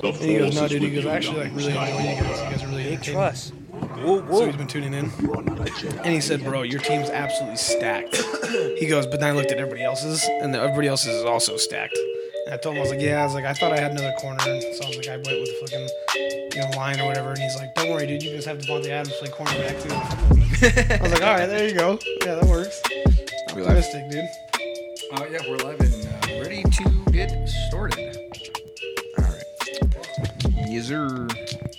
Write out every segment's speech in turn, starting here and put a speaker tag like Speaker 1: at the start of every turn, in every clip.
Speaker 1: He goes, no, dude. He goes, I actually like really enjoy you guys. You guys are really
Speaker 2: Big
Speaker 1: entertaining."
Speaker 2: trust. Woo,
Speaker 1: So he's
Speaker 2: woo.
Speaker 1: been tuning in, and he said, "Bro, your team's absolutely stacked." He goes, but then I looked at everybody else's, and the- everybody else's is also stacked. And I told him, I was like, "Yeah," I was like, "I thought I had another corner," and so I was like, "I went with the fucking you know line or whatever." And he's like, "Don't worry, dude. You just have Devontae Adams play cornerback too." I was like, "All right, there you go. Yeah, that works." Optimistic, dude.
Speaker 3: Uh, yeah, we're live and uh, ready to get started. All right. Yes, sir.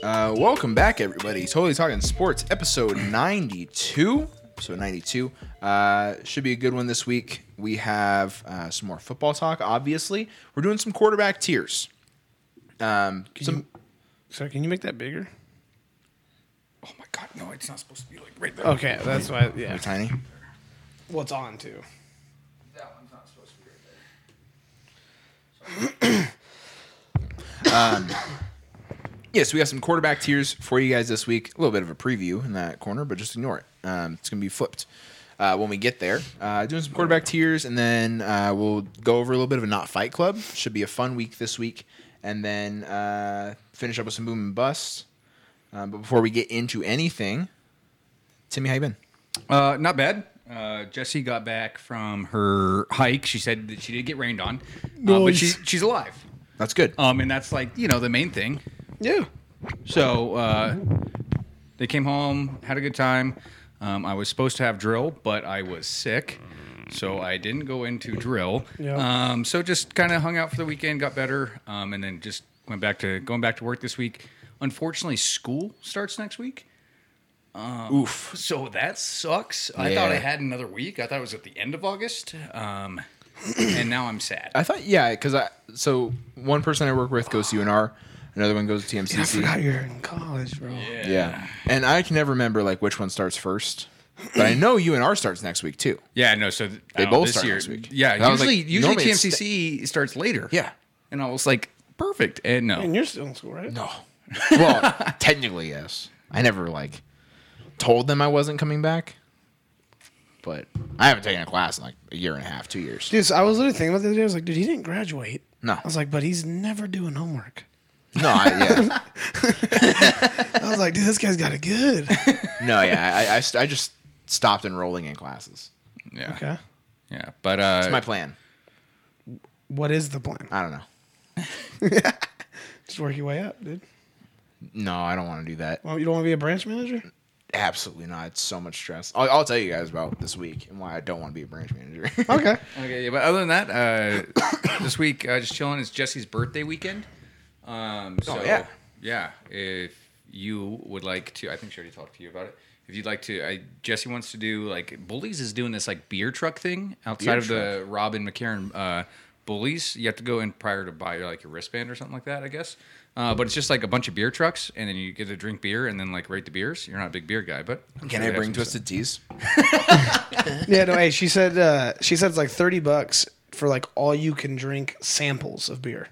Speaker 3: Uh, welcome back, everybody. Totally Talking Sports, episode 92. So 92. Uh, should be a good one this week. We have uh, some more football talk, obviously. We're doing some quarterback tiers. Um, some,
Speaker 1: So can you make that bigger?
Speaker 3: oh my God, no, it's not supposed to be like right there.
Speaker 1: Okay, that's why. Yeah.
Speaker 3: Very tiny.
Speaker 1: Well, it's on too.
Speaker 3: That one's not supposed to be right there. Yes, we have some quarterback tiers for you guys this week. A little bit of a preview in that corner, but just ignore it. Um, it's going to be flipped uh, when we get there. Uh, doing some quarterback tiers, and then uh, we'll go over a little bit of a not fight club. Should be a fun week this week, and then uh, finish up with some boom and bust. Um, but before we get into anything, Timmy, how you been?
Speaker 4: Uh, not bad. Uh, Jesse got back from her hike. She said that she did get rained on, uh, but
Speaker 1: Nice.
Speaker 4: she, she's alive.
Speaker 3: That's good.
Speaker 4: Um, and that's like you know the main thing.
Speaker 1: Yeah.
Speaker 4: So uh, they came home, had a good time. Um, I was supposed to have drill, but I was sick, so I didn't go into drill.
Speaker 1: Yeah.
Speaker 4: Um, so just kind of hung out for the weekend, got better, um, and then just went back to going back to work this week. Unfortunately, school starts next week.
Speaker 3: Oof.
Speaker 4: So that sucks. I thought I
Speaker 3: Yeah.
Speaker 4: had another week. I thought it was at the end of August. Um, and now I'm sad.
Speaker 3: I thought, yeah, because I so one person I work with goes to UNR, another one goes to TMCC.
Speaker 1: I forgot you're in college, bro.
Speaker 3: Yeah. And I can never remember like which one starts first. But I know UNR starts next week too.
Speaker 4: Yeah, no. So th-
Speaker 3: They
Speaker 4: oh,
Speaker 3: both
Speaker 4: this
Speaker 3: start
Speaker 4: year,
Speaker 3: next week. And
Speaker 4: Yeah,
Speaker 3: I was
Speaker 4: usually
Speaker 3: like,
Speaker 4: usually
Speaker 3: normally it's
Speaker 4: TMCC starts later.
Speaker 3: Yeah.
Speaker 4: and I was like, perfect. And no,
Speaker 1: And you're still in school, right?
Speaker 3: No. well, technically yes. I never like told them I wasn't coming back. But I haven't taken a class in like a year and a half, two years.
Speaker 1: Dude, so I was literally thinking about the other day. I was like, dude, he didn't graduate.
Speaker 3: No.
Speaker 1: I was like, but he's never doing homework.
Speaker 3: No, I, yeah,
Speaker 1: I was like, dude, this guy's got it good.
Speaker 3: no, yeah. I, I, st- I just stopped enrolling in classes.
Speaker 4: yeah,
Speaker 1: Okay.
Speaker 4: yeah. But uh,
Speaker 3: That's my plan.
Speaker 1: What is the plan?
Speaker 3: I don't know.
Speaker 1: Just work your way up, dude.
Speaker 3: No, I don't want to do that.
Speaker 1: Well, you don't want to be a branch manager?
Speaker 3: Absolutely not. It's so much stress. I'll, I'll tell you guys about this week and why I don't want to be a branch manager.
Speaker 1: Okay.
Speaker 4: Okay, yeah, but other than that, uh, this week uh, just chilling. It's Jesse's birthday weekend. Um, so,
Speaker 3: Oh, yeah.
Speaker 4: yeah. If you would like to, I think she already talked to you about it. If you'd like to, I, Jesse wants to do like Bullies is doing this like beer truck thing outside
Speaker 3: Beer
Speaker 4: of the Robin McCarran uh, Bullies. You have to go in prior to buy like your wristband or something like that, I guess. Uh, but it's just like a bunch of beer trucks, and then you get to drink beer and then like rate the beers. You're not a big beer guy, but I'm sure
Speaker 3: Can I
Speaker 4: they have
Speaker 3: bring
Speaker 4: some
Speaker 3: twisted teas?
Speaker 1: Yeah, no, hey, she said uh, she said it's like 30 bucks for like all you can drink samples of beer.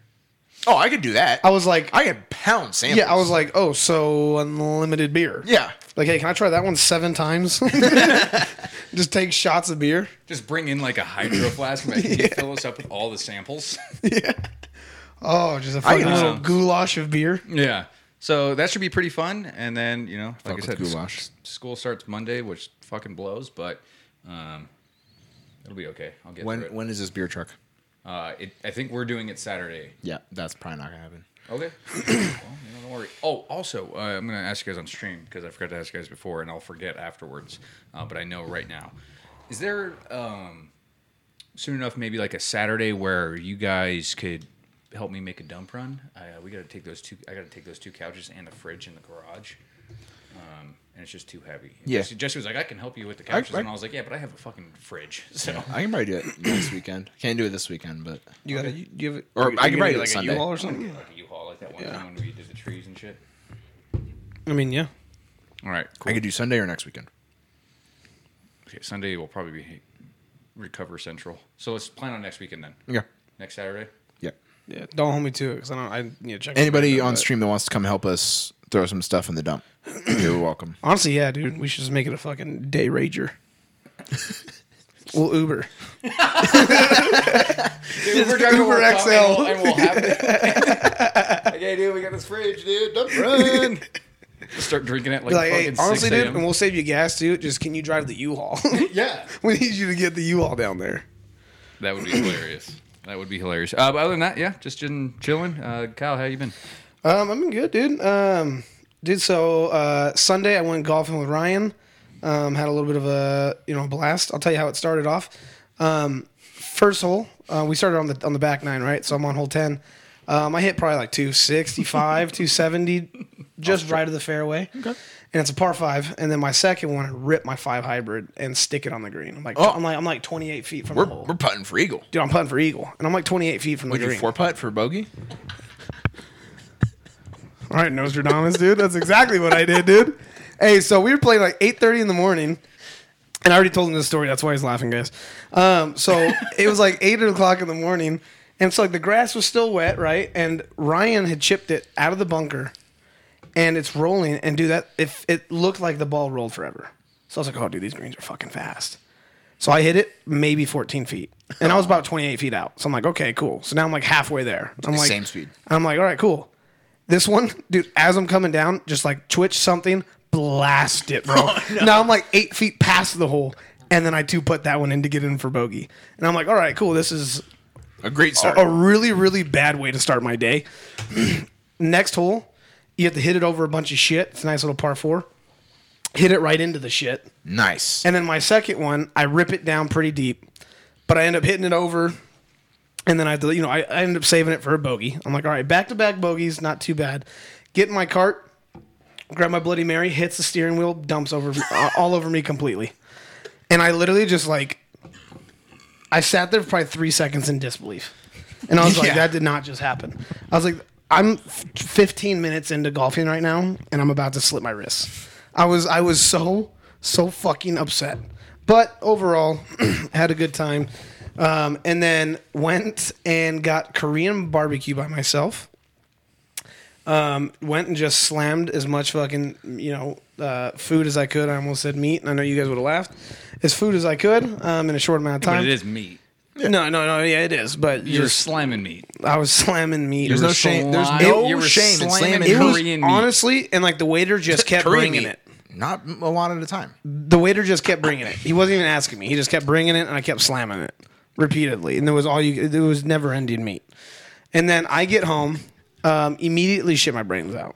Speaker 3: Oh, I could do that.
Speaker 1: I was like,
Speaker 3: I had pound samples.
Speaker 1: yeah, I was like, oh, so unlimited beer.
Speaker 3: yeah.
Speaker 1: Like, hey, can I try that one seven times? Just take shots of beer.
Speaker 4: Just bring in like a hydro flask and like, can you fill us up with all the samples.
Speaker 1: Oh, just a fucking
Speaker 3: can-
Speaker 1: little
Speaker 4: Um,
Speaker 1: goulash of beer.
Speaker 4: yeah. So that should be pretty fun. And then, you know, like I
Speaker 3: with
Speaker 4: said, s-
Speaker 3: goulash.
Speaker 4: s- school starts Monday, which fucking blows, but um, it'll be okay. I'll get
Speaker 3: When
Speaker 4: through it.
Speaker 3: when is this beer truck?
Speaker 4: uh, it. I think we're doing it Saturday.
Speaker 3: Yeah, that's probably not gonna happen.
Speaker 4: Okay. well, you know, don't worry. Oh, also, uh, I'm going to ask you guys on stream because I forgot to ask you guys before and I'll forget afterwards. Uh, but I know right now. Is there um, soon enough maybe like a Saturday where you guys could help me make a dump run? I, uh, we got to take those two. I got to take those two couches and the fridge in the garage. Um, and it's just too heavy.
Speaker 3: Yeah.
Speaker 4: Jesse, Jesse was like, I can help you with the couches.
Speaker 3: I-
Speaker 4: and I was like, yeah, but I have a fucking fridge. So
Speaker 3: I can probably do it next weekend. Can't do it this weekend, but
Speaker 1: You got a, you, you have a,
Speaker 3: Or
Speaker 1: you-
Speaker 3: I
Speaker 1: you
Speaker 3: can
Speaker 1: gotta
Speaker 3: write
Speaker 1: get
Speaker 3: it
Speaker 1: like
Speaker 3: Sunday.
Speaker 1: a U-Haul or something.
Speaker 4: like a U-Haul like that one
Speaker 3: Yeah.
Speaker 4: time when we did the trees and shit.
Speaker 1: I mean, yeah.
Speaker 4: All right.
Speaker 3: I could do Sunday or next weekend.
Speaker 4: Okay, Sunday will probably be recover central. So let's plan on next weekend then.
Speaker 3: Yeah.
Speaker 4: Next Saturday.
Speaker 3: Yeah.
Speaker 1: Yeah, don't hold me to it because I don't. I need to check.
Speaker 3: Anybody
Speaker 1: my-
Speaker 3: on
Speaker 1: but-
Speaker 3: stream that wants to come help us throw some stuff in the dump, you're welcome.
Speaker 1: Honestly, yeah, dude, we should just make it a fucking day rager. we'll Uber.
Speaker 4: Dude, we're driving
Speaker 1: Uber
Speaker 4: to work,
Speaker 1: XL.
Speaker 4: And we'll, and we'll have it. hey, dude, we got this fridge, dude. Don't run. Start drinking it like,
Speaker 1: Be like, hey,
Speaker 4: fucking
Speaker 1: honestly,
Speaker 4: 6
Speaker 1: dude,
Speaker 4: a.m.
Speaker 1: and we'll save you gas too. Just can you drive the U-Haul?
Speaker 4: yeah.
Speaker 1: we need you to get the U-Haul down there.
Speaker 4: That would be hilarious. That would be hilarious. Uh, but other than that, yeah, just chilling. chilling. Uh, Kyle, how you been?
Speaker 1: Um, I've been good, dude. Um, dude, so uh, Sunday I went golfing with Ryan. Um, had a little bit of a you know blast. I'll tell you how it started off. Um, first hole, uh, we started on the on the back nine, right? So I'm on hole ten. Um, I hit probably like 265, 270, just right of the fairway. Okay. And it's a par five. And then my second one, I rip my five hybrid and stick it on the green. I'm like,
Speaker 3: Oh.
Speaker 1: I'm like, I'm like 28 feet from
Speaker 3: We're,
Speaker 1: the hole.
Speaker 3: we're putting for eagle.
Speaker 1: Dude, I'm putting for eagle, and I'm like 28 feet from the
Speaker 3: Would you
Speaker 1: green.
Speaker 3: four putt for bogey?
Speaker 1: All right, Nostradamus, dude. That's exactly what I did, dude. Hey, so we were playing like 8.30 in the morning. And I already told him this story. That's why he's laughing, guys. Um, so it was like 8 o'clock in the morning. And so like the grass was still wet, right? And Ryan had chipped it out of the bunker. And it's rolling. And, dude, that if it looked like the ball rolled forever. So I was like, oh, dude, these greens are fucking fast. So I hit it maybe 14 feet. And I was about 28 feet out. So I'm like, okay, cool. So now I'm like halfway there. I'm like,
Speaker 3: Same speed.
Speaker 1: I'm like, all right, cool. This one, dude, as I'm coming down, just like twitch something, blast it, bro.
Speaker 3: Oh,
Speaker 1: Now I'm like eight feet past the hole, and then I two put that one in to get in for bogey. And I'm like, all right, cool. This is
Speaker 3: A great start.
Speaker 1: a really, really bad way to start my day. Next hole, you have to hit it over a bunch of shit. It's a nice little par four. Hit it right into the shit.
Speaker 3: nice.
Speaker 1: And then my second one, I rip it down pretty deep, but I end up hitting it over. And then I, have to, you know, I, I end up saving it for a bogey. I'm like, all right, back to back bogeys, not too bad. Get in my cart, grab my Bloody Mary, hits the steering wheel, dumps over uh, all over me completely. And I literally just like, I sat there for probably three seconds in disbelief. And I was like,
Speaker 3: Yeah.
Speaker 1: that did not just happen. I was like, I'm f- 15 minutes into golfing right now, and I'm about to slip my wrists. I was, I was so, so fucking upset. But overall, had a good time. Um, and then went and got Korean barbecue by myself went and just slammed as much fucking you know uh, food as I could. I almost said meat, and I know you guys would have laughed. As food as I could um, in a short amount of time.
Speaker 4: But it is meat.
Speaker 1: No, no, no. Yeah, it is. But
Speaker 4: You're
Speaker 1: just,
Speaker 4: slamming meat.
Speaker 1: I was slamming meat.
Speaker 3: There's no
Speaker 4: were
Speaker 3: shame. There's
Speaker 4: slime-
Speaker 3: no
Speaker 4: you were
Speaker 3: shame in
Speaker 4: slamming
Speaker 3: slamming
Speaker 1: it was
Speaker 4: Korean meat.
Speaker 1: honestly, and like the waiter just kept
Speaker 3: Korean
Speaker 1: bringing
Speaker 3: meat.
Speaker 1: it.
Speaker 3: Not a lot at a time.
Speaker 1: The waiter just kept bringing it. He wasn't even asking me. He just kept bringing it, and I kept slamming it repeatedly. And there was all you. It was never ending meat. And then I get home, um, immediately shit my brains out.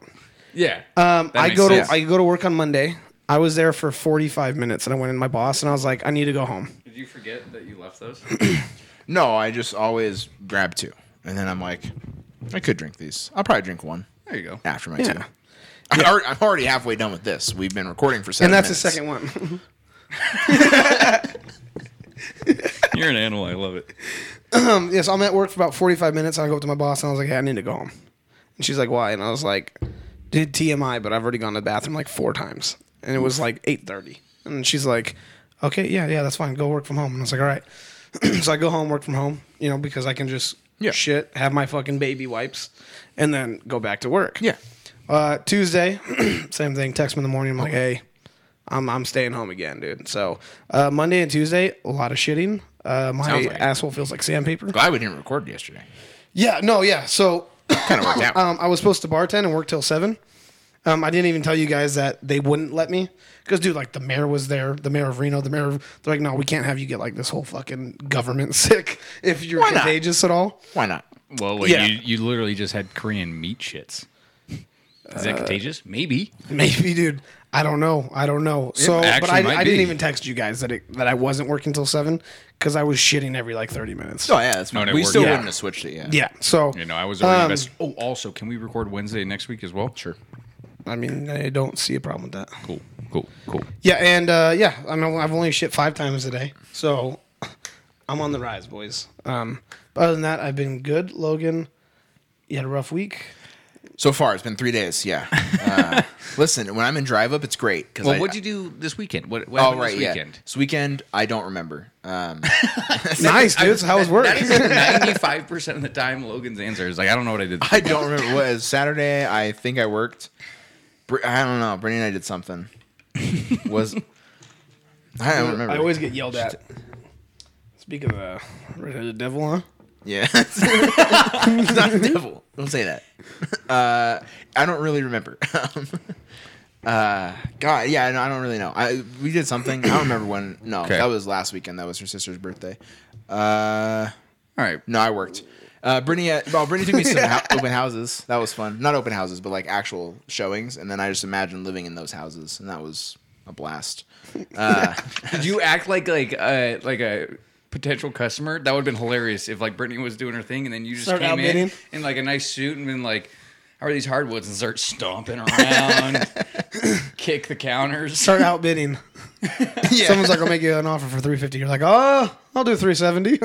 Speaker 4: Yeah.
Speaker 1: Um, I go to I go to work on Monday. I was there for 45 minutes, and I went in to my boss, and I was like, "I need to go home."
Speaker 4: Did you forget that you left those?
Speaker 3: No, I just always grab two, and then I'm like, I could drink these. I'll probably drink one
Speaker 4: There you go.
Speaker 3: after my
Speaker 1: Yeah.
Speaker 3: two. I already, I'm already halfway done with this. We've been recording for seven.
Speaker 1: And that's the
Speaker 3: minutes.
Speaker 1: second one.
Speaker 4: You're an animal. I love it.
Speaker 1: um, yes, I'm at work for about 45 minutes. And I go up to my boss, and I was like, "Hey, I need to go home." And she's like, "Why?" And I was like, "Did TMI, but I've already gone to the bathroom like four times, and it was like 8:30." And she's like, "Okay, yeah, yeah, that's fine. Go work from home." And I was like, "All right." so I go home, work from home, you know, because I can just
Speaker 3: Yeah.
Speaker 1: shit, have my fucking baby wipes, and then go back to work.
Speaker 3: Yeah.
Speaker 1: Uh, Tuesday, same thing. Text me in the morning. I'm like, hey, I'm I'm staying home again, dude. So uh, Monday and Tuesday, a lot of shitting. Uh, my
Speaker 3: Sounds like it.
Speaker 1: asshole feels like sandpaper.
Speaker 3: Glad we didn't record yesterday.
Speaker 1: Yeah, no, yeah. So
Speaker 3: Kind of worked out.
Speaker 1: um, I was supposed to bartend and work till seven. Um, I didn't even tell you guys that they wouldn't let me because, dude, like the mayor was there, the mayor of Reno, the mayor. Of, they're like, no, we can't have you get like this whole fucking government sick if you're
Speaker 3: Why not?
Speaker 1: contagious at all.
Speaker 3: Why not?
Speaker 4: Well, wait,
Speaker 1: Yeah.
Speaker 4: you, you literally just had Korean meat shits. Is that contagious? Maybe.
Speaker 1: Maybe, dude. I don't know. I don't know. So, but
Speaker 4: actually
Speaker 1: I,
Speaker 4: might
Speaker 1: I didn't
Speaker 4: be.
Speaker 1: even text you guys that it, that I wasn't working till seven because I was shitting every like thirty minutes.
Speaker 3: Oh yeah, that's
Speaker 4: No, no,
Speaker 3: we
Speaker 4: we're-
Speaker 3: still
Speaker 4: yeah.
Speaker 3: wouldn't have switched it. Yeah.
Speaker 1: Yeah. So, um,
Speaker 4: You know, I was already invest- Oh, also, can we record Wednesday next week as well? Sure.
Speaker 1: I mean, I don't see a problem with that.
Speaker 4: Cool. Cool. Cool.
Speaker 1: Yeah, and uh, yeah, I mean, I've only shit five times a day, so I'm on the rise, boys. Um, but other than that, I've been good. Logan, you had a rough week.
Speaker 3: So far, it's been three days. Yeah. Uh, listen, when I'm in drive up, it's great because
Speaker 4: Well, Oh,
Speaker 3: I.
Speaker 4: what'd you do this weekend? What, what
Speaker 3: all
Speaker 4: happened
Speaker 3: right,
Speaker 4: this
Speaker 3: yeah.
Speaker 4: weekend?
Speaker 3: This weekend, I don't remember. Um,
Speaker 1: nice, dude. So how was work?
Speaker 4: That is ninety-five percent of the time. Logan's answer is like, I don't know what I did.
Speaker 3: I don't remember what it was Saturday. I think I worked. Br- I don't know. Brittany and I did something. Was I don't remember.
Speaker 1: I always get yelled at. Speak of uh, Red Headed Devil, huh?
Speaker 3: yeah. it's not the devil. Don't say that. Uh, I don't really remember. Um, uh, God, yeah, I don't- I don't really know. I we did something. I don't remember when. No,
Speaker 4: Okay.
Speaker 3: that was last weekend. That was her sister's birthday. Uh,
Speaker 4: All right.
Speaker 3: no, I worked. Uh, Brittany, uh, well, Brittany took me to some hou- open houses. That was fun. Not open houses, but like actual showings. And then I just imagined living in those houses, and that was a blast. Uh,
Speaker 4: Did you act like like uh, like a potential customer? That would have been hilarious if like Brittany was doing her thing and then you just
Speaker 1: Start
Speaker 4: came in
Speaker 1: outbidding?
Speaker 4: in like a nice suit and been like, "How are these hardwoods?" and start stomping around, kick the counters.
Speaker 1: Start outbidding. Someone's like, I'll make you an offer for 350. You're like, oh, I'll do 370.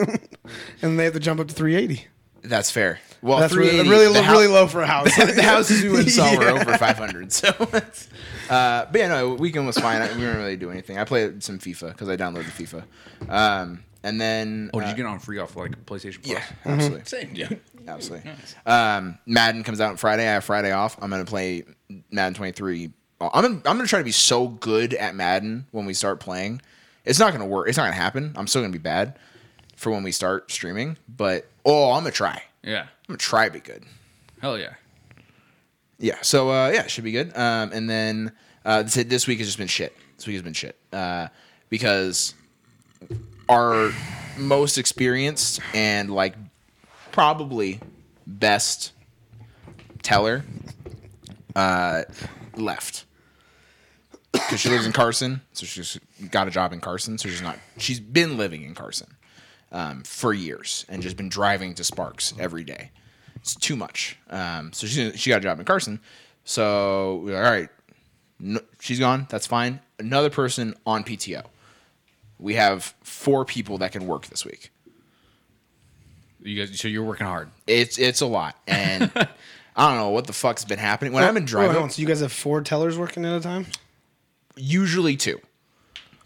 Speaker 1: and they have to jump up to 380.
Speaker 3: that's fair. Well,
Speaker 1: That's really,
Speaker 3: 380,
Speaker 1: really,
Speaker 3: the hou-
Speaker 1: really low for a house.
Speaker 3: the houses we went and saw were
Speaker 1: Yeah.
Speaker 3: over 500. So, that's- uh, but yeah, no, weekend was fine. I, we didn't really do anything. I played some FIFA because I downloaded FIFA. Um, and then,
Speaker 4: Oh, did
Speaker 3: uh,
Speaker 4: you get on free off like PlayStation Plus?
Speaker 3: yeah,
Speaker 1: Mm-hmm.
Speaker 3: absolutely,
Speaker 4: Same, dude.
Speaker 3: absolutely. Um, Madden comes out on Friday. I have Friday off. I'm gonna play Madden 23. I'm gonna, I'm gonna try to be so good at Madden when we start playing. It's not gonna work. It's not gonna happen. I'm still gonna be bad for when we start streaming. But oh, I'm gonna try. I'm
Speaker 4: Yeah.
Speaker 3: gonna try to be good.
Speaker 4: Hell yeah.
Speaker 3: Yeah. So uh, yeah, it should be good. Um, and then uh, this, this week has just been shit. This week has been shit uh, because our most experienced and like probably best teller uh, left because she lives in Carson, so she's got a job in Carson. So she's not. She's been living in Carson um, for years and just been driving to Sparks every day. It's too much. Um, so she she got a job in Carson. So we we're like, all right, no, she's gone. That's fine. Another person on PTO. We have four people that can work this week.
Speaker 4: You guys, so you're working hard.
Speaker 3: It's it's a lot, and I don't know what the fuck's been happening. When I've been
Speaker 1: Hold
Speaker 3: driving,
Speaker 1: on, Oh, so you guys have four tellers working at a time?
Speaker 3: usually two.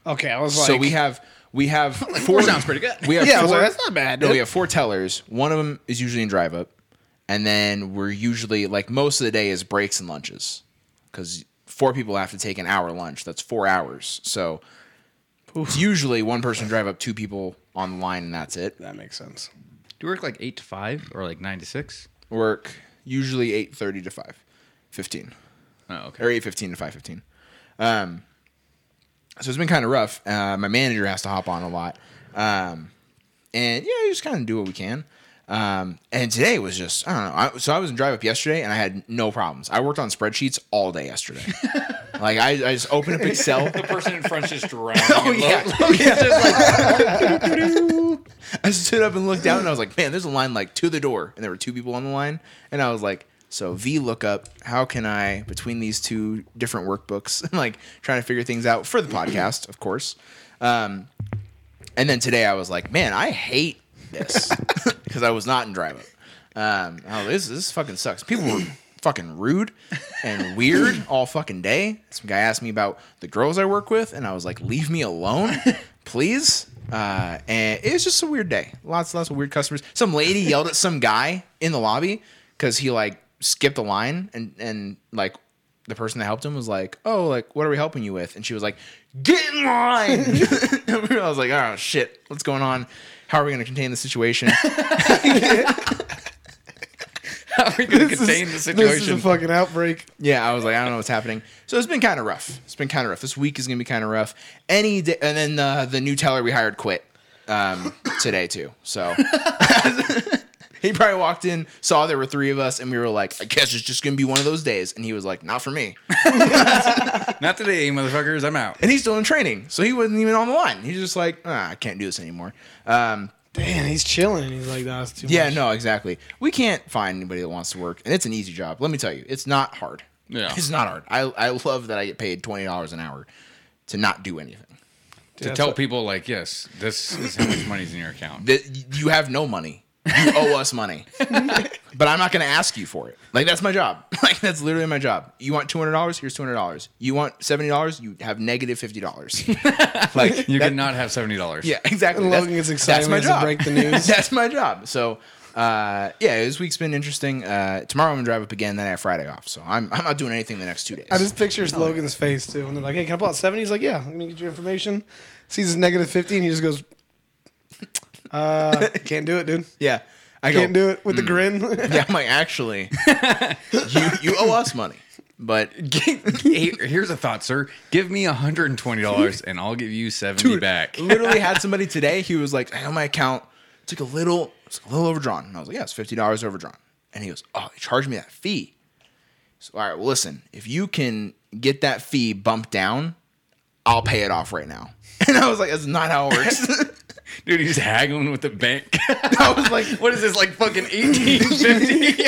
Speaker 1: Okay, I was like,
Speaker 3: so we have we have four.
Speaker 4: sounds pretty good.
Speaker 3: We have
Speaker 1: Yeah, I was
Speaker 3: four,
Speaker 1: like, that's not bad,
Speaker 3: No,
Speaker 1: dude.
Speaker 3: we have four tellers. One of them is usually in drive up, and then we're usually like most of the day is breaks and lunches, because four people have to take an hour lunch. That's four hours. So it's usually one person drive up, two people on the line, and that's it.
Speaker 1: that makes sense.
Speaker 4: Do you work like eight to five or like nine to six?
Speaker 3: Work usually eight thirty to five fifteen.
Speaker 4: Oh,
Speaker 3: or
Speaker 4: okay.
Speaker 3: eight fifteen to five fifteen. Um, so it's been kind of rough. Uh, my manager has to hop on a lot, um, and yeah, we just kind of do what we can. Um, and today was just I don't know. I, so I was in drive up yesterday, and I had no problems. I worked on spreadsheets all day yesterday. like I, I just opened up Excel.
Speaker 4: The person in front's just drowning.
Speaker 3: Oh, yeah. I stood up and looked down, and I was like, man, there's a line like to the door, and there were two people on the line, and I was like. So V lookup, how can I between these two different workbooks, like trying to figure things out for the podcast, of course. Um, And then today I was like, man, I hate this because I was not in drive up. Um, oh, this this fucking sucks. People were fucking rude and weird all fucking day. Some guy asked me about the girls I work with, and I was like, leave me alone, please. Uh, and it was just a weird day. Lots lots of weird customers. Some lady yelled at some guy in the lobby because he like skipped a line and and like. The person that helped him was like, "Oh, like, what are we helping you with?" And she was like, "Get in line." I was like, oh shit, what's going on? How are we going to contain the situation?
Speaker 4: How are we going to contain the
Speaker 1: This is a
Speaker 4: situation?
Speaker 1: fucking outbreak.
Speaker 3: yeah, I was like, I don't know what's happening. So it's been kind of rough. It's been kind of rough. This week is going to be kind of rough. Any day, and then uh, the new teller we hired quit um, today too. So he probably walked in, saw there were three of us, and we were like, I guess it's just going to be one of those days. And he was like, not for me.
Speaker 4: Not today, motherfuckers. I'm out.
Speaker 3: And he's still in training, so he wasn't even on the line. He's just like, ah, I can't do this anymore. Um,
Speaker 1: Damn, he's chilling, and he's like, that's too
Speaker 3: Yeah,
Speaker 1: much.
Speaker 3: no, exactly. We can't find anybody that wants to work, and it's an easy job. Let me tell you, it's not hard.
Speaker 4: Yeah.
Speaker 3: it's not hard. I I love that I get paid twenty dollars an hour to not do anything.
Speaker 4: to tell people like, yes, this is how much money's in your account.
Speaker 3: That you have no money. You owe us money, but I'm not going to ask you for it. Like that's my job. Like that's literally my job. You want two hundred dollars? Here's two hundred dollars. You want seventy dollars? You have negative fifty dollars. like
Speaker 4: You cannot have seventy dollars.
Speaker 3: Yeah, exactly.
Speaker 1: And
Speaker 3: That's-
Speaker 1: Logan gets excited when he has to break the news.
Speaker 3: that's my job. So, uh, yeah, this week's been interesting. Uh, tomorrow I'm gonna drive up again. Then I have Friday off, so I'm, I'm not doing anything the next two days.
Speaker 1: I just picture Logan's face too, and they're like, "Hey, can I pull out 70? He's like, "Yeah, I'm gonna get your information." Sees his negative fifty, and he just goes, "Uh, can't do it, dude."
Speaker 3: yeah, I
Speaker 1: Can't
Speaker 3: go, "Hmm."
Speaker 1: do it with the grin.
Speaker 3: yeah, I'm like, actually, you, you owe us money. But
Speaker 4: Hey, Here's a thought, sir. Give me hundred and twenty dollars, and I'll give you seventy back.
Speaker 3: literally had somebody today. He was like, I know my account. It's like a little, it's a little overdrawn. And I was like, yeah, it's fifty dollars overdrawn. And he goes, oh, they charged me that fee. So all right, well, listen, if you can get that fee bumped down, I'll pay it off right now. And I was like, that's not how it works.
Speaker 4: Dude, he's haggling with the bank.
Speaker 3: I was like,
Speaker 4: what is this like? Fucking eighteen fifty?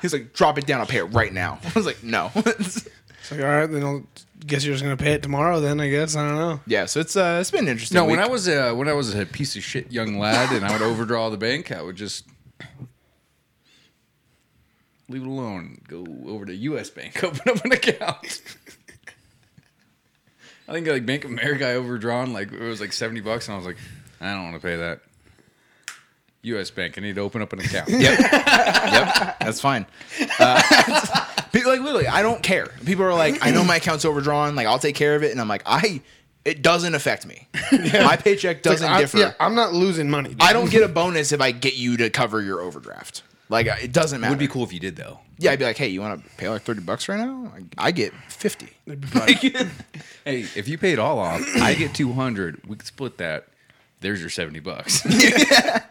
Speaker 3: he's like, drop it down. I'll pay it right now. I was like, no.
Speaker 1: It's like, all right, then I'll guess you're just gonna pay it tomorrow. Then I guess I don't know.
Speaker 3: yeah, so it's uh, it's been an interesting.
Speaker 4: No, when
Speaker 3: week.
Speaker 4: I was a when I was a piece of shit young lad, and I would overdraw the bank, I would just leave it alone. Go over to U.S. Bank, open up an account. I think like Bank of America, I overdrawn like it was like seventy bucks, and I was like, I don't want to pay that. U.S. Bank, I need to open up an account.
Speaker 3: Yep. yep. That's fine. Uh, people, like literally, I don't care. People are like, I know my account's overdrawn. Like I'll take care of it, and I'm like, I. It doesn't affect me. My paycheck
Speaker 1: It's
Speaker 3: doesn't
Speaker 1: like, I-
Speaker 3: differ.
Speaker 1: yeah, I'm not losing money. dude.
Speaker 3: I don't get a bonus if I get you to cover your overdraft. Like it doesn't matter.
Speaker 4: Would be cool if you did though.
Speaker 3: Yeah, I'd be like, hey, you want to pay like thirty bucks right now? I, I get fifty.
Speaker 1: It'd be fine.
Speaker 4: Hey, if you pay it all off, I get two hundred. We could split that. There's your seventy bucks.
Speaker 3: yeah,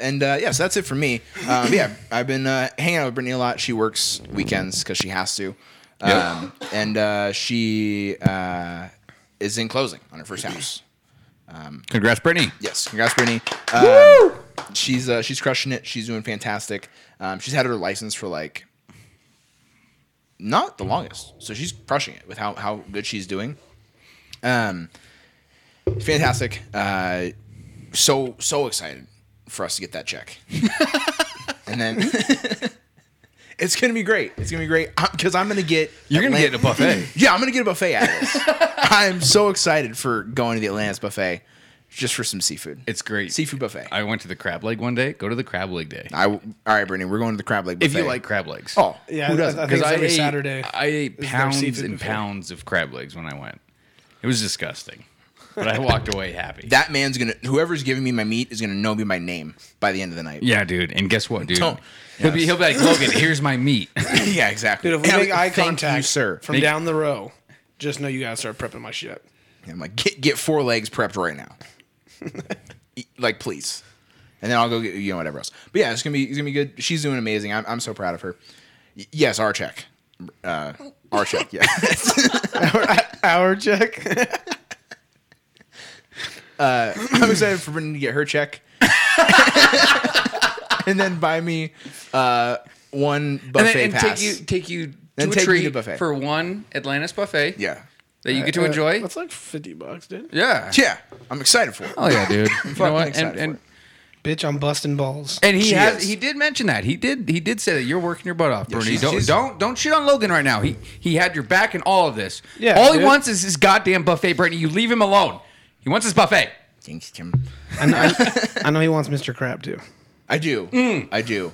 Speaker 3: and uh, yeah, so that's it for me. Um, yeah, I've been uh, hanging out with Brittany a lot. She works weekends because she has to, um, and uh, she uh, is in closing on her first house.
Speaker 4: Congrats, Brittany.
Speaker 3: Yes, congrats, Brittany. Um, she's uh, she's crushing it. She's doing fantastic. Um, she's had her license for like not the longest, so she's crushing it with how how good she's doing. Um, fantastic. Uh, so so excited for us to get that check, and then. It's gonna be great. It's gonna be great because I'm gonna get.
Speaker 4: You're gonna
Speaker 3: Atlan-
Speaker 4: get a buffet.
Speaker 3: yeah, I'm gonna get a buffet out of this. I'm so excited for going to the Atlantis buffet just for some seafood.
Speaker 4: It's great.
Speaker 3: seafood buffet. I,
Speaker 4: I went to the crab leg one day. Go to the crab leg day.
Speaker 3: all right, Brittany, we're going to the crab leg
Speaker 4: If
Speaker 3: buffet.
Speaker 4: you like crab legs.
Speaker 3: oh
Speaker 1: Yeah,
Speaker 3: who
Speaker 1: I-
Speaker 3: doesn't?
Speaker 1: I think
Speaker 4: because
Speaker 1: it's
Speaker 4: I
Speaker 1: every
Speaker 4: ate,
Speaker 1: Saturday.
Speaker 4: I ate
Speaker 1: Is there
Speaker 4: pounds
Speaker 1: seafood
Speaker 4: and
Speaker 1: buffet?
Speaker 4: pounds of crab legs when I went. It was disgusting, but I walked away happy.
Speaker 3: that man's gonna. Whoever's giving me my meat is gonna know me by name by the end of the night.
Speaker 4: yeah, dude. And guess what, dude?
Speaker 3: Don't-
Speaker 4: He'll be he'll be like Logan. Here's my meat.
Speaker 3: yeah, exactly.
Speaker 1: Dude, if we
Speaker 3: And I'm
Speaker 1: make
Speaker 3: like,
Speaker 1: eye
Speaker 3: "Thank
Speaker 1: contact,
Speaker 3: you, sir.
Speaker 1: from
Speaker 4: Thank-
Speaker 1: down the row, just know you gotta start prepping my shit.
Speaker 3: And I'm like, get get four legs prepped right now. E- like, please. And then I'll go get you know whatever else. But yeah, it's gonna be it's gonna be good. She's doing amazing. I'm, I'm so proud of her. Y- yes, our check. Uh,
Speaker 4: Oh.
Speaker 3: our check. Yeah.
Speaker 1: Hour check.
Speaker 3: Uh, I'm excited for Brittany to get her check. and then buy me uh, one
Speaker 4: and
Speaker 3: buffet
Speaker 4: then, and
Speaker 3: pass.
Speaker 4: take you take you
Speaker 3: Then
Speaker 4: to
Speaker 3: take
Speaker 4: a
Speaker 3: me
Speaker 4: treat
Speaker 3: to buffet.
Speaker 4: for one Atlantis buffet.
Speaker 3: yeah.
Speaker 4: that you get
Speaker 1: Uh,
Speaker 4: to enjoy.
Speaker 1: That's like fifty bucks, dude.
Speaker 4: yeah.
Speaker 3: Yeah. I'm excited for it.
Speaker 4: Oh yeah, dude. you know what?
Speaker 3: excited
Speaker 4: And,
Speaker 3: for
Speaker 4: and
Speaker 3: it.
Speaker 1: Bitch, I'm busting balls.
Speaker 4: And he
Speaker 3: She
Speaker 4: has
Speaker 3: is.
Speaker 4: he did mention that. He did he did say that you're working your butt off, Bernie.
Speaker 3: she's-
Speaker 4: don't
Speaker 3: she's-
Speaker 4: don't don't shit on Logan right now. He he had your back in all of this.
Speaker 1: Yeah,
Speaker 4: all he
Speaker 1: dude.
Speaker 4: wants is his goddamn buffet, Brittany. You leave him alone. He wants his buffet.
Speaker 3: Thanks, Tim.
Speaker 1: I know, I, I know he wants Mr. Crab too.
Speaker 3: I do.
Speaker 1: Mm.
Speaker 3: I do.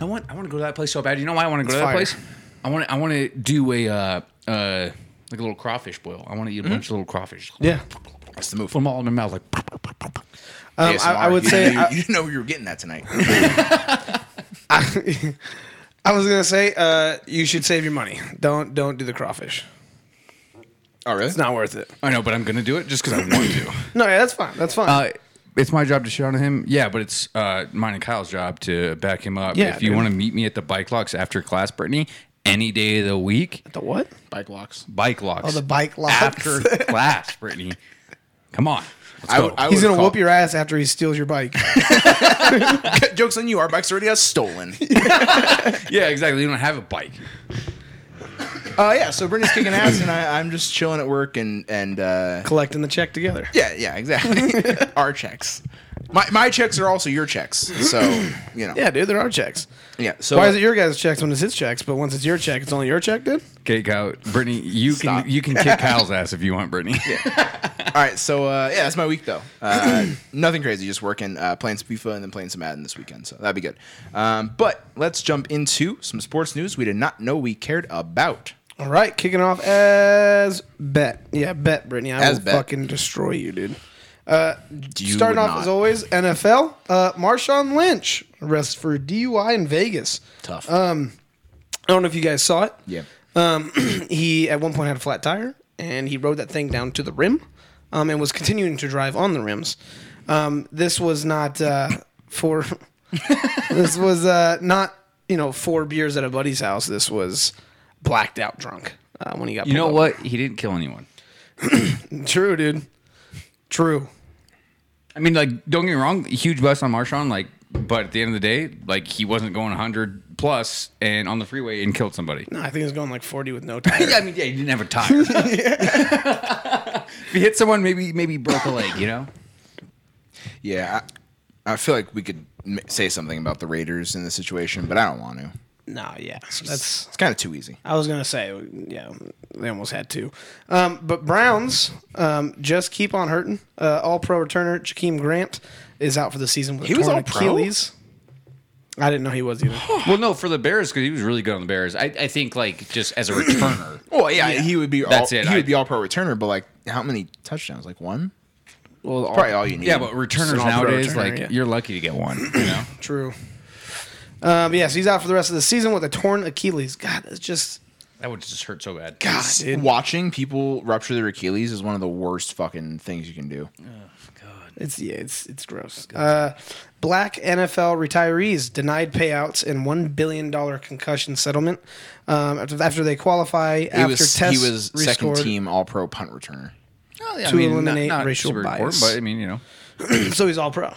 Speaker 4: I want I want to go to that place so bad. You know why I want to go to that
Speaker 1: fire.
Speaker 4: place? I want I want to do a uh, uh like a little crawfish boil. I want to eat a bunch of little crawfish.
Speaker 1: Yeah.
Speaker 3: That's the move.
Speaker 4: Put them Hmm? all in my mouth like
Speaker 1: Um, I,
Speaker 3: ASMR.
Speaker 1: I would
Speaker 3: You
Speaker 1: say
Speaker 3: didn't know-
Speaker 1: I,
Speaker 3: you didn't know you were getting that tonight.
Speaker 1: I was gonna say uh, you should save your money. Don't don't do the crawfish.
Speaker 3: oh, really?
Speaker 1: It's not worth it.
Speaker 4: I know, but I'm gonna do it just because I want to.
Speaker 1: No, yeah, that's fine. That's fine.
Speaker 4: Uh, it's my job to shit on him. Yeah, but it's uh, mine and Kyle's job to back him up.
Speaker 1: Yeah,
Speaker 4: if you
Speaker 1: dude.
Speaker 4: want to meet me at the bike locks after class, Brittany, any day of the week,
Speaker 1: the what?
Speaker 3: Bike locks.
Speaker 4: bike locks.
Speaker 1: Oh, the bike locks.
Speaker 4: after class, Brittany. Come on, let's
Speaker 3: I
Speaker 4: go.
Speaker 3: would- I
Speaker 1: He's
Speaker 3: would've
Speaker 1: gonna
Speaker 3: called-
Speaker 1: whoop your ass after he steals your bike.
Speaker 3: Joke's on you. Our bike's already got stolen.
Speaker 4: yeah, exactly. You don't have a bike.
Speaker 1: Oh,
Speaker 3: uh, yeah, so Brittany's kicking ass, and I, I'm just chilling at work and, and uh,
Speaker 1: Collecting the check together.
Speaker 3: Yeah, yeah, exactly. Our checks. My, my checks are also your checks. So, you know.
Speaker 1: Yeah, dude, there are checks.
Speaker 3: Yeah. So
Speaker 1: Why is it your guys' checks when it's his checks, but once it's your check, it's only your check, dude?
Speaker 4: Okay, Kyle, Brittany, you
Speaker 3: Stop.
Speaker 4: can you can kick Kyle's ass if you want, Brittany.
Speaker 3: All right, so uh, yeah, that's my week though. Uh, nothing crazy, just working, uh, playing some FIFA and then playing some Madden this weekend. So that'd be good. Um, but let's jump into some sports news we did not know we cared about.
Speaker 1: All right, kicking off as bet. Yeah, bet, Brittany. I
Speaker 3: As
Speaker 1: will
Speaker 3: bet.
Speaker 1: fucking destroy you, dude.
Speaker 3: You
Speaker 1: Starting
Speaker 3: would
Speaker 1: off
Speaker 3: not.
Speaker 1: as always, NFL. Uh, Marshawn Lynch arrested for DUI in Vegas.
Speaker 3: tough.
Speaker 1: I don't know if you guys saw it.
Speaker 3: yeah.
Speaker 1: He at one point had a flat tire, and he rode that thing down to the rim, um, and was continuing to drive on the rims. Um, this was not uh, for. this was uh, not you know four beers at a buddy's house. This was blacked out drunk uh, when he got.
Speaker 4: You know
Speaker 1: pulled
Speaker 4: what? He didn't kill anyone.
Speaker 1: over. True, dude. True.
Speaker 4: I mean, like, don't get me wrong, huge bust on Marshawn, like, but at the end of the day, like, he wasn't going 100 plus and on the freeway and killed somebody.
Speaker 1: No, I think he was going like forty with no tire.
Speaker 4: Yeah, I mean, yeah, he didn't have a tire. if he hit someone, maybe maybe he broke a leg, you know?
Speaker 3: Yeah. I, I feel like we could m- say something about the Raiders in this situation, but I don't want to.
Speaker 1: no, yeah, that's
Speaker 3: It's kind of too easy.
Speaker 1: I was gonna say, yeah, they almost had two. Um, but Browns um, just keep on hurting. Uh, all pro returner Jakeem Grant is out for the season with a
Speaker 3: He was
Speaker 1: torn
Speaker 3: all-pro?
Speaker 1: Achilles. I didn't know he was either.
Speaker 4: Well, no, for the Bears, because he was really good on the Bears. I, I think, like, just as a returner.
Speaker 3: Well, yeah, he would be.
Speaker 4: That's
Speaker 3: all,
Speaker 4: it.
Speaker 3: He
Speaker 4: I-
Speaker 3: would be all pro returner, but like, how many touchdowns? Like one.
Speaker 1: Well, all,
Speaker 3: Probably all you need.
Speaker 4: yeah, but returners
Speaker 1: Just an all-pro
Speaker 4: nowadays,
Speaker 1: returner,
Speaker 4: like,
Speaker 1: yeah.
Speaker 4: you're lucky to get one, you know?
Speaker 1: true. Uh, but yeah, so he's out for the rest of the season with a torn Achilles. God, it's just
Speaker 4: That would just hurt so bad.
Speaker 1: God,
Speaker 3: It's-
Speaker 1: dude.
Speaker 3: watching people rupture their Achilles is one of the worst fucking things you can do.
Speaker 1: It's yeah, it's it's gross. Uh, black NFL retirees denied payouts in one billion dollar concussion settlement um, after, after they qualify
Speaker 3: He
Speaker 1: after
Speaker 3: was he
Speaker 1: tests
Speaker 3: was second
Speaker 1: rescored.
Speaker 3: team All Pro punt returner.
Speaker 4: Well, yeah,
Speaker 1: To eliminate racial
Speaker 4: important,
Speaker 1: bias.
Speaker 4: But, I mean, you know.
Speaker 1: so he's all pro.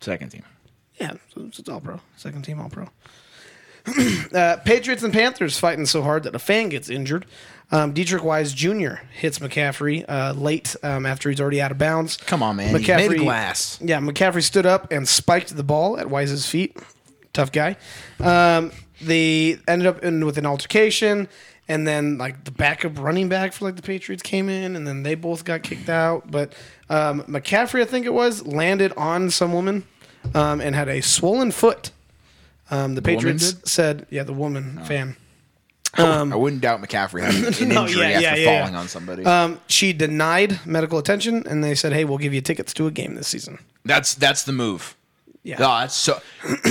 Speaker 3: Second team.
Speaker 1: Yeah, so it's it's all pro. Second team all pro. uh, Patriots and Panthers fighting so hard that a fan gets injured. Um, Dietrich Wise Jr. hits McCaffrey uh, late um, after he's already out of bounds.
Speaker 3: Come on, man. He's made of glass.
Speaker 1: Yeah, McCaffrey stood up and spiked the ball at Wise's feet. Tough guy. Um, they ended up in with an altercation, and then like the backup running back for like the Patriots came in, and then they both got kicked out. But um, McCaffrey, I think it was, landed on some woman um, and had a swollen foot. Um, the,
Speaker 3: woman
Speaker 1: Patriots
Speaker 3: did? Oh.
Speaker 1: said, "Yeah, the woman fan."
Speaker 3: I wouldn't doubt McCaffrey had an
Speaker 1: Um, No,
Speaker 3: injury
Speaker 1: yeah,
Speaker 3: after
Speaker 1: yeah, yeah,
Speaker 3: falling
Speaker 1: yeah.
Speaker 3: on somebody.
Speaker 1: Um, she denied medical attention, and they said, "Hey, we'll give you tickets to a game this season."
Speaker 3: that's that's the move.
Speaker 1: Yeah.
Speaker 3: Oh, that's so.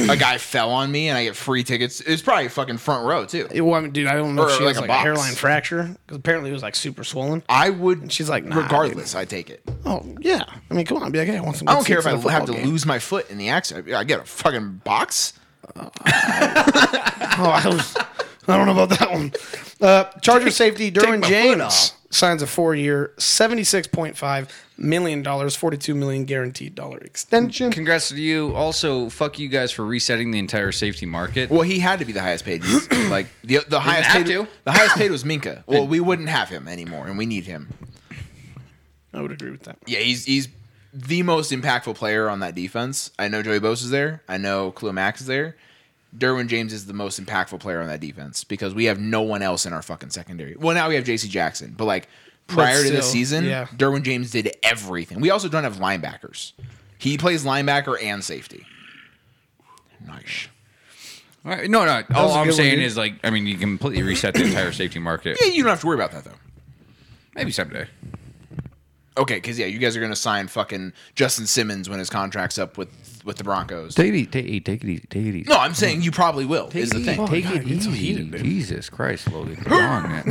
Speaker 3: a guy fell on me and I get free tickets. It's probably fucking front row too.
Speaker 1: It- well, I mean, dude, I don't know
Speaker 3: Or
Speaker 1: if she
Speaker 3: like
Speaker 1: has
Speaker 3: a
Speaker 1: like
Speaker 3: box.
Speaker 1: a hairline fracture because apparently it was like super swollen.
Speaker 3: I would.
Speaker 1: she's like, nah,
Speaker 3: regardless, I take it.
Speaker 1: Oh yeah, I mean, come on, be like, hey, I want some.
Speaker 3: I
Speaker 1: good
Speaker 3: don't care if
Speaker 1: seats
Speaker 3: I
Speaker 1: at the
Speaker 3: have to
Speaker 1: football game.
Speaker 3: lose my foot in the accident. I get a fucking box.
Speaker 1: Oh, I, was, I don't know about that one. Uh, Charger safety Derwin
Speaker 3: my foot
Speaker 1: James
Speaker 3: off.
Speaker 1: signs a four-year, seventy-six point five million dollars, forty-two million guaranteed dollar extension.
Speaker 4: Congrats to you. Also, fuck you guys for resetting the entire safety market.
Speaker 3: Well, he had to be the highest paid. He's, like the the highest
Speaker 4: have
Speaker 3: paid.
Speaker 4: to.
Speaker 3: The highest paid was Minka. Well, we wouldn't have him anymore, and we need him.
Speaker 1: I would agree with that.
Speaker 3: Yeah, he's he's the most impactful player on that defense. I know Joey Bose is there. I know Khalil Max is there. Derwin James is the most impactful player on that defense because we have no one else in our fucking secondary. Well, now we have J.C. Jackson, but like prior to this
Speaker 1: still,
Speaker 3: season,
Speaker 1: yeah.
Speaker 3: Derwin James did everything. We also don't have linebackers. He plays linebacker and safety. Nice.
Speaker 4: All right, no, no. All
Speaker 1: was a
Speaker 4: I'm
Speaker 1: good one,
Speaker 4: saying
Speaker 1: dude.
Speaker 4: is, like, I mean, you completely reset the entire safety market.
Speaker 3: Yeah, you don't have to worry about that though.
Speaker 4: Maybe someday.
Speaker 3: Okay, because yeah, you guys are gonna sign fucking Justin Simmons when his contract's up with with the Broncos.
Speaker 4: Take it, take it, take it, take it.
Speaker 3: No, I'm saying you probably will. Is the thing.
Speaker 4: Take
Speaker 1: God,
Speaker 4: it
Speaker 1: it's
Speaker 4: easy.
Speaker 1: heated, dude.
Speaker 4: Jesus Christ, Logan. Come on, man.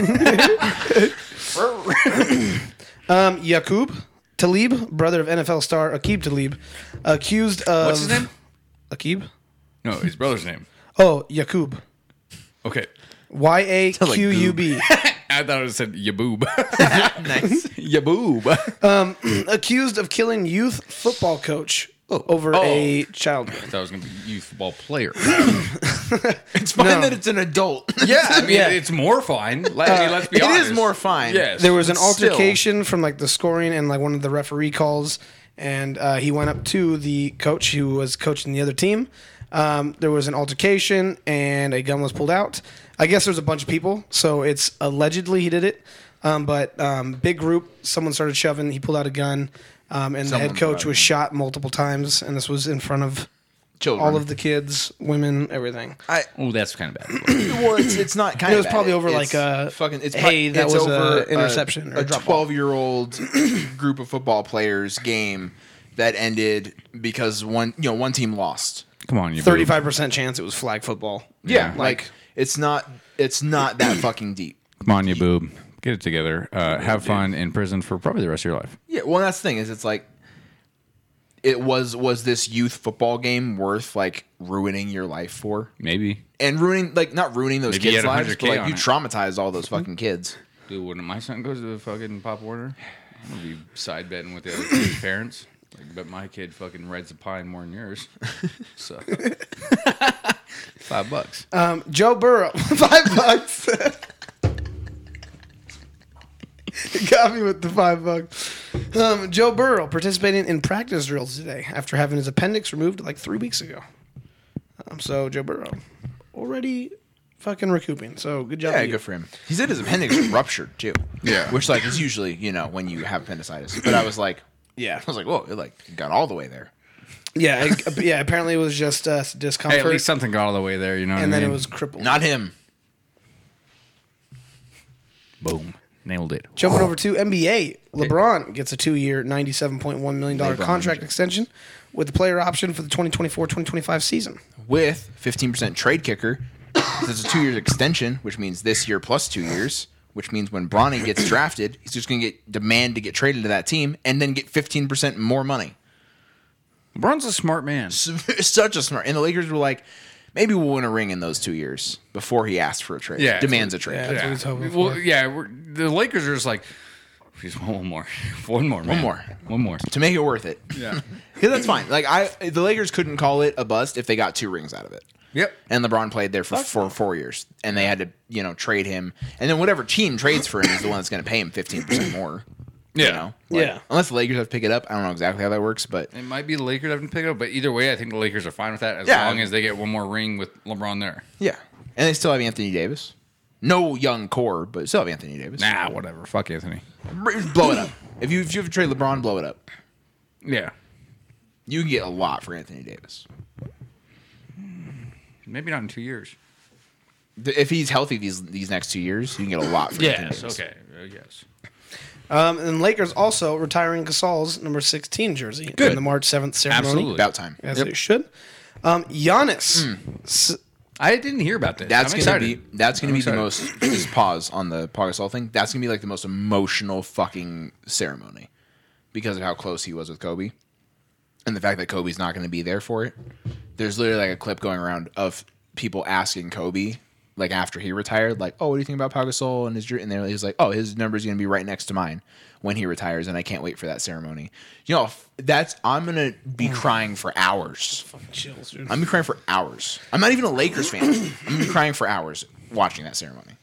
Speaker 1: Um, Yakub Talib, brother of NFL star Akib Talib, accused of
Speaker 4: What's his name?
Speaker 1: Akib.
Speaker 4: No, his brother's name.
Speaker 1: Oh, Yakub.
Speaker 4: Okay.
Speaker 1: Y a q u b.
Speaker 4: I thought it said Yaboob.
Speaker 3: nice.
Speaker 4: Yaboob.
Speaker 1: accused of killing youth football coach
Speaker 4: Oh.
Speaker 1: over a child.
Speaker 4: I thought it was going to be youth football player.
Speaker 3: It's fine
Speaker 1: No.
Speaker 3: that it's an adult.
Speaker 4: yeah, I mean,
Speaker 1: Yeah.
Speaker 4: it's more fine. Like, I mean, let's be
Speaker 3: it
Speaker 4: honest.
Speaker 3: is more fine.
Speaker 4: Yes.
Speaker 1: There was an
Speaker 3: But still.
Speaker 1: altercation from like the scoring and like one of the referee calls, and uh, he went up to the coach who was coaching the other team. Um, there was an altercation and a gun was pulled out. I guess there's a bunch of people, so it's allegedly he did it. Um, but um, big group, someone started shoving. He pulled out a gun, um, and the
Speaker 3: Someone
Speaker 1: head
Speaker 3: pulled out
Speaker 1: coach
Speaker 3: a
Speaker 1: was
Speaker 3: gun.
Speaker 1: shot multiple times. And this was in front of
Speaker 3: Children.
Speaker 1: all of the kids, women, everything.
Speaker 4: Oh, that's kind of bad.
Speaker 3: well, it's, it's not kind
Speaker 1: It
Speaker 3: of.
Speaker 1: was
Speaker 3: bad.
Speaker 1: probably over,
Speaker 3: It's
Speaker 1: like, uh,
Speaker 3: fucking. It's
Speaker 1: hey,
Speaker 3: probably-
Speaker 1: that
Speaker 3: it's
Speaker 1: was a
Speaker 3: over
Speaker 1: interception or
Speaker 3: A
Speaker 1: drop ball.
Speaker 3: twelve-year-old group of football players game that ended because one, you know, one team lost.
Speaker 4: Come on, you. boob.
Speaker 1: Thirty-five percent chance it was flag football.
Speaker 3: Yeah,
Speaker 1: like,
Speaker 3: like it's not. It's not that fucking deep.
Speaker 4: Come on, you boob. Get it together. Uh, have fun in prison for probably the rest of your life.
Speaker 3: Yeah, well, that's the thing is, it's like, it was was this youth football game worth like ruining your life for,
Speaker 4: Maybe.
Speaker 3: and ruining like not ruining those
Speaker 4: Maybe you
Speaker 3: kids'
Speaker 4: had
Speaker 3: lives,
Speaker 4: 100K
Speaker 3: but like
Speaker 4: on
Speaker 3: you
Speaker 4: it.
Speaker 3: traumatized all
Speaker 1: Mm-hmm.
Speaker 3: those fucking kids.
Speaker 4: Dude, when my son goes to the fucking Pop Warner, I'm gonna be side betting with the other kid's parents. Like, bet my kid fucking rides the pine more than yours. So, five bucks.
Speaker 1: um, Joe Burrow, five bucks. He Got me with the five bucks. Um, Joe Burrow participating in practice drills today after having his appendix removed like three weeks ago. Um, so Joe Burrow already fucking recouping. So good job.
Speaker 3: Yeah,
Speaker 1: to you.
Speaker 3: good for him. He said his appendix ruptured too.
Speaker 4: Yeah.
Speaker 3: which like is usually you know when you have appendicitis. But I was like,
Speaker 1: Yeah,
Speaker 3: I was like, whoa, it like got all the way there.
Speaker 1: yeah, it- uh, yeah. Apparently it was just uh,
Speaker 4: Hey,
Speaker 1: discomfort,
Speaker 4: at least something got all the way there, you know.
Speaker 1: and
Speaker 4: what I
Speaker 1: then it
Speaker 4: mean?
Speaker 1: was crippled.
Speaker 3: Not him.
Speaker 4: boom, nailed it.
Speaker 1: Jumping over to NBA, LeBron gets a two-year, ninety-seven point one million dollar
Speaker 4: LeBron
Speaker 1: contract
Speaker 4: James.
Speaker 1: extension with the player option for the 2024-2025 season.
Speaker 3: with 15% trade kicker. So It's a two year extension, which means this year plus two years, which means when Bronny gets drafted, he's just going to get demand to get traded to that team and then get 15% more money.
Speaker 4: LeBron's a smart man.
Speaker 3: Such a smart. And the Lakers were like, maybe we'll win a ring in those two years before he asks for a trade.
Speaker 4: Yeah.
Speaker 3: Demands a trade.
Speaker 1: Yeah. That's what he's hoping
Speaker 4: Well,
Speaker 1: for.
Speaker 4: yeah, we're, the Lakers are just like, we just want one more, one more, man.
Speaker 3: more.
Speaker 4: one more.
Speaker 3: To make it worth it.
Speaker 4: Yeah.
Speaker 3: Because that's fine. Like I, the Lakers couldn't call it a bust if they got two rings out of it.
Speaker 4: Yep.
Speaker 3: And LeBron played there for for four years, and they had to you know trade him, and then whatever team trades for him is the one that's going to pay him fifteen percent more.
Speaker 4: Yeah.
Speaker 3: You know?
Speaker 1: Yeah.
Speaker 3: Unless the Lakers have to pick it up, I don't know exactly how that works, but
Speaker 4: It might be the Lakers having to pick it up, but either way, I think the Lakers are fine with that as
Speaker 3: Yeah.
Speaker 4: long as they get one more ring with LeBron there.
Speaker 3: yeah. And they still have Anthony Davis. No young core, but still have Anthony Davis.
Speaker 4: Nah, whatever. Fuck Anthony.
Speaker 3: R- Blow it up. If you if you have to trade LeBron, blow it up.
Speaker 4: Yeah.
Speaker 3: You can get a lot for Anthony Davis
Speaker 4: Maybe not in two years.
Speaker 3: Th- if he's healthy these these next two years. You can get a lot for Anthony Davis.
Speaker 4: Okay. Uh, yes.
Speaker 1: Um, and Lakers also retiring Gasol's number sixteen jersey in
Speaker 4: Good.
Speaker 1: the March seventh ceremony,
Speaker 4: Absolutely.
Speaker 3: About time.
Speaker 1: as
Speaker 4: Yep.
Speaker 1: they should. Um, Giannis,
Speaker 3: Hmm.
Speaker 1: s-
Speaker 4: I didn't hear about this.
Speaker 3: That's
Speaker 4: I'm
Speaker 3: gonna
Speaker 4: excited.
Speaker 3: be that's gonna
Speaker 4: I'm
Speaker 3: be
Speaker 4: excited.
Speaker 3: the most just pause on the Pagasol thing. That's gonna be like the most emotional fucking ceremony because of how close he was with Kobe. And the fact that Kobe's not gonna be there for it. There's literally like a clip going around of people asking Kobe, like after he retired, like, Oh, what do you think about Pagasol and his jer-" and they're- he's like, Oh, his number's gonna be right next to mine when he retires, and I can't wait for that ceremony. You know, f- that's I'm gonna be
Speaker 4: Mm.
Speaker 3: crying for hours.
Speaker 1: chills, dude.
Speaker 3: I'm gonna be crying for hours. I'm not even a Lakers fan. I'm gonna be crying for hours watching that ceremony.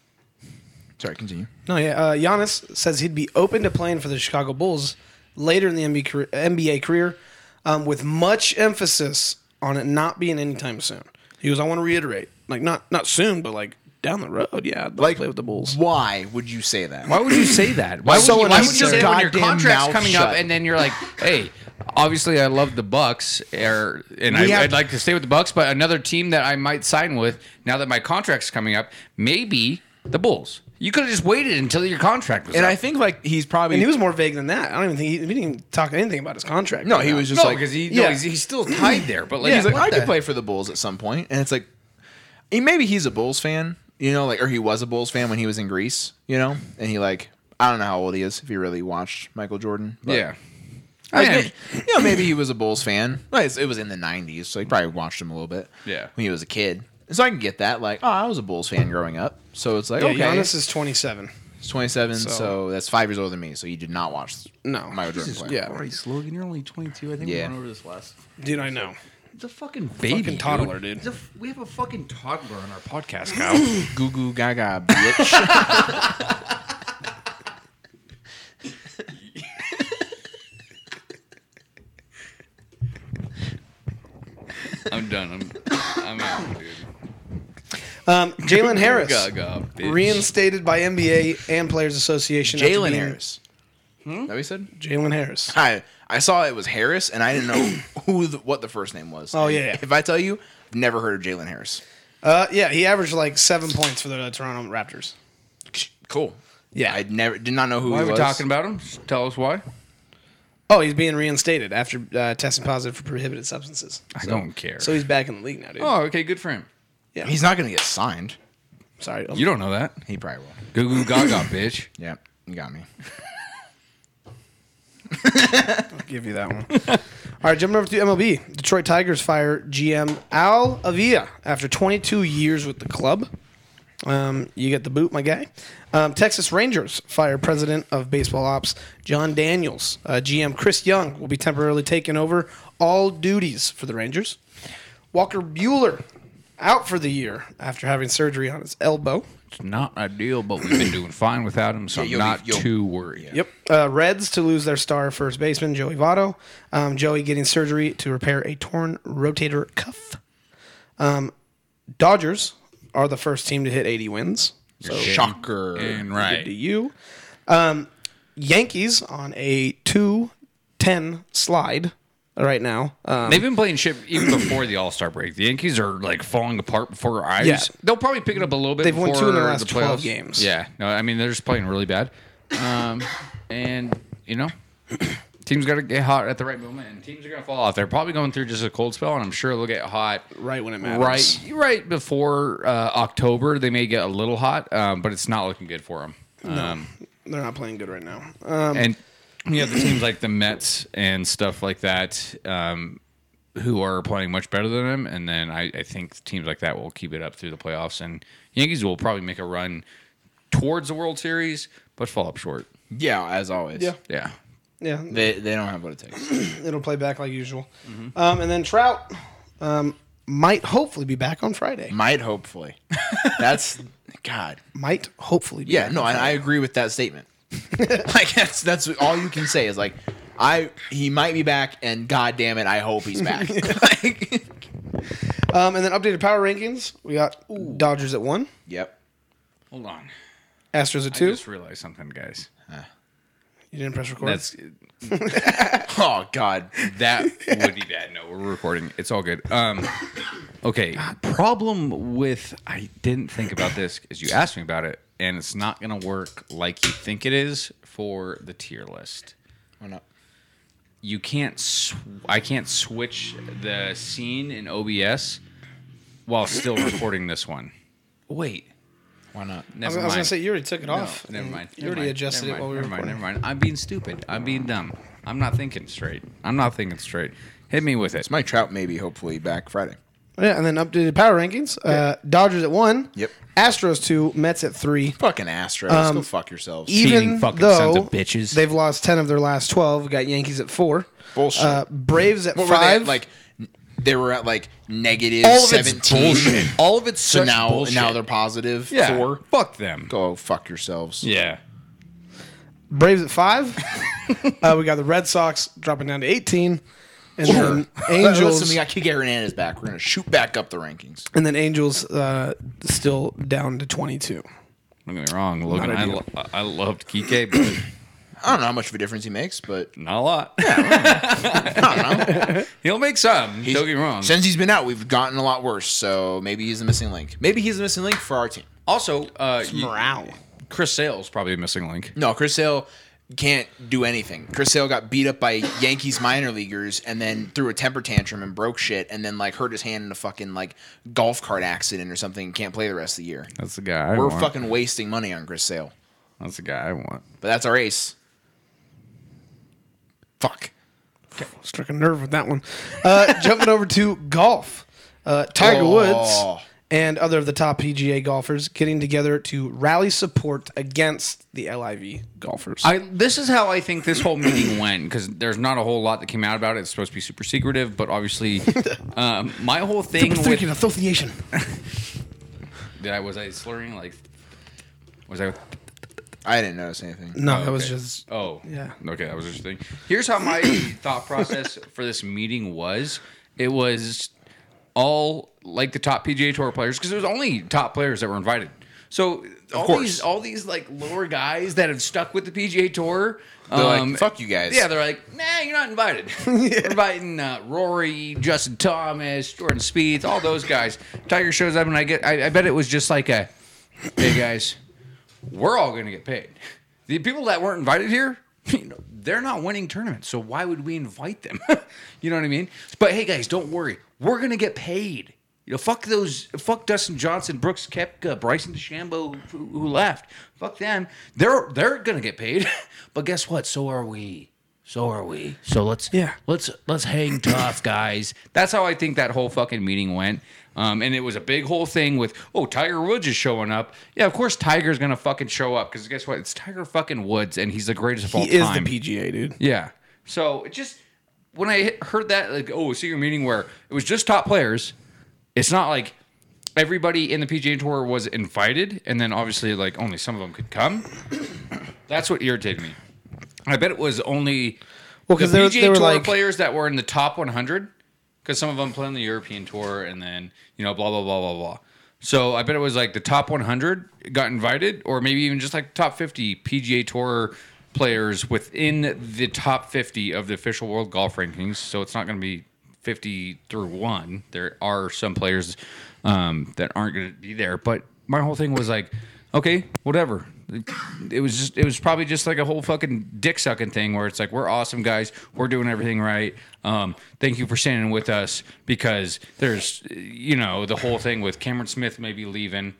Speaker 3: Sorry, continue.
Speaker 1: No, yeah. Uh, Giannis says he'd be open to playing for the Chicago Bulls later in the NBA career, NBA career um, with much emphasis on it not being anytime soon. He goes, I want to reiterate, like not not soon, but like down the road. Yeah, I'd like, to play with the Bulls.
Speaker 3: Why would you say that?
Speaker 4: Why would you say that? Why would
Speaker 3: So
Speaker 4: you, why would you
Speaker 3: unnecessary.
Speaker 4: say that when your
Speaker 3: Goddamn
Speaker 4: contract's
Speaker 3: mouth
Speaker 4: coming up
Speaker 3: shut.
Speaker 4: and then you're like, hey, obviously I love the Bucks, or, and I,
Speaker 3: We have-
Speaker 4: I'd like to stay with the Bucks, but another team that I might sign with now that my contract's coming up, maybe the Bulls. You could have just waited until your contract was
Speaker 3: And
Speaker 4: up.
Speaker 3: I think like he's probably
Speaker 1: And he was more vague than that. I don't even think he, he didn't even talk anything about his contract.
Speaker 3: no, he was just
Speaker 4: no,
Speaker 3: like
Speaker 4: because he,
Speaker 1: yeah.
Speaker 4: no, he's, he's still tied there. But like,
Speaker 3: he's like
Speaker 4: what
Speaker 3: I
Speaker 4: the-
Speaker 3: could play for the Bulls at some point, and it's like he- maybe he's a Bulls fan, you know, like or he was a Bulls fan when he was in Greece, you know, and he like I don't know how old he is if he really watched Michael Jordan, but
Speaker 4: Yeah.
Speaker 3: Like,
Speaker 4: I mean,
Speaker 3: may- you know, maybe he was a Bulls fan. Well, it's- It was in the '90s, so he probably watched him a little bit.
Speaker 4: Yeah.
Speaker 3: when he was a kid. So I can get that. Like, oh, I was a Bulls fan growing up. So it's like,
Speaker 1: Yeah,
Speaker 3: okay,
Speaker 1: Giannis is 27.
Speaker 3: he's 27, so.
Speaker 1: so-
Speaker 3: that's five years older than me. So you did not watch
Speaker 1: No.
Speaker 3: Michael Jordan play.
Speaker 1: Yeah.
Speaker 4: Christ, Logan, you're only 22. I think
Speaker 3: Yeah.
Speaker 4: we went over this last.
Speaker 1: Dude, I know.
Speaker 4: It's a fucking baby,
Speaker 1: Fucking toddler, dude.
Speaker 4: It's a- we have a fucking toddler on our podcast now.
Speaker 3: Goo goo gaga, bitch.
Speaker 4: I'm done. I'm, I'm out, dude.
Speaker 1: Um, Jalen Harris,
Speaker 4: Gaga, bitch.
Speaker 1: reinstated by NBA and Players Association. after
Speaker 3: Jalen
Speaker 1: being-
Speaker 3: Harris. That we said.
Speaker 1: Jalen Harris.
Speaker 3: I I saw it was Harris, and I didn't know who the, what the first name was.
Speaker 1: Oh,
Speaker 3: And
Speaker 1: yeah, yeah.
Speaker 3: If I tell you, never heard of Jalen Harris.
Speaker 1: Uh, yeah, he averaged like seven points for the Toronto Raptors.
Speaker 3: Cool.
Speaker 1: Yeah.
Speaker 3: I never did not know who
Speaker 4: Why
Speaker 3: he
Speaker 4: are we
Speaker 3: was.
Speaker 4: talking about him? Just Tell us why.
Speaker 1: Oh, he's being reinstated after uh, testing positive for prohibited substances.
Speaker 4: I don't care.
Speaker 1: So he's back in the league now, dude.
Speaker 4: oh, okay, good for him.
Speaker 3: He's not going to get signed.
Speaker 1: Sorry.
Speaker 4: You don't know that.
Speaker 3: He probably will.
Speaker 4: Goo goo gaga, bitch.
Speaker 3: Yeah, you got me.
Speaker 1: give you that one. All right, jumping over to MLB. Detroit Tigers fire GM Al Avila after 22 years with the club. Um, you get the boot, my guy. Um, Texas Rangers fire president of baseball ops John Daniels. Uh, GM Chris Young will be temporarily taking over all duties for the Rangers. Walker Bueller out for the year after having surgery on his elbow.
Speaker 4: It's not ideal, but we've been doing fine without him, so
Speaker 3: Yeah, you'll
Speaker 4: I'm not
Speaker 3: be- you'll-
Speaker 4: too worried.
Speaker 1: Yep. Uh, Reds to lose their star first baseman, Joey Votto. Um, Joey getting surgery to repair a torn rotator cuff. Um, Dodgers are the first team to hit 80 wins. So
Speaker 3: Shocker.
Speaker 4: And
Speaker 1: good to
Speaker 4: right.
Speaker 1: you. Um, Yankees on a 2 10 slide right now. Um,
Speaker 4: They've been playing shit even before the All Star break. The Yankees are like falling apart before our eyes.
Speaker 1: Yeah.
Speaker 4: They'll probably pick it up a little bit.
Speaker 1: They've won two in their
Speaker 4: before
Speaker 1: last 12
Speaker 4: playoffs.
Speaker 1: games.
Speaker 4: Yeah. No, I mean they're just playing really bad. Um, and you know, teams got to get hot at the right moment, and teams are gonna fall off. They're probably going through just a cold spell, and I'm sure they'll get hot.
Speaker 1: right when it matters.
Speaker 4: Right, right before uh, October, they may get a little hot, um, but it's not looking good for them. Um,
Speaker 1: They're not playing good right now. Um,
Speaker 4: and you know the teams like the Mets and stuff like that, um, who are playing much better than them. And then I, I think teams like that will keep it up through the playoffs, and Yankees will probably make a run towards the World Series, but fall up short.
Speaker 3: Yeah, as always.
Speaker 1: Yeah.
Speaker 4: Yeah,
Speaker 1: yeah.
Speaker 3: They, they don't have what it takes.
Speaker 1: It'll play back like usual. Um, and then Trout um, might hopefully be back on Friday.
Speaker 3: Might hopefully. That's God.
Speaker 1: Might hopefully be
Speaker 3: Yeah,
Speaker 1: back
Speaker 3: no,
Speaker 1: on
Speaker 3: and
Speaker 1: Friday.
Speaker 3: I agree with that statement. like that's that's all you can say is like I he might be back and god damn it, I hope he's back. like,
Speaker 1: Um, and then updated power rankings. We got Dodgers at one,
Speaker 3: yep.
Speaker 4: hold on.
Speaker 1: Astros at
Speaker 4: I
Speaker 1: two.
Speaker 4: just realized something, guys.
Speaker 1: you didn't press record.
Speaker 4: That's
Speaker 3: Oh god.
Speaker 4: that would be bad. No, we're recording. It's all good. Um, okay. Problem with I didn't think about this because you asked me about it, and it's not gonna work like you think it is for the tier list.
Speaker 3: Why not?
Speaker 4: You can't. Sw- I can't switch the scene in OBS while still recording this one. Wait.
Speaker 3: Why not?
Speaker 1: I was,
Speaker 4: Never
Speaker 1: I was
Speaker 4: mind.
Speaker 1: gonna say you already took it off.
Speaker 4: No, never mind.
Speaker 1: You
Speaker 4: never
Speaker 1: already
Speaker 4: mind,
Speaker 1: adjusted
Speaker 4: never
Speaker 1: it while we were
Speaker 4: mind, never mind,
Speaker 1: recording.
Speaker 4: Never mind. I'm being stupid. I'm being dumb. I'm not thinking straight. I'm not thinking straight. Hit me with it.
Speaker 3: Mike Trout maybe hopefully back Friday.
Speaker 1: Yeah, and then updated power rankings. Uh, Dodgers at one.
Speaker 3: Yep.
Speaker 1: Astros two. Mets at three.
Speaker 3: Fucking Astros.
Speaker 4: Um,
Speaker 3: go fuck yourselves.
Speaker 1: Even
Speaker 4: Cheating fucking
Speaker 1: though
Speaker 4: sons of bitches.
Speaker 1: they've lost ten of their last twelve, we got Yankees at four.
Speaker 3: Bullshit.
Speaker 1: Uh, Braves at
Speaker 3: what were they
Speaker 1: five.
Speaker 3: at, like n- they were at like negative
Speaker 4: All of it's
Speaker 3: 17.
Speaker 4: bullshit.
Speaker 3: All of it's so
Speaker 4: such
Speaker 3: now
Speaker 4: bullshit.
Speaker 3: now they're positive
Speaker 4: Yeah.
Speaker 3: four.
Speaker 4: Fuck them.
Speaker 3: Go fuck yourselves.
Speaker 4: Yeah.
Speaker 1: Braves at five. uh, we got the Red Sox dropping down to eighteen, and then Angels.
Speaker 3: Listen, we got Kick Hernandez back. We're gonna shoot back up the rankings.
Speaker 1: and then Angels uh, still down to twenty-two.
Speaker 4: Don't get me wrong, Logan.
Speaker 1: Not
Speaker 4: I,
Speaker 1: ideal.
Speaker 4: lo- I loved Kike, but
Speaker 3: I don't know how much of a difference he makes, but
Speaker 4: not a lot.
Speaker 3: I don't know.
Speaker 4: He'll make some.
Speaker 3: He's-
Speaker 4: don't get me wrong.
Speaker 3: Since he's been out, we've gotten a lot worse. So maybe he's the missing link. Maybe he's the missing link for our team.
Speaker 4: also, uh, you-
Speaker 1: Morale.
Speaker 4: Chris Sale's probably a missing link.
Speaker 3: No, Chris Sale can't do anything. Chris Sale got beat up by Yankees minor leaguers and then threw a temper tantrum and broke shit and then like hurt his hand in a fucking like golf cart accident or something and can't play the rest of the year.
Speaker 4: That's the guy I
Speaker 3: We're
Speaker 4: want.
Speaker 3: fucking wasting money on Chris Sale.
Speaker 4: That's the guy I want.
Speaker 3: But that's our ace. Fuck.
Speaker 1: Struck a nerve with that one. Uh, jumping over to golf. Uh, Tiger
Speaker 3: Oh.
Speaker 1: Woods and other of the top PGA golfers getting together to rally support against the LIV golfers.
Speaker 4: I this is how I think this whole meeting went because there's not a whole lot that came out about it. It's supposed to be super secretive, but obviously, um, my whole thing with
Speaker 1: association.
Speaker 4: did I was I slurring like was I
Speaker 3: I didn't notice anything.
Speaker 1: No,
Speaker 4: Oh,
Speaker 1: that was
Speaker 4: okay.
Speaker 1: just.
Speaker 4: Oh,
Speaker 1: Yeah.
Speaker 4: Okay, that was interesting. Here's how my thought process for this meeting was. It was all like the top PGA Tour players because it was only top players that were invited. So all
Speaker 3: course.
Speaker 4: these all these like lower guys that have stuck with the PGA Tour,
Speaker 3: They're like, "Fuck you guys."
Speaker 4: um, Yeah, they're like, nah, you're not invited. We're inviting uh, Rory, Justin Thomas, Jordan Spieth, all those guys. Tiger shows up, and I get, I, I bet it was just like a, hey guys, we're all gonna get paid. The people that weren't invited here, you know, they're not winning tournaments, so why would we invite them? you know what I mean? But hey guys, don't worry, we're gonna get paid. You know, fuck those, fuck Dustin Johnson, Brooks Kepka, Bryson DeChambeau, who, who left. Fuck them. They're they're gonna get paid, but guess what? So are we. So are we. So let's
Speaker 1: Yeah.
Speaker 4: let's let's hang tough, guys. That's how I think that whole fucking meeting went. Um, and it was a big whole thing with oh Tiger Woods is showing up. Yeah, of course Tiger's gonna fucking show up because guess what? It's Tiger fucking Woods, and he's the greatest of all
Speaker 1: He is
Speaker 4: time.
Speaker 1: the PGA, dude.
Speaker 4: Yeah. So it just when I hit- heard that, like, oh, secret meeting where it was just top players. It's not like everybody in the PGA Tour was invited, and then obviously like only some of them could come. That's what irritated me. I bet it was only
Speaker 1: Well,
Speaker 4: the
Speaker 1: 'cause they were-
Speaker 4: PGA
Speaker 1: they were
Speaker 4: Tour
Speaker 1: like-
Speaker 4: players that were in the top 100, because some of them play on the European Tour, and then you know blah blah blah blah blah. So I bet it was like the top 100 got invited, or maybe even just like top 50 PGA Tour players within the top 50 of the official world golf rankings. So it's not going to be 50 through one. There are some players um, that aren't going to be there, but my whole thing was like, okay, whatever. It was just, it was probably just like a whole fucking dick sucking thing where it's like, we're awesome guys, we're doing everything right. Um, thank you for standing with us because there's, you know, the whole thing with Cameron Smith maybe leaving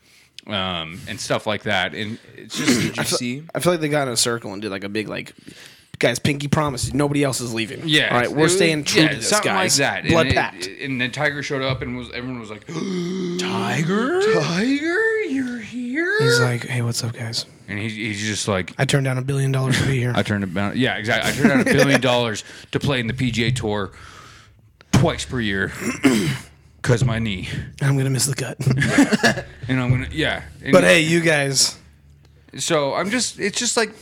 Speaker 4: um, and stuff like that, and it's just.
Speaker 3: you see?
Speaker 1: I feel like they got in a circle and did like a big like. Guys, pinky promise. Nobody else is leaving.
Speaker 4: Yeah.
Speaker 1: All right, we're
Speaker 4: it-
Speaker 1: staying true
Speaker 4: yeah,
Speaker 1: to this,
Speaker 4: something
Speaker 1: guys.
Speaker 4: Like that.
Speaker 1: Blood
Speaker 4: and it-
Speaker 1: pact.
Speaker 4: and then Tiger showed up and was everyone was like, Tiger? Tiger, you're here?
Speaker 1: He's like, hey, what's up, guys?
Speaker 4: and he, he's just like,
Speaker 1: I turned down a billion dollars to be here.
Speaker 4: I turned down. Yeah, exactly. I turned down a billion dollars to play in the PGA Tour twice per year because my knee.
Speaker 1: I'm gonna miss the cut.
Speaker 4: And I'm gonna yeah. And
Speaker 1: but hey, you guys.
Speaker 4: so I'm just it's just like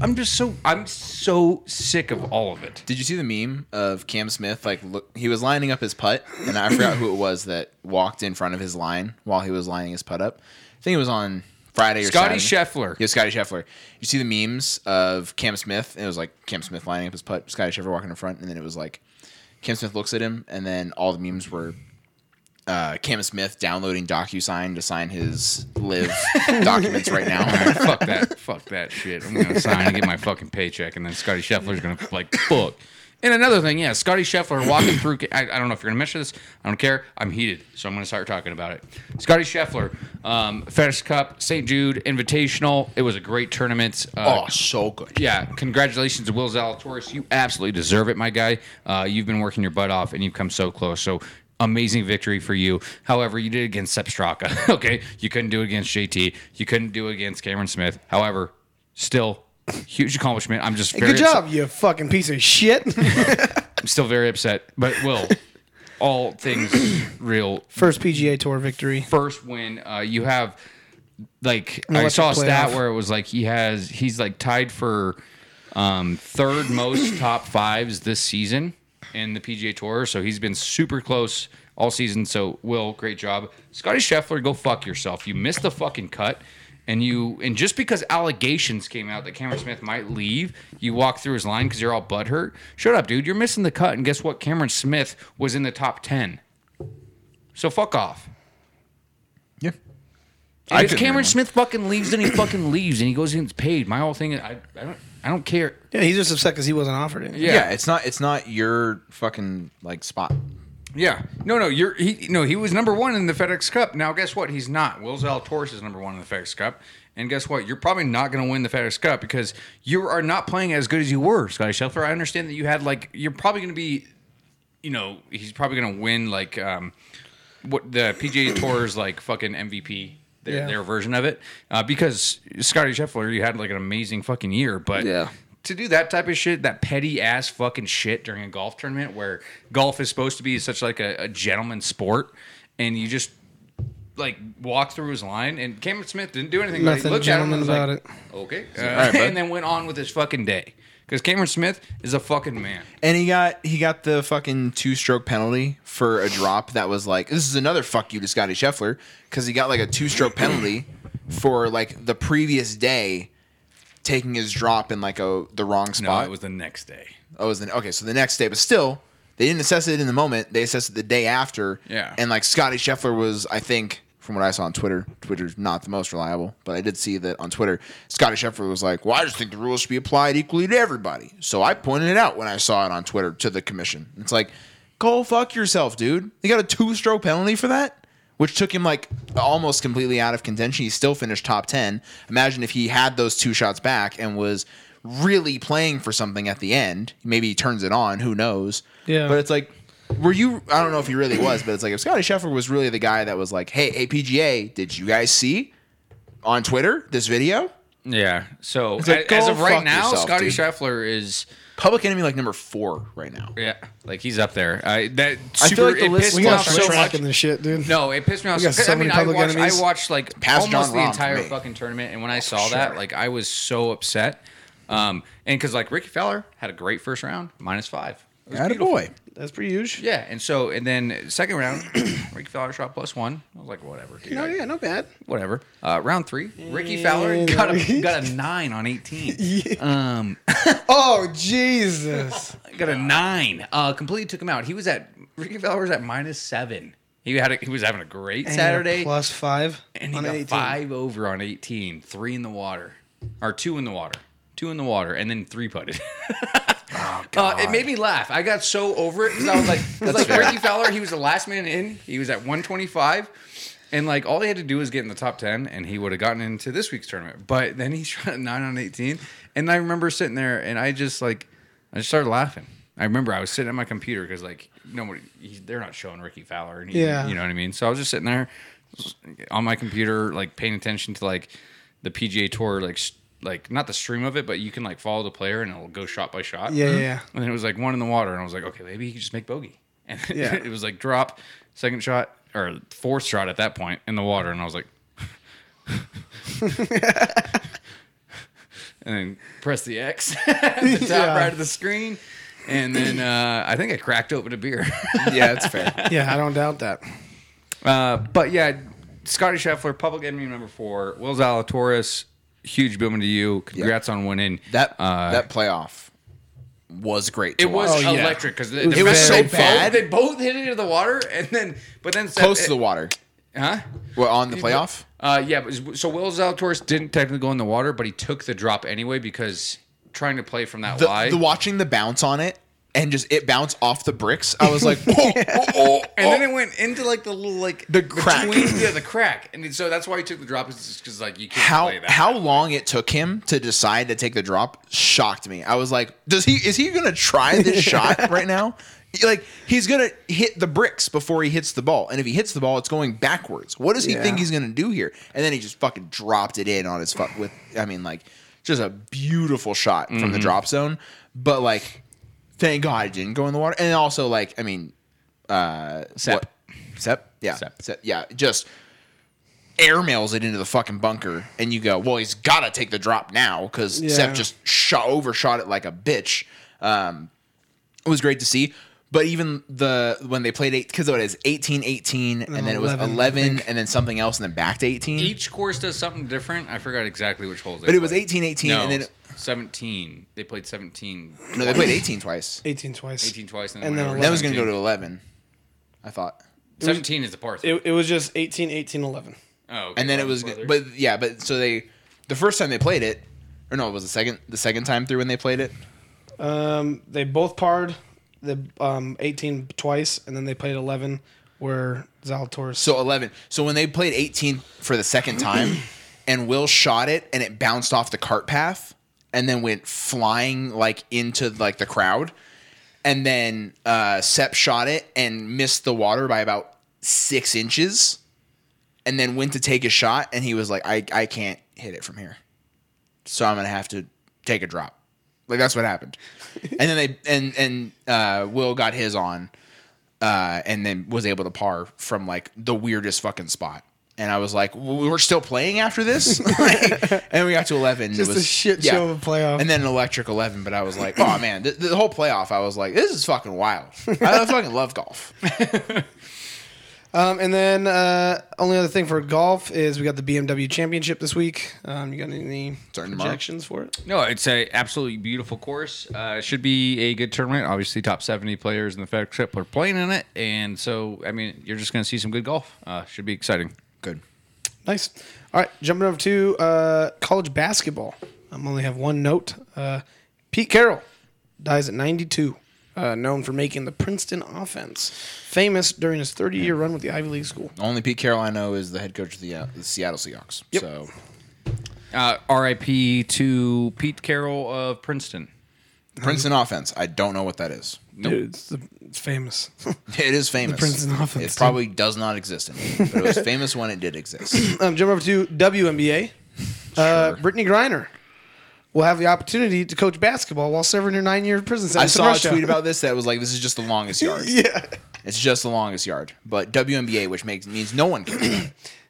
Speaker 4: I'm just so I'm so sick of all of it.
Speaker 3: Did you see the meme of Cam Smith? Like, look, he was lining up his putt, and I forgot who it was that walked in front of his line while he was lining his putt up. I think it was on Friday or
Speaker 4: Scotty
Speaker 3: Saturday.
Speaker 4: Scheffler.
Speaker 3: Yeah, Scotty Scheffler. You see the memes of Cam Smith, and it was like Cam Smith lining up his putt, Scotty Scheffler walking in front, and then it was like Cam Smith looks at him, and then all the memes were uh, Cam Smith downloading DocuSign to sign his live documents right now.
Speaker 4: fuck that. Fuck that shit. I'm gonna sign and get my fucking paycheck, and then Scotty Scheffler's gonna like fuck. And another thing, yeah, Scotty Scheffler walking through. I, I don't know if you're gonna mention this. I don't care. I'm heated, so I'm gonna start talking about it. Scotty Scheffler, um, FedEx Cup, St. Jude Invitational. It was a great tournament. Uh,
Speaker 3: Oh, so good.
Speaker 4: yeah, congratulations, to Will Zalatoris. You absolutely deserve it, my guy. Uh, you've been working your butt off, and you've come so close. So amazing victory for you. However, you did against Sepstraka. okay, you couldn't do it against JT. You couldn't do it against Cameron Smith. However, still huge accomplishment. I'm just
Speaker 1: Hey,
Speaker 4: very
Speaker 1: good
Speaker 4: upset-
Speaker 1: job, you fucking piece of shit.
Speaker 4: I'm still very upset, but Will, all things real.
Speaker 1: First PGA Tour victory.
Speaker 4: First win, uh, you have like I
Speaker 1: Electric
Speaker 4: saw a stat
Speaker 1: playoff.
Speaker 4: where it was like he has he's like tied for um, third most top fives this season in the PGA Tour. So he's been super close all season. So Will, great job, Scotty Scheffler, go fuck yourself. You missed the fucking cut, and you and just because allegations came out that Cameron Smith might leave, you walk through his line because you're all butthurt. Shut up, dude. You're missing the cut, and guess what? Cameron Smith was in the top ten. So fuck off.
Speaker 3: Yeah.
Speaker 4: And
Speaker 3: I
Speaker 4: if
Speaker 3: couldn't
Speaker 4: Cameron
Speaker 3: remember.
Speaker 4: Smith fucking leaves, then he fucking leaves, and he goes and gets paid. My whole thing, is, I, I don't, I don't care.
Speaker 1: Yeah, he's just upset because he wasn't offered it.
Speaker 3: yeah, it's not it's not your fucking like spot.
Speaker 4: yeah. No, no, you're he. No, he was number one in the FedEx Cup. Now, guess what? He's not. Will Zalatoris is number one in the FedEx Cup, and guess what? You're probably not going to win the FedEx Cup because you are not playing as good as you were, Scotty Scheffler. I understand that you had like you're probably going to be, you know, he's probably going to win like um, what the PGA Tour's like fucking MVP. Their,
Speaker 1: Yeah.
Speaker 4: their version of it, uh, because Scotty Scheffler, you had like an amazing fucking year, but
Speaker 3: Yeah.
Speaker 4: to do that type of shit, that petty ass fucking shit during a golf tournament where golf is supposed to be such like a, a gentleman's sport, and you just like walk through his line, and Cameron Smith didn't do anything.
Speaker 1: Nothing
Speaker 4: like, he looked at him and was
Speaker 1: gentleman
Speaker 4: like, "Okay," uh,
Speaker 3: right, bud.
Speaker 4: and then went on with his fucking day. Because Cameron Smith is a fucking man.
Speaker 3: And he got he got the fucking two stroke penalty for a drop that was like this is another fuck you to Scotty Scheffler because he got like a two stroke penalty for like the previous day taking his drop in like a the wrong
Speaker 4: No,
Speaker 3: spot.
Speaker 4: it was the next day.
Speaker 3: oh, it was the, okay. So the next day, but still, they didn't assess it in the moment. They assessed it the day after.
Speaker 4: Yeah.
Speaker 3: And like Scotty Scheffler was, I think, from what I saw on Twitter, Twitter's not the most reliable, but I did see that on Twitter, Scotty Scheffler was like, "Well, I just think the rules should be applied equally to everybody." So I pointed it out when I saw it on Twitter to the commission. It's like, go fuck yourself, dude. You got a two-stroke penalty for that. Which took him like almost completely out of contention. He still finished top 10. Imagine if he had those two shots back and was really playing for something at the end. Maybe he turns it on. Who knows?
Speaker 1: Yeah.
Speaker 3: But it's like, were you? I don't know if he really was, but it's like if Scotty Scheffler was really the guy that was like, "Hey, APGA, did you guys see on Twitter this video?
Speaker 4: Yeah. So
Speaker 3: like,
Speaker 4: a- as
Speaker 3: go
Speaker 4: of right
Speaker 3: fuck
Speaker 4: now,
Speaker 3: yourself,
Speaker 4: Scotty
Speaker 3: dude.
Speaker 4: Scheffler is
Speaker 3: Public Enemy like number four right now."
Speaker 4: yeah, like he's up there. I that
Speaker 3: I feel
Speaker 4: super
Speaker 3: like the
Speaker 4: it
Speaker 3: list
Speaker 4: pissed
Speaker 3: was
Speaker 1: We
Speaker 4: me
Speaker 1: got
Speaker 4: off
Speaker 1: to
Speaker 3: so
Speaker 1: start
Speaker 4: so much.
Speaker 1: tracking this shit, dude.
Speaker 4: No, it pissed me off.
Speaker 1: We got so
Speaker 4: I mean,
Speaker 1: many
Speaker 4: I
Speaker 1: public
Speaker 4: watched, I
Speaker 1: enemies.
Speaker 4: watched like
Speaker 3: Past
Speaker 4: almost
Speaker 3: John
Speaker 4: the
Speaker 3: Rahm for
Speaker 4: entire
Speaker 3: me.
Speaker 4: fucking tournament, and when I saw that,
Speaker 3: sure.
Speaker 4: like I was so upset. Um, and because like Ricky Fowler had a great first round, minus five. It was beautiful.
Speaker 3: boy.
Speaker 1: That's pretty huge.
Speaker 4: Yeah, and so and then second round, Ricky Fowler shot plus one. I was like, whatever, dude.
Speaker 1: No,
Speaker 4: I-
Speaker 1: yeah, not bad.
Speaker 4: whatever. Uh, round three, Ricky Fowler got a got a nine on eighteen. Um,
Speaker 1: Oh Jesus!
Speaker 4: got a nine. Uh, completely took him out. He was at Ricky Fowler was at minus seven. He had a, he was having a great Saturday,
Speaker 1: plus five
Speaker 4: and he
Speaker 1: on
Speaker 4: got
Speaker 1: 18.
Speaker 4: five over on 18, three in the water, or two in the water, two in the water, and then three putted.
Speaker 1: Oh,
Speaker 4: Uh, it made me laugh. I got so over it because I was like, 'cause, like Ricky Fowler, he was the last man in. He was at 125. And like all he had to do was get in the top 10 and he would have gotten into this week's tournament. But then he shot a 9 on 18. And I remember sitting there and I just like, I just started laughing. I remember I was sitting at my computer because like nobody, he, they're not showing Ricky Fowler. And he,
Speaker 1: Yeah.
Speaker 4: You know what I mean? So I was just sitting there s- on my computer, like paying attention to like the PGA Tour, like, s- like not the stream of it, but you can like follow the player and it'll go shot by shot.
Speaker 1: Yeah, yeah, yeah.
Speaker 4: And then it was like one in the water, and I was like, okay, maybe he could just make bogey. And then
Speaker 1: Yeah.
Speaker 4: it was like drop, second shot or fourth shot at that point in the water, and I was like, and then press the X at the top
Speaker 1: Yeah.
Speaker 4: right of the screen, and then uh, I think I cracked open a beer.
Speaker 3: Yeah, that's fair.
Speaker 1: Yeah, I don't doubt that.
Speaker 4: Uh, but yeah, Scotty Scheffler, public enemy number four, Will Zalatoris, huge booming to you. Congrats on winning.
Speaker 3: That
Speaker 4: Uh,
Speaker 3: that playoff was great. To
Speaker 4: It was
Speaker 1: Oh, yeah.
Speaker 4: electric because
Speaker 1: was
Speaker 4: it was so
Speaker 1: very
Speaker 3: bad.
Speaker 4: bad. They both hit it into the water, and then but then
Speaker 3: close to the water.
Speaker 4: huh?
Speaker 3: Well, on the playoff.
Speaker 4: Uh, yeah, but, so Will Zalatoris didn't technically go in the water, but he took the drop anyway because trying to play from that
Speaker 3: The,
Speaker 4: lie.
Speaker 3: the watching the bounce on it and just it bounce off the bricks. I was like, oh, oh, oh,
Speaker 4: and
Speaker 3: oh.
Speaker 4: then it went into like the little like
Speaker 3: The crack.
Speaker 4: between- yeah, the crack, and so that's why he took the drop is because like you can't
Speaker 3: how
Speaker 4: play that.
Speaker 3: how long it took him to decide to take the drop shocked me. I was like, does he is he gonna try this shot right now? Like he's gonna hit the bricks before he hits the ball, and if he hits the ball, it's going backwards. What does he
Speaker 1: Yeah.
Speaker 3: think he's gonna do here? And then he just fucking dropped it in on his fuck with. I mean, like just a beautiful shot from
Speaker 4: Mm-hmm.
Speaker 3: the drop zone, but like thank God it didn't go in the water. And also like I mean, uh,
Speaker 4: Sep.
Speaker 3: what- Sep, yeah,
Speaker 4: Sep.
Speaker 3: Sep. yeah, just airmails it into the fucking bunker, and you go, well, he's got to take the drop now because
Speaker 1: Yeah.
Speaker 3: Sep just shot overshot it like a bitch. Um, it was great to see. But even the when they played eight because it was 18 18 and, then it was
Speaker 1: 11, I
Speaker 3: 11 and then something else and then back to 18.
Speaker 4: Each course does something different. I forgot exactly which holes.
Speaker 3: but it was 18 18
Speaker 4: no,
Speaker 3: and then
Speaker 4: seventeen. They played seventeen.
Speaker 3: no they played 18 twice.
Speaker 1: 18 twice.
Speaker 4: 18 twice and,
Speaker 1: And
Speaker 4: then
Speaker 1: then
Speaker 4: went
Speaker 3: That
Speaker 4: over
Speaker 3: was going to go
Speaker 4: 17.
Speaker 3: to 11. I thought.
Speaker 4: 17 is the par three.
Speaker 1: It, it was just 18, 18, 11.
Speaker 4: oh, okay.
Speaker 3: and then it was
Speaker 4: Brother.
Speaker 3: but yeah but so they the first time they played it or no it was the second the second time through when they played it
Speaker 1: Um, they both parred the um 18 twice, and then they played 11 where Zalatoris.
Speaker 3: so 11 so when they played 18 for the second time and will shot it and it bounced off the cart path and then went flying like into like the crowd and then uh sep shot it and missed the water by about six inches and then went to take a shot and he was like i i can't hit it from here so i'm gonna have to take a drop like that's what happened and then they and and uh will got his on uh, and then was able to par from like the weirdest fucking spot. And I was like, "W- we're still playing after this? Like, and we got to 11.
Speaker 1: Just a
Speaker 3: it was,
Speaker 1: shit show of a playoff.
Speaker 3: And then an electric 11. But I was like, oh man, the, the whole playoff, I was like, this is fucking wild. I fucking love golf.
Speaker 1: Um, and then uh, only other thing for golf is we got the BMW Championship this week. Um, you got any
Speaker 3: Starting tomorrow.
Speaker 1: projections for it?
Speaker 4: No, it's a absolutely beautiful course. Uh, it should be a good tournament. Obviously, top seventy players in the FedEx Cup are playing in it, and so I mean, you're just going to see some good golf. Uh, should be exciting.
Speaker 3: Good.
Speaker 1: Nice. All right, jumping over to uh, college basketball. I am only have one note. Uh, Pete Carroll dies at 92, uh, known for making the Princeton offense famous during his 30 year run with the Ivy League school.
Speaker 3: Only Pete Carroll I know is the head coach of the, uh, the Seattle Seahawks.
Speaker 1: Yep.
Speaker 3: So
Speaker 4: Uh, R.I.P. to Pete Carroll of Princeton.
Speaker 3: Princeton offense. I don't know what that is.
Speaker 1: Dude, it's, the, it's famous.
Speaker 3: It is famous.
Speaker 1: Princeton offense,
Speaker 3: It probably does not exist anymore, but it was famous when it did exist.
Speaker 1: um, jump over to WNBA. Uh, Brittany Griner will have the opportunity to coach basketball while serving her nine year prison
Speaker 3: I
Speaker 1: sentence. in
Speaker 3: saw a
Speaker 1: Russia.
Speaker 3: tweet about this that was like, "This is just the longest yard.
Speaker 1: Yeah.
Speaker 3: It's just the longest yard." But WNBA, which makes means no one cares.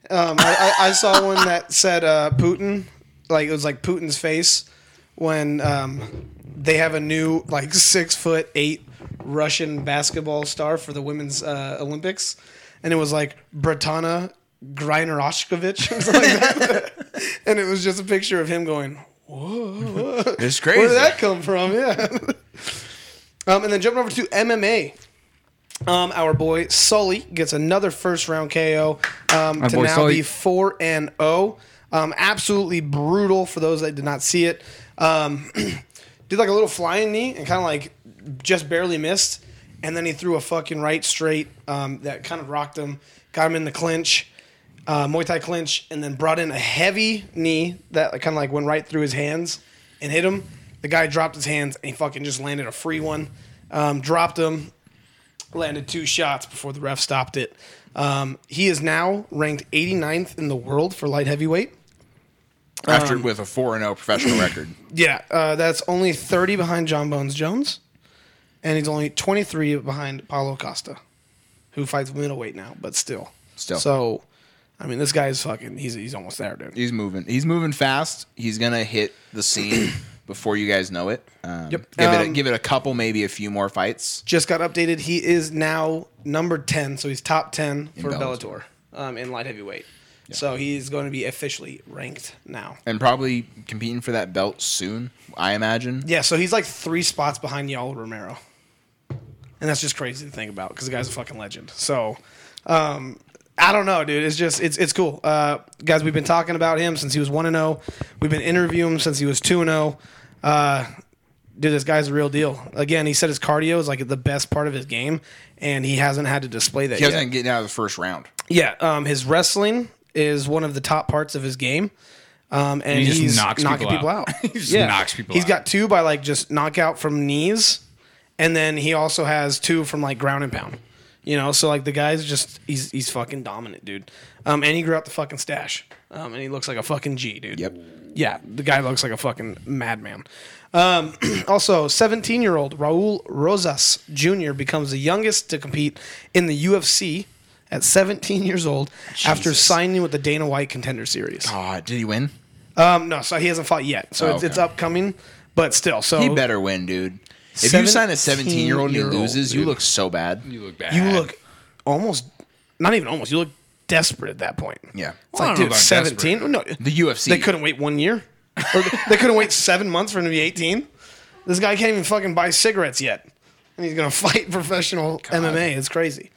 Speaker 1: Um, I, I, I saw one that said uh, Putin, like it was like Putin's face when um, they have a new like six foot eight Russian basketball star for the women's uh, Olympics, and it was like Bratana Grineroshkovich or something like that, and it was just a picture of him going,
Speaker 3: it's
Speaker 1: "Where
Speaker 3: crazy.
Speaker 1: did that come from?" Yeah. um, and then jumping over to MMA. Um, our boy Sully gets another first round KO um, to
Speaker 4: boy
Speaker 1: now
Speaker 4: Sully.
Speaker 1: be four and zero. Um, absolutely brutal for those that did not see it. Um, did like a little flying knee and kind of like just barely missed, and then he threw a fucking right straight um, that kind of rocked him, got him in the clinch, uh, Muay Thai clinch, and then brought in a heavy knee that kind of like went right through his hands and hit him. The guy dropped his hands and he fucking just landed a free one, um, dropped him, landed two shots before the ref stopped it. Um, he is now ranked 89th in the world for light heavyweight.
Speaker 3: After with a four and zero professional record.
Speaker 1: Yeah, uh, that's only 30 behind John Bones Jones, and he's only 23 behind Paulo Costa, who fights middleweight now, but still.
Speaker 3: Still.
Speaker 1: So, I mean, this guy is fucking. He's he's almost there, dude.
Speaker 3: He's moving. He's moving fast. He's gonna hit the scene before you guys know it. Um,
Speaker 1: Yep.
Speaker 3: Give it a,
Speaker 1: Um,
Speaker 3: give it a couple, maybe a few more fights.
Speaker 1: Just got updated. He is now number 10, so he's top 10 for Bellator,
Speaker 3: Bellator.
Speaker 1: um, in light heavyweight. So he's going to be officially ranked now.
Speaker 3: and probably competing for that belt soon. I imagine.
Speaker 1: Yeah, so he's like three spots behind Yael Romero. And that's just crazy to think about because the guy's a fucking legend. So, um, I don't know, dude. It's just it's it's cool, uh, guys. We've been talking about him since he was one and zero. We've been interviewing him since he was two and zero. Uh, Dude, this guy's a real deal. Again, he said his cardio is like the best part of his game, and he hasn't had to display that.
Speaker 3: He
Speaker 1: yet.
Speaker 3: hasn't getting out of the first round.
Speaker 1: Yeah, um, his wrestling is one of the top parts of his game. Um, and
Speaker 4: He just
Speaker 1: he's
Speaker 4: knocks
Speaker 1: knocking people
Speaker 4: people
Speaker 1: out.
Speaker 4: out. He just knocks people
Speaker 1: He's
Speaker 4: out.
Speaker 1: got two by like just knockout from knees, and then he also has two from like ground and pound. You know, so like the guy's just he's he's fucking dominant, dude. Um, and he grew out the fucking stash. Um, and he looks like a fucking G, dude.
Speaker 3: Yep.
Speaker 1: Yeah, the guy looks like a fucking madman. Um, also, 17 year old Raul Rosas Jr. becomes the youngest to compete in the UFC at 17 years old after signing with the Dana White Contender Series.
Speaker 3: Ah, did he win?
Speaker 1: Um, no, so he hasn't fought yet. So
Speaker 3: Oh,
Speaker 1: it's, it's
Speaker 3: okay.
Speaker 1: upcoming, but still. So
Speaker 3: He better win, dude. If you sign a 17 year old and he
Speaker 1: 17-year-old,
Speaker 3: loses, you look so bad.
Speaker 4: You look bad.
Speaker 1: you look almost, not even almost, you look desperate at that point.
Speaker 3: Yeah.
Speaker 1: It's
Speaker 4: Well, I
Speaker 1: like,
Speaker 4: don't know
Speaker 1: dude,
Speaker 4: about
Speaker 1: 17? No,
Speaker 3: The UFC.
Speaker 1: They couldn't wait one year. Or they couldn't wait seven months for him to be 18. This guy can't even fucking buy cigarettes yet. And he's going to fight professional MMA. It's crazy.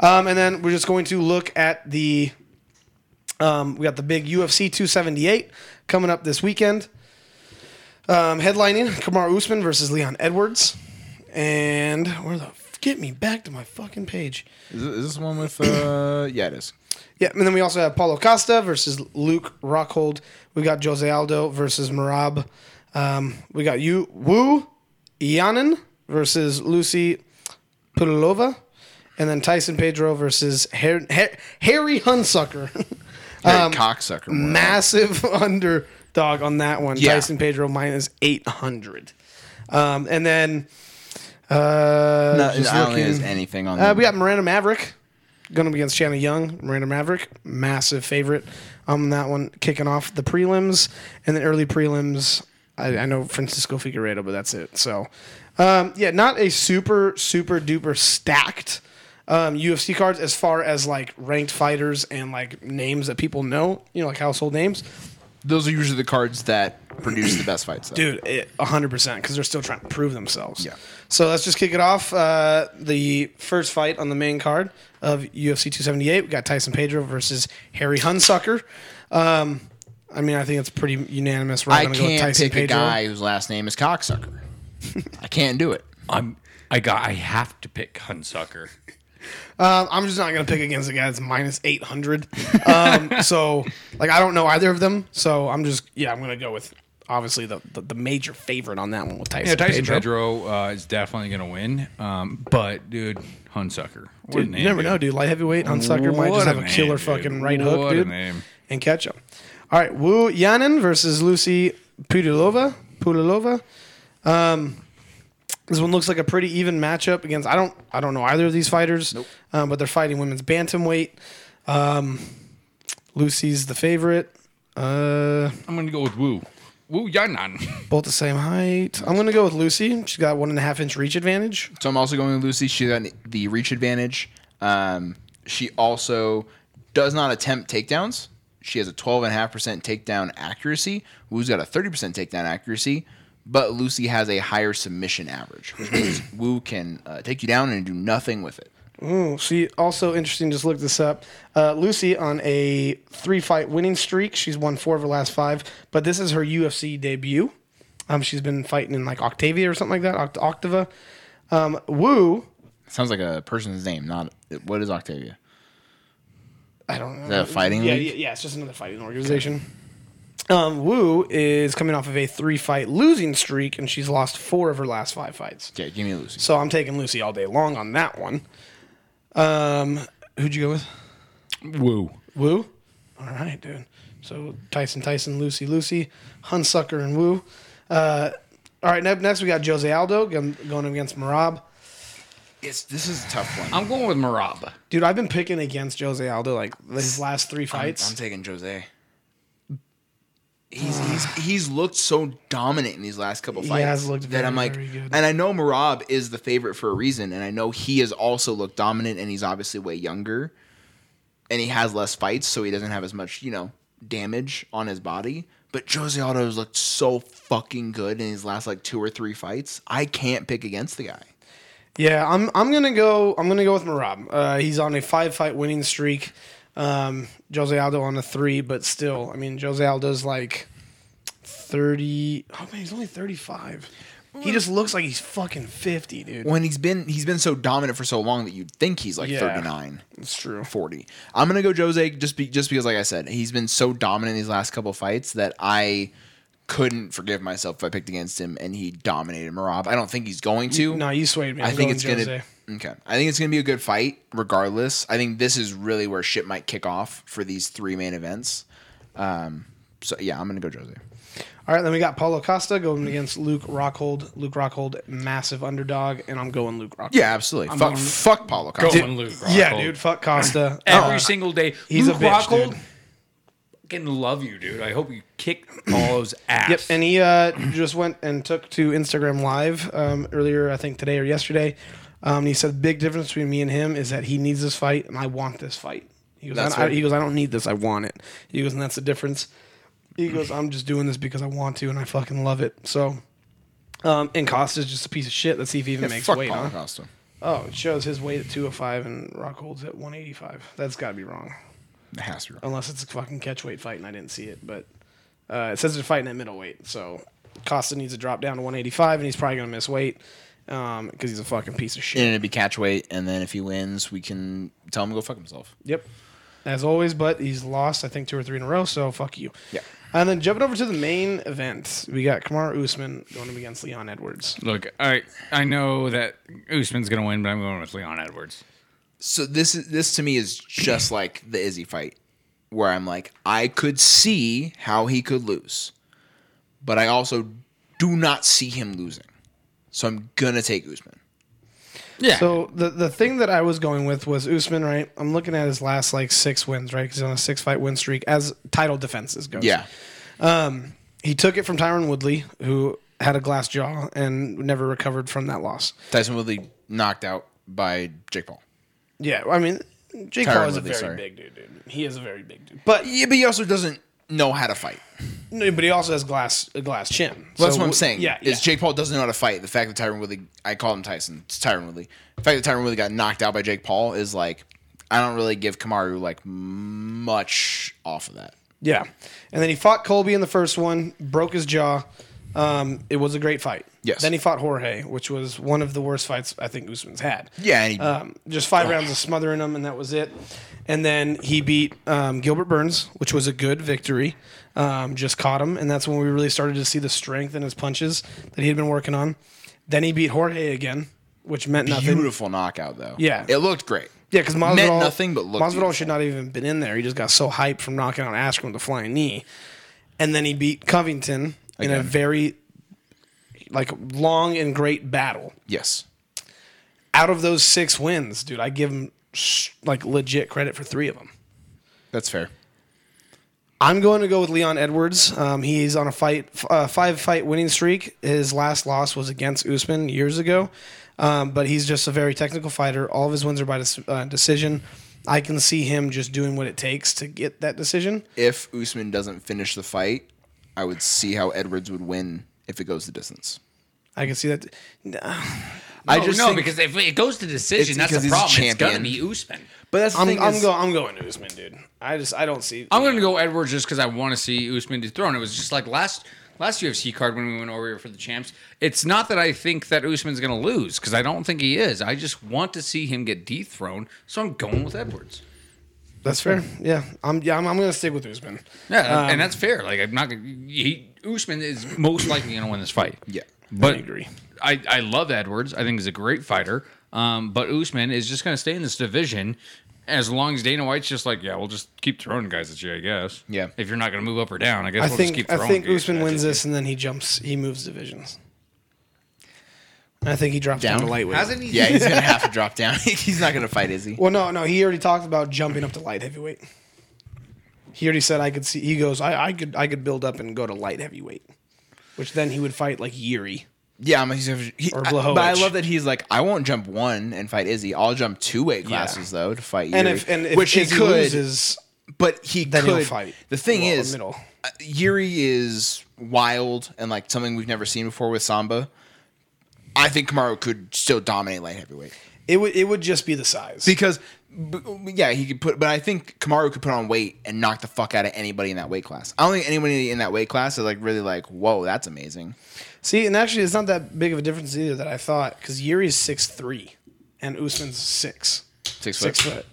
Speaker 1: Um, and then we're just going to look at the. Um, we got the big UFC 278 coming up this weekend. Um, headlining Kamar Usman versus Leon Edwards. And where the. Get me back to my fucking page.
Speaker 3: Is this- is this one with? Uh, yeah, it is.
Speaker 1: Yeah, and then we also have Paulo Costa versus Luke Rockhold. We got Jose Aldo versus Marab. Um, we got you Wu Yanin versus Lucy Pudilova, and then Tyson Pedro versus Har- Har- Harry Hunsucker.
Speaker 3: Hey, cocksucker. Moreau.
Speaker 1: Massive underdog on that one.
Speaker 3: Yeah.
Speaker 1: Tyson Pedro minus eight hundred, um, and then uh,
Speaker 3: No,
Speaker 1: just
Speaker 3: I don't think there's
Speaker 1: looking-
Speaker 3: anything on.
Speaker 1: uh,
Speaker 3: there.
Speaker 1: we got Miranda Maverick going up against Shanna Young. Miranda Maverick, massive favorite on that one, kicking off the prelims and the early prelims. I, I know Francisco Figueredo, but that's it. So, um, yeah, not a super, super duper stacked um, UFC cards as far as like ranked fighters and like names that people know, you know, like household names.
Speaker 3: Those are usually the cards that produce the best fights. Though.
Speaker 1: Dude, it- a hundred percent, because they're still trying to prove themselves.
Speaker 3: Yeah.
Speaker 1: So let's just kick it off. Uh, the first fight on the main card of UFC 278, we got Tyson Pedro versus Harry Hunsucker. Um, I mean, I think it's pretty unanimous. We're all
Speaker 3: I
Speaker 1: gonna go with
Speaker 3: can't
Speaker 1: Tyson
Speaker 3: pick a
Speaker 1: Pedro.
Speaker 3: guy whose last name is cocksucker. I can't do it.
Speaker 4: I'm. I got. I have to pick Hunsucker.
Speaker 1: Um, I'm just not gonna pick against a guy that's minus 800. Um, so like, I don't know either of them. So I'm just yeah, I'm gonna go with obviously the the, the major favorite on that one with Tyson.
Speaker 4: Yeah, Tyson
Speaker 1: Pedro.
Speaker 4: Pedro, uh, is definitely going to win. Um, but dude, Hunsucker. What a
Speaker 1: Dude,
Speaker 4: name,
Speaker 1: you never
Speaker 4: dude.
Speaker 1: know, dude. Light heavyweight on sucker might
Speaker 4: What
Speaker 1: just
Speaker 4: a
Speaker 1: have a
Speaker 4: name,
Speaker 1: killer
Speaker 4: dude.
Speaker 1: fucking right
Speaker 4: What
Speaker 1: hook,
Speaker 4: a
Speaker 1: dude,
Speaker 4: name.
Speaker 1: and catch him. All right, Wu Yanin versus Lucy Pudilova. Pudilova. Um, this one looks like a pretty even matchup against. I don't. I don't know either of these fighters. Um, but they're fighting women's bantamweight. Um, Lucy's the favorite. Uh,
Speaker 4: I'm going to go with Wu. Wu Yanan.
Speaker 1: both the same height. I'm gonna go with Lucy. She's got one and a half inch reach advantage.
Speaker 3: So I'm also going with Lucy. She got the reach advantage. Um, she also does not attempt takedowns. She has a 12.5% takedown accuracy. Wu's got a 30% takedown accuracy, but Lucy has a higher submission average, which means Wu can uh, take you down and do nothing with it.
Speaker 1: Ooh, she also interesting. Just looked this up. Uh, Lucy on a three fight winning streak. She's won four of her last five, but this is her UFC debut. Um, she's been fighting in like Octavia or something like that, Oct- Octava. Um, Woo,
Speaker 3: Sounds like a person's name, not what is Octavia?
Speaker 1: I don't know.
Speaker 3: that a fighting
Speaker 1: yeah,
Speaker 3: league?
Speaker 1: Yeah, yeah, it's just another fighting organization. Um, Woo is coming off of a three fight losing streak, and she's lost four of her last five fights.
Speaker 3: Okay, give me Lucy.
Speaker 1: So I'm taking Lucy all day long on that one. Um, who'd you go with?
Speaker 4: Wu.
Speaker 1: Woo. All right, dude. So Tyson, Tyson, Lucy, Lucy, Hunsucker, and Woo. Uh, all right, next, next we got Jose Aldo going, going against Marab.
Speaker 3: It's, this is a tough one. I'm,
Speaker 4: I'm going with Marab.
Speaker 1: Dude, I've been picking against Jose Aldo like his last three fights.
Speaker 3: taking Jose. He's, he's he's looked so dominant in these last couple
Speaker 1: He
Speaker 3: fights
Speaker 1: has looked
Speaker 3: that I'm
Speaker 1: very,
Speaker 3: like,
Speaker 1: very good.
Speaker 3: and I know Marab is the favorite for a reason, and I know he has also looked dominant, and he's obviously way younger, and he has less fights, so he doesn't have as much you know damage on his body. But Jose Aldo's looked so fucking good in his last like two or three fights. I can't pick against the guy.
Speaker 1: yeah, I'm I'm gonna go I'm gonna go with Marab. Uh, he's on a five fight winning streak. Um, Jose Aldo on a three, but still, I mean, Jose Aldo's like thirty. Oh man, he's only thirty five.
Speaker 3: Mm.
Speaker 1: He just looks like he's fucking fifty, dude.
Speaker 3: When he's been he's been so dominant for so long that you'd think he's like
Speaker 1: Yeah.
Speaker 3: 39.
Speaker 1: It's true.
Speaker 3: 40. I'm gonna go Jose just be, just because, like I said, he's been so dominant in these last couple fights that I couldn't forgive myself if I picked against him and he dominated Marab. I don't think he's going to.
Speaker 1: No, you swayed me. I'm
Speaker 3: I think
Speaker 1: going
Speaker 3: it's
Speaker 1: Jose.
Speaker 3: gonna. Okay, I think it's gonna be a good fight regardless. I think this is really where shit might kick off for these three main events. Um, so yeah, I'm gonna go Jose.
Speaker 1: All right, then we got Paulo Costa going against Luke Rockhold. Luke Rockhold, massive underdog, and I'm going Luke Rockhold.
Speaker 3: Yeah, absolutely.
Speaker 1: I'm
Speaker 3: fuck,
Speaker 1: going-
Speaker 3: fuck Paulo Costa.
Speaker 4: Going Luke Rockhold.
Speaker 1: yeah, dude, fuck Costa.
Speaker 4: Every
Speaker 1: Uh,
Speaker 4: single day.
Speaker 1: he's a
Speaker 4: Luke
Speaker 1: bitch,
Speaker 4: Rockhold,
Speaker 1: dude.
Speaker 4: Fucking love you, dude. I hope you kick Paulo's ass.
Speaker 1: Yep, and he uh, just went and took to Instagram Live um, earlier, I think today or yesterday. Um, he said, "Big difference between me and him is that he needs this fight, and I want this fight." He goes, I,
Speaker 3: That's
Speaker 1: I-
Speaker 3: right.
Speaker 1: "He goes, I don't need this, I want it." He goes, and that's the difference. He goes, "I'm just doing this because I want to, and I fucking love it." So, um, and Costa's just a piece of shit. Let's see if he even
Speaker 3: Yeah,
Speaker 1: makes
Speaker 3: fuck
Speaker 1: weight.
Speaker 3: Paulo
Speaker 1: Huh?
Speaker 3: Costa.
Speaker 1: Oh, it shows his weight at 205 and Rockhold's at 185. That's got to be wrong.
Speaker 3: It has to be wrong.
Speaker 1: Unless it's a fucking catch weight fight and I didn't see it. But uh, it says they're fighting at middleweight. So Costa needs to drop down to 185 and he's probably going to miss weight because he's a fucking piece of shit.
Speaker 3: And it'd be catch weight, and then if he wins, we can tell him to go fuck himself.
Speaker 1: Yep. As always, but he's lost, I think, two or three in a row, so fuck you.
Speaker 3: Yeah.
Speaker 1: And then jumping over to the main event, we got Kamar Usman going up against Leon Edwards.
Speaker 4: Look, I I know that Usman's going to win, but I'm going with Leon Edwards.
Speaker 3: so this is this to me is just like the Izzy fight, where I'm like, I could see how he could lose, but I also do not see him losing. So I'm gonna take Usman.
Speaker 4: Yeah.
Speaker 1: So the the thing that I was going with was Usman, right? I'm looking at his last like six wins, right? Because he's on a six fight win streak as title defenses goes.
Speaker 3: Yeah,
Speaker 1: he took it from Tyron Woodley, who had a glass jaw and never recovered from that loss.
Speaker 3: Tyson Woodley knocked out by Jake Paul.
Speaker 1: Yeah, I mean, Jake
Speaker 3: Tyron
Speaker 1: Paul is a
Speaker 3: Woodley,
Speaker 1: very
Speaker 3: sorry.
Speaker 1: big dude, dude. He is a very big dude. But
Speaker 3: Yeah, but he also doesn't know how to fight.
Speaker 1: no, but he also has glass a glass chin.
Speaker 3: Well, that's
Speaker 1: So
Speaker 3: what I'm
Speaker 1: w-
Speaker 3: saying.
Speaker 1: Yeah,
Speaker 3: is
Speaker 1: yeah.
Speaker 3: Jake Paul doesn't know how to fight. The fact that Tyron Woodley, I call him Tyson. It's Tyron Woodley. The fact that Tyron Woodley got knocked out by Jake Paul is like, I don't really give Kamaru like much off of that.
Speaker 1: Yeah. And then he fought Colby in the first one, broke his jaw. Um, it was a great fight.
Speaker 3: Yes.
Speaker 1: Then he fought Jorge, which was one of the worst fights I think Usman's had.
Speaker 3: Yeah, and he,
Speaker 1: Um, just five rounds of smothering him, and that was it. And then he beat um, Gilbert Burns, which was a good victory. Um, just caught him, and that's when we really started to see the strength in his punches that he had been working on. Then he beat Jorge again, which meant nothing.
Speaker 3: beautiful knockout though.
Speaker 1: Yeah.
Speaker 3: it looked great.
Speaker 1: Yeah, because Masvidal
Speaker 3: Meant nothing but looked
Speaker 1: Masvidal
Speaker 3: beautiful.
Speaker 1: should not have even been in there. He just got so hyped from knocking out Askren with a flying knee, and then he beat Covington in a
Speaker 3: Again.
Speaker 1: very like long and great battle.
Speaker 3: Yes,
Speaker 1: Out of those six wins, dude, I give him sh- like legit credit for three of them.
Speaker 3: that's fair.
Speaker 1: I'm going to go with Leon Edwards. Um, he's on a fight, f- uh, five fight winning streak. His last loss was against Usman years ago, um, but he's just a very technical fighter. All of his wins are by dis- uh, decision. I can see him just doing what it takes to get that decision.
Speaker 3: If Usman doesn't finish the fight, I would see how Edwards would win if it goes the distance.
Speaker 1: I can see that. Nah,
Speaker 3: I
Speaker 4: No,
Speaker 3: just
Speaker 4: no,
Speaker 3: think-
Speaker 4: because if it goes to
Speaker 3: It's
Speaker 4: decision, that's
Speaker 3: because
Speaker 4: the
Speaker 3: he's a
Speaker 4: problem. It's gonna be
Speaker 3: champion.
Speaker 4: Usman.
Speaker 3: But that's the
Speaker 1: I'm
Speaker 3: thing
Speaker 1: I'm,
Speaker 3: is-
Speaker 1: go, I'm going to Usman, dude. I just I don't see.
Speaker 4: I'm gonna go Edwards just because I want to see Usman dethroned. It was just like last last UFC card when we went over here for the champs. It's not that I think that Usman's gonna lose because I don't think he is. I just want to see him get dethroned, so I'm going with Edwards.
Speaker 1: That's fair. Yeah, I'm yeah I'm, I'm going to stick with Usman.
Speaker 4: Yeah,
Speaker 1: Um,
Speaker 4: and that's fair. Like I'm not gonna. He, Usman is most likely gonna win this fight.
Speaker 3: Yeah.
Speaker 4: but I
Speaker 1: agree.
Speaker 4: I, love Edwards. I think he's a great fighter. Um, but Usman is just gonna stay in this division. As long as Dana White's just like, yeah, we'll just keep throwing guys at you, I guess.
Speaker 3: Yeah.
Speaker 4: If you're not going to move up or down, I guess
Speaker 1: I
Speaker 4: we'll just keep
Speaker 1: think
Speaker 4: throwing
Speaker 1: I think
Speaker 4: guys at
Speaker 1: Usman
Speaker 4: you.
Speaker 1: wins this, and then he jumps. He moves divisions. And I think he drops down,
Speaker 3: Down?
Speaker 1: to lightweight.
Speaker 4: Hasn't he?
Speaker 3: Yeah, he's gonna have to drop down. he's not gonna fight, is he?
Speaker 1: Well, no, no. He already talked about jumping up to light heavyweight. He already said I could see. He goes, I, I could, I could build up and go to light heavyweight, which then he would fight like Yuri.
Speaker 3: Yeah, I'm a, he's a- he,
Speaker 1: Or
Speaker 3: I- but I
Speaker 1: Blachowicz.
Speaker 3: love that he's like, I won't jump one and fight Izzy. I'll jump two weight classes though to fight Yuri,
Speaker 1: And if and if
Speaker 3: which
Speaker 1: Izzy
Speaker 3: he could.
Speaker 1: loses,
Speaker 3: but he
Speaker 1: then
Speaker 3: could
Speaker 1: he'll fight.
Speaker 3: The thing
Speaker 1: Well,
Speaker 3: is,
Speaker 1: middle.
Speaker 3: uh, Yuri is wild and like something we've never seen before with Samba. I think Kamaru could still dominate light heavyweight
Speaker 1: it would it would just be the size.
Speaker 3: because, b- yeah, he could put. But I think Kamaru could put on weight and knock the fuck out of anybody in that weight class. I don't think anybody in that weight class is like really like, whoa, that's amazing.
Speaker 1: See, and actually, it's not that big of a difference either that I thought because Yuri's six three, and Usman's six
Speaker 3: Six foot.
Speaker 1: six foot.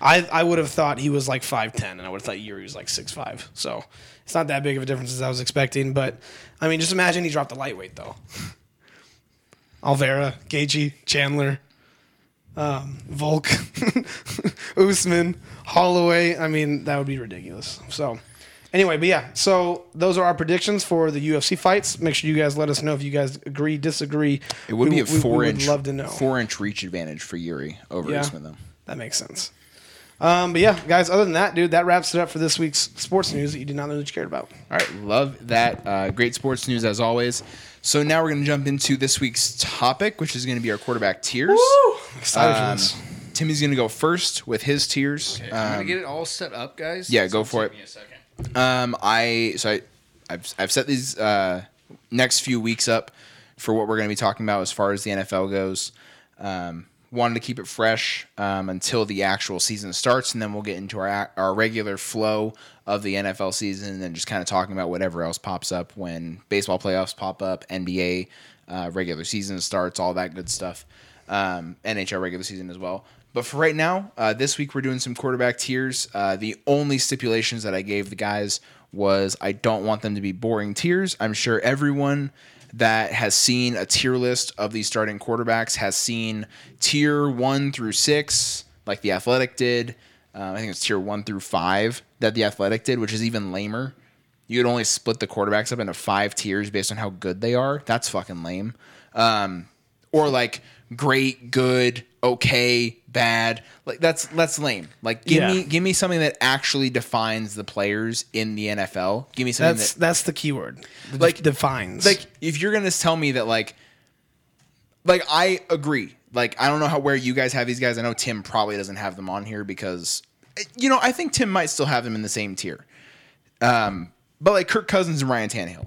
Speaker 1: I I would have thought he was like five ten, and I would have thought Yuri was like six five. So it's not that big of a difference as I was expecting. But I mean, just imagine he dropped the lightweight though. Alvera, Gaethje, Chandler, um, Volk, Usman, Holloway. I mean, that would be ridiculous. So. Anyway, but yeah, so those are our predictions for the UFC fights. Make sure you guys let us know if you guys agree, disagree.
Speaker 3: It would be a
Speaker 1: we
Speaker 3: four inch,
Speaker 1: Would love to know.
Speaker 3: four inch reach advantage for Yuri over
Speaker 1: Yeah.
Speaker 3: Usman though.
Speaker 1: That makes sense. Um, but yeah, guys, other than that, dude, that wraps it up for this week's sports news that you did not know that you cared about.
Speaker 3: All right, love that. Uh, great sports news as always. So now we're going to jump into this week's topic, which is going to be our quarterback tiers.
Speaker 1: Excited for
Speaker 3: Um,
Speaker 1: this.
Speaker 3: Timmy's going to go first with his tiers.
Speaker 4: I'm gonna
Speaker 3: Um,
Speaker 4: get it all set up, guys.
Speaker 3: yeah, go
Speaker 4: It's
Speaker 3: for
Speaker 4: gonna
Speaker 3: it.
Speaker 4: take me a second.
Speaker 3: um, I so I, I've I've set these uh, next few weeks up for what we're going to be talking about as far as the NFL goes. Um, wanted to keep it fresh um, until the actual season starts, and then we'll get into our ac- our regular flow of the NFL season, and then just kind of talking about whatever else pops up when baseball playoffs pop up, NBA uh, regular season starts, all that good stuff, um, NHL regular season as well. But for right now, uh, this week we're doing some quarterback tiers. Uh, the only stipulations that I gave the guys was I don't want them to be boring tiers. I'm sure everyone that has seen a tier list of these starting quarterbacks has seen tier one through six, like the Athletic did. Um, I think it's tier one through five that the Athletic did, which is even lamer. You could only split the quarterbacks up into five tiers based on how good they are. That's fucking lame. Um, or like great, good, okay, bad. Like that's that's lame. Like give
Speaker 1: Yeah.
Speaker 3: me give me something that actually defines the players in the NFL. Give me something
Speaker 1: That's
Speaker 3: that
Speaker 1: that's the key word. Like
Speaker 3: Like-
Speaker 1: defines.
Speaker 3: like if you're gonna tell me that like like I agree Like I don't know how where you guys have these guys. I know Tim probably doesn't have them on here because you know I think Tim might still have them in the same tier. Um, but like Kirk Cousins and Ryan Tannehill,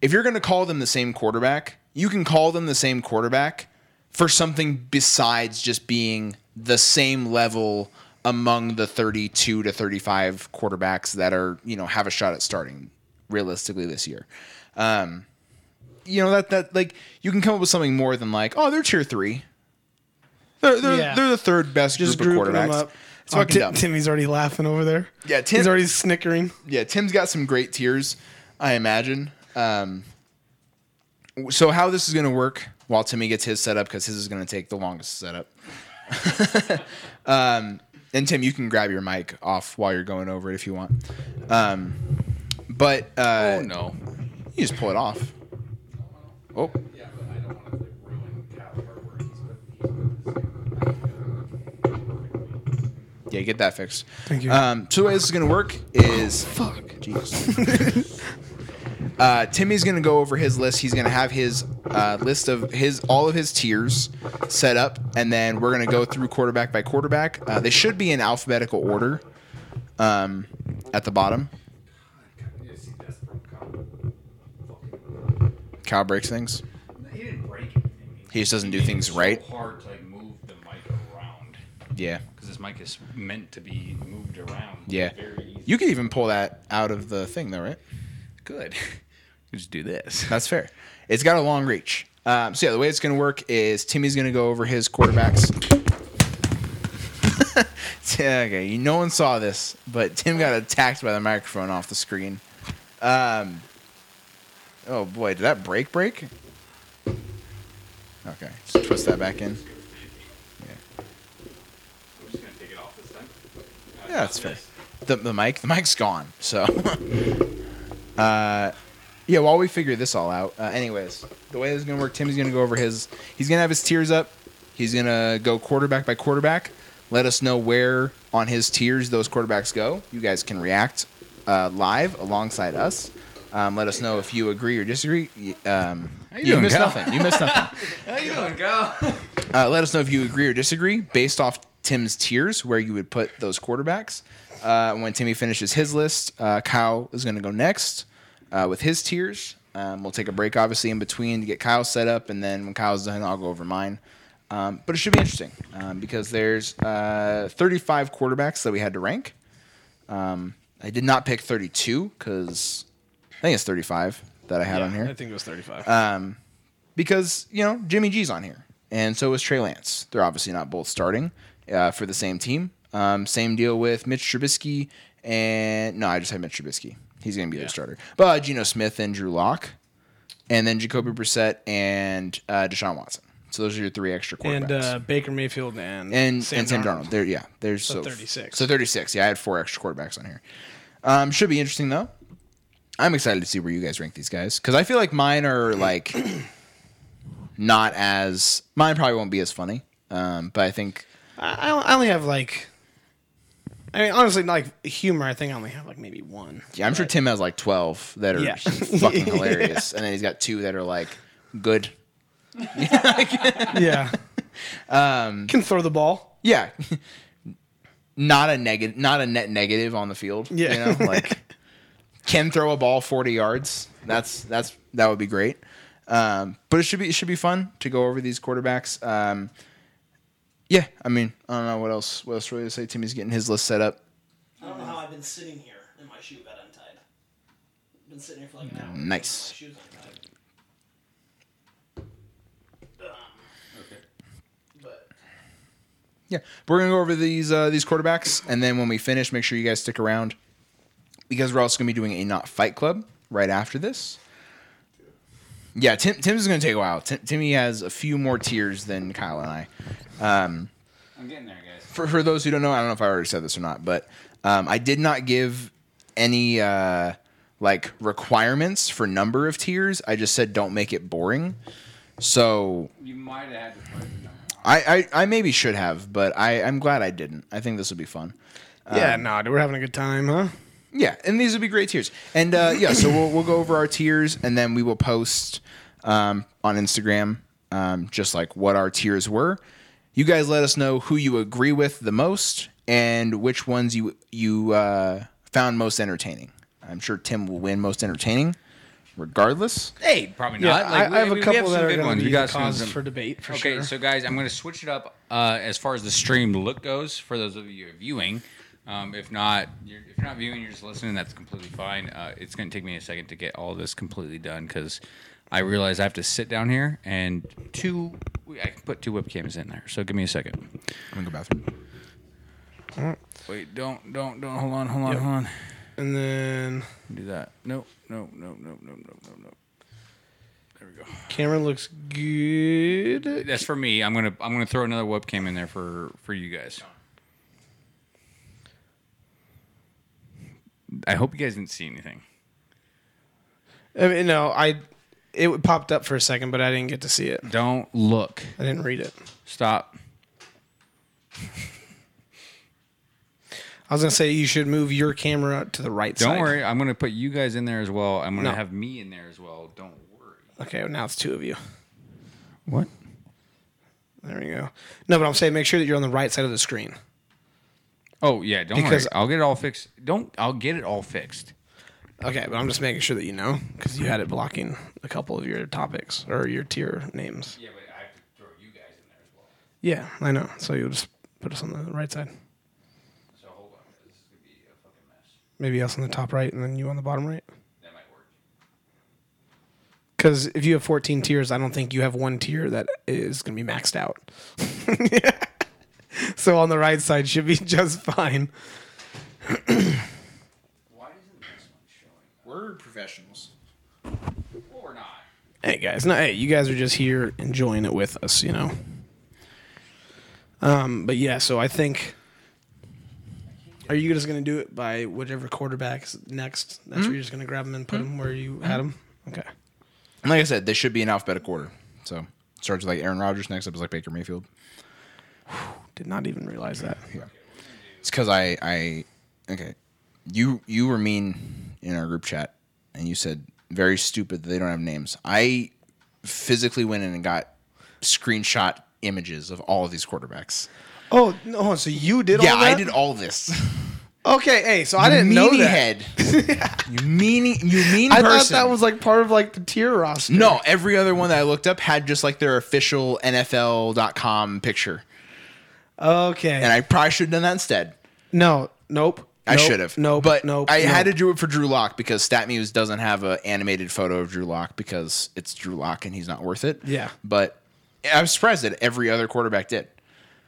Speaker 3: if you're going to call them the same quarterback, you can call them the same quarterback for something besides just being the same level among the 32 to 35 quarterbacks that are you know have a shot at starting realistically this year. Um, you know that that like you can come up with something more than like oh they're tier three. They're they're,
Speaker 1: Yeah.
Speaker 3: they're the third best
Speaker 1: Just
Speaker 3: group of
Speaker 1: grouping them
Speaker 3: quarterbacks.
Speaker 1: up.
Speaker 3: It's
Speaker 1: Oh,
Speaker 3: fucking
Speaker 1: Tim-
Speaker 3: dumb.
Speaker 1: Timmy's already laughing over there.
Speaker 3: Yeah, Tim-
Speaker 1: He's already snickering.
Speaker 3: yeah, Tim's got some great tiers, I imagine. Um, w- so how this is going to work while Timmy gets his set up because his is going to take the longest setup. um, and Tim, you can grab your mic off while you're going over it if you want. Um, but uh,
Speaker 4: Oh no.
Speaker 3: you just pull it off. Oh,
Speaker 4: Yeah, but I don't want to like ruin Cal Harper.
Speaker 3: yeah, get that fixed.
Speaker 1: Thank you.
Speaker 3: Um, so the way this is going to work is fuck. Jeez. uh, Timmy's going to go over his list. He's going to have his uh, list of his all of his tiers set up, and then we're going to go through quarterback by quarterback. Uh, they should be in alphabetical order um, at the bottom. Kyle breaks things.
Speaker 4: He didn't break anything.
Speaker 3: He just doesn't do
Speaker 4: made it
Speaker 3: things
Speaker 4: so
Speaker 3: right.
Speaker 4: Hard to like move the mic around
Speaker 3: Yeah,
Speaker 4: because this mic is meant to be moved around.
Speaker 3: yeah.
Speaker 4: Very easy.
Speaker 3: You could even pull that out of the thing, though, right?
Speaker 4: Good. Just do this.
Speaker 3: That's fair. It's got a long reach. Um, so yeah, the way it's going to work is Timmy's going to go over his quarterbacks. Yeah, okay, you- no one saw this, but Tim got attacked by the microphone off the screen. Um, oh boy, did that break break? Okay, just twist that back in.
Speaker 4: I'm just gonna take it off this time.
Speaker 3: Yeah, that's fair. The, the mic, the mic's gone. So, uh, yeah. While we figure this all out, uh, anyways, the way this is gonna work, Tim's gonna go over his. He's gonna have his tiers up. He's gonna go quarterback by quarterback. Let us know where on his tiers those quarterbacks go. You guys can react uh, live alongside us. Um, let us know if you agree or disagree. Y- Um,
Speaker 4: How you
Speaker 3: you
Speaker 4: doing,
Speaker 3: missed
Speaker 4: Cal?
Speaker 3: nothing. You missed nothing.
Speaker 4: How you doing, Cal?
Speaker 3: Uh, let us know if you agree or disagree based off Tim's tiers, where you would put those quarterbacks. Uh, when Timmy finishes his list, uh, Kyle is going to go next uh, with his tiers. Um, we'll take a break, obviously, in between to get Kyle set up, and then when Kyle's done, I'll go over mine. Um, but it should be interesting um, because there's uh, 35 quarterbacks that we had to rank. Um, I did not pick 32 because I think it's 35 that I had on here
Speaker 1: I think it was 35.
Speaker 3: um, because you know Jimmy G's on here, and so is Trey Lance. They're obviously not both starting uh, for the same team. Um, same deal with Mitch Trubisky and no, I just had Mitch Trubisky. He's going to be their starter. But Geno Smith and Drew Lock, and then Jacoby Brissett and uh, Deshaun Watson. So those are your three extra quarterbacks.
Speaker 1: and uh, Baker Mayfield and
Speaker 3: and Sam and Sam
Speaker 1: Darnold.
Speaker 3: Darnold. There, yeah, there's so,
Speaker 1: 36.
Speaker 3: So 36. Yeah, I had four extra quarterbacks on here. Um, should be interesting though. I'm excited to see where you guys rank these guys because I feel like mine are like not as mine probably won't be as funny. Um, but I think
Speaker 1: I, I only have like, I mean, honestly, not like humor. I think I only have like maybe one.
Speaker 3: yeah, I'm sure Tim has like 12 that are
Speaker 1: Yeah.
Speaker 3: fucking hilarious, and then he's got two that are like good.
Speaker 1: Yeah. um, Can throw the ball.
Speaker 3: Yeah. Not a negative, not a net negative on the field.
Speaker 1: Yeah.
Speaker 3: you know, like can throw a ball forty yards. That's that's that would be great. Um, but it should be it should be fun to go over these quarterbacks. Um, yeah, I mean, I don't know what else. What else really to say? Timmy's getting his list set up.
Speaker 2: I don't know how I've been sitting here and my shoe got untied. I've been sitting here for like an hour.
Speaker 3: Nice.
Speaker 2: My shoe's untied. But
Speaker 3: Yeah, we're gonna go over these uh, these quarterbacks, and then when we finish, make sure you guys stick around because we're also gonna be doing a not fight club right after this. Yeah, Tim Tim's is gonna take a while. Tim, Timmy has a few more tiers than Kyle and I. Um,
Speaker 4: I'm getting there, guys.
Speaker 3: For for those who don't know, I don't know if I already said this or not, but um, I did not give any uh, like requirements for number of tiers. I just said don't make it boring. So
Speaker 4: You might have had to put it down.
Speaker 3: I I, I maybe should have, but I I'm glad I didn't. I think this will be fun.
Speaker 1: yeah, no, dude, we're having a good time, huh?
Speaker 3: Yeah, and these would be great tiers. And uh, yeah, so we'll, we'll go over our tiers, and then we will post um, on Instagram um, just like what our tiers were. You guys let us know who you agree with the most and which ones you you uh, found most entertaining. I'm sure Tim will win most entertaining, regardless.
Speaker 4: Hey, probably
Speaker 1: Yeah,
Speaker 4: not. Like,
Speaker 1: I,
Speaker 4: we-
Speaker 1: I have
Speaker 4: we
Speaker 1: a couple
Speaker 4: some
Speaker 1: that are
Speaker 4: good
Speaker 1: going
Speaker 4: ones.
Speaker 1: to
Speaker 4: We
Speaker 1: be
Speaker 4: got some
Speaker 1: causes
Speaker 4: good-
Speaker 1: for debate for
Speaker 4: okay,
Speaker 1: sure.
Speaker 4: so guys, I'm going to switch it up uh, as far as the stream look goes for those of you who are viewing. Um, if not, you're, if you're not viewing, you're just listening. That's completely fine. Uh, it's going to take me a second to get all this completely done because I realize I have to sit down here and two. I can put two webcams in there, so give me a second.
Speaker 3: I'm gonna go bathroom.
Speaker 4: Wait, don't, don't, don't. Hold on, hold on, hold on.
Speaker 1: and then
Speaker 4: Do that. No, no, no, no, no, no, no, no. There we go.
Speaker 1: Cameron looks good.
Speaker 4: That's for me. I'm gonna I'm gonna throw another webcam in there for for you guys. I hope you guys didn't see anything.
Speaker 1: I mean, no, I it popped up for a second, but I didn't get to see it.
Speaker 4: Don't look.
Speaker 1: I didn't read it.
Speaker 4: Stop.
Speaker 1: I was gonna say you should move your camera to the right side.
Speaker 4: Don't worry. I'm gonna put you guys in there as well. I'm gonna
Speaker 1: No.
Speaker 4: have me in there as well. Don't worry.
Speaker 1: Okay, well, now it's two of you.
Speaker 4: What?
Speaker 1: There we go. No, but I'm saying make sure that you're on the right side of the screen.
Speaker 4: Oh yeah. Don't
Speaker 1: Because-
Speaker 4: worry. I'll get it all fixed. Don't. I'll get it all fixed.
Speaker 1: Okay, but I'm just making sure that you know because you had it blocking a couple of your topics or your tier names.
Speaker 4: Yeah, but I have to throw you guys in there as well.
Speaker 1: Yeah, I know. So you'll just put us on the right side.
Speaker 4: So hold on. This is gonna be a fucking mess.
Speaker 1: Maybe us on the top right and then you on the bottom right.
Speaker 4: That might work.
Speaker 1: Because if you have 14 tiers, I don't think you have one tier that is going to be maxed out. so on the right side should be just fine.
Speaker 4: Why isn't this one showing?
Speaker 3: We're professionals.
Speaker 4: Or not.
Speaker 1: Hey guys, no, hey, you guys are just here enjoying it with us, you know. Um, but yeah, so I think. Are you just gonna do it by whichever quarterback's next? That's where you're just gonna grab them and put them where you had them. Okay.
Speaker 3: And like I said, this should be in alphabetical order. So starts with like Aaron Rodgers. Next up is like Baker Mayfield.
Speaker 1: Did not even realize that.
Speaker 3: It's because I, I, okay, you you were mean in our group chat, and you said very stupid that they don't have names. I physically went in and got screenshot images of all of these quarterbacks.
Speaker 1: Oh no! So you did
Speaker 3: Yeah,
Speaker 1: all that?
Speaker 3: I did all this.
Speaker 1: Okay, hey, so I didn't
Speaker 3: meanie
Speaker 1: know that.
Speaker 3: head. you meanie, you mean
Speaker 1: I
Speaker 3: person.
Speaker 1: thought that was like part of like the tier roster.
Speaker 3: no. Every other one that I looked up had just like their official NFL.com picture,
Speaker 1: Okay.
Speaker 3: and I probably should have done that instead.
Speaker 1: no. Nope.
Speaker 3: I
Speaker 1: nope,
Speaker 3: should have.
Speaker 1: Nope.
Speaker 3: but
Speaker 1: nope.
Speaker 3: I had to
Speaker 1: nope.
Speaker 3: do it for Drew Lock because StatMuse doesn't have an animated photo of Drew Lock because it's Drew Lock and he's not worth it.
Speaker 1: Yeah.
Speaker 3: But I was surprised that every other quarterback did.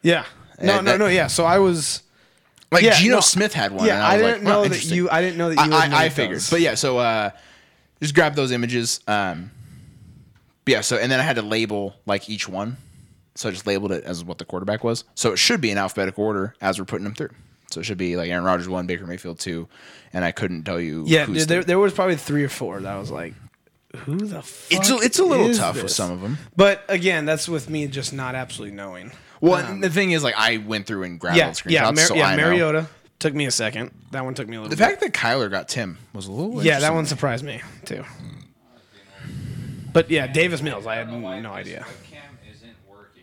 Speaker 1: Yeah. No,
Speaker 3: Uh,
Speaker 1: no,
Speaker 3: that-
Speaker 1: no. Yeah. So I was.
Speaker 3: Like
Speaker 1: Yeah,
Speaker 3: Geno
Speaker 1: no.
Speaker 3: Smith had one.
Speaker 1: Yeah,
Speaker 3: and
Speaker 1: I,
Speaker 3: was
Speaker 1: didn't
Speaker 3: like, "Huh,
Speaker 1: know that
Speaker 3: interesting."
Speaker 1: you. I didn't know that you.
Speaker 3: I,
Speaker 1: had
Speaker 3: I, I
Speaker 1: made
Speaker 3: figured.
Speaker 1: those.
Speaker 3: But yeah, so uh, just grab those images. Um, yeah. So and then I had to label like each one. So I just labeled it as what the quarterback was. So it should be in alphabetical order as we're putting them through. So it should be like Aaron Rodgers one, Baker Mayfield two, and I couldn't tell you.
Speaker 1: yeah,
Speaker 3: who's
Speaker 1: dude,
Speaker 3: the-
Speaker 1: there, there was probably three or four that I was like, who the fuck?
Speaker 3: It's a, it's a little
Speaker 1: is
Speaker 3: tough with
Speaker 1: this?
Speaker 3: some of them.
Speaker 1: But again, that's with me just not absolutely knowing.
Speaker 3: Well, and the thing is, like I went through and grabbed
Speaker 1: Yeah,
Speaker 3: all the screenshots,
Speaker 1: yeah, Mar-
Speaker 3: so
Speaker 1: yeah.
Speaker 3: I know.
Speaker 1: Mariota took me a second. That one took me a little.
Speaker 3: The
Speaker 1: bit.
Speaker 3: fact that Kyler got Tim was a little
Speaker 1: yeah, that
Speaker 3: interesting.
Speaker 1: one surprised me too. But yeah, Davis Mills, I had no idea.
Speaker 4: Webcam isn't working.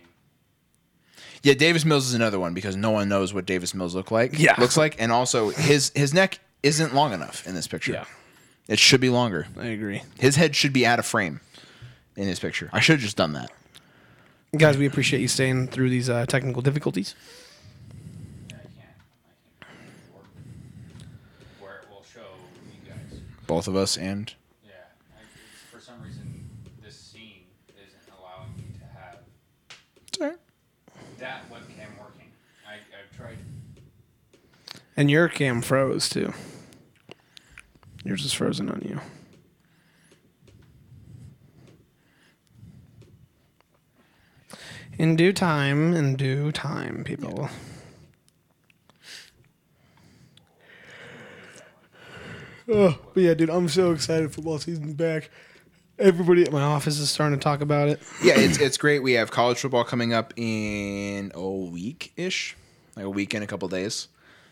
Speaker 3: Yeah, Davis Mills is another one because no one knows what Davis Mills look like.
Speaker 1: Yeah.
Speaker 3: looks like, and also his his neck isn't long enough in this picture.
Speaker 1: Yeah.
Speaker 3: it should be longer.
Speaker 1: I agree,
Speaker 3: His head should be out of frame in his picture. I should have just done that.
Speaker 1: guys. We appreciate you staying through these uh, technical difficulties.
Speaker 4: I can't. I can't. work. Where it will show you guys.
Speaker 3: Both of us and
Speaker 4: Yeah. I, it's, for some reason, this scene isn't allowing me to have that webcam working. I, I've tried.
Speaker 1: And your cam froze too. Yours is frozen on you. In due time, in due time, people. Oh, but yeah, dude, I'm so excited football season's back. Everybody at my office is starting to talk about it.
Speaker 3: yeah, it's it's great. We have college football coming up in a week ish, like a week and a couple days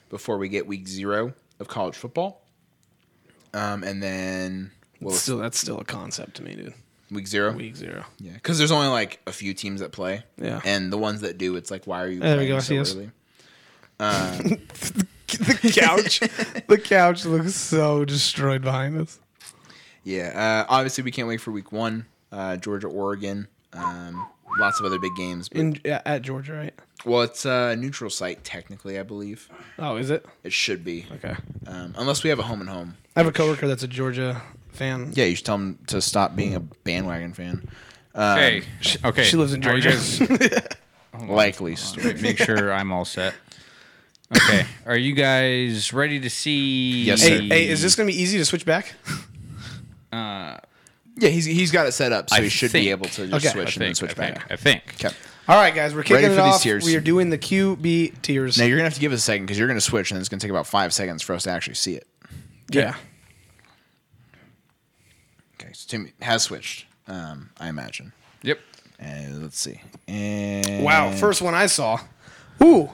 Speaker 3: before we get week zero of college football. Um, and then well,
Speaker 1: Still, that's still a concept to me, dude.
Speaker 3: Week zero.
Speaker 1: Week zero.
Speaker 3: Yeah, because there's only like a few teams that play.
Speaker 1: Yeah.
Speaker 3: and the ones that do, it's like, why are you?
Speaker 1: There we
Speaker 3: playing
Speaker 1: go, I
Speaker 3: So
Speaker 1: see us.
Speaker 3: early?
Speaker 1: the couch, the couch looks so destroyed behind us.
Speaker 3: Yeah. Uh, obviously, we can't wait for week one. Uh, Georgia, Oregon. Um, lots of other big games. But,
Speaker 1: In yeah, at Georgia, right?
Speaker 3: well, it's a neutral site technically, I believe.
Speaker 1: Oh, is it?
Speaker 3: It should be,
Speaker 1: Okay.
Speaker 3: um, unless we have a home and home.
Speaker 1: I have a coworker that's a Georgia fan.
Speaker 3: Yeah, you should tell them to stop being a bandwagon fan.
Speaker 4: hey, sh- okay.
Speaker 1: Um, She lives in
Speaker 4: Are you
Speaker 1: Georgia.
Speaker 4: guys-
Speaker 3: Likely story.
Speaker 4: make sure I'm all set. Okay, are you guys ready to see?
Speaker 3: Yes,
Speaker 1: Hey,
Speaker 3: sir.
Speaker 1: hey, is this gonna be easy to switch back?
Speaker 4: Uh,
Speaker 3: Yeah, he's he's got it set up, so
Speaker 4: I
Speaker 3: he should
Speaker 4: think-
Speaker 3: be able to just
Speaker 1: Okay.
Speaker 4: I
Speaker 3: switch and then
Speaker 4: think.
Speaker 3: switch
Speaker 4: I
Speaker 3: back.
Speaker 4: think. I think.
Speaker 3: Okay.
Speaker 1: All right, guys, we're
Speaker 3: Ready
Speaker 1: kicking it
Speaker 3: for these
Speaker 1: off.
Speaker 3: tiers.
Speaker 1: We are doing the QB tiers.
Speaker 3: Now you're gonna have to give us a second because you're gonna switch, and it's gonna take about five seconds for us to actually see it.
Speaker 1: yeah.
Speaker 3: Okay, so Tim has switched, um, I imagine.
Speaker 4: Yep.
Speaker 3: And let's see. And
Speaker 1: Wow, first one I saw. Ooh.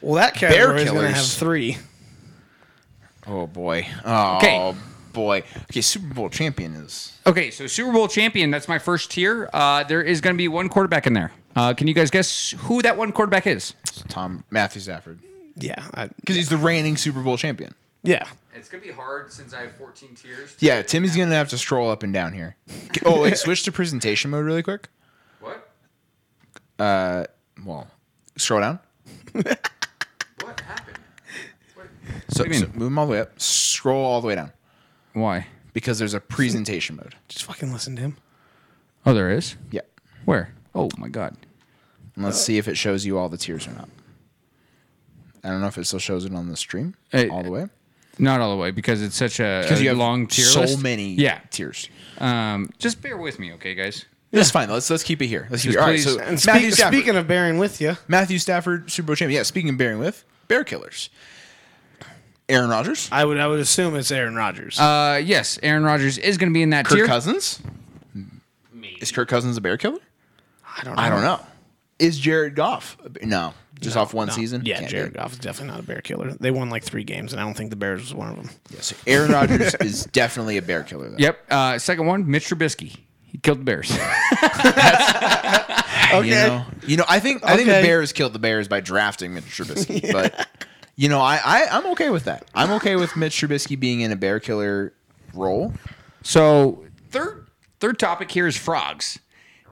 Speaker 1: Well, that category is gonna have
Speaker 3: Killers.
Speaker 1: three.
Speaker 3: Oh boy. Oh
Speaker 4: Okay.
Speaker 3: boy. Okay, Super Bowl champion is
Speaker 4: Okay, so Super Bowl champion. That's my first tier. Uh, there is going to be one quarterback in there. Uh, can you guys guess who that one quarterback is?
Speaker 3: Tom Matthew Stafford
Speaker 1: Yeah. I,
Speaker 3: because he's the reigning Super Bowl champion.
Speaker 1: yeah.
Speaker 4: It's going to be hard since I have 14 tiers.
Speaker 3: Yeah, Tim is gonna have to stroll up and down here. Okay, Oh wait, switch to presentation mode really quick. Uh,
Speaker 4: What?
Speaker 3: Well, scroll down.
Speaker 4: What happened?
Speaker 3: So,
Speaker 4: do you
Speaker 3: so
Speaker 4: mean?
Speaker 3: move them all the way up. Scroll all the way down
Speaker 4: Why?
Speaker 3: because there's a presentation mode.
Speaker 1: Just fucking listen to him.
Speaker 4: Oh, there is.
Speaker 3: Yeah.
Speaker 4: Where? Oh my God.
Speaker 3: And let's see if it shows you all the tiers or not. I don't know if it still shows it on the stream
Speaker 4: Hey,
Speaker 3: all the way
Speaker 4: Not all the way because it's such a,
Speaker 3: because
Speaker 4: a
Speaker 3: you have
Speaker 4: long tier
Speaker 3: so
Speaker 4: list.
Speaker 3: many
Speaker 4: Yeah.
Speaker 3: tiers.
Speaker 4: Um, just bear with me, okay, guys.
Speaker 3: That's fine. Let's let's keep it here. Let's keep it.
Speaker 4: Just
Speaker 3: All right.
Speaker 4: please-
Speaker 3: So
Speaker 1: And
Speaker 3: Matthew
Speaker 1: speak,
Speaker 3: Stafford,
Speaker 1: speaking of bearing with you,
Speaker 3: Matthew Stafford, Super Bowl champion. Yeah. Speaking of bearing with Bear Killers, Aaron Rodgers,
Speaker 1: I would I would assume it's Aaron Rodgers.
Speaker 4: Uh, yes, Aaron Rodgers is going to be in that
Speaker 3: Kirk
Speaker 4: tier.
Speaker 3: Cousins. Is Kirk Cousins a Bear Killer?
Speaker 1: I don't. Know.
Speaker 3: I don't know. Is Jared Goff? a Bear- No, just off one
Speaker 1: No.
Speaker 3: season.
Speaker 1: Yeah,
Speaker 3: Can't do
Speaker 1: Jared
Speaker 3: it.
Speaker 1: Goff is definitely not a bear killer. They won like three games, and I don't think the Bears was one of them.
Speaker 3: Yeah, so Aaron Rodgers is definitely a Bear Killer. Though.
Speaker 4: Yep. Uh, second one, Mitch Trubisky. He killed the Bears.
Speaker 3: You know, you know, I think I think the
Speaker 1: Okay.
Speaker 3: Bears killed the Bears by drafting Mitch Trubisky, but you know, I, I I'm okay with that. I'm okay with Mitch Trubisky being in a Bear Killer role.
Speaker 4: so third third topic here is frogs,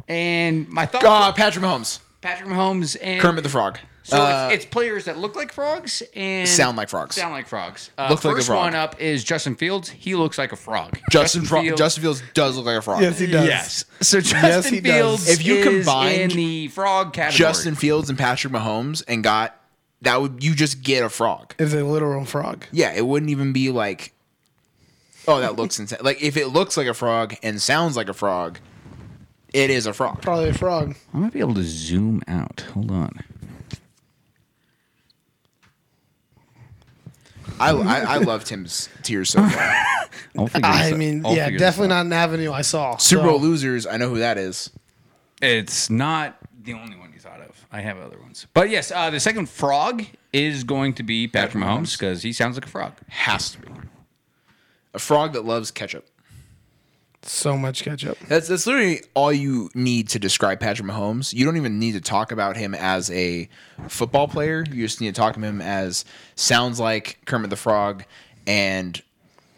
Speaker 4: and my thought
Speaker 3: Uh, Patrick Mahomes,
Speaker 4: Patrick Mahomes and
Speaker 3: Kermit the Frog.
Speaker 4: So
Speaker 3: Uh,
Speaker 4: it's, it's players that look like frogs and
Speaker 3: Sound like frogs.
Speaker 4: Sound like frogs. Uh,
Speaker 3: Look like a
Speaker 4: first
Speaker 3: frog.
Speaker 4: one up is Justin Fields. He looks like a frog.
Speaker 3: Justin Fro-
Speaker 4: Fields-
Speaker 3: Justin Fields does look like a frog.
Speaker 1: does.
Speaker 4: Yes. So Justin
Speaker 1: he does.
Speaker 4: Fields
Speaker 3: If you
Speaker 4: is
Speaker 3: combined
Speaker 4: in the frog category.
Speaker 3: Justin Fields and Patrick Mahomes and got that would you just get a frog.
Speaker 1: It's a literal frog.
Speaker 3: Yeah, it wouldn't even be like oh that looks insane. Like if it looks like a frog and sounds like a frog, it is a frog.
Speaker 1: Probably a frog.
Speaker 4: I might be able to zoom out. Hold on.
Speaker 3: I, I, I love Tim's tears so far.
Speaker 4: I'll figure
Speaker 1: I
Speaker 4: this out.
Speaker 1: mean,
Speaker 4: I'll
Speaker 1: yeah,
Speaker 4: figure this
Speaker 1: definitely
Speaker 4: out.
Speaker 1: not an avenue I saw.
Speaker 3: Super
Speaker 1: so-
Speaker 3: Bowl losers, I know who that is.
Speaker 4: It's not the only one you thought of. I have other ones. But yes, uh, the second frog is going to be Patrick Mahomes because he sounds like a frog.
Speaker 3: Has to be a frog that loves ketchup.
Speaker 1: so much ketchup.
Speaker 3: That's that's literally all you need to describe Patrick Mahomes. You don't even need to talk about him as a football player. You just need to talk about him as sounds like Kermit the Frog and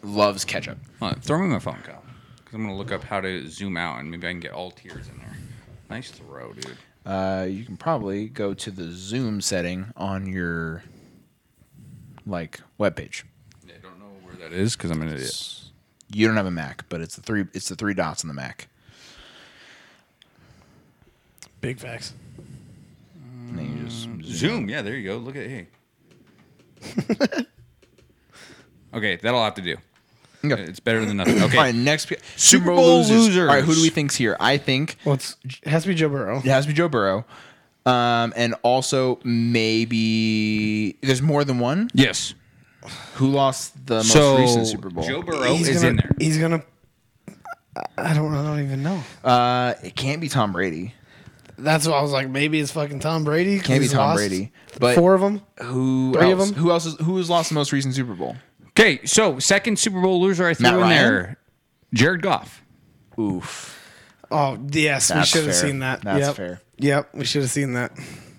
Speaker 3: loves ketchup.
Speaker 4: Hold on, throw me my phone, Kyle. Because I'm going to look up how to zoom out and maybe I can get all tiers in there. Nice throw, dude.
Speaker 3: Uh, you can probably go to the zoom setting on your like webpage.
Speaker 4: Yeah, I don't know where that is because I'm an idiot.
Speaker 3: You don't have a Mac, but it's the three it's the three dots on the Mac.
Speaker 1: Big facts.
Speaker 3: And then you just
Speaker 4: Zoom. Yeah, there you go. Look at hey. okay, that'll have to do.
Speaker 3: Okay.
Speaker 4: It's better than nothing.
Speaker 3: All
Speaker 4: Okay.
Speaker 3: right, next Super,
Speaker 4: Super Bowl losers.
Speaker 3: All right, who do we think's here? I think
Speaker 1: Well, it's, it has to be Joe Burrow.
Speaker 3: it has to be Joe Burrow, um, and also maybe there's more than one.
Speaker 4: Yes.
Speaker 3: Who lost the most
Speaker 4: So
Speaker 3: recent Super Bowl?
Speaker 4: Joe Burrow
Speaker 1: He's
Speaker 4: is
Speaker 1: gonna,
Speaker 4: in there.
Speaker 1: He's gonna. I- I don't. I don't even know.
Speaker 3: uh, it can't be Tom Brady.
Speaker 1: That's why I was like, maybe it's fucking Tom Brady. 'cause
Speaker 3: Can't be
Speaker 1: he's
Speaker 3: Tom
Speaker 1: lost
Speaker 3: Brady, but-
Speaker 1: four of them.
Speaker 3: Who
Speaker 1: Three of
Speaker 3: else?
Speaker 1: them?
Speaker 3: Who else? Is, who has lost the most recent Super Bowl?
Speaker 4: Okay, so second Super Bowl loser I threw
Speaker 3: Matt
Speaker 4: in
Speaker 3: Ryan?
Speaker 4: there, Jared Goff.
Speaker 3: Oof.
Speaker 1: Oh yes, we
Speaker 5: That's
Speaker 1: should
Speaker 5: fair.
Speaker 1: have seen that.
Speaker 5: That's
Speaker 1: yep.
Speaker 5: fair.
Speaker 1: Yep, we should have seen that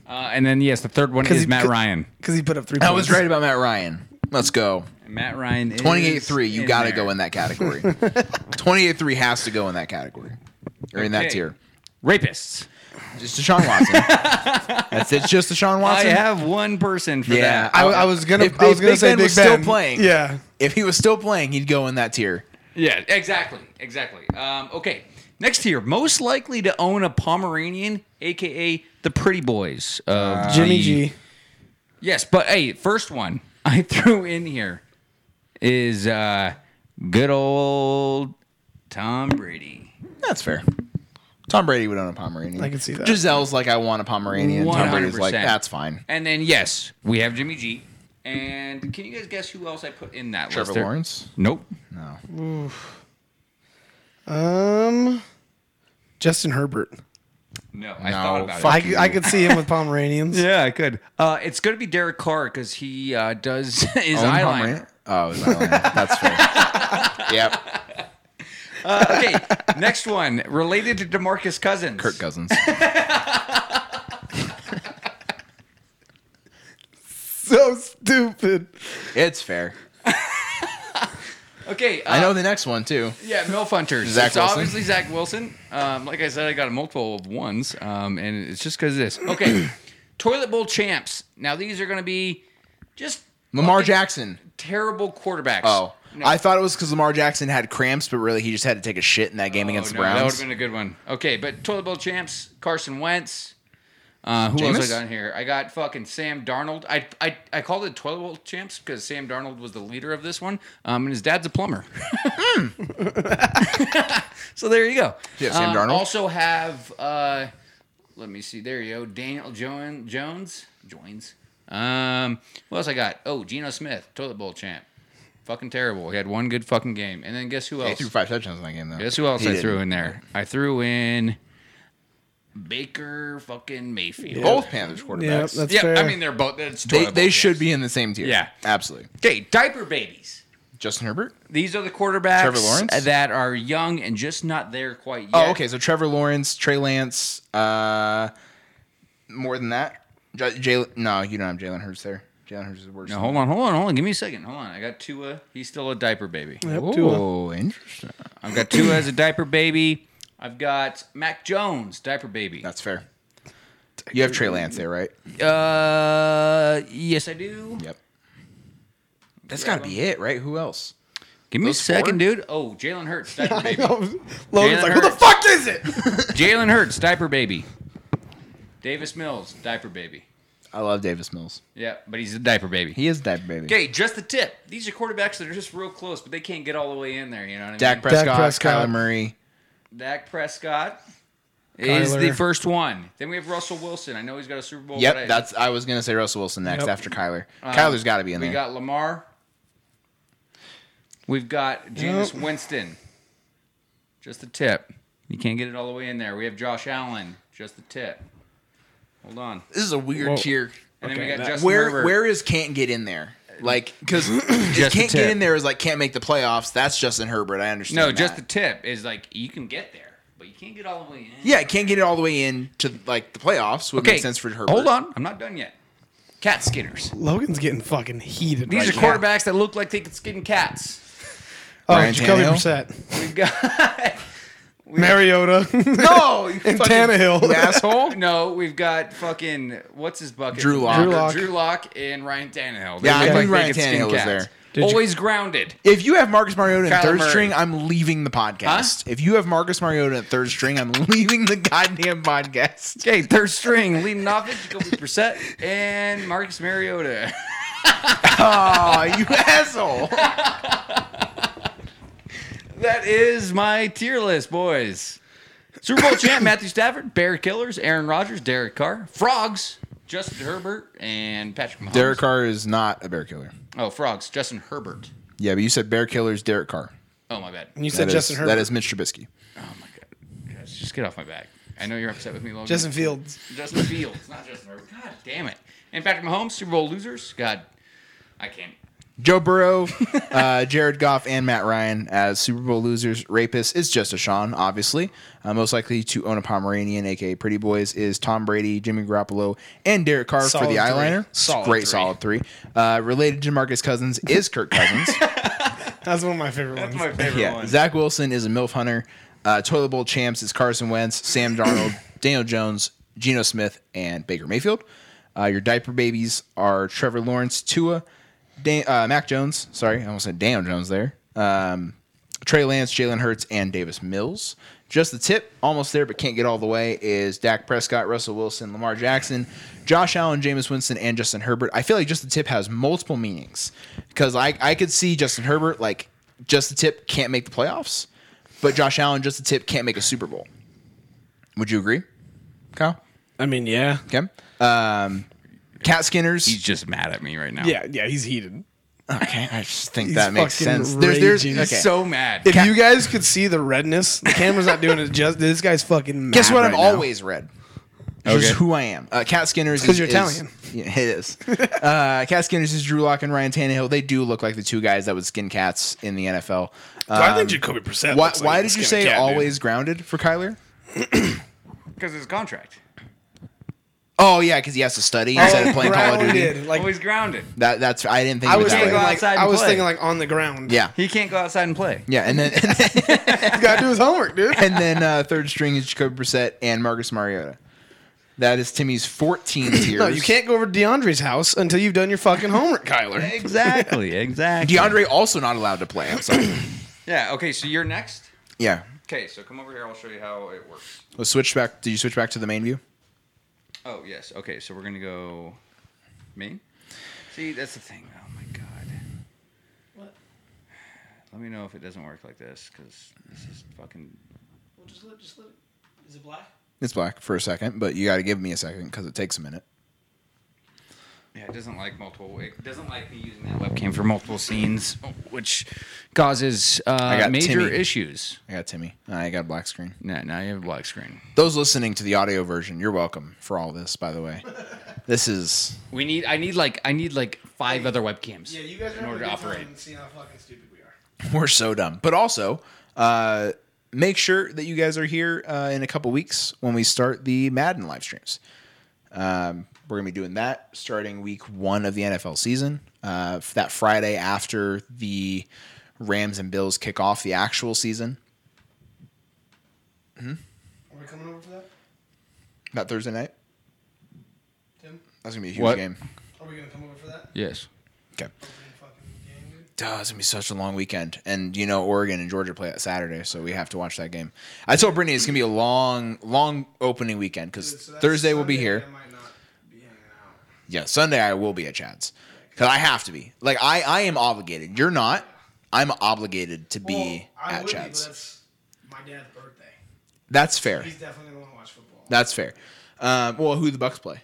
Speaker 4: Uh, and then yes, the third one
Speaker 1: 'Cause
Speaker 4: is
Speaker 1: he-
Speaker 4: Matt
Speaker 1: 'cause-
Speaker 4: Ryan.
Speaker 1: because he put up three.
Speaker 3: I
Speaker 1: points.
Speaker 3: was right about Matt Ryan. Let's go.
Speaker 4: Matt Ryan is
Speaker 3: 28 3. You
Speaker 4: in
Speaker 3: got to
Speaker 4: there.
Speaker 3: go in that category. 28 3 has to go in that category or in that
Speaker 4: Okay.
Speaker 3: tier.
Speaker 4: Rapists.
Speaker 3: Just Deshaun Watson. That's it. Just Deshaun
Speaker 4: I
Speaker 3: Watson.
Speaker 4: have one person for
Speaker 3: Yeah.
Speaker 4: that.
Speaker 1: I, I was gonna.
Speaker 3: If
Speaker 1: I was
Speaker 3: Big-
Speaker 1: gonna
Speaker 3: Big
Speaker 1: say
Speaker 3: Ben
Speaker 1: Big
Speaker 3: was
Speaker 1: Ben
Speaker 3: still playing.
Speaker 1: Yeah.
Speaker 3: If he was still playing, he'd go in that tier.
Speaker 4: Yeah, exactly, exactly. Um, okay, next here, most likely to own a Pomeranian, aka the Pretty Boys of
Speaker 1: Jimmy
Speaker 4: the-
Speaker 1: G.
Speaker 4: Yes, but hey, first one I threw in here is uh, good old Tom Brady.
Speaker 3: That's fair. Tom Brady would own a Pomeranian.
Speaker 1: I can see that.
Speaker 3: Giselle's like, I want a Pomeranian. Tom Brady's like,
Speaker 4: 100%.
Speaker 3: that's fine.
Speaker 4: And then yes, we have Jimmy G. And can you guys guess who else I put in that
Speaker 3: Trevor
Speaker 4: list? there?
Speaker 3: Lawrence?
Speaker 4: Nope.
Speaker 3: No.
Speaker 1: Um, Justin Herbert.
Speaker 4: No, I
Speaker 3: No,
Speaker 4: thought about
Speaker 3: fuck.
Speaker 4: it.
Speaker 1: I, c- I could see him with Pomeranians.
Speaker 4: Yeah, I could. Uh, it's gonna be Derek Carr because he uh, does his
Speaker 3: Own
Speaker 4: eyeliner.
Speaker 3: Pomeranian? Oh, his eyeliner. That's fair. yep.
Speaker 4: Okay, next one related to Demarcus Cousins.
Speaker 3: Kirk Cousins.
Speaker 1: So stupid.
Speaker 3: It's fair.
Speaker 4: Okay, uh,
Speaker 3: I know the next one, too.
Speaker 4: Yeah, MILF Hunters.
Speaker 3: Zach
Speaker 4: it's
Speaker 3: Wilson.
Speaker 4: obviously Zach Wilson. Um, like I said, I got a multiple of ones, um, and it's just because of this. Okay, toilet bowl champs. Now these are going to be just
Speaker 3: Lamar
Speaker 4: fucking
Speaker 3: Jackson.
Speaker 4: terrible quarterbacks.
Speaker 3: Oh,
Speaker 4: No.
Speaker 3: I thought it was because Lamar Jackson had cramps, but really he just had to take a shit in that game
Speaker 4: Oh,
Speaker 3: against the
Speaker 4: no, That would have
Speaker 3: Browns.
Speaker 4: been a good one. Okay, but toilet bowl champs. Carson Wentz. Uh, who
Speaker 3: Jameis?
Speaker 4: else I got in here? I got fucking Sam Darnold. I I, I called it toilet bowl champs because Sam Darnold was the leader of this one, um, and his dad's a plumber. so there you go.
Speaker 3: You have Sam
Speaker 4: Um,
Speaker 3: Darnold?
Speaker 4: Also have uh, let me see. There you go. Daniel Joan, Jones joins. Um, what else I got? Oh, Geno Smith, toilet bowl champ. Fucking terrible. He had one good fucking game, and then guess who else?
Speaker 3: He threw five touchdowns in that game, though.
Speaker 4: Guess who else
Speaker 3: He
Speaker 4: I
Speaker 3: didn't.
Speaker 4: threw in there? I threw in Baker fucking Mayfield.
Speaker 3: Both Panthers
Speaker 1: Yeah,
Speaker 3: quarterbacks.
Speaker 1: that's
Speaker 4: yeah,
Speaker 1: fair.
Speaker 4: I mean they're both. That's
Speaker 3: they
Speaker 4: toilet
Speaker 3: they
Speaker 4: bowl
Speaker 3: should
Speaker 4: champs.
Speaker 3: be in the same tier.
Speaker 4: Yeah.
Speaker 3: absolutely.
Speaker 4: Okay, diaper babies.
Speaker 3: Justin Herbert.
Speaker 4: These are the quarterbacks
Speaker 3: Trevor Lawrence?
Speaker 4: that are young and just not there quite yet.
Speaker 3: Oh, okay. So Trevor Lawrence, Trey Lance. Uh, more than that, J- Jalen. No, you don't have Jalen Hurts there. Jalen Hurts is worse.
Speaker 4: Now hold on, hold on, hold on. Give me a second. Hold on. I got Tua. He's still a diaper baby.
Speaker 1: Yep, Tua.
Speaker 3: Oh, interesting.
Speaker 4: I've got Tua as a diaper baby. I've got Mac Jones, diaper baby.
Speaker 3: That's fair. You have Trey Lance there, right?
Speaker 4: Uh, yes, I do.
Speaker 3: Yep. That's got to be it, right? Who else?
Speaker 4: Give me a
Speaker 3: Those four?
Speaker 4: second, dude. Oh, Jalen Hurts, diaper baby.
Speaker 1: Logan's like, who the
Speaker 4: Hurts.
Speaker 1: fuck is it?
Speaker 4: Jalen Hurts, diaper baby. Davis Mills, diaper baby.
Speaker 3: I love Davis Mills.
Speaker 4: Yeah, but he's a diaper baby.
Speaker 3: He is diaper baby.
Speaker 4: Okay, just the tip. These are quarterbacks that are just real close, but they can't get all the way in there. You know what I
Speaker 3: Dak
Speaker 4: mean?
Speaker 3: Prescott,
Speaker 1: Prescott.
Speaker 3: Kyler Murray.
Speaker 4: Dak Prescott is
Speaker 1: Kyler.
Speaker 4: the first one. Then we have Russell Wilson. I know he's got a Super Bowl.
Speaker 3: Yep,
Speaker 4: but I-
Speaker 3: that's. I was gonna say Russell Wilson next
Speaker 1: Yep.
Speaker 3: after Kyler. Kyler's got to be in
Speaker 4: we
Speaker 3: there.
Speaker 4: got Lamar. We've got Jameis Winston. Just the tip. You can't get it all the way in there. We have Josh Allen. Just the tip. Hold on.
Speaker 3: this is a weird
Speaker 1: Whoa.
Speaker 3: tier.
Speaker 4: And then we got Justin
Speaker 3: Where
Speaker 4: Herbert.
Speaker 3: where is can't get in there? Like because can't
Speaker 4: Just the
Speaker 3: get
Speaker 4: tip.
Speaker 3: in there is like can't make the playoffs. That's Justin Herbert. I understand.
Speaker 4: No,
Speaker 3: that.
Speaker 4: just the tip is like you can get there, but you can't get all the way in.
Speaker 3: yeah. Can't get it all the way in to like the playoffs. Would make sense for Herbert.
Speaker 4: Hold on, I'm not done yet. Cat skinners.
Speaker 1: Logan's getting fucking heated.
Speaker 4: These
Speaker 1: right
Speaker 4: are quarterbacks that look like they could skin cats.
Speaker 1: now. Oh,
Speaker 3: Ryan
Speaker 1: Jacoby
Speaker 3: Tannehill?
Speaker 1: Brissett,
Speaker 4: We've got
Speaker 1: Mariota,
Speaker 3: No, you
Speaker 1: and
Speaker 3: fucking
Speaker 1: Tannehill.
Speaker 3: asshole.
Speaker 4: no, we've got fucking what's his bucket?
Speaker 3: Drew Lock.
Speaker 1: Drew Lock.
Speaker 4: Drew Lock and Ryan Tannehill.
Speaker 3: Yeah, I
Speaker 4: look
Speaker 3: knew
Speaker 4: they
Speaker 3: Ryan
Speaker 4: could skin
Speaker 3: Tannehill was
Speaker 4: cats.
Speaker 3: there.
Speaker 1: Did you-
Speaker 4: Always grounded.
Speaker 3: If you have Marcus Mariota in
Speaker 4: Kyler
Speaker 3: third
Speaker 4: Murray.
Speaker 3: string, I'm leaving the podcast. If you have Marcus Mariota in third string, I'm leaving the goddamn podcast.
Speaker 4: Okay, third string leading off it, Jacoby Brissett and Marcus Mariota.
Speaker 3: Oh, you asshole.
Speaker 4: That is my tier list, boys. Super Bowl champ Matthew Stafford, Bear Killers, Aaron Rodgers, Derek Carr, Frogs, Justin Herbert, and Patrick Mahomes.
Speaker 3: Derek Carr is not a bear killer.
Speaker 4: Oh, Frogs, Justin Herbert.
Speaker 3: Yeah, but you said bear killers, Derek Carr.
Speaker 4: Oh my bad.
Speaker 1: And you
Speaker 3: That
Speaker 1: said
Speaker 3: is-
Speaker 1: Justin Herbert.
Speaker 3: That is Mitch Trubisky.
Speaker 4: Oh my god. Guys, just get off my back. I know you're upset with me, Logan.
Speaker 1: Justin Fields.
Speaker 4: Justin Fields, not Justin Herbert. God damn it. And Patrick Mahomes, Super Bowl losers. God, I can't.
Speaker 3: Joe Burrow, uh, Jared Goff, and Matt Ryan as Super Bowl losers. Rapist is just a Sean, obviously. Uh, most likely to own a Pomeranian, aka Pretty Boys, is Tom Brady, Jimmy Garoppolo, and Derek Carr
Speaker 1: Solid
Speaker 3: for the
Speaker 1: three.
Speaker 3: eyeliner. It's
Speaker 1: Solid
Speaker 3: Great,
Speaker 1: three.
Speaker 3: solid three. Uh, related to Marcus Cousins is Kirk Cousins.
Speaker 1: That's one of my favorite ones.
Speaker 4: favorite
Speaker 3: yeah. Zach Wilson is a MILF hunter. Uh, Toilet Bowl champs is Carson Wentz, Sam Darnold, Daniel Jones, Geno Smith, and Baker Mayfield. Uh, your diaper babies are Trevor Lawrence, Tua, Dan- uh, Mac Jones. Sorry, I almost said Daniel Jones there. Um, Trey Lance, Jalen Hurts, and Davis Mills. Just the tip, almost there, but can't get all the way, is Dak Prescott, Russell Wilson, Lamar Jackson, Josh Allen, Jameis Winston, and Justin Herbert. I feel like just the tip has multiple meanings because I, I could see Justin Herbert, like, just the tip can't make the playoffs, but Josh Allen, just the tip can't make a Super Bowl. Would you agree, Kyle?
Speaker 1: I mean, yeah.
Speaker 3: Okay. Um, Cat Skinners.
Speaker 4: He's just mad at me right now.
Speaker 1: Yeah, yeah, he's heated.
Speaker 3: okay, I just think
Speaker 1: He's
Speaker 3: that makes
Speaker 1: fucking
Speaker 3: sense. There's, there's,
Speaker 1: raging.
Speaker 3: okay.
Speaker 1: He's
Speaker 4: So mad.
Speaker 1: If
Speaker 3: Cat-
Speaker 1: you guys could see the redness, the camera's not doing it justice. This guy's fucking mad.
Speaker 3: Guess what?
Speaker 1: right
Speaker 3: I've
Speaker 1: now.
Speaker 3: always read. This is
Speaker 4: Okay.
Speaker 3: who I am. Uh, Cat Skinner's
Speaker 1: 'Cause
Speaker 3: is-
Speaker 1: you're
Speaker 3: is-
Speaker 1: Italian.
Speaker 3: Yeah, it is. uh, Cat Skinner's is Drew Lock and Ryan Tannehill. They do look like the two guys that would skin cats in the NFL.
Speaker 1: Dude, I think
Speaker 3: Um,
Speaker 1: Jacoby Brissett.
Speaker 3: Why,
Speaker 1: looks like
Speaker 3: why
Speaker 1: a
Speaker 3: did you
Speaker 1: skinny
Speaker 3: say
Speaker 1: cat, dude.
Speaker 3: always grounded for Kyler?
Speaker 4: Because his contract.
Speaker 3: Oh yeah, because he has to study instead of playing Call of Duty.
Speaker 1: Grounded, Like
Speaker 4: Always Oh, grounded.
Speaker 3: That that's I didn't think
Speaker 1: Oh, I
Speaker 3: of it
Speaker 1: was
Speaker 3: that
Speaker 1: thinking
Speaker 3: way.
Speaker 4: go
Speaker 1: like
Speaker 4: outside and
Speaker 1: I was
Speaker 4: play.
Speaker 1: thinking like on the ground.
Speaker 3: yeah,
Speaker 4: He can't go outside and play.
Speaker 3: yeah, and then and then,
Speaker 1: he's got to do his homework, dude.
Speaker 3: and then uh, third string is Jacoby Brissett and Marcus Mariota. That is Timmy's 14 tiers.
Speaker 1: No, you can't go over to DeAndre's house until you've done your fucking homework, Kyler.
Speaker 4: Exactly. Exactly.
Speaker 3: DeAndre also not allowed to play. I'm sorry.
Speaker 4: Yeah. Okay. So you're next.
Speaker 3: yeah,
Speaker 4: Okay. So come over here. I'll show you how it works.
Speaker 3: Let's switch back. Did you switch back to the main view?
Speaker 4: Oh yes. Okay. So we're gonna go. Me. See, that's the thing. Oh my god.
Speaker 2: What?
Speaker 4: Let me know if it doesn't work like this, because this is fucking.
Speaker 2: Well, just let, just let. it- Is it black?
Speaker 3: It's black for a second, but you got to give me a second because it takes a minute.
Speaker 4: Yeah, it doesn't like multiple. It doesn't like me using that webcam for multiple scenes, which causes uh,
Speaker 3: got
Speaker 4: major
Speaker 3: Timmy.
Speaker 4: issues.
Speaker 3: I got Timmy. I got a black screen.
Speaker 4: Now, now you have a black screen.
Speaker 3: Those listening to the audio version, you're welcome for all this. By the way, this is
Speaker 4: We need. I need like. I need like five other webcams. in order to operate.
Speaker 1: seeing how fucking stupid we are.
Speaker 3: we're so dumb. But also, uh, make sure that you guys are here uh, in a couple weeks when we start the Madden live streams. Um, we're gonna be doing that starting week one of the NFL season. Uh, f- that Friday after the Rams and Bills kick off the actual season.
Speaker 1: Are we coming over for that,
Speaker 3: That Thursday night.
Speaker 1: Tim?
Speaker 3: That's gonna be a huge
Speaker 4: What?
Speaker 3: game.
Speaker 1: Are we gonna come over for that?
Speaker 4: Yes.
Speaker 3: Okay.
Speaker 1: Fucking game, dude.
Speaker 3: Duh, it's gonna be such a long weekend, and you know Oregon and Georgia play that Saturday, so we have to watch that game. I told Brittany it's gonna be a long, long opening weekend because
Speaker 1: So that's
Speaker 3: Thursday we'll be
Speaker 1: Sunday,
Speaker 3: here.
Speaker 1: I might not be hanging out.
Speaker 3: Yeah, Sunday I will be at Chad's because I have to be. Like I, I am obligated. You're not. I'm obligated to be
Speaker 1: Well, I
Speaker 3: at
Speaker 1: would be, but
Speaker 3: Chad's.
Speaker 1: that's my dad's birthday.
Speaker 3: That's fair.
Speaker 1: He's definitely gonna want to watch football.
Speaker 3: That's fair. Um, well, who the Bucks play?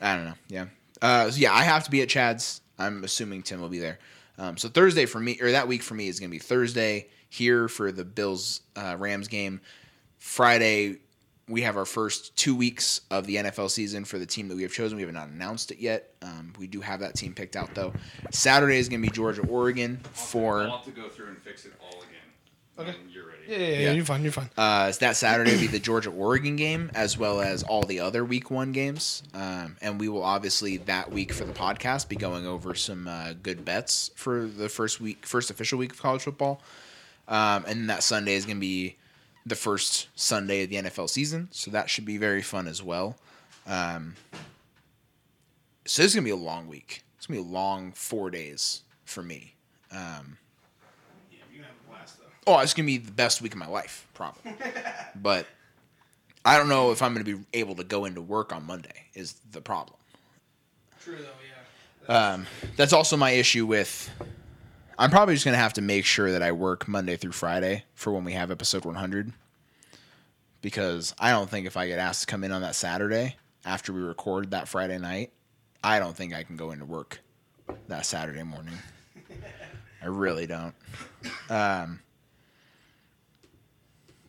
Speaker 3: I don't know. Yeah. Uh, so yeah, I have to be at Chad's. I'm assuming Tim will be there. Um, so Thursday for me, or that week for me, is going to be Thursday here for the Bills uh, Rams game. Friday, we have our first two weeks of the NFL season for the team that we have chosen. We have not announced it yet. Um, we do have that team picked out though. Saturday is going to be Georgia Oregon for.
Speaker 4: to go through and fix it all again.
Speaker 1: Okay.
Speaker 4: you're ready.
Speaker 1: yeah, yeah, yeah,
Speaker 3: Yeah.
Speaker 1: You're fine. You're fine.
Speaker 3: Uh, so that Saturday will be the Georgia Oregon game, as well as all the other Week One games. Um, and we will obviously that week for the podcast be going over some uh, good bets for the first week, first official week of college football. Um, and that Sunday is going to be the first Sunday of the NFL season, so that should be very fun as well. Um, so this is going to be a long week. It's going to be a long four days for me.
Speaker 1: Yeah, you're gonna have a blast though.
Speaker 3: oh, it's gonna be the best week of my life, probably. but I don't know if I'm gonna be able to go into work on Monday. Is the problem?
Speaker 1: True though, yeah.
Speaker 3: Um, that's also my issue with. I'm probably just gonna have to make sure that I work Monday through Friday for when we have episode 100, because I don't think if I get asked to come in on that Saturday after we record that Friday night, I don't think I can go into work that Saturday morning. I really don't. Um,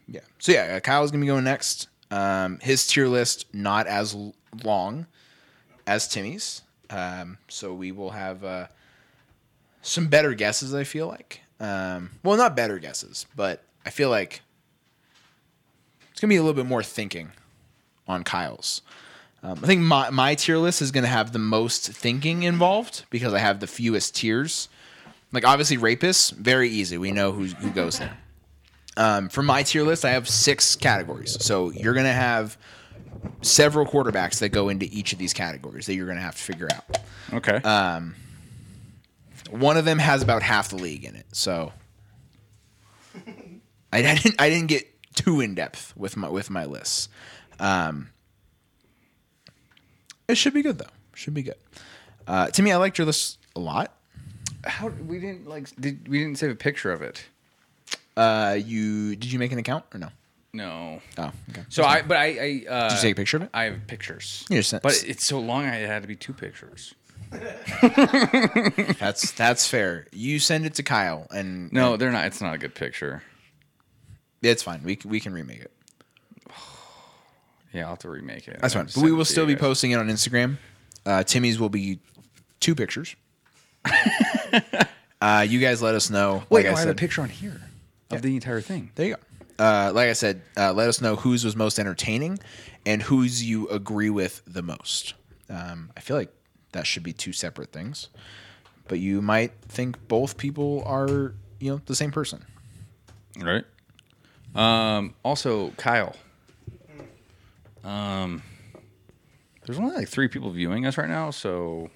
Speaker 3: yeah. So yeah, uh, Kyle's gonna be going next. Um, his tier list not as l- long as Timmy's. Um, so we will have uh, some better guesses. I feel like, um, well, not better guesses, but I feel like it's gonna be a little bit more thinking on Kyle's. Um, I think my my tier list is gonna have the most thinking involved because I have the fewest tiers. Like obviously, rapists very easy. We know who's, who goes there. Um, for my tier list, I have six categories. So you're gonna have several quarterbacks that go into each of these categories that you're going to have to figure out.
Speaker 4: Okay.
Speaker 3: One of them has about half the league in it, so I, I didn't I didn't get too in depth with my with my lists. Um, it should be good though. Should be good. Uh, to me, I liked your list a lot.
Speaker 4: How we didn't like did we didn't save a picture of it?
Speaker 3: Uh, you did you make an account or no?
Speaker 4: No.
Speaker 3: Oh, okay.
Speaker 4: So I but I I uh,
Speaker 3: Did you take a picture of it?
Speaker 4: I have pictures.
Speaker 3: You just sent-
Speaker 4: But it's so long I had to be two pictures.
Speaker 3: That's that's fair. You send it to Kyle, and
Speaker 4: No, they're not. It's not a good picture.
Speaker 3: it's fine. We c- we can remake it.
Speaker 4: Yeah, I'll have to remake it.
Speaker 3: That's fine. But we will still be posting it on Instagram. Uh, Timmy's will be two pictures. uh, you guys let us know.
Speaker 4: Wait,
Speaker 3: like
Speaker 4: oh, I,
Speaker 3: oh, I
Speaker 4: have a
Speaker 3: said,
Speaker 4: picture on here of the entire thing.
Speaker 3: there you go. Uh, like I said, uh, let us know whose was most entertaining and whose you agree with the most. Um, I feel like that should be two separate things, but you might think both people are you know the same person.
Speaker 4: Right. Um, also, Kyle. Um, there's only like three people viewing us right now, so.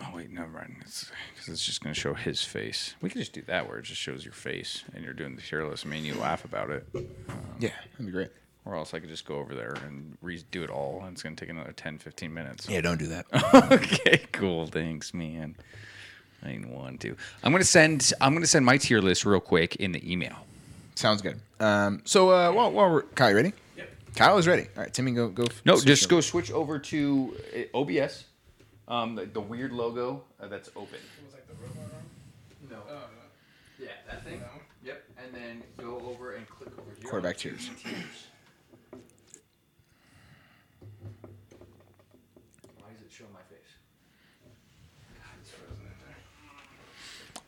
Speaker 4: Oh wait, never mind. It's because it's just gonna show his face. We could just do that where it just shows your face and you're doing the tier list. I mean, you laugh about it,
Speaker 3: Yeah, that'd be great.
Speaker 4: or else I could just go over there and redo it all, and it's gonna take another 10, 15 minutes.
Speaker 3: Yeah, don't do that.
Speaker 4: okay, cool. Thanks, man. I didn't want to. I'm gonna send. I'm gonna send my tier list real quick in the email.
Speaker 3: Sounds good. Um, so uh, while, while we're Kyle, you ready?
Speaker 2: Yep.
Speaker 3: Kyle is ready. All right, Timmy, go go.
Speaker 4: No, just go switch over to uh, OBS. Um, the, the weird logo uh, that's open. Oh, No. Yeah, that thing. Yep. And then go over and click over here.
Speaker 3: Quarterback tiers.
Speaker 4: Why is it showing my face?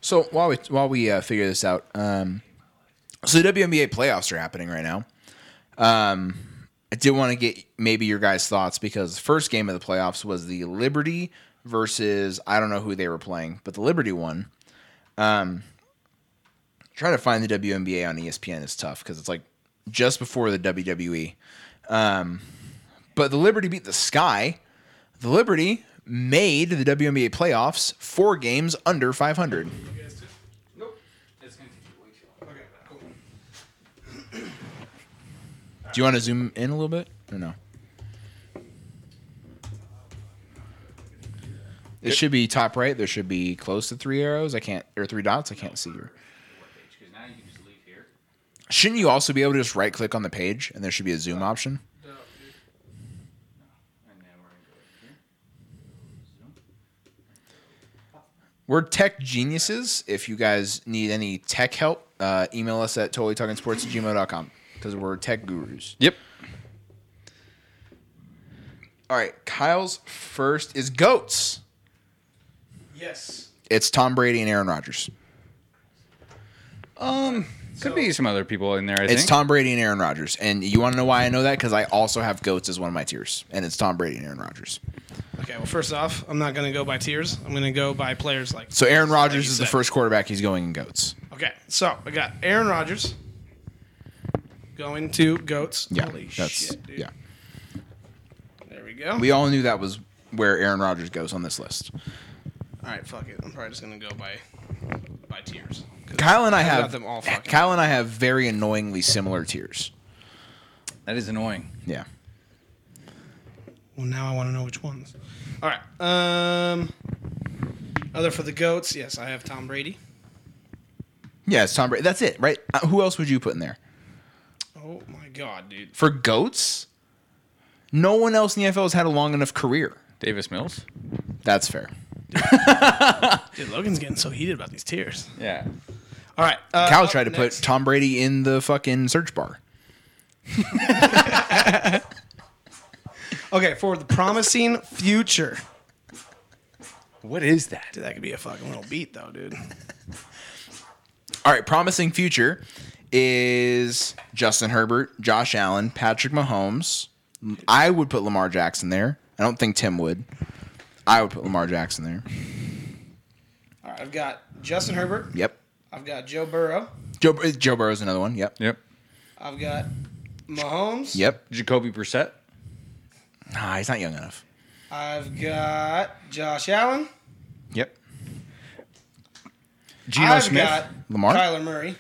Speaker 3: So while we while we uh, figure this out, um, so the WNBA playoffs are happening right now. Um, I did want to get maybe your guys' thoughts because the first game of the playoffs was the Liberty versus I don't know who they were playing, but the Liberty won. Um, trying to find the WNBA on E ESPN is tough because it's like just before the WWE. Um, but the Liberty beat the Sky. The Liberty made the WNBA playoffs four games under 500.
Speaker 4: Nope. It's gonna take way too long.
Speaker 1: Okay, cool.
Speaker 3: Do you want to zoom in a little bit or no? It should be top right. There should be close to three arrows. I can't or three dots. I can't see your.
Speaker 4: Because now you can just leave here.
Speaker 3: Shouldn't you also be able to just right click on the page and there should be a zoom option?
Speaker 4: And then we're gonna go in here.
Speaker 3: We're tech geniuses. If you guys need any tech help, uh, email us at totallytalkingsports@gmail.com because we're tech gurus.
Speaker 4: Yep.
Speaker 3: All right, Kyle's first is goats.
Speaker 1: Yes.
Speaker 3: It's Tom Brady and Aaron Rodgers.
Speaker 4: Um, could be some other people in there. I
Speaker 3: It's
Speaker 4: think.
Speaker 3: Tom Brady and Aaron Rodgers. And you want to know why I know that? Because I also have goats as one of my tiers, and it's Tom Brady and Aaron Rodgers.
Speaker 1: Okay. Well, first off, I'm not gonna go by tiers. I'm gonna go by players like.
Speaker 3: So Aaron Rodgers
Speaker 1: you
Speaker 3: is the
Speaker 1: said.
Speaker 3: first quarterback he's going in goats.
Speaker 1: Okay. So I got Aaron Rodgers going to goats.
Speaker 3: Yeah,
Speaker 1: Holy
Speaker 3: that's
Speaker 1: shit, dude.
Speaker 3: yeah.
Speaker 1: There we go.
Speaker 3: We all knew that was where Aaron Rodgers goes on this list.
Speaker 1: all right. Fuck it. I'm probably just gonna go by by tiers. 'Cause
Speaker 3: Kyle and I
Speaker 1: I've got
Speaker 3: have eh,
Speaker 1: them all fucking-
Speaker 3: Kyle and I have very annoyingly similar tiers.
Speaker 4: That is annoying.
Speaker 3: Yeah.
Speaker 1: Well, now I want to know which ones. All right. Um, other for the goats. Yes, I have Tom Brady.
Speaker 3: Yeah, it's Tom Brady. That's it, right? Uh, who else would you put in there
Speaker 1: Oh my god, dude.
Speaker 3: for goats? No one else in the NFL has had a long enough career.
Speaker 4: Davis Mills.
Speaker 3: That's fair.
Speaker 1: Dude, Logan's getting so heated about these tiers.
Speaker 4: Yeah.
Speaker 1: All right. Uh,
Speaker 3: Kyle
Speaker 1: up
Speaker 3: tried to
Speaker 1: next-
Speaker 3: put Tom Brady in the fucking search bar.
Speaker 1: Okay, for the promising future.
Speaker 4: What is that?
Speaker 1: Dude, that could be a fucking little beat though, dude.
Speaker 3: All right, promising future is Justin Herbert, Josh Allen, Patrick Mahomes. I would put Lamar Jackson there. I don't think Tim would. I would put Lamar Jackson there.
Speaker 1: All right, I've got Justin Herbert.
Speaker 3: Yep.
Speaker 1: I've got Joe Burrow.
Speaker 3: Joe uh, Joe Burrow's another one. Yep.
Speaker 4: Yep.
Speaker 1: I've got Mahomes.
Speaker 3: Yep.
Speaker 4: Jacoby Brissett.
Speaker 3: Nah, he's not young enough.
Speaker 1: I've got Josh Allen.
Speaker 3: Yep.
Speaker 4: Geno
Speaker 1: I've
Speaker 4: Smith.
Speaker 1: got
Speaker 3: Lamar?
Speaker 1: Kyler Murray.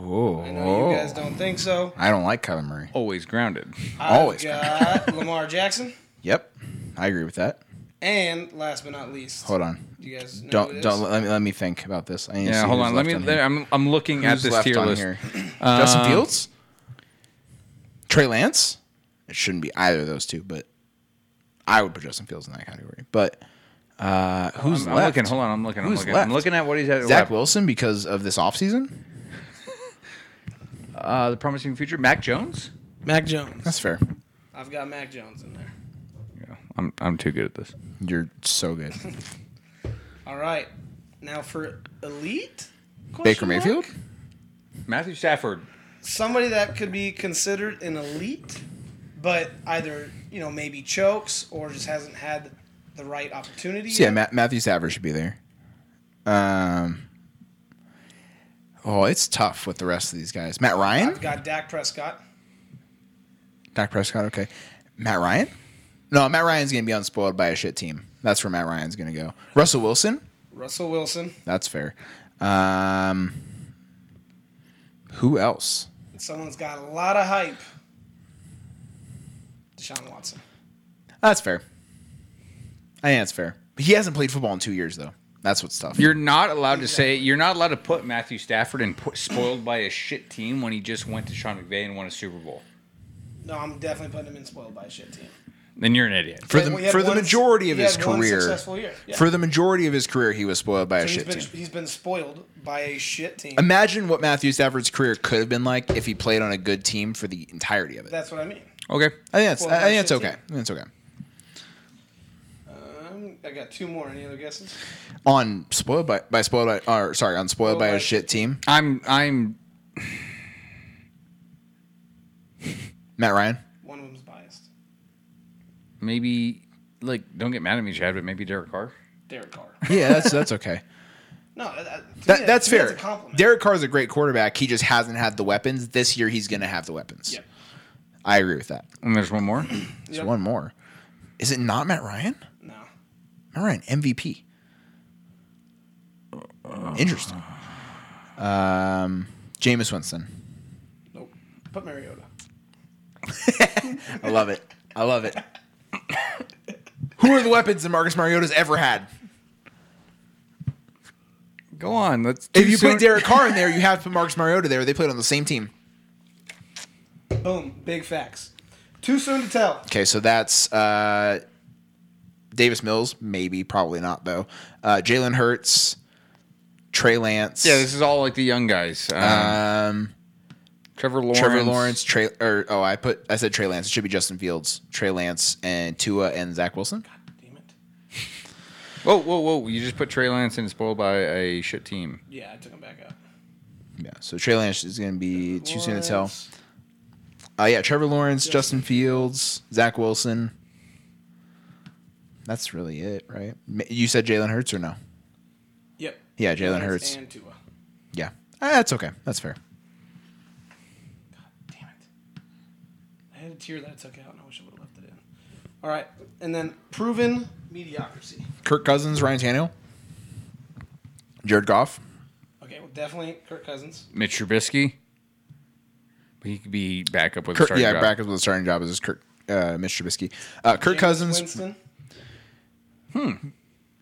Speaker 3: Oh.
Speaker 1: I know you guys don't think so.
Speaker 3: I don't like Kyler Murray.
Speaker 4: Always grounded.
Speaker 1: I've
Speaker 3: Always.
Speaker 1: got Lamar Jackson.
Speaker 3: Yep. I agree with that.
Speaker 1: And last but not least,
Speaker 3: Hold on.
Speaker 1: you guys know who it
Speaker 3: Don't
Speaker 1: is?
Speaker 3: don't let me let me think about this. I need to
Speaker 4: Yeah,
Speaker 3: see
Speaker 4: hold
Speaker 3: who's
Speaker 4: on. Let me.
Speaker 3: left here.
Speaker 4: I'm, I'm looking
Speaker 3: Who's
Speaker 4: at this
Speaker 3: left
Speaker 4: tier
Speaker 3: on
Speaker 4: list.
Speaker 3: here? Justin
Speaker 4: Um,
Speaker 3: Fields, Trey Lance. It shouldn't be either of those two, but I would put Justin Fields in that category. But uh, who's
Speaker 4: I'm, I'm
Speaker 3: left?
Speaker 4: looking. Hold on. I'm looking. I'm
Speaker 3: Who's
Speaker 4: looking.
Speaker 3: left?
Speaker 4: I'm looking at what he's at.
Speaker 3: Zach
Speaker 4: left.
Speaker 3: Wilson because of this offseason?
Speaker 4: Uh, the promising future. Mac Jones.
Speaker 1: Mac Jones.
Speaker 3: That's fair.
Speaker 1: I've got Mac Jones in there.
Speaker 4: Yeah, I'm I'm too good at this.
Speaker 3: You're so good.
Speaker 1: All right. Now for elite? Question
Speaker 3: Baker
Speaker 1: mark?
Speaker 3: Mayfield?
Speaker 4: Matthew Stafford.
Speaker 1: Somebody that could be considered an elite, but either, you know, maybe chokes or just hasn't had the right opportunity.
Speaker 3: So yeah,
Speaker 1: yet.
Speaker 3: Ma- Matthew Stafford should be there. Um, oh, it's tough with the rest of these guys. Matt Ryan?
Speaker 1: I've got Dak Prescott.
Speaker 3: Dak Prescott, okay. Matt Ryan? No, Matt Ryan's going to be unspoiled by a shit team. That's where Matt Ryan's going to go. Russell Wilson?
Speaker 1: Russell Wilson.
Speaker 3: That's fair. Um, who else?
Speaker 1: Someone's got a lot of hype. Deshaun Watson.
Speaker 3: That's fair. I think that's fair. He hasn't played football in two years, though. That's what's tough.
Speaker 4: You're not allowed to say. You're not allowed to put Matthew Stafford and put, spoiled by a shit team when he just went to Sean McVay and won a Super Bowl.
Speaker 1: No, I'm definitely putting him in spoiled by a shit team.
Speaker 4: Then you're an idiot.
Speaker 3: for
Speaker 1: He
Speaker 3: the
Speaker 1: had
Speaker 3: for the
Speaker 1: one-
Speaker 3: majority of
Speaker 1: he
Speaker 3: his
Speaker 1: had one
Speaker 3: career.
Speaker 1: successful year. Yeah.
Speaker 3: For the majority of his career, he was spoiled by a
Speaker 1: So he's
Speaker 3: shit
Speaker 1: been,
Speaker 3: team.
Speaker 1: he's been spoiled by a shit team.
Speaker 3: Imagine what Matthew Stafford's career could have been like if he played on a good team for the entirety of it.
Speaker 1: That's what I mean.
Speaker 4: Okay.
Speaker 3: I think that's
Speaker 1: Well,
Speaker 3: I think that's
Speaker 1: that's
Speaker 3: okay.
Speaker 1: it,
Speaker 3: I think That's okay.
Speaker 1: Um, I got two more. Any other guesses?
Speaker 3: On spoiled by by spoiled by or sorry on spoiled by a shit team.
Speaker 4: I'm I'm
Speaker 3: Matt Ryan.
Speaker 1: One of them's biased.
Speaker 4: maybe like don't get mad at me, Chad, but maybe Derek Carr.
Speaker 1: Derek Carr.
Speaker 3: Yeah, that's that's okay.
Speaker 1: No, that, that- to
Speaker 3: That,
Speaker 1: me,
Speaker 3: that's
Speaker 1: to me,
Speaker 3: fair.
Speaker 1: a compliment.
Speaker 3: Derek Carr is a great quarterback. He just hasn't had the weapons. This year, he's going to have the weapons.
Speaker 1: Yep.
Speaker 3: I agree with that.
Speaker 4: And there's one more.
Speaker 3: There's
Speaker 1: Yep.
Speaker 3: one more. Is it not Matt Ryan?
Speaker 1: No.
Speaker 3: Matt Ryan, MVP. Interesting. Um, Jameis Winston.
Speaker 1: Nope. Put Mariota.
Speaker 3: I love it. I love it. Who are the weapons that Marcus Mariota's ever had?
Speaker 4: Go on. Let's.
Speaker 3: If you put Derek Carr in there, you have to put Marcus Mariota there. They played on the same team.
Speaker 1: Boom. Big facts. Too soon to tell.
Speaker 3: Okay, so that's uh, Davis Mills, maybe, probably not though. Uh, Jalen Hurts, Trey Lance,
Speaker 4: Yeah, this is all like the young guys. Um,
Speaker 3: um,
Speaker 4: Trevor Lawrence.
Speaker 3: Trevor Lawrence, Trey. Or, oh, I put I said Trey Lance. It should be Justin Fields, Trey Lance, and Tua and Zach Wilson.
Speaker 1: Damn it.
Speaker 4: Whoa, whoa, whoa! You just put Trey Lance in spoiled by a shit team.
Speaker 1: Yeah, I took him back out.
Speaker 3: Yeah, so Trey Lance is going to be too soon to tell. Uh, yeah, Trevor Lawrence, Justin Fields, Zach Wilson. That's really it, right? Ma- You said Jalen Hurts or no?
Speaker 1: Yep.
Speaker 3: Yeah, Jalen Hurts.
Speaker 1: And Tua.
Speaker 3: Yeah, Ah, that's okay. That's fair.
Speaker 1: Damn it. I had a tear that I took out, and I wish I would have left it in. All right, and then proven mediocrity.
Speaker 3: Kirk Cousins, Ryan Tannehill, Jared Goff.
Speaker 1: Okay, well, definitely Kirk Cousins.
Speaker 4: Mitch Trubisky. He could be back up with
Speaker 3: Kirk,
Speaker 4: starting
Speaker 3: yeah,
Speaker 4: job.
Speaker 3: back up with the starting job is just Kirk, uh, Mitch Trubisky. Uh, Kirk
Speaker 1: Jameis
Speaker 3: Cousins.
Speaker 1: Winston.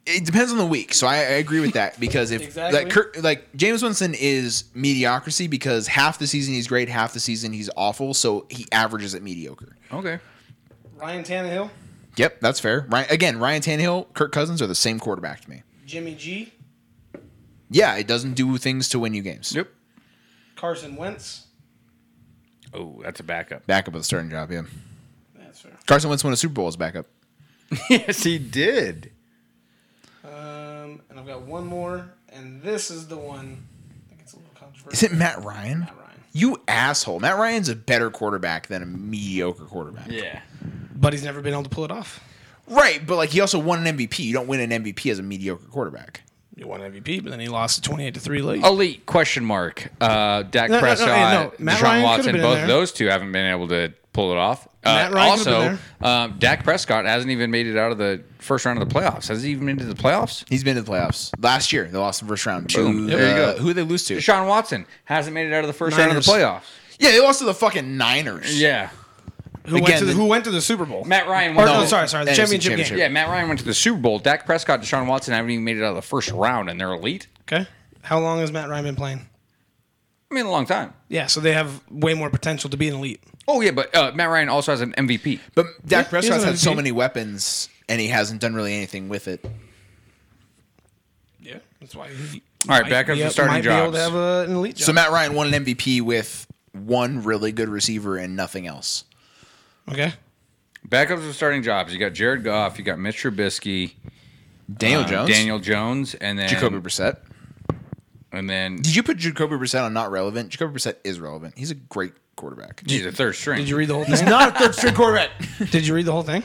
Speaker 3: It depends on the week, so I, I agree with that because if
Speaker 1: Exactly.
Speaker 3: like Kirk, like James Winston is mediocrity because half the season he's great, half the season he's awful, so he averages at mediocre.
Speaker 4: Okay.
Speaker 1: Ryan Tannehill.
Speaker 3: Yep, that's fair. Ryan, again, Ryan Tannehill, Kirk Cousins are the same quarterback to me.
Speaker 1: Jimmy G.
Speaker 3: Yeah, it doesn't do things to win you games.
Speaker 4: Yep.
Speaker 1: Carson Wentz.
Speaker 4: Oh, that's a backup.
Speaker 3: Backup of the starting job, yeah.
Speaker 1: That's fair.
Speaker 3: Carson Wentz won a Super Bowl as backup.
Speaker 4: yes, he did.
Speaker 1: Uh, I've got one more, and this is the one. I think it's a little controversial.
Speaker 3: Is it Matt Ryan?
Speaker 1: Matt Ryan?
Speaker 3: You asshole. Matt Ryan's a better quarterback than a mediocre quarterback.
Speaker 4: Yeah.
Speaker 1: But he's never been able to pull it off.
Speaker 3: Right, but like he also won an MVP. You don't win an MVP as a mediocre quarterback.
Speaker 1: He won MVP, but then he lost twenty-eight to three late.
Speaker 3: Oh,
Speaker 4: Elite question mark. Uh, Dak
Speaker 1: No, no, no,
Speaker 4: Prescott,
Speaker 1: no. Matt
Speaker 4: Deshaun
Speaker 1: Ryan could've
Speaker 4: Watson.
Speaker 1: been in
Speaker 4: Both
Speaker 1: there.
Speaker 4: those two haven't been able to pull it off. Uh,
Speaker 1: Matt Ryan could've
Speaker 4: also,
Speaker 1: been
Speaker 4: um, Dak Prescott hasn't even made it out of the first round of the playoffs. Has he even made it to the playoffs?
Speaker 3: He's been to the playoffs. Last year, they lost in the first round. To,
Speaker 4: Boom. There you
Speaker 3: uh,
Speaker 4: go.
Speaker 3: Who they lose to?
Speaker 4: Deshaun Watson hasn't made it out of the first round of the
Speaker 1: Niners.
Speaker 4: playoffs.
Speaker 3: Yeah, they lost to the fucking Niners.
Speaker 4: Yeah.
Speaker 1: who, went
Speaker 3: Again,
Speaker 1: to the,
Speaker 3: the-
Speaker 1: who went to the Super Bowl?
Speaker 4: Matt Ryan
Speaker 1: Or,
Speaker 4: went
Speaker 1: no,
Speaker 4: to-
Speaker 1: sorry, sorry, the
Speaker 3: NFC
Speaker 1: championship,
Speaker 3: championship.
Speaker 4: Yeah, Matt Ryan went to the Super Bowl. Dak Prescott, Deshaun Watson haven't even made it out of the first round, and they're elite.
Speaker 1: game. Okay, how long has Matt Ryan been playing?
Speaker 4: I mean, a long time.
Speaker 1: Yeah, so they have way more potential to be an elite.
Speaker 4: Oh yeah, but uh, Matt Ryan also has an MVP.
Speaker 3: But Dak
Speaker 1: Yeah,
Speaker 3: Prescott's
Speaker 1: he's an
Speaker 3: had so
Speaker 1: MVP.
Speaker 3: many weapons, and he hasn't done really anything with it.
Speaker 1: Yeah, that's why. He,
Speaker 4: All right, back up to starting
Speaker 1: might Be able
Speaker 4: jobs.
Speaker 1: to have a, an elite job.
Speaker 3: So Matt Ryan won an MVP with one really good receiver and nothing else.
Speaker 4: Uh,
Speaker 1: okay,
Speaker 4: Backups of starting jobs. You got Jared Goff. You got Mitch Trubisky.
Speaker 3: Daniel
Speaker 4: um,
Speaker 3: Jones,
Speaker 4: Daniel Jones, and then
Speaker 3: Jacoby Brissett.
Speaker 4: and then
Speaker 3: Did you put Jacoby Brissett on not relevant? Jacoby Brissett is relevant. He's a great quarterback.
Speaker 4: geez, a third string.
Speaker 1: did you read the whole thing?
Speaker 3: Not a third string quarterback.
Speaker 1: did you read the whole thing?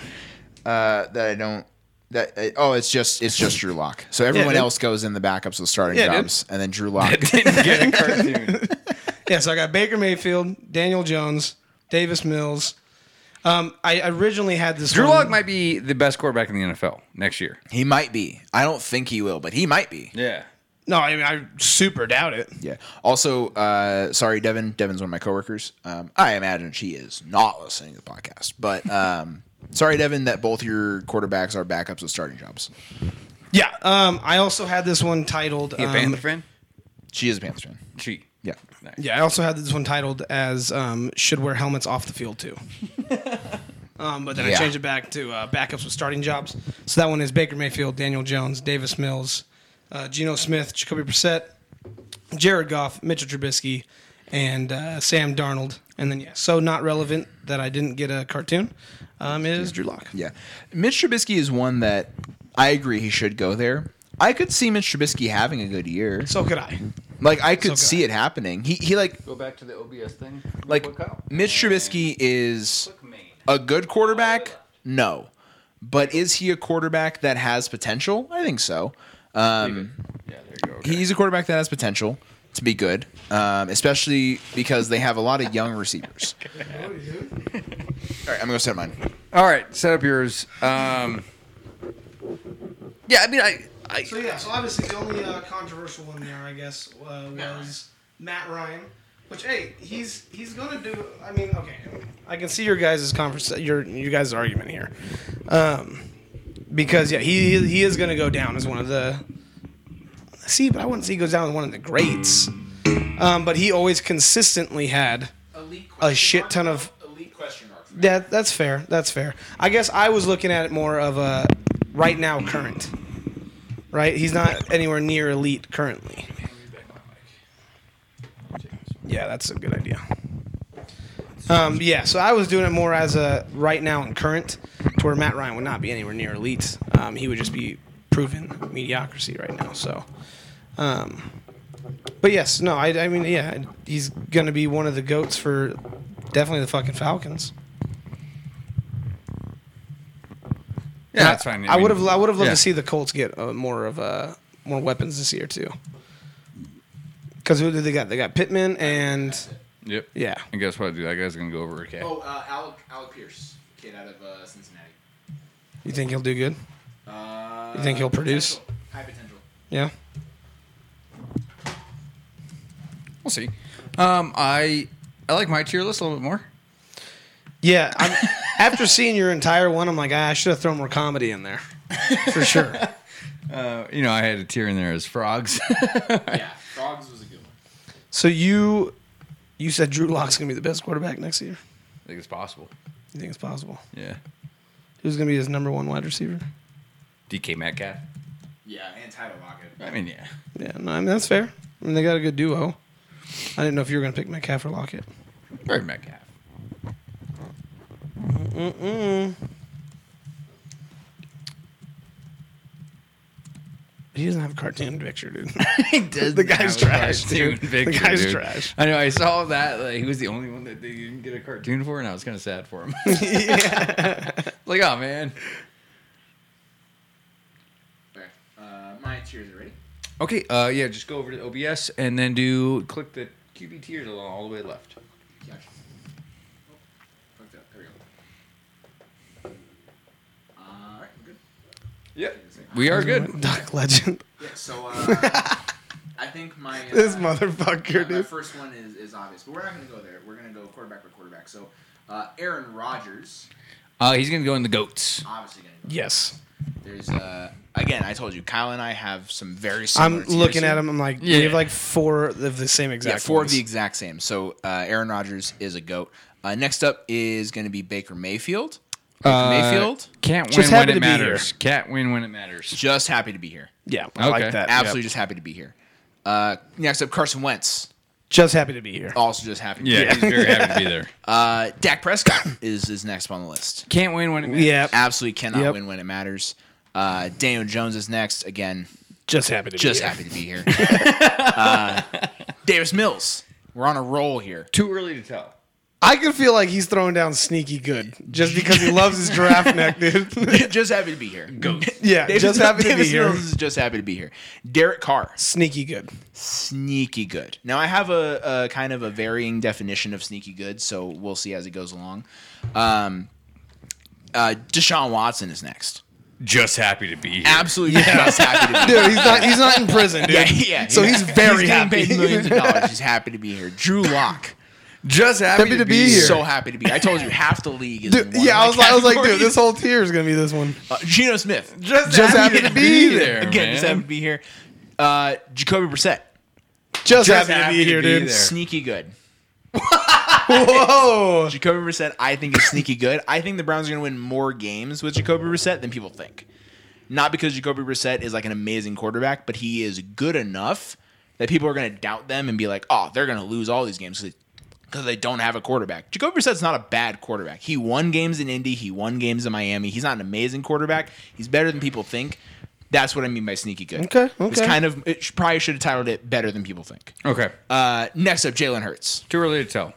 Speaker 3: Uh, that I don't. That uh, oh, it's just it's just Drew Lock. So everyone
Speaker 1: dude.
Speaker 3: else goes in the backups of the starting
Speaker 1: Yeah, dude.
Speaker 3: jobs, and then Drew Lock.
Speaker 4: Didn't get a cartoon.
Speaker 1: Yeah, so I got Baker Mayfield, Daniel Jones, Davis Mills. Um, I originally had this.
Speaker 4: Drew
Speaker 1: one-
Speaker 4: Lock might be the best quarterback in the NFL next year.
Speaker 3: he might be. I don't think he will, but he might be.
Speaker 4: Yeah.
Speaker 1: No, I mean I super doubt it.
Speaker 3: Yeah. Also, uh, sorry, Devin. Devin's one of my coworkers. Um, I imagine she is not listening to the podcast, but um, sorry, Devin, that both your quarterbacks are backups of starting jobs.
Speaker 1: Yeah. Um, I also had this one titled.
Speaker 4: He a
Speaker 1: um,
Speaker 4: Panther fan?
Speaker 3: She is a Panthers fan.
Speaker 4: She.
Speaker 3: Yeah.
Speaker 4: Nice.
Speaker 1: Yeah, I also had this one titled as um, "Should Wear Helmets Off the Field Too." um, but then I
Speaker 3: Yeah.
Speaker 1: changed it back to uh, backups with starting jobs. So that one is Baker Mayfield, Daniel Jones, Davis Mills, uh, Geno Smith, Jacoby Brissett, Jared Goff, Mitchell Trubisky, and uh, Sam Darnold. And then yeah, so not relevant that I didn't get a cartoon um, is Drew Lock.
Speaker 3: Yeah. Mitch Trubisky is one that I agree he should go there. I could see Mitch Trubisky having a good year.
Speaker 1: So could I.
Speaker 3: Like I could
Speaker 1: So could
Speaker 3: see
Speaker 1: I.
Speaker 3: it happening. He he like
Speaker 4: Go back to the OBS thing.
Speaker 3: like Mitch Trubisky is a good quarterback? No. But is he a quarterback that has potential? I think so. Um,
Speaker 4: Yeah, there you go. Okay.
Speaker 3: he's a quarterback that has potential to be good, um, especially because they have a lot of young receivers. All right, I'm gonna set mine.
Speaker 4: All right, set up yours. Um, yeah, I mean, I, I
Speaker 1: So yeah, so obviously the only uh, controversial one there, I guess, uh, was Matt Ryan, which hey, he's he's gonna do. I mean, okay, I can see your guys' converse, your you guys' argument here, um, because yeah, he he is gonna go down as one of the. See, but I wouldn't say he goes down as one of the greats, um, but he always consistently had a shit ton of
Speaker 3: Elite question mark.
Speaker 1: yeah, that's fair. That's fair. I guess I was looking at it more of a right now current. Right? He's not anywhere near elite currently. Yeah, that's a good idea. Um, yeah, so I was doing it more as a right now and current, to where Matt Ryan would not be anywhere near elite. Um, he would just be proven mediocrity right now. So, um, but yes, no, I, I mean, yeah, he's gonna be one of the goats for definitely the fucking Falcons.
Speaker 4: yeah, that's fine.
Speaker 1: I would have. I would have loved
Speaker 4: yeah.
Speaker 1: to see the Colts get uh, more of uh, more weapons this year too. Because who did they got? They got Pittman and
Speaker 4: Yep.
Speaker 1: yeah.
Speaker 4: And guess what, dude? That guy's gonna go over okay.
Speaker 3: Oh, uh, Alec, Alec Pierce, kid out of uh, Cincinnati.
Speaker 1: You think he'll do good?
Speaker 3: Uh,
Speaker 1: You think he'll produce?
Speaker 3: High potential.
Speaker 1: Yeah.
Speaker 4: We'll see. Um, I I like my tier list a little bit more.
Speaker 1: Yeah. I'm, after seeing your entire one, I'm like, ah, I should have thrown more comedy in there, for sure.
Speaker 4: Uh, you know, I had a tier in there as frogs.
Speaker 3: Yeah, Frogs was a good one.
Speaker 1: So you, you said Drew Locke's gonna be the best quarterback next year.
Speaker 4: I think it's possible.
Speaker 1: You think it's possible?
Speaker 4: Yeah.
Speaker 1: Who's gonna be his number one wide receiver?
Speaker 4: DK Metcalf.
Speaker 3: Yeah, and Tyler Lockett.
Speaker 4: I mean, yeah.
Speaker 1: Yeah, no, I mean that's fair. I mean they got a good duo. I didn't know if you were gonna pick Metcalf or Lockett.
Speaker 4: Very Metcalf.
Speaker 1: Mm-mm. He doesn't have a cartoon picture, dude.
Speaker 4: the
Speaker 1: guy's trash, dude. The guy's trash.
Speaker 4: I know. I saw that. Like, he was the only one that they didn't get a cartoon for, and I was kind of sad for him. like, oh man.
Speaker 3: Uh, my cheers are ready.
Speaker 4: Okay. Uh, yeah. Just go over to OBS and then do click the QB tiers along all the way left.
Speaker 3: Yeah. Oh, Fucked up. There we go. All right, we're good.
Speaker 4: Yep. We are good.
Speaker 1: Doc Legend.
Speaker 3: Yeah. So uh, I think my uh,
Speaker 1: This
Speaker 3: my,
Speaker 1: motherfucker,
Speaker 3: my
Speaker 1: dude.
Speaker 3: first one is, is obvious, but we're not going to go there. We're going to go quarterback by quarterback. So uh, Aaron Rodgers,
Speaker 4: Uh, he's gonna go in the goats.
Speaker 3: obviously going to go.
Speaker 1: Yes.
Speaker 3: There's uh, again, I told you, Kyle and I have some very.
Speaker 1: I'm
Speaker 3: Similar tiers
Speaker 1: looking
Speaker 3: here.
Speaker 1: at him. I'm like,
Speaker 4: Yeah.
Speaker 1: we have like four of the same exact.
Speaker 3: Yeah, four of
Speaker 1: ones.
Speaker 3: the exact same. So uh, Aaron Rodgers is a goat. Uh, next up is going to be Baker Mayfield. Baker
Speaker 1: Uh,
Speaker 3: Mayfield,
Speaker 4: Can't
Speaker 1: Just
Speaker 4: win when
Speaker 1: happy
Speaker 4: it
Speaker 1: to be here.
Speaker 4: matters. Can't win when it matters.
Speaker 3: just happy to be here.
Speaker 1: Yeah, I like
Speaker 4: Okay.
Speaker 1: that.
Speaker 3: Absolutely,
Speaker 1: Yep.
Speaker 3: just happy to be here. Uh, next up, Carson Wentz,
Speaker 1: Just happy to be here.
Speaker 3: also just happy. To
Speaker 4: Yeah,
Speaker 3: Be here.
Speaker 4: he's very happy to be there.
Speaker 3: Uh, Dak Prescott is is next up on the list.
Speaker 4: Can't win when it matters.
Speaker 1: yeah,
Speaker 3: Absolutely cannot
Speaker 1: Yep.
Speaker 3: win when it matters. Uh, Daniel Jones is next. Again,
Speaker 1: just happy to be
Speaker 3: just
Speaker 1: here.
Speaker 3: happy to be here. uh, Davis Mills, we're on a roll here.
Speaker 4: Too early to tell.
Speaker 1: I can feel like he's throwing down sneaky good just because he loves his giraffe neck, dude.
Speaker 3: just happy to be here.
Speaker 1: yeah,
Speaker 3: Davis,
Speaker 1: just happy to be
Speaker 3: Davis
Speaker 1: here.
Speaker 3: Mills is just happy to be here. Derek Carr,
Speaker 1: Sneaky good.
Speaker 3: sneaky good. Now I have a, a kind of a varying definition of sneaky good, so we'll see as it goes along. Um, uh, Deshaun Watson is next.
Speaker 4: Just happy to be here.
Speaker 3: Absolutely just happy to be here.
Speaker 1: Dude, he's not he's not in prison, dude.
Speaker 3: Yeah, yeah.
Speaker 1: So he's very
Speaker 3: getting
Speaker 1: happy.
Speaker 3: Paid millions of dollars. He's happy to be here. Drew Lock,
Speaker 4: Just happy,
Speaker 1: to be here.
Speaker 3: so happy to be. here. I told you half the league is. in
Speaker 1: Dude,
Speaker 3: one
Speaker 1: yeah, I was like, I was like, dude, this whole
Speaker 3: whole
Speaker 1: tier is gonna be this one.
Speaker 3: uh, Geno Smith
Speaker 4: Just,
Speaker 1: Just happy to be
Speaker 4: there.
Speaker 3: again, just happy to
Speaker 4: man.
Speaker 3: be here. Uh, Jacoby Brissett,
Speaker 1: Just, happy,
Speaker 4: happy
Speaker 1: to be
Speaker 4: to
Speaker 1: here,
Speaker 4: be
Speaker 1: dude.
Speaker 4: there.
Speaker 3: sneaky good.
Speaker 1: Whoa,
Speaker 3: Jacoby Brissett, I think, is sneaky good. I think the Browns are going to win more games with Jacoby Brissett than people think. Not because Jacoby Brissett is like an amazing quarterback, but he is good enough that people are going to doubt them and be like, oh, they're going to lose all these games because they don't have a quarterback. Jacoby Brissett's not a bad quarterback. He won games in Indy, he won games in Miami. He's not an amazing quarterback. He's better than people think. That's what I mean by sneaky good.
Speaker 1: Okay,
Speaker 3: It's
Speaker 1: okay.
Speaker 3: kind of, it sh- probably should have titled it better than people think.
Speaker 4: Okay.
Speaker 3: Uh, next up, Jalen Hurts.
Speaker 4: Too early to tell.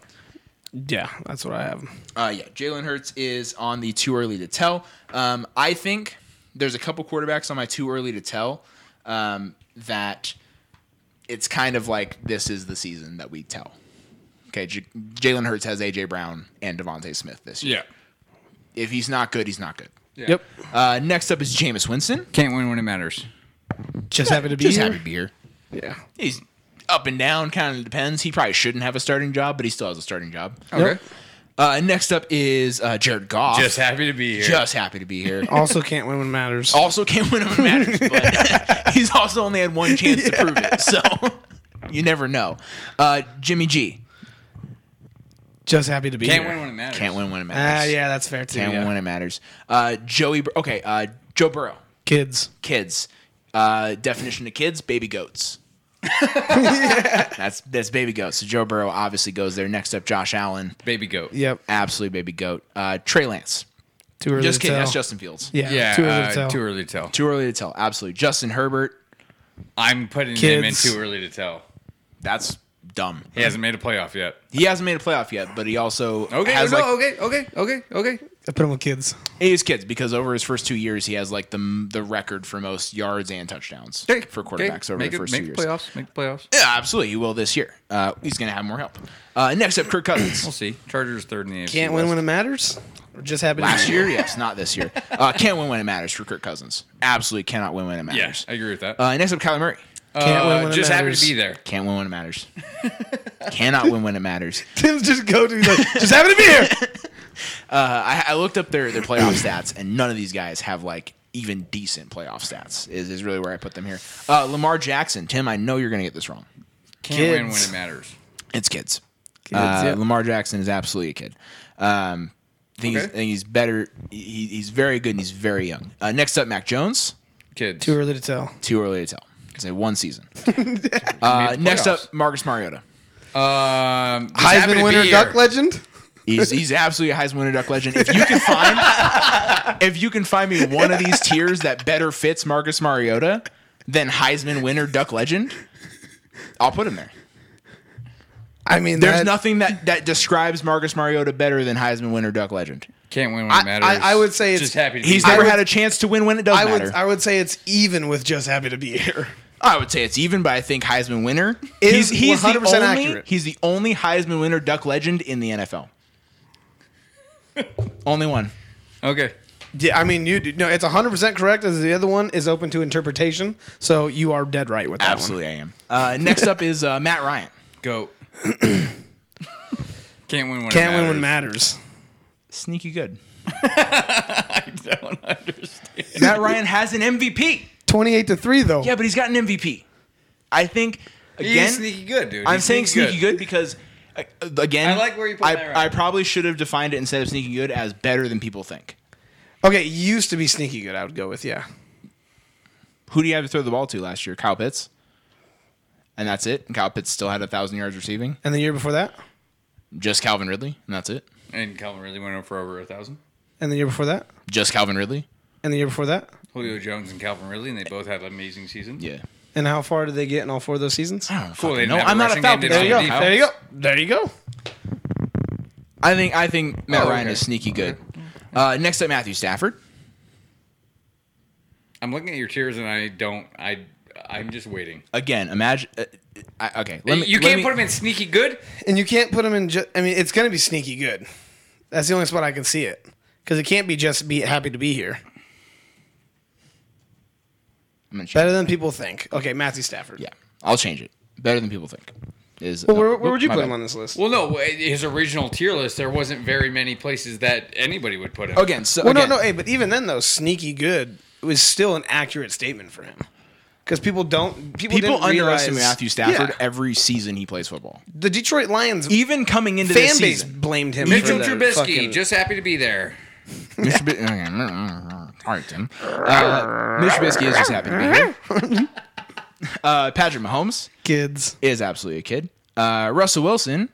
Speaker 1: yeah, that's what I have.
Speaker 3: Uh, yeah, Jalen Hurts is on the too early to tell. Um, I think there's a couple quarterbacks on my too early to tell um, that it's kind of like this is the season that we tell. Okay, J- Jalen Hurts has AJ Brown and Devontae Smith this year.
Speaker 4: Yeah.
Speaker 3: If he's not good, he's not good.
Speaker 1: Yep,
Speaker 3: Uh, next up is Jameis Winston.
Speaker 4: Can't win when it matters.
Speaker 1: just happy to be
Speaker 3: Just
Speaker 1: here.
Speaker 3: happy to be here.
Speaker 1: Yeah,
Speaker 3: He's up and down, kind of depends. He probably shouldn't have a starting job, but he still has a starting job.
Speaker 4: Okay.
Speaker 1: Yep.
Speaker 3: Uh, next up is uh, Jared Goff.
Speaker 4: Just happy to be here.
Speaker 3: Just happy to be here.
Speaker 1: also can't win when it matters.
Speaker 3: also can't win him matters, but he's also only had one chance to prove it. So you never know. Uh, Jimmy G
Speaker 1: Just happy to be
Speaker 4: Can't
Speaker 1: here.
Speaker 4: win when it matters.
Speaker 3: can't win when it
Speaker 1: Ah,
Speaker 3: matters.
Speaker 1: yeah, that's fair too.
Speaker 3: can't
Speaker 1: yeah.
Speaker 3: win when it matters. Uh, Joey, Bur- okay, uh, Joe Burrow,
Speaker 1: Kids,
Speaker 3: kids. Uh, definition of kids: baby goats. That's that's baby goats. So Joe Burrow obviously goes there. Next up, Josh Allen,
Speaker 4: Baby goat.
Speaker 1: yep,
Speaker 3: absolute baby goat. Uh, Trey Lance,
Speaker 1: too early.
Speaker 3: just
Speaker 1: to
Speaker 3: kidding.
Speaker 1: tell.
Speaker 3: That's Justin Fields.
Speaker 1: yeah,
Speaker 4: Yeah.
Speaker 1: too early
Speaker 4: uh,
Speaker 1: to tell.
Speaker 4: Too early to tell.
Speaker 3: Too early to tell. Absolutely. Justin Herbert.
Speaker 4: I'm putting him in
Speaker 1: Kids.
Speaker 4: too early to tell.
Speaker 3: That's dumb.
Speaker 4: He hasn't made a playoff yet.
Speaker 3: He hasn't made a playoff yet, but he also
Speaker 4: Okay.
Speaker 3: has
Speaker 4: no,
Speaker 3: like
Speaker 4: okay. Okay. Okay. Okay.
Speaker 1: I put him with kids.
Speaker 3: It is kids because over his first two years, he has like the the record for most yards and touchdowns
Speaker 4: Okay,
Speaker 3: for
Speaker 4: okay,
Speaker 3: quarterbacks over
Speaker 4: make
Speaker 3: the
Speaker 4: it-
Speaker 3: first
Speaker 4: make
Speaker 3: two years.
Speaker 4: the playoffs. Make the playoffs.
Speaker 3: Yeah, absolutely, he will this year. Uh, he's going to have more help. Uh, next up, Kirk Cousins.
Speaker 4: We'll see. Chargers third in the AFC.
Speaker 1: Can't win
Speaker 4: West.
Speaker 1: when it matters. Or just happy
Speaker 3: Last
Speaker 1: to be
Speaker 3: year, yes, not this year. Uh, can't win when it matters for Kirk Cousins. Absolutely cannot win when it
Speaker 4: Yeah,
Speaker 3: matters.
Speaker 4: I agree with that. Uh,
Speaker 3: Uh, next up, Kyler Murray.
Speaker 1: Can't win when it
Speaker 4: just happy
Speaker 1: matters.
Speaker 4: to be there.
Speaker 3: Can't win when it matters. cannot win when it matters.
Speaker 1: Tim's just go to he's like, just happy to be here.
Speaker 3: Uh, I, I looked up their their playoff stats, and none of these guys have like even decent playoff stats. Is is really where I put them here. Uh, Lamar Jackson, Tim. I know you're going to get this wrong.
Speaker 4: Can't win when
Speaker 1: Kids.
Speaker 4: it matters.
Speaker 3: It's kids.
Speaker 1: Kids,
Speaker 3: Uh,
Speaker 1: yeah.
Speaker 3: Lamar Jackson is absolutely a kid. Um, I think, he's, I
Speaker 4: Okay.
Speaker 3: think he's better. He, he's very good and he's very young. Uh, next up, Mac Jones.
Speaker 4: Kids.
Speaker 1: Too early to tell.
Speaker 3: Too early to tell. It's a one season. Uh, next
Speaker 4: playoffs.
Speaker 3: up, Marcus Mariota.
Speaker 4: Um, just happy to
Speaker 1: Heisman
Speaker 4: be
Speaker 1: winner,
Speaker 4: here.
Speaker 1: duck legend.
Speaker 3: He's, he's absolutely a Heisman winner, Duck legend. If you can find, if you can find me one of these tiers that better fits Marcus Mariota, than Heisman winner Duck Legend, I'll put him there.
Speaker 1: I mean,
Speaker 3: There's
Speaker 1: that-
Speaker 3: nothing that, that describes Marcus Mariota better than Heisman winner Duck Legend.
Speaker 4: Can't win when
Speaker 1: I-
Speaker 4: it matters.
Speaker 1: I- I would say it's-
Speaker 4: just happy. To
Speaker 3: He's
Speaker 4: be
Speaker 1: I
Speaker 3: never
Speaker 1: would-
Speaker 3: had a chance to win when it does
Speaker 1: I
Speaker 3: matter.
Speaker 1: would I would say it's even with just happy to be here.
Speaker 3: I would say it's even, but I think Heisman winner
Speaker 1: Is 100%
Speaker 3: he's, he's the only,
Speaker 1: accurate.
Speaker 3: He's the only Heisman winner Duck Legend in the NFL. only one.
Speaker 4: okay.
Speaker 1: Yeah, I mean, you no, it's 100 percent correct. As the other one is open to interpretation, so you are dead right with that
Speaker 3: Absolutely, I am. Uh, next up is uh, Matt Ryan.
Speaker 4: Go. Can't win when
Speaker 1: one. Can't
Speaker 4: it
Speaker 1: win when matters.
Speaker 3: Sneaky good.
Speaker 4: I don't understand.
Speaker 3: Matt Ryan has an MVP.
Speaker 1: 28 to three though.
Speaker 3: Yeah, but he's got an MVP. I think again.
Speaker 4: He's sneaky good, dude.
Speaker 3: I'm
Speaker 4: He's
Speaker 3: saying sneaky good, because uh, again,
Speaker 4: I like where you put
Speaker 3: I,
Speaker 4: Matt Ryan.
Speaker 3: I probably should have defined it instead of sneaky good as better than people think.
Speaker 1: Okay, used to be sneaky good. I would go with yeah.
Speaker 3: Who do you have to throw the ball to last year? Kyle Pitts. And that's it. And Kyle Pitts still had a thousand yards receiving.
Speaker 1: And the year before that,
Speaker 3: Just Calvin Ridley, and that's it.
Speaker 4: And Calvin really went up for over a thousand.
Speaker 1: and the year before that,
Speaker 3: Just Calvin Ridley.
Speaker 1: and the year before that.
Speaker 4: Julio Jones and Calvin Ridley, and they both had amazing seasons.
Speaker 3: Yeah.
Speaker 1: And how far did they get in all four of those seasons?
Speaker 3: I don't
Speaker 4: Cool,
Speaker 3: cool,
Speaker 4: they
Speaker 3: know.
Speaker 4: didn't have
Speaker 3: I'm
Speaker 4: a
Speaker 3: not a
Speaker 4: rushing game,
Speaker 3: Falcon.
Speaker 4: didn't
Speaker 3: There
Speaker 4: have
Speaker 3: you go.
Speaker 4: a defense.
Speaker 1: There you go. There you go.
Speaker 3: I think I think Matt
Speaker 4: Oh,
Speaker 3: Ryan
Speaker 4: okay.
Speaker 3: is sneaky good. Uh, next up, Matthew Stafford.
Speaker 4: I'm looking at your tiers, and I don't. I I'm just waiting.
Speaker 3: Again, imagine. Uh, I, okay, let me,
Speaker 4: Uh, you
Speaker 3: let
Speaker 4: can't
Speaker 3: me-
Speaker 4: put him in sneaky good.
Speaker 1: And you can't put them in. Ju- I mean, it's gonna be sneaky good. That's the only spot I can see it because it can't be just be happy to be here.
Speaker 3: I'm gonna change.
Speaker 1: Better than people think. Okay, Matthew Stafford.
Speaker 3: Yeah, I'll change it. Better than people think. Is
Speaker 1: Well,
Speaker 3: no,
Speaker 1: where, where would you
Speaker 3: my
Speaker 1: put
Speaker 3: bad.
Speaker 1: him on this list?
Speaker 4: Well, no, his original tier list, there wasn't very many places that anybody would put him.
Speaker 3: Again, so
Speaker 1: Well,
Speaker 3: again,
Speaker 1: no, no. Hey, but even then, though, sneaky good was still an accurate statement for him because people don't people,
Speaker 3: people
Speaker 1: didn't
Speaker 3: underestimate
Speaker 1: realize-
Speaker 3: Matthew Stafford
Speaker 1: Yeah.
Speaker 3: every season he plays football.
Speaker 1: the Detroit Lions
Speaker 3: Even coming into
Speaker 1: fan
Speaker 3: this
Speaker 1: base
Speaker 3: season,
Speaker 1: blamed him.
Speaker 4: Mitchell
Speaker 1: for the
Speaker 4: Trubisky,
Speaker 1: fucking-
Speaker 4: just happy to be there.
Speaker 3: Mr. B- all right, Tim. Uh, Mr. Trubisky is just happy to be here. Uh, Patrick Mahomes
Speaker 1: kids
Speaker 3: is absolutely a kid. Uh, Russell Wilson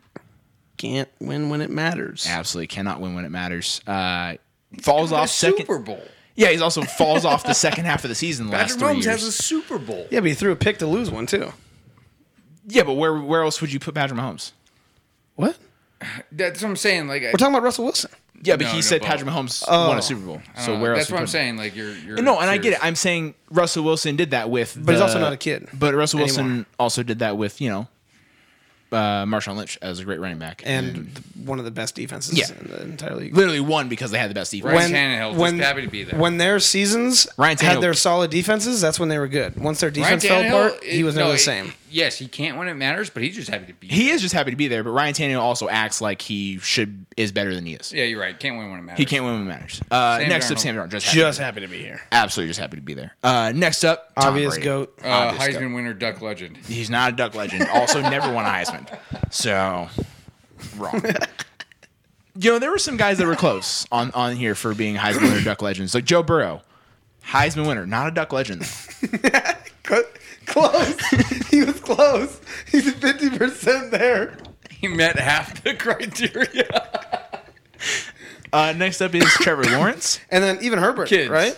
Speaker 1: can't win when it matters.
Speaker 3: absolutely cannot win when it matters. Uh, falls off
Speaker 4: a
Speaker 3: second.
Speaker 4: Super Bowl.
Speaker 3: Yeah, he's also falls off the second half of the season the last
Speaker 4: Patrick
Speaker 3: three
Speaker 4: Mahomes
Speaker 3: years.
Speaker 4: has a Super Bowl.
Speaker 1: Yeah, but he threw a pick to lose one too.
Speaker 3: yeah, but where where else would you put Patrick Mahomes?
Speaker 1: What?
Speaker 4: That's what I'm saying. Like, I,
Speaker 1: We're talking about Russell Wilson.
Speaker 3: Yeah, but
Speaker 4: No,
Speaker 3: he
Speaker 4: no,
Speaker 3: said
Speaker 4: but-
Speaker 3: Patrick Mahomes
Speaker 1: Oh.
Speaker 3: won a Super Bowl.
Speaker 4: I don't
Speaker 3: So
Speaker 4: know.
Speaker 3: where else?
Speaker 4: That's
Speaker 3: would
Speaker 4: what
Speaker 3: you put
Speaker 4: I'm
Speaker 3: him?
Speaker 4: saying. Like, you're, you're
Speaker 3: No, and I get
Speaker 4: tiers.
Speaker 3: it. I'm saying Russell Wilson did that with,
Speaker 1: But he's
Speaker 3: the-
Speaker 1: also not a kid
Speaker 3: But Russell Wilson
Speaker 1: anymore.
Speaker 3: also did that with you know, uh, Marshawn Lynch as a great running back,
Speaker 4: Mm.
Speaker 1: And th- one of the best defenses
Speaker 3: Yeah.
Speaker 1: in the entire league.
Speaker 3: literally won because they had the best defense.
Speaker 4: Ryan Tannehill, just happy to be there.
Speaker 1: When their seasons
Speaker 3: Ryan Tannehill-
Speaker 1: had their solid defenses, that's when they were good. Once their
Speaker 4: Ryan
Speaker 1: defense fell
Speaker 4: Tannehill,
Speaker 1: apart, he
Speaker 4: it-
Speaker 1: was
Speaker 4: no,
Speaker 1: never the
Speaker 4: it-
Speaker 1: same.
Speaker 4: yes, he can't when it matters, but he's just happy to be.
Speaker 3: He is just happy to be there, but Ryan Tannehill also acts like he should is better than he is.
Speaker 4: yeah, you're right. Can't win when it matters.
Speaker 3: He can't win when it matters. Uh,
Speaker 4: Sam
Speaker 3: next
Speaker 4: Darnold.
Speaker 3: up, Sam Darnold, just, happy,
Speaker 1: Just happy to be here.
Speaker 3: absolutely just happy to be there. Uh, next up, Tom
Speaker 1: Obvious
Speaker 3: Brady.
Speaker 1: goat.
Speaker 4: Uh,
Speaker 3: Obvious
Speaker 4: Heisman winner, Duck Legend.
Speaker 3: He's not a Duck legend. Also, never won a Heisman. So, wrong. you know, there were some guys that were close on, on here for being Heisman winner Duck legends, like Joe Burrow, Heisman winner, not a Duck legend. though.
Speaker 1: Close. he was close. He's 50% there.
Speaker 4: He met half the criteria.
Speaker 3: Uh, next up is Trevor Lawrence,
Speaker 1: And then even Herbert,
Speaker 4: Kids.
Speaker 1: right?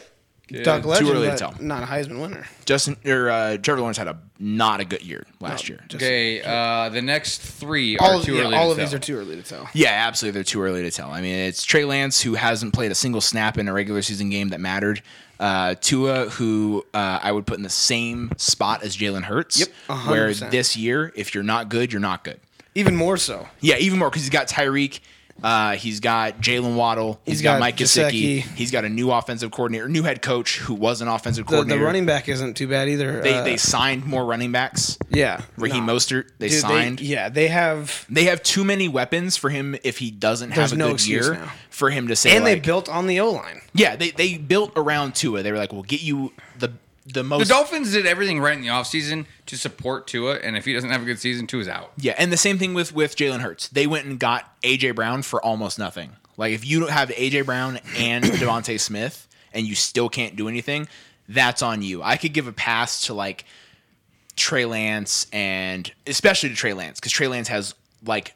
Speaker 1: Doug Legend,
Speaker 3: early to
Speaker 1: but
Speaker 3: tell.
Speaker 1: not a Heisman winner.
Speaker 3: Justin or uh, Trevor Lawrence had a not a good year last year.
Speaker 4: Okay, uh, the next three are
Speaker 1: All of,
Speaker 4: too
Speaker 1: yeah,
Speaker 4: early.
Speaker 1: all
Speaker 4: to
Speaker 1: of these
Speaker 4: tell.
Speaker 1: are too early to tell.
Speaker 3: Yeah, absolutely. They're too early to tell. I mean, it's Trey Lance who hasn't played a single snap in a regular season game that mattered. Uh, Tua, who uh, I would put in the same spot as Jalen Hurts,
Speaker 1: Yep, a hundred
Speaker 3: where
Speaker 1: percent.
Speaker 3: this year, if you're not good, you're not good.
Speaker 1: Even more so.
Speaker 3: Yeah, even more because he's got Tyreek, uh, he's got Jalen Waddle,
Speaker 1: He's
Speaker 3: he's got,
Speaker 1: got
Speaker 3: Mike Gesicki,
Speaker 1: Gesicki.
Speaker 3: he's got a new offensive coordinator, new head coach who was an offensive
Speaker 1: The, the
Speaker 3: coordinator.
Speaker 1: running back isn't too bad either.
Speaker 3: they
Speaker 1: Uh,
Speaker 3: they signed more running backs.
Speaker 1: yeah.
Speaker 3: Raheem
Speaker 1: no.
Speaker 3: Mostert, they
Speaker 1: Dude,
Speaker 3: signed.
Speaker 1: yeah, they have.
Speaker 3: They have too many weapons for him if he doesn't
Speaker 1: There's
Speaker 3: have a
Speaker 1: no
Speaker 3: good
Speaker 1: excuse
Speaker 3: year.
Speaker 1: now.
Speaker 3: For him to say,
Speaker 1: And
Speaker 3: like-
Speaker 1: they built on the O line.
Speaker 3: Yeah, they, they built around Tua. They were like, we'll get you the the
Speaker 4: The
Speaker 3: most.
Speaker 4: Dolphins did everything right in the offseason to support Tua, and if he doesn't have a good season, Tua's out.
Speaker 3: yeah, and the same thing with with Jalen Hurts. They went and got AJ Brown for almost nothing. Like if you don't have AJ Brown and Devontae Smith and you still can't do anything, that's on you. I could give a pass to like Trey Lance and especially to Trey Lance because Trey Lance has like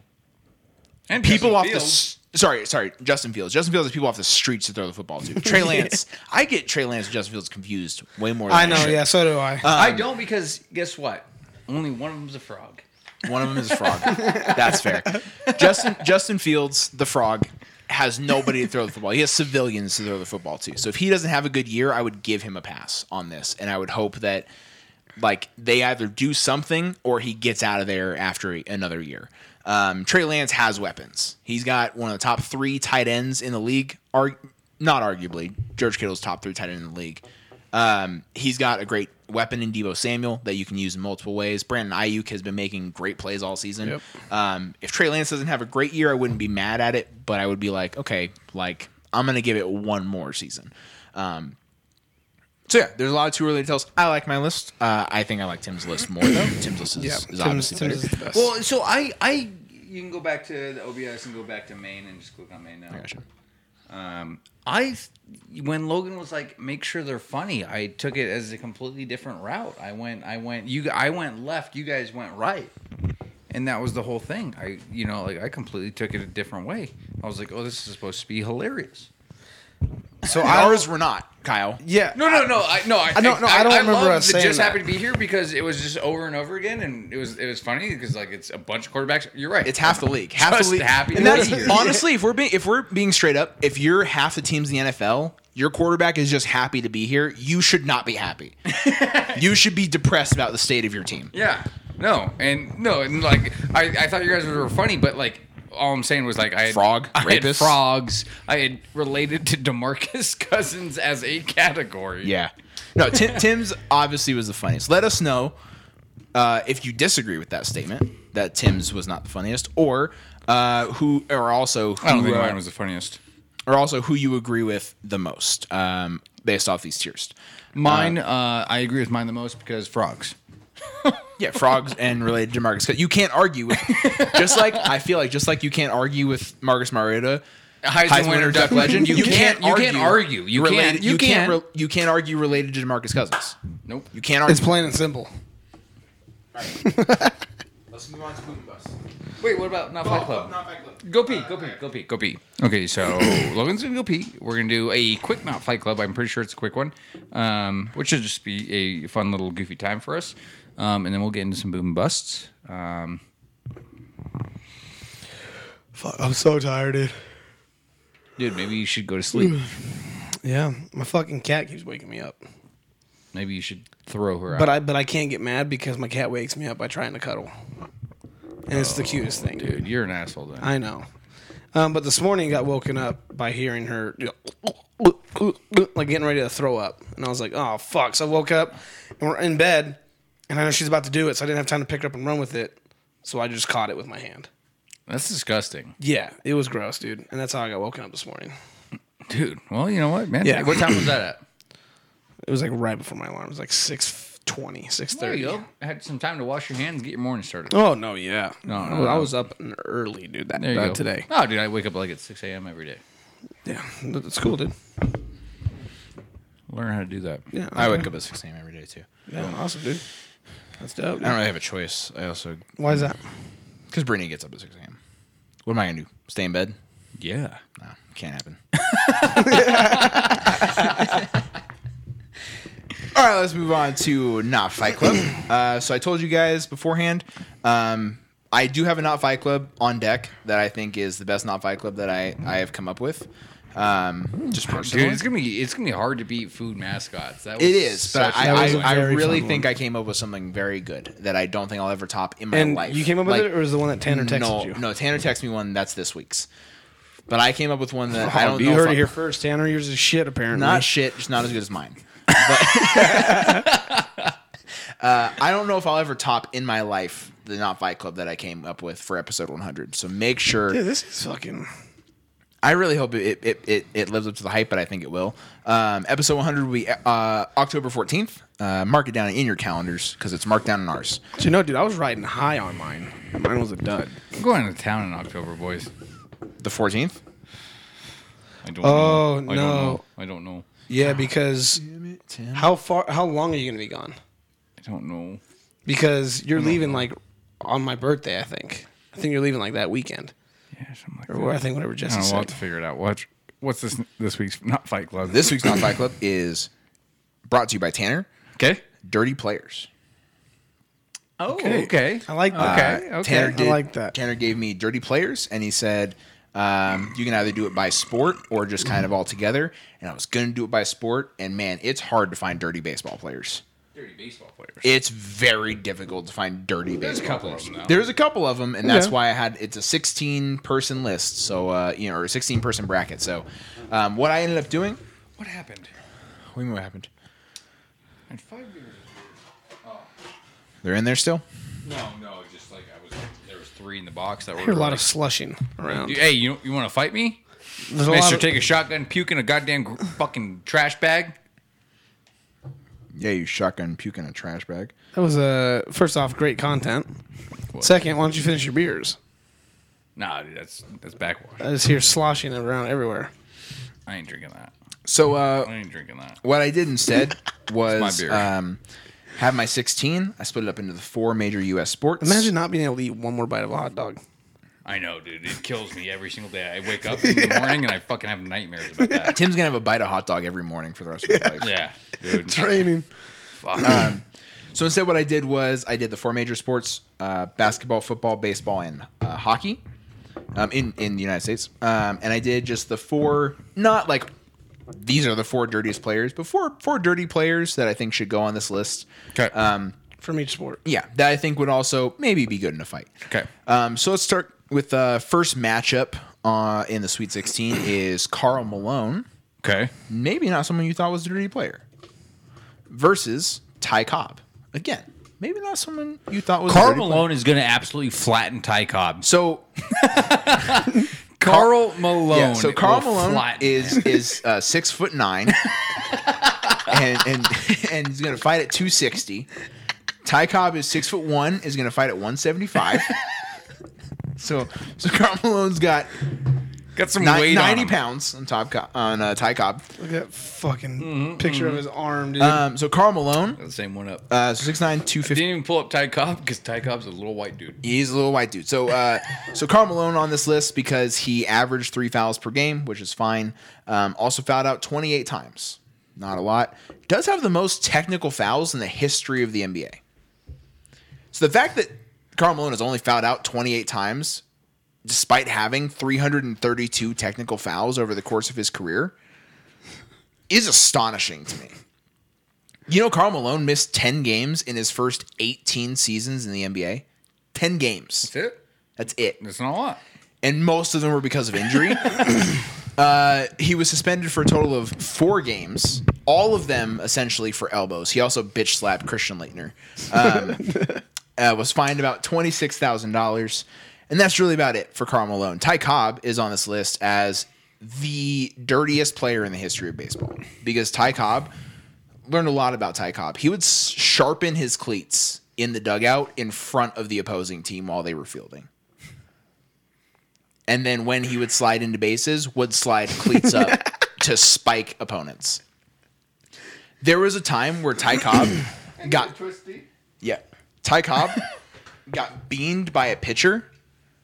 Speaker 4: And
Speaker 3: people
Speaker 4: Justin
Speaker 3: off the.
Speaker 4: Fields.
Speaker 3: s- Sorry, sorry, Justin Fields. Justin Fields is people off the streets to throw the football to. Trey Lance. I get Trey Lance and Justin Fields confused way more than
Speaker 1: I know,
Speaker 3: should.
Speaker 1: yeah, so do I.
Speaker 4: I don't because guess what? Only one of them's a frog.
Speaker 3: One of them is a frog. That's fair. Justin Justin Fields, the frog, has nobody to throw the football. He has civilians to throw the football to. So if he doesn't have a good year, I would give him a pass on this, and I would hope that like they either do something or he gets out of there after another year. Um, Trey Lance has weapons. He's got one of the top three tight ends in the league. Arg- not arguably, George Kittle's top three tight end in the league. Um, he's got a great weapon in Debo Samuel that you can use in multiple ways. Brandon Ayuk has been making great plays all season. Um, if Trey Lance doesn't have a great year, I wouldn't be mad at it, but I would be like, okay, like I'm gonna give it one more season. Um, so yeah, there's a lot of too early to tell. us. I like my list. Uh, I think I like Tim's list more though. Tim's list is,
Speaker 1: yeah,
Speaker 3: is
Speaker 1: Tim's,
Speaker 3: obviously
Speaker 1: Tim's
Speaker 3: better.
Speaker 1: is the best.
Speaker 4: Well, so I, I, you can go back to the OBS and go back to Maine and just click on Maine now.
Speaker 3: I gotcha.
Speaker 4: Um, I, when Logan was like, make sure they're funny, I took it as a completely different route. I went, I went, you, I went left, you guys went right, and that was the whole thing. I, you know, like I completely took it a different way. I was like, oh, this is supposed to be hilarious.
Speaker 1: so
Speaker 3: Ours were not, Kyle.
Speaker 1: yeah,
Speaker 4: No, no, no, I, no, I,
Speaker 1: I don't- no, I don't remember
Speaker 4: loved
Speaker 1: us
Speaker 4: that
Speaker 1: saying
Speaker 4: Just
Speaker 1: that.
Speaker 4: happened to be here because it was just over and over again, and it was, it was funny because like it's a bunch of quarterbacks. You're right,
Speaker 3: It's half the league. Half
Speaker 4: Just
Speaker 3: the league.
Speaker 4: happy
Speaker 3: and
Speaker 4: to
Speaker 3: that's
Speaker 4: be here.
Speaker 3: honestly, if we're being if we're being straight up, if you're half the teams in the NFL, your quarterback is just happy to be here. You should not be happy. you should be depressed about the state of your team.
Speaker 4: Yeah. No, and no, and like I, I thought you guys were funny, but like all I'm saying was like I had,
Speaker 3: Frog?
Speaker 4: I had
Speaker 3: Rapist?
Speaker 4: frogs. I had related to Demarcus Cousins as a category.
Speaker 3: Yeah. No, Tim, Tim's obviously was the funniest. Let us know uh, if you disagree with that statement that Tim's was not the funniest, or uh, who, or also who,
Speaker 4: I don't think
Speaker 3: uh,
Speaker 4: mine was the funniest.
Speaker 3: or also who you agree with the most um, based off these tiers.
Speaker 4: Mine, uh, I agree with mine the most because frogs.
Speaker 3: Yeah, frogs and related to Marcus. 'Cause You can't argue with just like I feel like just like you can't argue with Marcus Mariota.
Speaker 4: Heisman, winner, duck legend. You can't- you can't argue. You can't- you
Speaker 3: can't.
Speaker 4: can't.
Speaker 3: re- you can't argue related to Marcus Cousins.
Speaker 4: Nope.
Speaker 3: You can't
Speaker 1: it's
Speaker 3: argue.
Speaker 1: plain and simple.
Speaker 3: Let's move on to Boom Bus.
Speaker 4: Wait, what about not Fight Club? Go pee, go pee, go pee, go pee. Okay, so Logan's gonna go pee. We're gonna do a quick not fight club. I'm pretty sure it's a quick one, um, which should just be a fun little goofy time for us. Um, and then we'll get into some boom and busts. Um,
Speaker 1: Fuck, I'm so tired, dude.
Speaker 4: dude, maybe you should go to sleep.
Speaker 1: Yeah, my fucking cat keeps waking me up.
Speaker 4: Maybe you should throw her out.
Speaker 1: But I but I can't get mad because my cat wakes me up by trying to cuddle, and it's the cutest thing,
Speaker 4: dude, you're an asshole. Then.
Speaker 1: I know. Um, but this morning got woken up by hearing her you know, like getting ready to throw up, and I was like, "Oh fuck!" So I woke up and we're in bed, and I know she's about to do it, so I didn't have time to pick her up and run with it, so I just caught it with my hand.
Speaker 4: That's disgusting,
Speaker 1: Yeah, it was gross, dude, and that's how I got woken up this morning.
Speaker 4: dude. Well, you know what, man.
Speaker 1: Yeah.
Speaker 4: What time was that at?
Speaker 1: It was like right before my alarm. It was like 6.20,
Speaker 4: There
Speaker 1: 6.30.
Speaker 4: you go. I had some time to wash your hands, and get your morning started.
Speaker 1: Oh no, yeah,
Speaker 4: No,
Speaker 1: no,
Speaker 4: no,
Speaker 1: I
Speaker 4: no.
Speaker 1: was up early, dude. That,
Speaker 4: There you
Speaker 1: that
Speaker 4: go.
Speaker 1: today,
Speaker 4: Oh, dude, I wake up like at 6 a.m. every day.
Speaker 1: yeah, that's cool, dude.
Speaker 4: Learn how to do that.
Speaker 1: Yeah,
Speaker 3: I wake up at six a.m. every day too.
Speaker 1: Yeah, awesome, dude. That's dope.
Speaker 3: I don't really have a choice. I also
Speaker 1: Why is that?
Speaker 3: because Brittany gets up at six a.m. What am I gonna do? Stay in bed?
Speaker 4: Yeah.
Speaker 3: No, can't happen. All right, let's move on to not Fight Club. Uh, so I told you guys beforehand, um, I do have a not Fight Club on deck that I think is the best not Fight Club that I, I have come up with. Um, just personally,
Speaker 4: Dude, it's gonna be it's gonna be hard to beat food mascots. That was
Speaker 3: it is, but
Speaker 4: such
Speaker 3: I,
Speaker 4: a-
Speaker 1: was
Speaker 3: I,
Speaker 1: a
Speaker 3: I
Speaker 1: very
Speaker 3: really
Speaker 1: fun
Speaker 3: think
Speaker 1: one.
Speaker 3: I came up with something very good that I don't think I'll ever top in my
Speaker 1: And
Speaker 3: life.
Speaker 1: you came up with
Speaker 3: Like,
Speaker 1: it, or is the one that Tanner texted
Speaker 3: no,
Speaker 1: you?
Speaker 3: no. Tanner texted me one that's this week's, but I came up with one that I
Speaker 1: I
Speaker 3: don't.
Speaker 1: Oh, you
Speaker 3: know if
Speaker 1: heard
Speaker 3: I-
Speaker 1: it here first. Tanner, yours is shit. Apparently,
Speaker 3: Not shit, just not as good as mine. But uh, I don't know if I'll ever top in my life the Not Fight Club that I came up with for episode 100. So make sure.
Speaker 1: Dude, this is fucking.
Speaker 3: I really hope it it, it, it lives up to the hype, but I think it will. Um, episode 100 will be uh, October 14th. Uh, mark it down in your calendars because it's marked down in ours.
Speaker 1: But you know, dude, I was riding high on mine. Mine was a dud.
Speaker 4: I'm going to town in October, boys.
Speaker 3: The 14th?
Speaker 4: I don't
Speaker 1: Oh,
Speaker 4: know.
Speaker 1: no.
Speaker 4: I don't know. I don't know.
Speaker 1: Yeah, because how far? How long are you gonna be gone?
Speaker 4: I don't know. Oh
Speaker 1: Because you're leaving like on my birthday. I think. I think you're leaving like that weekend.
Speaker 4: something like
Speaker 1: Or
Speaker 4: that.
Speaker 1: what- I think whatever
Speaker 4: I
Speaker 1: Jesse
Speaker 4: don't know, we'll have
Speaker 1: said.
Speaker 4: to figure it out. Watch what's this this week's not Fight Club.
Speaker 3: This week's Non Fight Club is brought to you by Tanner.
Speaker 4: okay.
Speaker 3: Dirty Players.
Speaker 4: Oh, okay.
Speaker 1: I like that.
Speaker 4: Okay.
Speaker 3: Uh,
Speaker 4: okay.
Speaker 3: Tanner
Speaker 1: I
Speaker 3: did,
Speaker 1: like that.
Speaker 3: Tanner gave me Dirty Players, and he said um, you can either do it by sport or just kind of all together. And I was going to do it by sport, and man, it's hard to find dirty baseball players.
Speaker 4: Dirty baseball players.
Speaker 3: It's very difficult to find dirty
Speaker 4: There's a
Speaker 3: baseball.
Speaker 4: couple of them though.
Speaker 3: There's a couple of them, and that's
Speaker 1: Yeah.
Speaker 3: why I had it's a 16 person list, so uh, you know, or a 16 person bracket. So, um, what I ended up doing,
Speaker 4: what happened?
Speaker 3: what do you mean what happened?
Speaker 4: In five years.
Speaker 3: They're in there still.
Speaker 4: No, no, just like I was. There was three in the box that were.
Speaker 1: I hear a lot of slushing around.
Speaker 4: Hey, you you want to fight me,
Speaker 1: There's a lot
Speaker 4: Mister?
Speaker 1: of-
Speaker 4: Take a shotgun, puke in a goddamn gr- fucking trash bag.
Speaker 3: Yeah, you shotgun puke in a trash bag.
Speaker 1: that was uh, first off great content. Second, why don't you finish your beers?
Speaker 4: Nah, dude, that's that's backwash.
Speaker 1: I just hear sloshing around everywhere.
Speaker 4: I ain't drinking that.
Speaker 3: So, uh,
Speaker 4: I ain't drinking that.
Speaker 3: What I did instead was
Speaker 4: It's my beer.
Speaker 3: um, have my 16. I split it up into the four major U.S. sports.
Speaker 1: Imagine not being able to eat one more bite of a hot dog.
Speaker 4: I know, dude. It kills me every single day. I wake up in the morning and I fucking have nightmares about that.
Speaker 3: Tim's gonna have a bite of hot dog every morning for the rest of his life.
Speaker 4: Yeah, dude.
Speaker 1: Training.
Speaker 4: Fuck.
Speaker 3: Um,
Speaker 4: Um,
Speaker 3: So instead, what I did was I did the four major sports: uh, basketball, football, baseball, and uh, hockey. Um, in in the United States, um, and I did just the four, not like these are the four dirtiest players, but four four dirty players that I think should go on this list.
Speaker 4: okay.
Speaker 3: um,
Speaker 4: Um,
Speaker 1: From each sport.
Speaker 3: Yeah, that I think would also maybe be good in a fight.
Speaker 4: okay.
Speaker 3: Um, so let's start with uh, first matchup uh, in the Sweet 16 is Carl Malone,
Speaker 4: Okay.
Speaker 3: maybe not someone you thought was a dirty player, versus Ty Cobb. Again, maybe not someone you thought was a
Speaker 4: Carl
Speaker 3: dirty player.
Speaker 4: Malone is going to absolutely flatten Ty Cobb.
Speaker 3: So
Speaker 4: Carl Malone.
Speaker 3: yeah, so Carl
Speaker 4: will
Speaker 3: Malone
Speaker 4: flatten
Speaker 3: is is uh, six foot nine, and and and he's gonna fight at 260. Ty Cobb is six foot one, is gonna fight at 175. so so Carl Malone's got
Speaker 4: got some
Speaker 3: Ni-
Speaker 4: weight
Speaker 3: 90
Speaker 4: on him.
Speaker 3: pounds on top co- on uh, Ty Cobb.
Speaker 1: Look at that fucking
Speaker 4: Mm-hmm,
Speaker 1: picture of his arm, dude.
Speaker 4: Uh,
Speaker 3: Um, so Carl Malone,
Speaker 4: Got the same one up.
Speaker 3: uh, 6'9", 250.
Speaker 4: Didn't even pull up Ty Cobb because Ty Cobb's a little white dude.
Speaker 3: He's a little white dude. So uh, so Carl Malone on this list because he averaged three fouls per game, which is fine. Um, also fouled out twenty eight times, not a lot. Does have the most technical fouls in the history of the NBA. So the fact that Carl Malone has only fouled out twenty eight times, despite having three hundred and thirty two technical fouls over the course of his career, is astonishing to me. You know, Carl Malone missed 10 games in his first 18 seasons in the NBA. 10 games.
Speaker 4: That's it.
Speaker 3: That's it.
Speaker 4: That's not a lot.
Speaker 3: And most of them were because of injury. uh, he was suspended for a total of four games, all of them essentially for elbows. He also bitch slapped Christian Leitner. Um, uh, was fined about $26,000. And that's really about it for Carl Malone. Ty Cobb is on this list as the dirtiest player in the history of baseball because Ty Cobb learned a lot about Ty Cobb. He would s- sharpen his cleats in the dugout in front of the opposing team while they were fielding. And then when he would slide into bases, would slide cleats up to spike opponents. There was a time where Ty Cobb got
Speaker 4: Twisty.
Speaker 3: yeah. Ty Cobb got beaned by a pitcher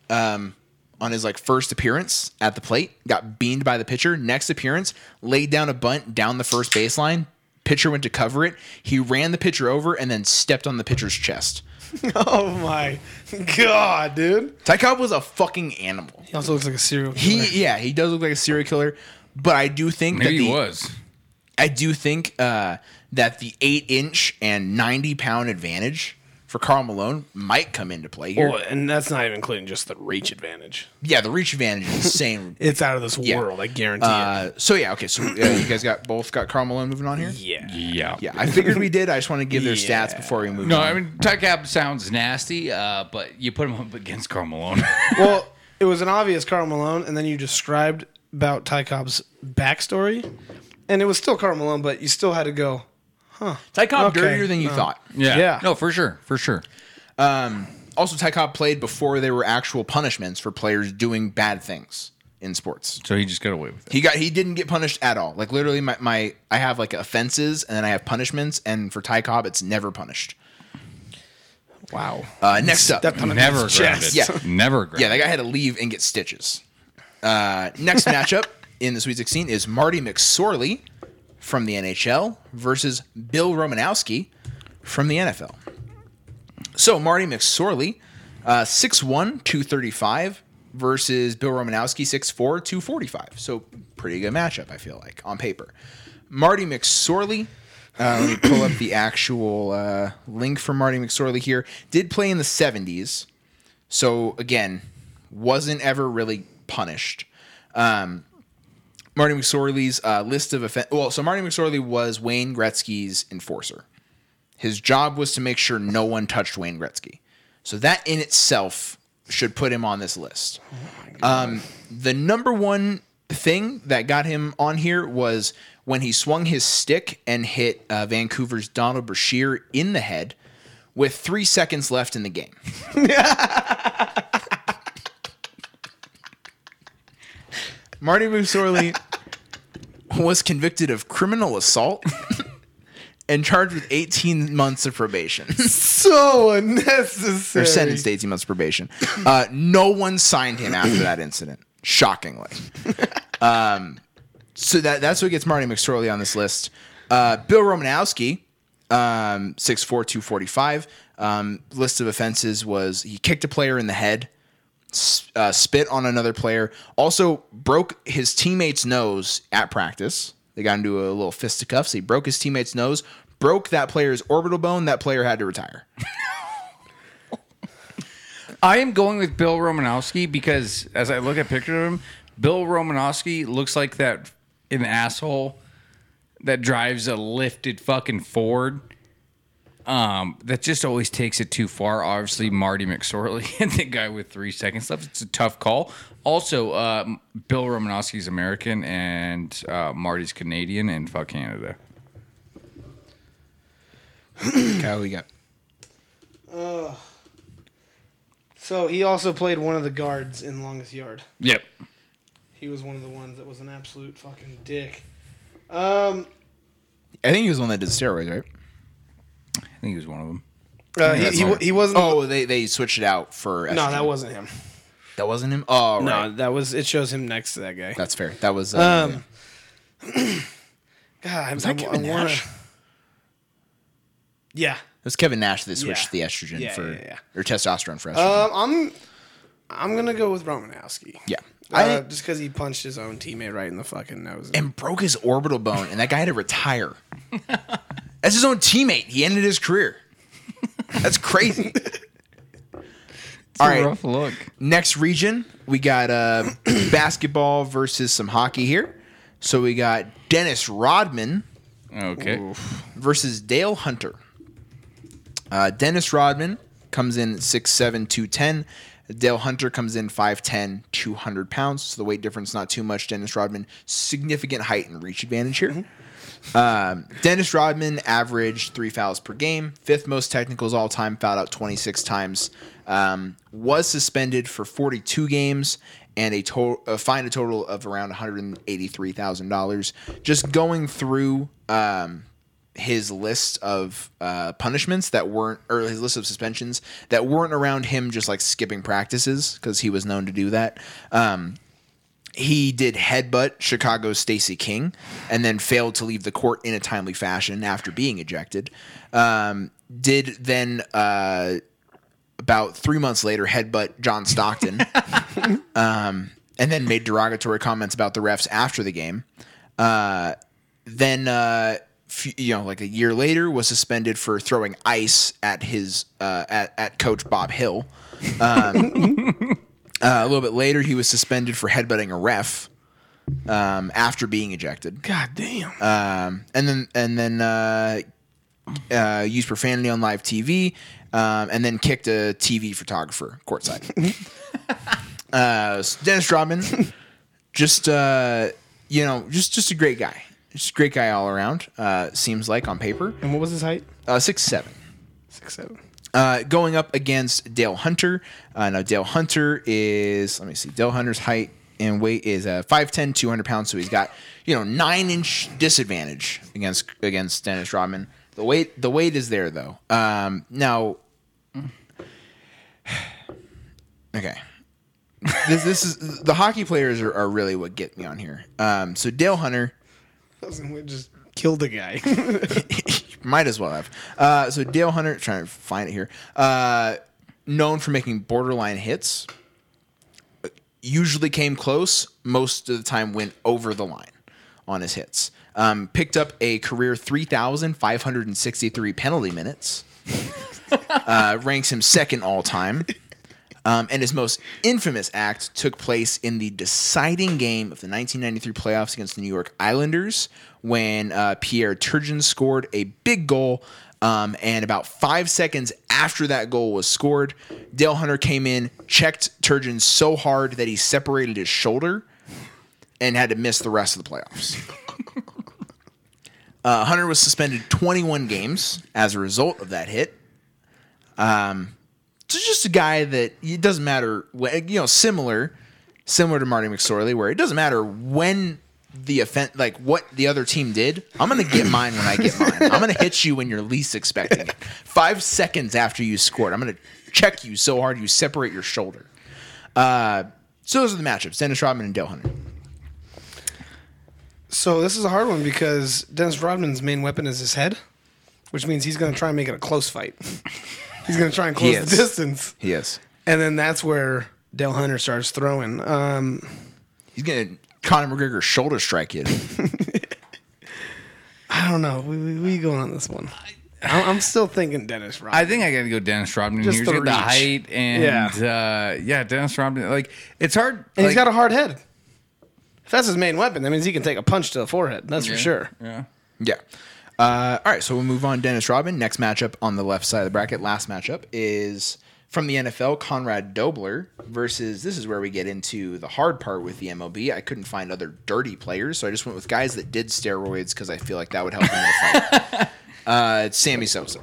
Speaker 3: um, on his like first appearance at the plate. Got beaned by the pitcher. Next appearance, laid down a bunt down the first baseline. Pitcher went to cover it. He ran the pitcher over and then stepped on the pitcher's chest.
Speaker 1: oh my god, dude.
Speaker 3: Ty Cobb was a fucking animal.
Speaker 1: He also looks like a serial killer.
Speaker 3: He yeah, he does look like a serial killer, but I do think that
Speaker 4: Maybe
Speaker 3: the,
Speaker 4: he was.
Speaker 3: I do think uh, that the eight inch and ninety pound advantage for Carl Malone might come into play here.
Speaker 1: Well, and that's not even including just the reach advantage.
Speaker 3: Yeah, the reach advantage is insane.
Speaker 1: It's out of this world, I guarantee it.
Speaker 3: Uh, so yeah, okay. So uh, you guys got both got Carl Malone moving on here.
Speaker 1: Yeah.
Speaker 4: Yeah.
Speaker 3: Yeah, I figured we did. I just want to give their stats
Speaker 1: Yeah.
Speaker 3: before we move.
Speaker 4: No,
Speaker 3: on.
Speaker 4: I mean Ty Cobb sounds nasty, uh, but you put him up against Carl Malone.
Speaker 1: Well, it was an obvious Carl Malone, and then you described about Ty Cobb's backstory, and it was still Carl Malone, but you still had to go.
Speaker 3: Ty Cobb
Speaker 1: okay,
Speaker 3: dirtier than you thought.
Speaker 1: Yeah.
Speaker 4: No, for sure, for sure.
Speaker 3: Also, Ty Cobb played before there were actual punishments for players doing bad things in sports.
Speaker 4: So he just got away with it.
Speaker 3: He got he didn't get punished at all. Like literally, my, my I have like offenses and then I have punishments, and for Ty Cobb, it's never punished.
Speaker 1: Wow.
Speaker 3: Uh, next up,
Speaker 1: Stepped on a man's
Speaker 4: Never grounded.
Speaker 1: chest.
Speaker 3: Yeah.
Speaker 4: Never grounded.
Speaker 3: yeah, that guy had to leave and get stitches. Uh, next matchup in the Sweet 16 is Marty McSorley from the NHL versus Bill Romanowski from the NFL. So Marty McSorley, uh, 6'1", 235 versus Bill Romanowski, 6'4", 245. So pretty good matchup, I feel like, on paper. Marty McSorley, uh, let me pull up the actual uh, link for Marty McSorley here, did play in the 70s. So again, wasn't ever really punished. Um, Marty McSorley's uh, list of offense. Well, so Marty McSorley was Wayne Gretzky's enforcer. His job was to make sure no one touched Wayne Gretzky. So that in itself should put him on this list. um, the number one thing that got him on here was when he swung his stick and hit uh, Vancouver's Donald Brashear in the head with three seconds left in the game. Marty McSorley was convicted of criminal assault and charged with 18 months of probation
Speaker 1: So unnecessary.
Speaker 3: or sentenced to 18 months probation. Uh, no one signed him after that incident, shockingly. Um, so that that's what gets Marty McSorley on this list. Uh, Bill Romanowski, um, 6'4", 245. Um, list of offenses was he kicked a player in the head, s- uh, spit on another player, also broke his teammate's nose at practice. They got into a little fisticuffs. He broke his teammate's nose, broke that player's orbital bone. That player had to retire.
Speaker 4: I am going with Bill Romanowski because as I look at pictures of him, Bill Romanowski looks like that an asshole that drives a lifted fucking Ford. Um, that just always takes it too far. Obviously, Marty McSorley and the guy with three seconds left. It's a tough call. Also, uh, Bill Romanowski's American and uh, Marty's Canadian and fuck Canada.
Speaker 3: Kyle, we got
Speaker 1: So he also played one of the guards in Longest Yard.
Speaker 4: Yep.
Speaker 1: He was one of the ones that was an absolute fucking dick. Um,
Speaker 3: I think he was the one that did steroids, right?
Speaker 4: I think he was one of them.
Speaker 1: uh,
Speaker 4: that's
Speaker 1: he, he, wa-
Speaker 4: hard.
Speaker 1: he wasn't.
Speaker 3: Oh, they, they switched it out for. Estrogen.
Speaker 1: no, that wasn't him.
Speaker 3: that wasn't him. Oh,
Speaker 1: No,
Speaker 3: right.
Speaker 1: that was. It shows him next to that guy.
Speaker 3: That's fair. That was. Uh,
Speaker 1: Um, God,
Speaker 3: Was
Speaker 1: I,
Speaker 3: that
Speaker 1: I, I
Speaker 3: Kevin
Speaker 1: wanna.
Speaker 3: Nash?
Speaker 1: Yeah,
Speaker 3: It was Kevin Nash that switched
Speaker 1: Yeah.
Speaker 3: the estrogen
Speaker 1: Yeah,
Speaker 3: for
Speaker 1: yeah, yeah.
Speaker 3: or testosterone for estrogen.
Speaker 1: um, I'm. I'm gonna go with Romanowski.
Speaker 3: yeah,
Speaker 1: uh,
Speaker 3: I think-
Speaker 1: just because he punched his own teammate right in the fucking nose.
Speaker 3: and broke his orbital bone, and that guy had to retire. That's his own teammate. He ended his career. That's crazy. All right,
Speaker 4: Rough look.
Speaker 3: next region we got uh, basketball versus some hockey here. So we got Dennis Rodman
Speaker 4: Okay.
Speaker 3: versus Dale Hunter. Uh, Dennis Rodman comes in at 6'7, 210. Dale Hunter comes in 5'10, 200 pounds. So the weight difference not too much. Dennis Rodman, significant height and reach advantage here. Um, Dennis Rodman averaged three fouls per game, fifth most technicals all time, fouled out 26 times. Um, was suspended for 42 games and a total uh, fined a total of around 183 thousand dollars. Just going through um, his list of uh, punishments that weren't, or his list of suspensions that weren't around him, just like skipping practices because he was known to do that. Um, he did headbutt Chicago's Stacey King and then failed to leave the court in a timely fashion after being ejected. Um, did then uh, about three months later headbutt John Stockton um, and then made derogatory comments about the refs after the game. Uh, then, uh, f- you know, like a year later, was suspended for throwing ice at his uh, at, at coach Bob Hill. Uh, a little bit later, he was suspended for headbutting a ref um, after being ejected,
Speaker 1: God damn.
Speaker 3: um, and then and then uh, uh, used profanity on live TV, um, and then kicked a TV photographer courtside. uh, so Dennis Rodman, just uh, you know, just just a great guy, just a great guy all around. Uh, seems like on paper,
Speaker 1: and what was his height?
Speaker 3: uh, six seven.
Speaker 1: Six seven.
Speaker 3: Uh, going up against Dale Hunter. Uh, now, Dale Hunter is, let me see, Dale Hunter's height and weight is uh, 5'10, 200 pounds. So he's got, you know, nine inch disadvantage against against Dennis Rodman. The weight, the weight is there, though. Um, now, Okay. this this is the hockey players are, are really what get me on here. Um, so Dale Hunter
Speaker 1: Doesn't we just killed the guy?
Speaker 3: might as well have. Uh, so Dale Hunter trying to find it here. Uh, known for making borderline hits, usually came close. Most of the time went over the line on his hits. Um, picked up a career three thousand five hundred and sixty three penalty minutes. uh, ranks him second all time. Um, and his most infamous act took place in the deciding game of the 1993 playoffs against the New York Islanders when uh, Pierre Turgeon scored a big goal. Um, and about five seconds after that goal was scored, Dale Hunter came in, checked Turgeon so hard that he separated his shoulder and had to miss the rest of the playoffs. Uh, Hunter was suspended 21 games as a result of that hit. So just a guy that it doesn't matter when you know similar, similar to Marty McSorley, where it doesn't matter when the offense, like what the other team did. I'm gonna get mine when I get mine. I'm gonna hit you when you're least expecting it. Five seconds after you scored, I'm gonna check you so hard you separate your shoulder. Uh, so those are the matchups: Dennis Rodman and Dale Hunter.
Speaker 1: so this is a hard one because Dennis Rodman's main weapon is his head, which means he's going to try and make it a close fight. he's going to try and close
Speaker 3: Yes.
Speaker 1: the distance,
Speaker 3: Yes,
Speaker 1: and then that's where Dale Hunter starts throwing. Um,
Speaker 3: he's gonna Conor McGregor shoulder strike you.
Speaker 1: I don't know. We we, we going on this one. I'm, I'm still thinking Dennis Rodman.
Speaker 4: I think I got to go Dennis Rodman.
Speaker 1: Just
Speaker 4: He's
Speaker 1: the
Speaker 4: got the
Speaker 1: reach.
Speaker 4: height and yeah. Uh, yeah, Dennis Rodman. Like it's hard.
Speaker 1: and
Speaker 4: like,
Speaker 1: he's got a hard head. If that's his main weapon, that means he can take a punch to the forehead. That's
Speaker 4: yeah,
Speaker 1: for sure.
Speaker 4: Yeah.
Speaker 3: Yeah. Uh, all right, so we'll move on. Dennis Rodman. Next matchup on the left side of the bracket. Last matchup is from the NFL. Conrad Dobler versus. This is where we get into the hard part with the MLB. I couldn't find other dirty players, so I just went with guys that did steroids because I feel like that would help them in the fight. Uh, it's Sammy Sosa.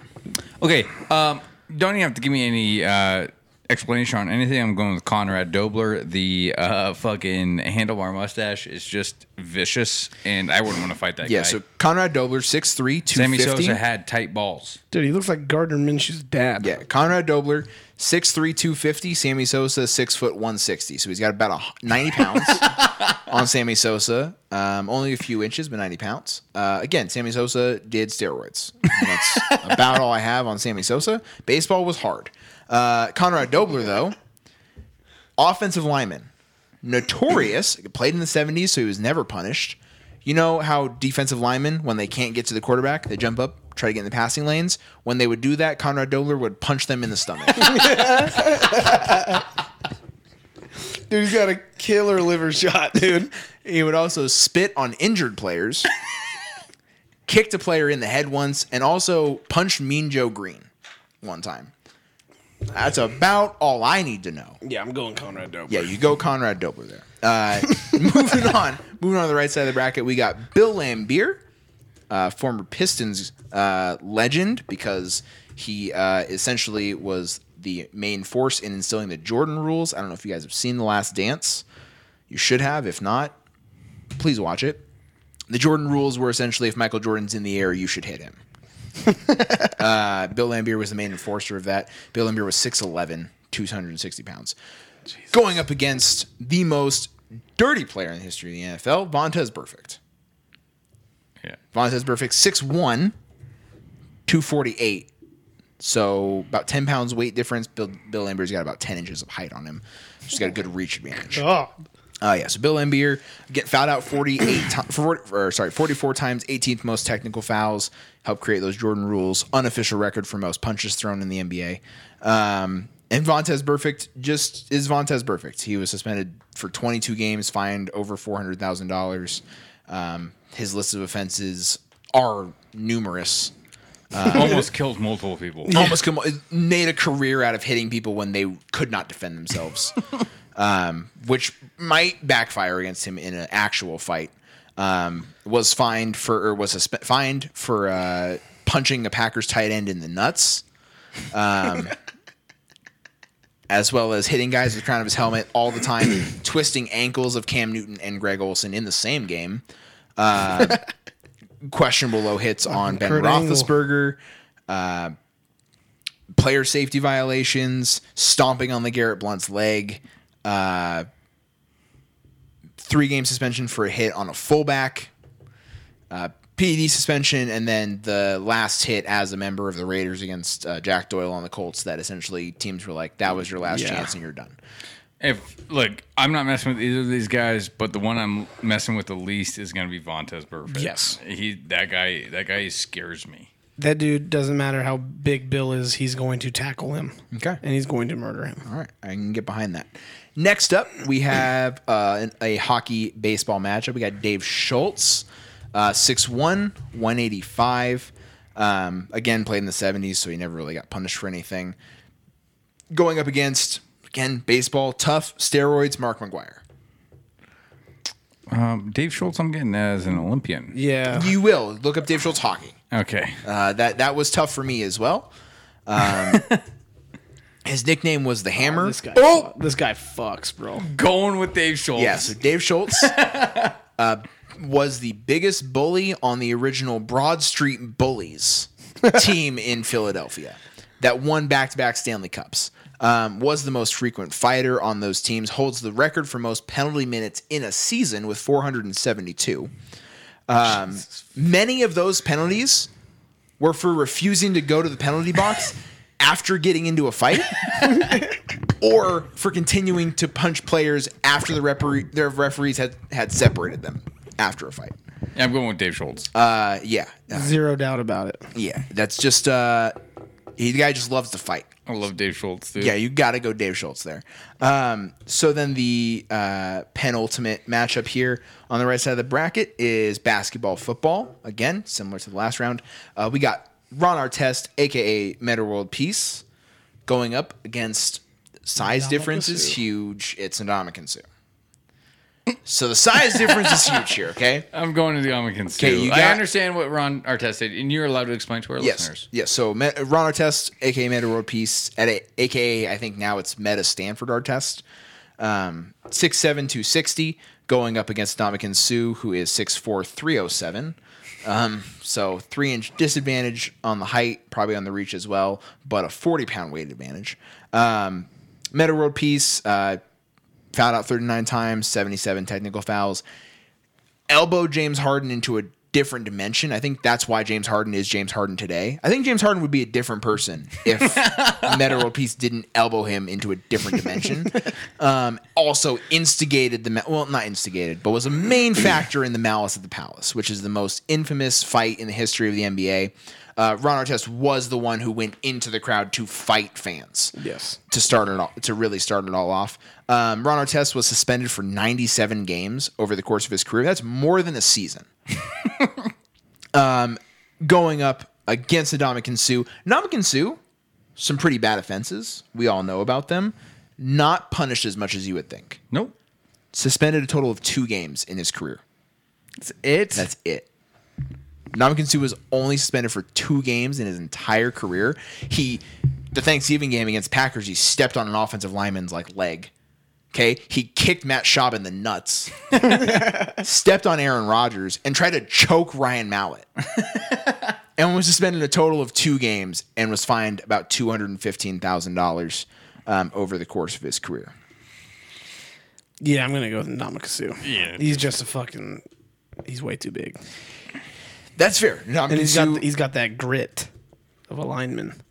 Speaker 4: Okay. Um, don't even have to give me any uh, explanation on anything. I'm going with Conrad Dobler. The uh, fucking handlebar mustache is just vicious, and I wouldn't want to fight that
Speaker 3: Yeah,
Speaker 4: guy.
Speaker 3: so Conrad Dobler, 6'3",
Speaker 4: Sammy
Speaker 3: 250.
Speaker 4: Sosa had tight balls.
Speaker 1: Dude, he looks like Gardner Minshew's dad.
Speaker 3: Yeah, Conrad Dobler, 6'3", 250. Sammy Sosa, six foot one sixty. So he's got about a, h- 90 pounds on Sammy Sosa. Um, only a few inches, but 90 pounds. Uh, again, Sammy Sosa did steroids. That's about all I have on Sammy Sosa. Baseball was hard. Uh, Conrad Dobler, though, offensive lineman, notorious, played in the 70s, so he was never punished. You know how defensive linemen, when they can't get to the quarterback, they jump up, try to get in the passing lanes? When they would do that, Conrad Dobler would punch them in the stomach.
Speaker 1: Dude, he's got a killer liver shot, dude.
Speaker 3: he would also spit on injured players, kicked a player in the head once, and also punched Mean Joe Green one time. That's about all I need to know.
Speaker 1: Yeah, I'm going Conrad Dobler.
Speaker 3: Yeah, you go Conrad Dobler there. Uh, moving on, moving on to the right side of the bracket, we got Bill Lambier, uh, former Pistons uh, legend, because he uh, essentially was the main force in instilling the Jordan rules. I don't know if you guys have seen The Last Dance. You should have. If not, please watch it. The Jordan rules were essentially if Michael Jordan's in the air, you should hit him. uh, Bill Lambier was the main enforcer of that. Bill Lambier was 6'11, 260 pounds. Going up against the most dirty player in the history of the NFL, Vontez Perfect.
Speaker 4: Yeah.
Speaker 3: Vontez Perfect, 6'1, 248. So about 10 pounds weight difference. Bill, Bill Lambier's got about 10 inches of height on him. She's got a good reach advantage.
Speaker 1: Oh,
Speaker 3: Uh, yeah, so Bill Embiid get fouled out 48 times, or sorry, 44 times, 18th most technical fouls, helped create those Jordan rules, unofficial record for most punches thrown in the NBA. Um, and Vontez Perfect just is Vontez Perfect. He was suspended for 22 games, fined over $400,000. Um, his list of offenses are numerous. Uh,
Speaker 4: Almost killed multiple people.
Speaker 3: Almost com- made a career out of hitting people when they could not defend themselves which might backfire against him in an actual fight, um, was fined for or was suspe- fined for uh, punching a Packers tight end in the nuts, um, as well as hitting guys with the crown of his helmet all the time, twisting ankles of Cam Newton and Greg Olson in the same game. Uh, questionable low hits on Ben
Speaker 1: Kurt Angle.
Speaker 3: Roethlisberger. Uh, player safety violations, stomping on the Garrett Blunt's leg, uh, three game suspension for a hit on a fullback, uh, PED suspension, and then the last hit as a member of the Raiders against uh, Jack Doyle on the Colts. That essentially teams were like, "That was your last
Speaker 1: Yeah.
Speaker 3: chance, and you're done."
Speaker 4: If look, I'm not messing with either of these guys, but the one I'm messing with the least is going to be Vontez Burfict.
Speaker 1: Yes.
Speaker 4: he that guy that guy scares me.
Speaker 1: That dude doesn't matter how big Bill is, he's going to tackle him.
Speaker 3: Okay.
Speaker 1: And he's going to murder him.
Speaker 3: All right, I can get behind that. Next up, we have uh, an, a hockey baseball matchup. We got Dave Schultz, uh, 6'1, 185. Um, again, played in the 70s, so he never really got punished for anything. Going up against, again, baseball, tough, steroids, Mark McGuire.
Speaker 4: Um, Dave Schultz, I'm getting as an Olympian.
Speaker 1: Yeah.
Speaker 3: You will. Look up Dave Schultz hockey.
Speaker 4: Okay,
Speaker 3: Uh, that, that was tough for me as well. Um, his nickname was the Hammer.
Speaker 1: This guy,
Speaker 4: Oh!
Speaker 1: fu- this guy fucks, bro.
Speaker 3: Mm.
Speaker 4: going with Dave Schultz.
Speaker 3: Yeah, so Dave Schultz uh, was the biggest bully on the original Broad Street Bullies team in Philadelphia that won back to back Stanley Cups. Um, was the most frequent fighter on those teams, holds the record for most penalty minutes in a season with 472. Um, many of those penalties were for refusing to go to the penalty box after getting into a fight or for continuing to punch players after the referee, their referees had, had separated them after a fight.
Speaker 4: Yeah, I'm going with Dave Schultz.
Speaker 3: Uh, yeah, uh,
Speaker 1: Zero doubt about it.
Speaker 3: yeah. That's just uh, he, the guy just loves to fight.
Speaker 4: I love Dave Schultz dude.
Speaker 3: Yeah, you got to go Dave Schultz there. Um, so then the uh, penultimate matchup here on the right side of the bracket is basketball football. Again, similar to the last round. Uh, we got Ron Artest, aka Meta World Peace, going up against size difference is huge. It's Ndamukong Suh. So the size difference is huge here, okay?
Speaker 4: I'm going to the Omicans
Speaker 3: Okay,
Speaker 4: too.
Speaker 3: you
Speaker 4: I
Speaker 3: got-
Speaker 4: understand what Ron Artest did, and you're allowed to explain to our
Speaker 3: Yes.
Speaker 4: listeners.
Speaker 3: Yes. So Me- Ron Artest, aka Meta World Peace, at a, aka I think now it's Meta Stanford Artest, um, six seven two sixty, going up against Dominican Sue, who is six four three oh seven. Um, so three inch disadvantage on the height, probably on the reach as well, but a forty pound weight advantage. Um, Meta World Peace uh, fouled out thirty nine times, seventy seven technical fouls elbow James Harden into a different dimension. I think that's why James Harden is James Harden today. I think James Harden would be a different person if Meta World Peace didn't elbow him into a different dimension. um, also instigated the ma- well, not instigated, but was a main factor in the Malice at the Palace, which is the most infamous fight in the history of the NBA. Uh, Ron Artest was the one who went into the crowd to fight fans
Speaker 1: Yes.
Speaker 3: to start it all to really start it all off. Um, Ron Artest was suspended for 97 games over the course of his career. That's more than a season. um, going up against Adamakin Sue. Adamakin Sue, some pretty bad offenses. We all know about them. Not punished as much as you would think.
Speaker 4: Nope.
Speaker 3: Suspended a total of two games in his career.
Speaker 4: That's it.
Speaker 3: That's it. Namakinsu was only suspended for two games in his entire career. He, the Thanksgiving game against Packers, he stepped on an offensive lineman's like leg. Okay, he kicked Matt Schaub in the nuts, stepped on Aaron Rodgers, and tried to choke Ryan Mallett. and was suspended a total of two games and was fined about two hundred and fifteen thousand dollars um, over the course of his career.
Speaker 1: Yeah, I'm gonna go with Namakasu.
Speaker 4: Yeah.
Speaker 1: He's just a fucking he's way too big.
Speaker 3: That's fair.
Speaker 1: And he's got
Speaker 3: Namakinsu-
Speaker 1: he's got that grit of a lineman.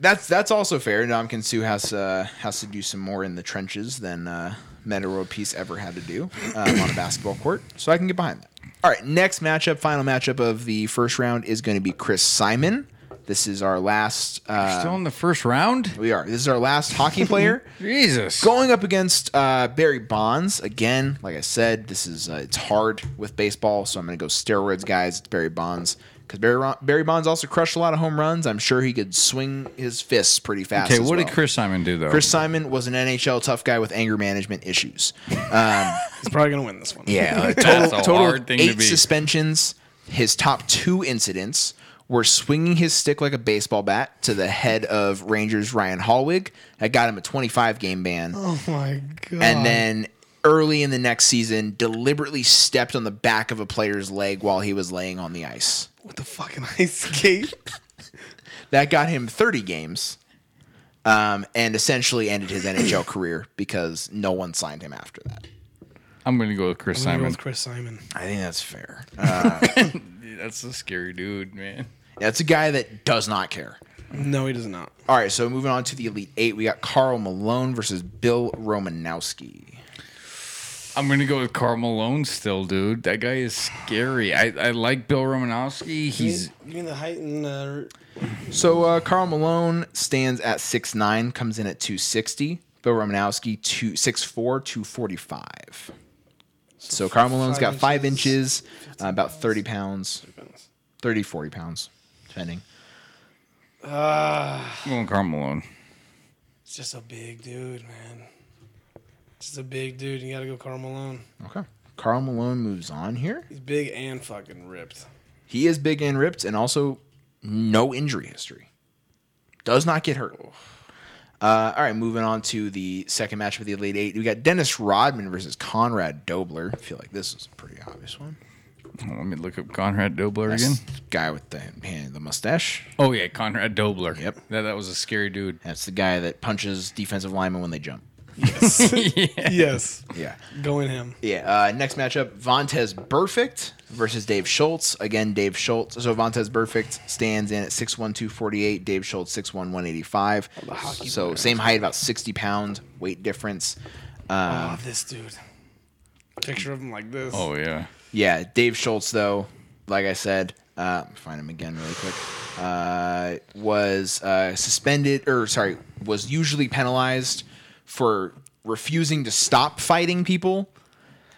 Speaker 3: That's that's also fair. Domkin Sue has uh, has to do some more in the trenches than uh, Meta World Peace ever had to do um, on a basketball court. So I can get behind that. All right, next matchup, final matchup of the first round is going to be Chris Simon. This is our last. Uh,
Speaker 4: Still in the first round.
Speaker 3: we are. This is our last hockey player
Speaker 4: Jesus.
Speaker 3: going up against uh, Barry Bonds again. Like I said, this is uh, it's hard with baseball, so I'm going to go steroids, guys. It's Barry Bonds because Barry Ron- Barry Bonds also crushed a lot of home runs. I'm sure he could swing his fists pretty fast.
Speaker 4: Okay,
Speaker 3: as
Speaker 4: what did
Speaker 3: well.
Speaker 4: Chris Simon do though?
Speaker 3: Chris Simon was an NHL tough guy with anger management issues.
Speaker 1: He's probably gonna win this one.
Speaker 3: Yeah, a
Speaker 4: That's
Speaker 3: total,
Speaker 4: a
Speaker 3: total
Speaker 4: hard
Speaker 3: of
Speaker 4: thing to
Speaker 3: eight
Speaker 4: be.
Speaker 3: suspensions. His top two incidents were swinging his stick like a baseball bat to the head of Rangers Ryan Hallwig. That got him a 25 game ban.
Speaker 1: Oh my god.
Speaker 3: and then early in the next season deliberately stepped on the back of a player's leg while he was laying on the ice.
Speaker 1: with the fucking ice skate.
Speaker 3: That got him 30 games um, and essentially ended his NHL career because no one signed him after that.
Speaker 4: I'm gonna go with Chris
Speaker 1: I'm gonna go
Speaker 4: Simon.
Speaker 1: with Chris Simon.
Speaker 3: I think that's fair. Uh,
Speaker 4: That's a scary dude, man.
Speaker 3: that's a guy that does not care.
Speaker 1: No, he does not.
Speaker 3: All right, so moving on to the Elite Eight, we got Carl Malone versus Bill Romanowski.
Speaker 4: I'm gonna go with Carl Malone still, dude. That guy is scary. I, I like Bill Romanowski. He's
Speaker 1: you mean the height and uh,
Speaker 3: So uh, Carl Malone stands at 6'9", comes in at 260. Bill Romanowski, two, 6'4", 245. So Carl Malone's got
Speaker 1: five
Speaker 3: five inches,
Speaker 1: inches,
Speaker 3: uh, about 30 pounds, 30, 40 pounds, depending.
Speaker 4: I'm going Carl Malone.
Speaker 1: it's just a big dude, man. Just a big dude. You gotta go Carl Malone.
Speaker 3: Okay. Carl Malone moves on here.
Speaker 1: He's big and fucking ripped.
Speaker 3: He is big and ripped and also no injury history. Does not get hurt. Uh, all right, moving on to the second matchup of the Elite Eight. We got Dennis Rodman versus Conrad Dobler. I feel like this is a pretty obvious one.
Speaker 4: Hold on, Let me look up Conrad Dobler again.
Speaker 3: That's the guy with the hand, the mustache.
Speaker 4: Oh yeah, Conrad Dobler.
Speaker 3: Yep.
Speaker 4: That that was a scary dude.
Speaker 3: That's the guy that punches defensive linemen when they jump.
Speaker 1: Yes.
Speaker 4: yeah.
Speaker 1: yes.
Speaker 3: Yeah.
Speaker 1: Going him.
Speaker 3: Yeah. Uh, next matchup, Vontez Perfect versus Dave Schultz. Again, Dave Schultz. So Vontez Perfect stands in at 6'1", 248. Dave Schultz, 6'1", 185. So same height, about 60 pound weight difference. Uh,
Speaker 1: Oh, this dude. Picture of him like this.
Speaker 4: Oh yeah.
Speaker 3: Yeah, Dave Schultz though, like I said, uh, find him again really quick. Uh, was uh, suspended or sorry, was usually penalized for refusing to stop fighting people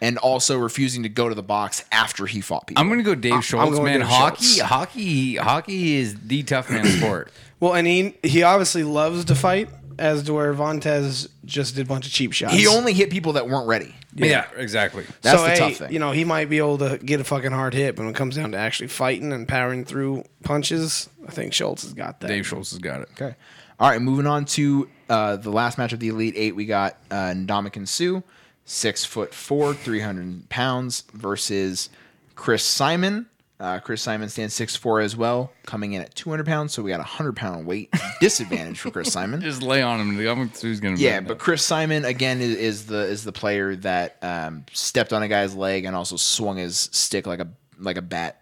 Speaker 3: and also refusing to go to the box after he fought people.
Speaker 4: I'm gonna go Dave Schultz,
Speaker 1: going
Speaker 4: man.
Speaker 1: Dave
Speaker 4: hockey,
Speaker 1: Schultz.
Speaker 4: hockey, hockey is the tough man sport.
Speaker 1: Well, and he he obviously loves to fight, as to where Vontez just did a bunch of cheap shots.
Speaker 3: he only hit people that weren't ready.
Speaker 4: yeah. exactly.
Speaker 3: That's
Speaker 1: so,
Speaker 3: the
Speaker 1: hey,
Speaker 3: tough thing.
Speaker 1: You know, he might be able to get a fucking hard hit, but when it comes down to actually fighting and powering through punches, I think Schultz has got that.
Speaker 4: Dave Schultz has got it.
Speaker 3: Okay. All right, moving on to uh, the last match of the Elite Eight. We got uh, Ndamukong Sue, six foot four, 300 pounds, versus Chris Simon. Uh, Chris Simon stands six four as well, coming in at 200 pounds. So we got a 100 pound weight disadvantage for Chris Simon.
Speaker 4: Just lay on him. dude. I'm who's gonna.
Speaker 3: Yeah,
Speaker 4: win.
Speaker 3: but Chris Simon again is, is the is the player that um, stepped on a guy's leg and also swung his stick like a like a bat.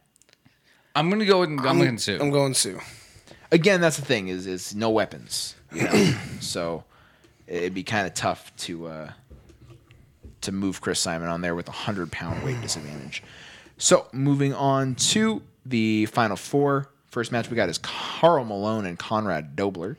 Speaker 4: I'm gonna go with
Speaker 1: I'm,
Speaker 4: Dominican Sue.
Speaker 1: I'm going Sue.
Speaker 3: Again, that's the thing is is no weapons. You know? so it'd be kind of tough to uh, to move Chris Simon on there with a hundred pound weight disadvantage. So moving on to the final four. First match we got is Carl Malone and Conrad Dobler.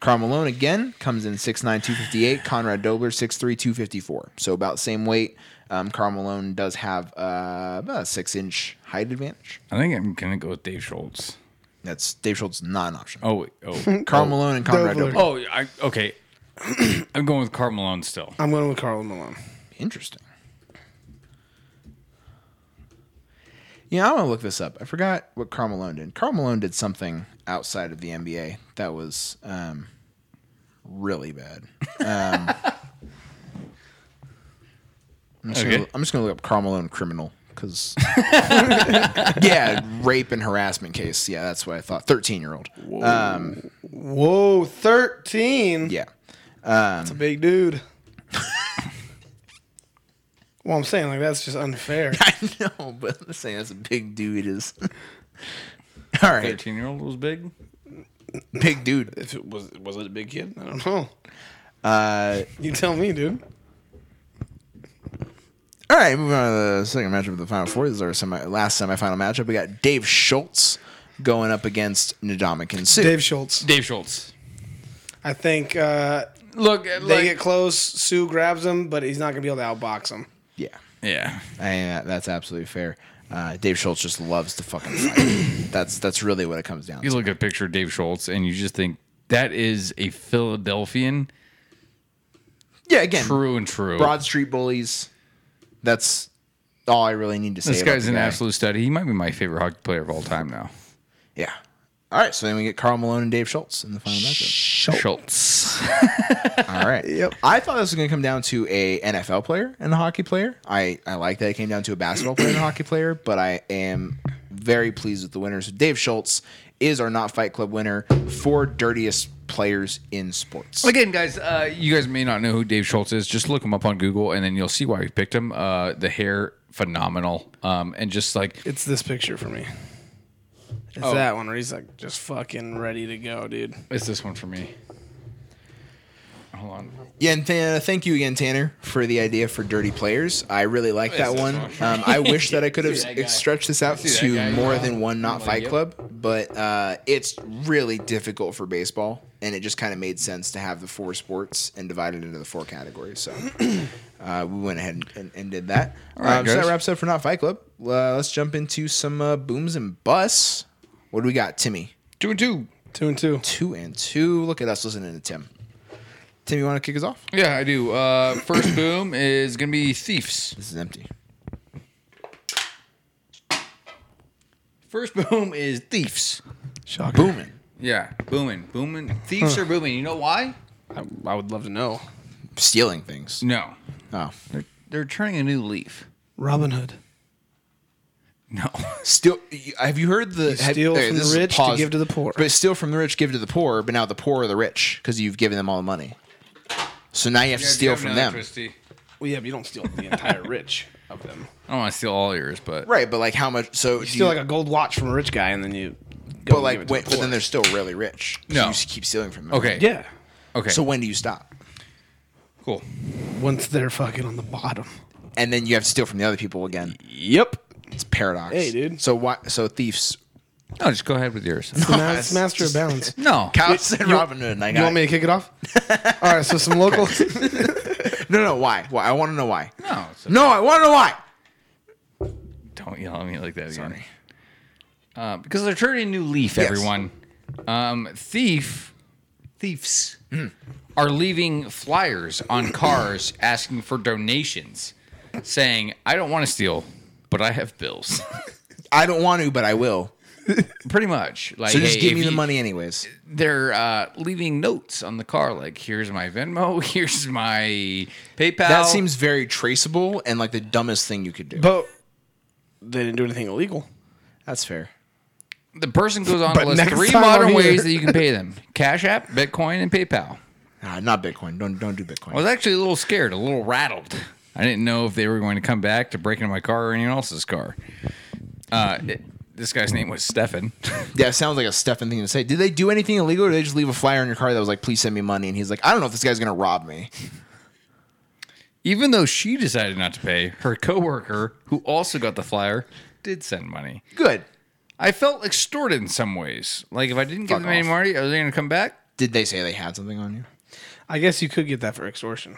Speaker 3: Carl Malone again comes in 6'9", 258. Conrad Dobler 6'3", 254. So about same weight. Um, Carl Malone does have uh, about a six inch height advantage.
Speaker 4: I think I'm gonna go with Dave Schultz.
Speaker 3: That's Dave Schultz not an option.
Speaker 4: Oh wait. Oh.
Speaker 3: Carl Malone and Conrad
Speaker 1: Dobler.
Speaker 3: Dobler.
Speaker 4: oh. I, okay. I'm going with Carl Malone still.
Speaker 1: I'm going with Carl Malone.
Speaker 3: Interesting. Yeah, I'm gonna look this up. I forgot what Karl Malone did. Karl Malone did something outside of the NBA that was um, really bad. Um, I'm, just
Speaker 4: Okay.
Speaker 3: gonna, I'm just gonna look up Karl Malone criminal because yeah, rape and harassment case. Yeah, that's what I thought. Thirteen year old.
Speaker 1: Whoa, thirteen.
Speaker 3: Yeah,
Speaker 1: that's a big dude. well, I'm saying like that's just unfair.
Speaker 3: I know, but I'm saying that's a big dude. Is all right,
Speaker 4: Thirteen year old was big.
Speaker 3: big dude.
Speaker 1: if it was was it a big kid? I don't know.
Speaker 3: Uh,
Speaker 1: You tell me, dude.
Speaker 3: All right, moving on to the second matchup of the final four. This is our semi- last semifinal matchup. We got Dave Schultz going up against Ndamukong Suh.
Speaker 1: Dave Schultz.
Speaker 4: Dave Schultz.
Speaker 1: I think uh,
Speaker 4: Look,
Speaker 1: they
Speaker 4: like,
Speaker 1: get close. Sue grabs him, but he's not gonna be able to outbox him.
Speaker 3: Yeah,
Speaker 4: yeah.
Speaker 3: I, that's absolutely fair. Uh, Dave Schultz just loves to fucking fight. that's that's really what it comes down
Speaker 4: You
Speaker 3: to.
Speaker 4: look at a picture of Dave Schultz and you just think that is a Philadelphian.
Speaker 3: Yeah, again,
Speaker 4: True and true.
Speaker 3: Broad Street Bullies. That's all I really need to say.
Speaker 4: This
Speaker 3: about
Speaker 4: guy's
Speaker 3: the
Speaker 4: an
Speaker 3: guy.
Speaker 4: absolute stud. He might be my favorite hockey player of all time now.
Speaker 3: Yeah. All right, so then we get Carl Malone and Dave Schultz in the final matchup.
Speaker 4: Schultz.
Speaker 3: All right. Yep. I thought this was going to come down to a NFL player and a hockey player. I, I like that it came down to a basketball player and a hockey player, but I am very pleased with the winner. So Dave Schultz is our Not Fight Club winner for dirtiest players in sports.
Speaker 4: Again, guys, uh, you guys may not know who Dave Schultz is. Just look him up on Google, and then you'll see why we picked him. Uh, the hair, phenomenal, um, and just like
Speaker 1: It's this picture for me. It's that one where he's like just fucking ready to go, dude.
Speaker 4: it's this one for me. Hold on.
Speaker 3: Yeah, and th- uh, thank you again, Tanner, for the idea for dirty players. I really like that
Speaker 4: this
Speaker 3: one.
Speaker 4: one?
Speaker 3: Um, I wish that I could have
Speaker 4: that guy.
Speaker 3: stretched this out
Speaker 4: see that guy,
Speaker 3: to more
Speaker 4: yeah.
Speaker 3: than one
Speaker 4: I'm
Speaker 3: Not
Speaker 4: like,
Speaker 3: Fight
Speaker 4: yep.
Speaker 3: Club, but uh, it's really difficult for baseball, and it just kind of made sense to have the four sports and divide it into the four categories. So uh, we went ahead and, and, and did that.
Speaker 4: right,
Speaker 3: um, so that
Speaker 4: guys.
Speaker 3: wraps up for Not Fight Club. Uh, let's jump into some uh, booms and busts. What do we got, Timmy?
Speaker 4: Two and two.
Speaker 1: Two and two.
Speaker 3: Two and two. Look at us listening to Tim. Tim, you want to kick us off?
Speaker 4: Yeah, I do. Uh, first boom is gonna be thieves.
Speaker 3: This is empty.
Speaker 4: First boom is thieves.
Speaker 1: Shocker.
Speaker 3: Booming.
Speaker 4: Yeah, booming, booming. Thieves are booming. You know why?
Speaker 1: I, I would love to know.
Speaker 3: stealing things.
Speaker 4: No,
Speaker 3: Oh.
Speaker 4: they're they're turning a new leaf.
Speaker 1: Robin Hood.
Speaker 4: No.
Speaker 3: Steal. Have you heard the have-
Speaker 1: steal
Speaker 3: okay,
Speaker 1: from
Speaker 3: this
Speaker 1: the
Speaker 3: is a
Speaker 1: rich to
Speaker 3: pause.
Speaker 1: give to the poor.
Speaker 3: But steal from the rich, give to the poor. But now the poor are the rich because you've given them all the money. So now you have to steal from them,
Speaker 1: Well, yeah, but you don't steal the entire rich of them.
Speaker 4: I don't want to steal all yours, but
Speaker 3: right? But like how much? So do
Speaker 1: You steal like a gold watch from a rich guy, and then you. Go
Speaker 3: but
Speaker 1: and give it
Speaker 3: like
Speaker 1: to the
Speaker 3: wait, but
Speaker 1: poor.
Speaker 3: then they're still really rich. So
Speaker 4: No.
Speaker 3: you just keep stealing from them.
Speaker 4: okay,
Speaker 1: Yeah,
Speaker 4: okay,
Speaker 3: So when do you stop?
Speaker 4: cool.
Speaker 1: once they're fucking on the bottom.
Speaker 3: And then you have to steal from the other people again.
Speaker 1: Yep.
Speaker 3: It's a paradox.
Speaker 1: Hey, dude.
Speaker 3: So why? So thieves.
Speaker 4: No, just go ahead with yours.
Speaker 1: Mas- master of balance.
Speaker 4: No,
Speaker 3: Cops and
Speaker 1: you-
Speaker 3: Robin Hood. And I
Speaker 1: You
Speaker 3: got
Speaker 1: want me to kick it off? All right, so some local.
Speaker 3: No, no. Why? Why? I want to know why.
Speaker 4: no, it's a-
Speaker 3: No, I want to know why.
Speaker 4: Don't yell at me like that again. Uh, because they're turning a new leaf, everyone. Um, thief, thieves are leaving flyers on cars asking for donations, saying, "I don't want to steal, but I have bills."
Speaker 3: I don't want to, but I will.
Speaker 4: Pretty much, like
Speaker 3: So just
Speaker 4: hey,
Speaker 3: give
Speaker 4: if
Speaker 3: me the
Speaker 4: you-
Speaker 3: money anyways.
Speaker 4: They're uh, leaving notes on the car, like, "Here's my Venmo, here's my PayPal."
Speaker 3: That seems very traceable and like the dumbest thing you could do.
Speaker 1: but they didn't do anything illegal.
Speaker 3: That's fair.
Speaker 4: The person goes on
Speaker 1: But
Speaker 4: to list
Speaker 1: next
Speaker 4: three
Speaker 1: time
Speaker 4: modern
Speaker 1: I'm here-
Speaker 4: ways that you can pay them: Cash App, Bitcoin, and PayPal.
Speaker 3: Nah, not Bitcoin. Don't don't do Bitcoin.
Speaker 4: I was actually a little scared, a little rattled. I didn't know if they were going to come back to break into my car or anyone else's car. Uh, it- this guy's name was Stefan.
Speaker 3: yeah, it sounds like a Stefan thing to say. Did they do anything illegal or did they just leave a flyer in your car that was like, please send me money? And he's like, I don't know if this guy's gonna rob me.
Speaker 4: Even though she decided not to pay, her coworker, who also got the flyer, did send money.
Speaker 3: Good.
Speaker 4: I felt extorted in some ways. Like if I didn't give
Speaker 3: Fuck
Speaker 4: them any
Speaker 3: off.
Speaker 4: money, are they going to come back?
Speaker 3: Did they say they had something on you?
Speaker 1: I guess you could get that for extortion.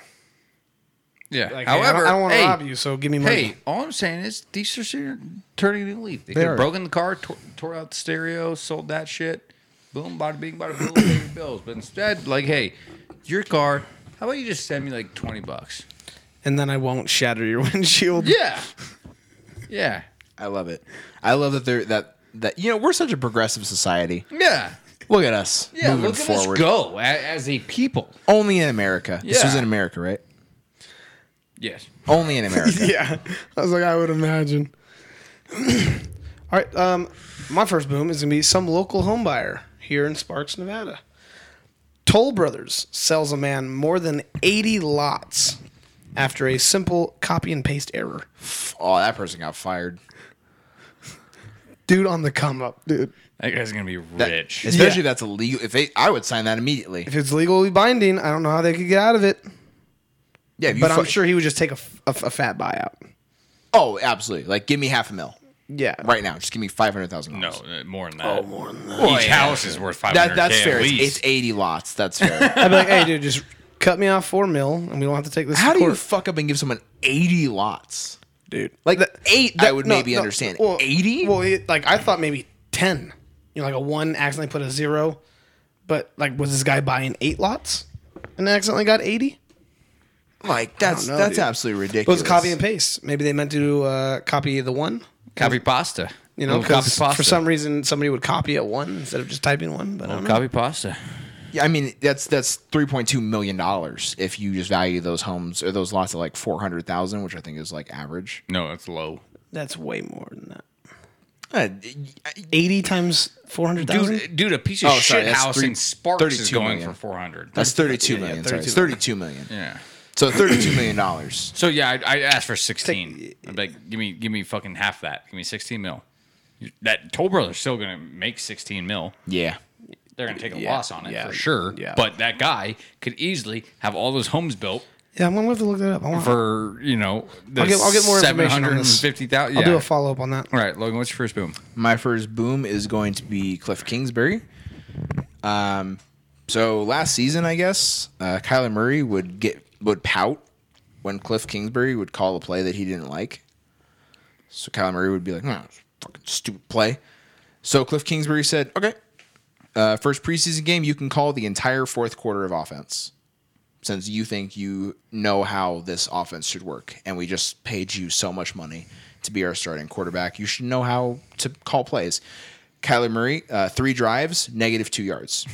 Speaker 4: Yeah.
Speaker 1: Like, hey, I
Speaker 4: However,
Speaker 1: don't- I don't want to
Speaker 4: hey,
Speaker 1: rob you, so give me money.
Speaker 4: Hey, all I'm saying is these are ser- turning new leaf. They,
Speaker 3: They
Speaker 4: could
Speaker 3: are.
Speaker 4: have broken the car, tore, tore out the stereo, sold that shit. Boom, bada bing, bada boom, pay your bills. But instead, like, hey, your car. How about you just send me like twenty bucks?
Speaker 1: And then I won't shatter your windshield.
Speaker 4: Yeah, yeah,
Speaker 3: I love it. I love that they're that that you know, we're such a progressive society.
Speaker 4: yeah,
Speaker 3: Look at us.
Speaker 4: yeah.
Speaker 3: moving
Speaker 4: look at us
Speaker 3: forward.
Speaker 4: go a- as a people.
Speaker 3: Only in America. This was
Speaker 4: Yeah.
Speaker 3: in America, right?
Speaker 4: Yes.
Speaker 3: Only in America.
Speaker 1: yeah. I was like, I would imagine. All right. Um, my first boom is gonna be some local home buyer here in Sparks, Nevada. Toll Brothers sells a man more than 80 lots after a simple copy and paste error.
Speaker 3: oh, that person got fired.
Speaker 1: Dude on the come up, dude.
Speaker 4: That guy's gonna be
Speaker 3: That-
Speaker 4: rich.
Speaker 3: Especially if that's illegal. If they I would sign that immediately.
Speaker 1: If it's legally binding, I don't know how they could get out of it,
Speaker 3: Yeah, if you
Speaker 1: but
Speaker 3: fu-
Speaker 1: I'm sure he would just take a, f- a f- a fat buyout.
Speaker 3: Oh, absolutely. Like, give me half a mil
Speaker 1: Yeah.
Speaker 3: right now. Just give me five hundred thousand.
Speaker 4: no, uh, more than that.
Speaker 1: More than that.
Speaker 4: Each house is worth five
Speaker 3: that
Speaker 4: hundred.
Speaker 3: that's fair.
Speaker 4: At
Speaker 3: It's,
Speaker 4: least.
Speaker 3: it's eighty lots. That's fair.
Speaker 1: I'd be like, hey, dude, just cut me off four mil, and we don't have to take this.
Speaker 3: How
Speaker 1: to
Speaker 3: do you
Speaker 1: court."
Speaker 3: fuck up and give someone eighty lots?
Speaker 1: dude?
Speaker 3: Like eight, I would
Speaker 1: no,
Speaker 3: maybe
Speaker 1: no,
Speaker 3: understand.
Speaker 1: well-
Speaker 3: Eighty?
Speaker 1: Well, it, like I thought maybe ten. You know, like a one accidentally put a zero, but like was this guy buying eight lots and accidentally got eighty?
Speaker 3: like that's
Speaker 1: know,
Speaker 3: that's
Speaker 1: dude.
Speaker 3: absolutely
Speaker 1: It
Speaker 3: ridiculous.
Speaker 1: was copy and paste. Maybe they meant to uh, copy the one.
Speaker 4: copy pasta.
Speaker 1: You know,
Speaker 4: Little copy
Speaker 1: because
Speaker 4: pasta.
Speaker 1: for some reason somebody would copy a one instead of just typing one. But I don't know.
Speaker 4: copy pasta.
Speaker 3: Yeah, I mean, that's that's three point two million dollars if you just value those homes or those lots at like four hundred thousand, which I think is like average.
Speaker 4: No, that's low.
Speaker 1: that's way more than that.
Speaker 3: Uh,
Speaker 1: 80 times 400,000?
Speaker 4: Dude, dude, a piece of
Speaker 3: Oh, sorry,
Speaker 4: shit
Speaker 3: that's
Speaker 4: house
Speaker 3: three-
Speaker 4: in Sparks is
Speaker 3: 32
Speaker 4: going
Speaker 3: million.
Speaker 4: for four hundred.
Speaker 3: that's 32
Speaker 1: yeah,
Speaker 3: million.
Speaker 1: yeah,
Speaker 3: sorry. It's 32 million.
Speaker 4: yeah.
Speaker 3: So 32 million dollars.
Speaker 4: So yeah, I, I asked for sixteen. I'm like, give me, give me fucking half that. Give me sixteen mil. That Toll Brothers still gonna make sixteen mil.
Speaker 3: Yeah.
Speaker 4: They're gonna take a
Speaker 3: Yeah,
Speaker 4: loss on it
Speaker 3: yeah,
Speaker 4: for sure.
Speaker 3: yeah.
Speaker 4: But that guy could easily have all those homes built
Speaker 1: Yeah, I'm going to have to look that up. I want,
Speaker 4: for you know. The
Speaker 1: I'll get- I'll get more
Speaker 4: seven
Speaker 1: information
Speaker 4: hundred
Speaker 1: on
Speaker 4: and
Speaker 1: this.
Speaker 4: fifty thousand.
Speaker 1: I'll
Speaker 4: Yeah.
Speaker 1: do a follow up on that.
Speaker 4: all right, Logan. What's your first boom?
Speaker 3: My first boom is going to be Cliff Kingsbury. Um, so last season, I guess uh, Kyler Murray would get would pout when Cliff Kingsbury would call a play that he didn't like. So Kyler Murray would be like, "Nah, it's a "Fucking stupid play." So Cliff Kingsbury said, "Okay, uh, first preseason game, you can call the entire fourth quarter of offense." Since you think you know how this offense should work, and we just paid you so much money to be our starting quarterback, you should know how to call plays. Kyler Murray, uh, three drives, negative two yards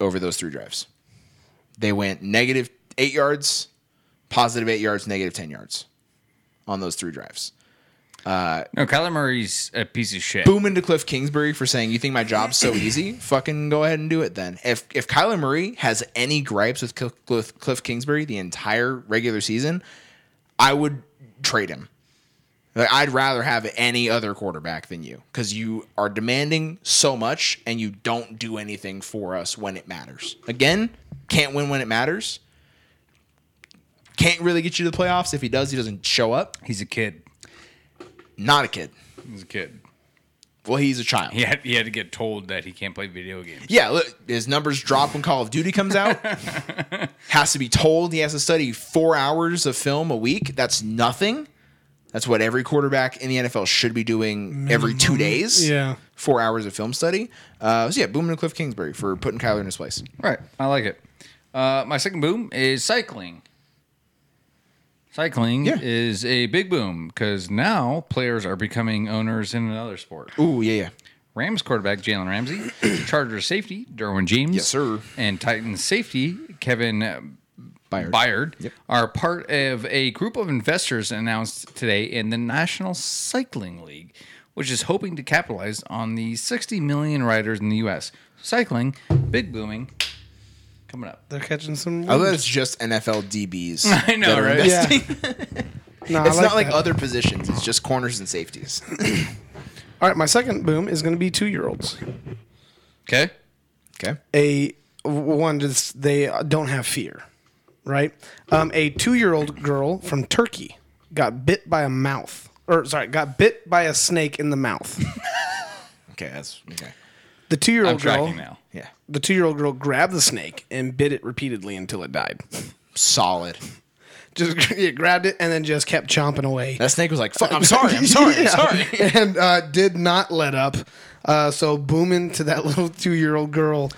Speaker 3: over those three drives. They went negative eight yards, positive eight yards, negative 10 yards on those three drives.
Speaker 4: No, Kyler Murray's a piece of shit.
Speaker 3: Boom into Cliff Kingsbury for saying, You think my job's so easy? Fucking go ahead and do it then. If, if Kyler Murray has any gripes with Cliff, Cliff, Cliff Kingsbury the entire regular season, I would trade him. Like, I'd rather have any other quarterback than you because you are demanding so much and you don't do anything for us when it matters. Again, can't win when it matters. Can't really get you to the playoffs. If he does, he doesn't show up.
Speaker 4: He's a kid.
Speaker 3: Not a kid.
Speaker 4: He's a kid.
Speaker 3: Well, he's a child.
Speaker 4: He had he had to get told that he can't play video games.
Speaker 3: Yeah, look, his numbers drop when Call of Duty comes out. has to be told he has to study four hours of film a week. That's nothing. That's what every quarterback in the NFL should be doing every two days.
Speaker 1: Yeah.
Speaker 3: Four hours of film study. Uh, so, yeah, boom to Cliff Kingsbury for putting Kyler in his place.
Speaker 4: Right. I like it. Uh, my second boom is cycling. Cycling
Speaker 3: Yeah.
Speaker 4: is a big boom because now players are becoming owners in another sport.
Speaker 3: Ooh, yeah, yeah.
Speaker 4: Rams quarterback Jalen Ramsey, Chargers safety Derwin James,
Speaker 3: Yes, sir.
Speaker 4: and Titans safety Kevin uh,
Speaker 3: Byard.
Speaker 4: Byard are part of a group of investors announced today in the National Cycling League, which is hoping to capitalize on the 60 million riders in the U.S. Cycling, big booming, coming up.
Speaker 1: They're catching some.
Speaker 3: I thought it's just NFL DBs.
Speaker 4: I know,
Speaker 3: that are
Speaker 4: right?
Speaker 3: investing.
Speaker 1: yeah. no, I
Speaker 3: It's not like
Speaker 1: that.
Speaker 3: other positions. It's just corners and safeties.
Speaker 1: All right, my second boom is going to be two year olds.
Speaker 4: Okay.
Speaker 3: Okay.
Speaker 1: a one just they don't have fear, right? Um, a two-year-old girl from Turkey got bit by a mouth, or sorry, got bit by a snake in the mouth.
Speaker 3: Okay, that's okay.
Speaker 1: The
Speaker 4: I'm
Speaker 1: two-year-old girl,
Speaker 4: tracking now.
Speaker 3: Yeah.
Speaker 1: the two-year-old girl grabbed the snake and bit it repeatedly until it died.
Speaker 3: Solid.
Speaker 1: Just yeah, grabbed it and then just kept chomping away.
Speaker 3: That snake was like, fuck, I'm sorry, I'm sorry, I'm
Speaker 1: Yeah.
Speaker 3: sorry.
Speaker 1: and uh, did not let up. Uh, so booming to that little two-year-old girl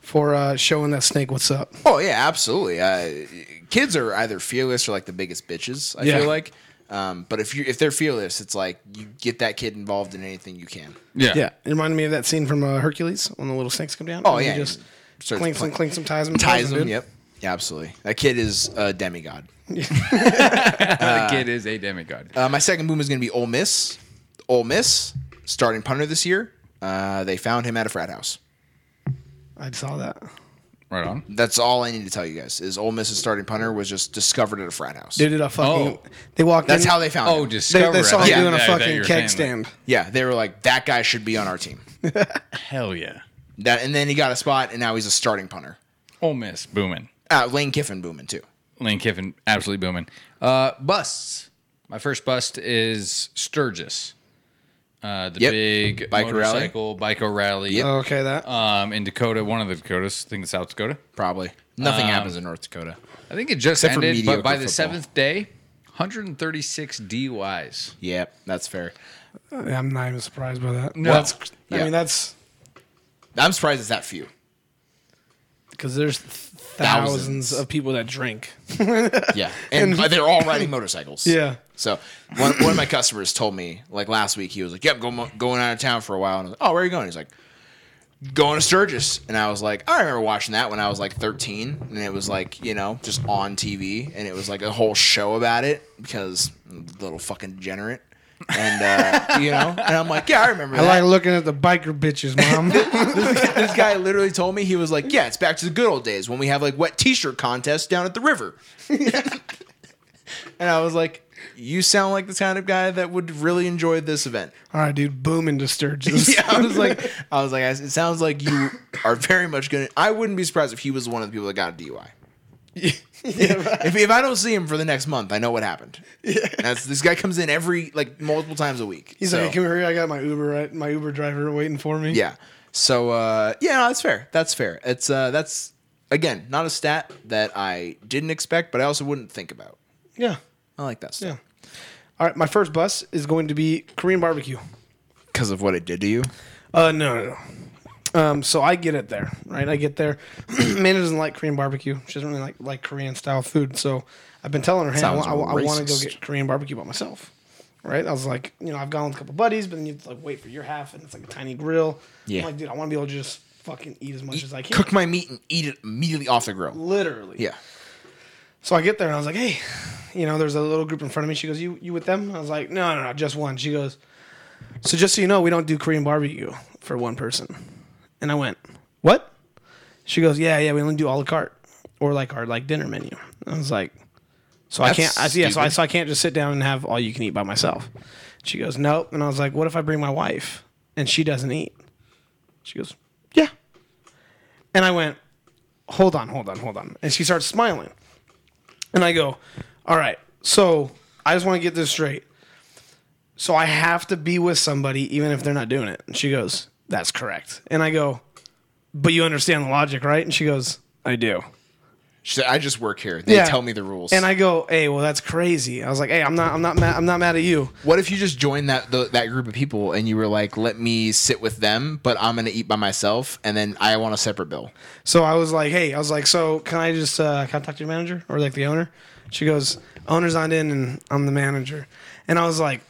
Speaker 1: for uh, showing that snake what's up.
Speaker 3: Oh yeah, absolutely. Uh, kids are either fearless or like the biggest bitches. I
Speaker 1: Yeah.
Speaker 3: feel like. Um, but if you if they're fearless, it's like you get that kid involved in anything you can.
Speaker 4: Yeah.
Speaker 1: Yeah, it reminded me of that scene from uh, Hercules when the little snakes come down.
Speaker 3: Oh,
Speaker 1: And
Speaker 3: yeah,
Speaker 1: he just
Speaker 3: starts
Speaker 1: clings
Speaker 3: playing-
Speaker 1: and clings and ties them.
Speaker 3: Ties them.
Speaker 1: dude.
Speaker 3: Yep. Yeah, absolutely. That kid is a demigod.
Speaker 4: That kid is a demigod.
Speaker 3: Uh, my second boom is going to be Ole Miss. Ole Miss starting punter this year. Uh, they found him at a frat house.
Speaker 1: I saw that.
Speaker 4: right on.
Speaker 3: That's all I need to tell you guys. Is Ole Miss's starting punter was just discovered at a frat house.
Speaker 1: They did a fucking.
Speaker 4: Oh.
Speaker 1: They walked.
Speaker 3: That's
Speaker 1: in,
Speaker 3: how they found.
Speaker 4: Oh,
Speaker 3: him.
Speaker 1: They,
Speaker 4: discover.
Speaker 1: they saw
Speaker 4: it.
Speaker 1: him
Speaker 4: Yeah,
Speaker 1: doing a
Speaker 4: that- that
Speaker 1: fucking
Speaker 4: you're
Speaker 1: keg
Speaker 4: saying,
Speaker 1: stand.
Speaker 3: yeah. They were like, that guy should be on our team.
Speaker 4: like, Hell yeah.
Speaker 3: That and then he got a spot, and now he's a starting punter.
Speaker 4: Ole Miss booming.
Speaker 3: Uh, Lane Kiffin booming too.
Speaker 4: Lane Kiffin absolutely booming. Uh, busts. My first bust is Sturgis. Uh, the
Speaker 3: Yep.
Speaker 4: big
Speaker 3: Biker rally.
Speaker 4: motorcycle biker rally
Speaker 3: Yep.
Speaker 1: Oh, okay, that.
Speaker 4: um, in Dakota, one of the Dakotas, I think it's South Dakota.
Speaker 3: Probably. Nothing happens in North Dakota.
Speaker 4: I think it just
Speaker 3: Except for
Speaker 4: ended, but
Speaker 3: mediocre
Speaker 4: by the
Speaker 3: football.
Speaker 4: seventh day, 136 DUIs.
Speaker 3: Yeah, that's fair.
Speaker 1: I'm not even surprised by that.
Speaker 4: No.
Speaker 1: that's, I
Speaker 3: Yeah.
Speaker 1: mean that's
Speaker 3: I'm surprised it's that few.
Speaker 1: because there's thousands, of people that drink.
Speaker 3: Yeah. And, uh, they're all riding motorcycles.
Speaker 1: Yeah.
Speaker 3: So one, one of my customers told me, like last week, he was like, Yep, go, mo- going out of town for a while. And I was like, Oh, where are you going? He's like, Going to Sturgis. And I was like, I remember watching that when I was like 13. And it was like, you know, just on TV. And it was like a whole show about it because I'm a little fucking degenerate. and uh, you know, and I'm like, yeah, I remember.
Speaker 1: I
Speaker 3: that.
Speaker 1: like looking at the biker bitches, mom.
Speaker 3: this, this guy literally told me he was like, "Yeah, it's back to the good old days when we have like wet t-shirt contests down at the river." and I was like, "You sound like the kind of guy that would really enjoy this event."
Speaker 1: All right, dude, boom into Sturgis.
Speaker 3: Yeah, I was like, I was like, "I- it sounds like you are very much gonna. I wouldn't be surprised if he was one of the people that got a DUI. If, if I don't see him for the next month, I know what happened. That's, this guy comes in every like multiple times a week.
Speaker 1: He's
Speaker 3: so-
Speaker 1: like, come here, I got my Uber, right? My Uber driver waiting for me.
Speaker 3: Yeah. So uh, yeah, no, that's fair. That's fair. It's uh, that's again not a stat that I didn't expect, but I also wouldn't think about.
Speaker 1: yeah,
Speaker 3: I like that
Speaker 1: yeah.
Speaker 3: stuff
Speaker 1: All right, my first bus is going to be Korean barbecue.
Speaker 3: because of what it did to you.
Speaker 1: Uh, no, no, no. Um, so I get it there, right? I get there. Amanda doesn't like Korean barbecue. She doesn't really like, like Korean style food. So I've been telling her, hey, I,
Speaker 3: Sounds
Speaker 1: want to go
Speaker 3: racist.
Speaker 1: get Korean barbecue by myself, right? I was like, you know, I've gone with a couple buddies, but then you have to like wait for your half, and it's like a tiny grill.
Speaker 3: Yeah.
Speaker 1: I'm like, dude, I want to be able to just fucking eat as much as I can.
Speaker 3: Cook my meat and eat it immediately off the grill.
Speaker 1: Literally.
Speaker 3: Yeah.
Speaker 1: So I get there and I was like, hey, you know, there's a little group in front of me. She goes, you you with them? I was like, no, no, no, just one. She goes, so just so you know, we don't do Korean barbecue for one person. And I went, what? She goes, yeah, yeah, we only do a la carte or like our like dinner menu. I was like, so I
Speaker 3: That's
Speaker 1: can't, I, yeah, so I,
Speaker 3: stupid.
Speaker 1: so I can't just sit down and have all you can eat by myself. She goes, nope. And I was like, what if I bring my wife and she doesn't eat? She goes, yeah. And I went, hold on, hold on, hold on. And she starts smiling. And I go, all right, so I just want to get this straight. So I have to be with somebody even if they're not doing it. And she goes, that's correct. And I go, but you understand the logic, right? And she goes, I do.
Speaker 3: She said, I just work here. They
Speaker 1: Yeah.
Speaker 3: tell me the rules.
Speaker 1: And I go, hey, well, that's crazy. I was like, hey, I'm not, I'm not mad, I'm not mad at you.
Speaker 3: what if you just joined that the, that group of people and you were like, "Let me sit with them, but I'm gonna eat by myself, and then I want a separate bill."
Speaker 1: So I was like, hey, I was like, so can I just uh, can I talk to your manager or like the owner? She goes, owner's not in, and I'm the manager. And I was like,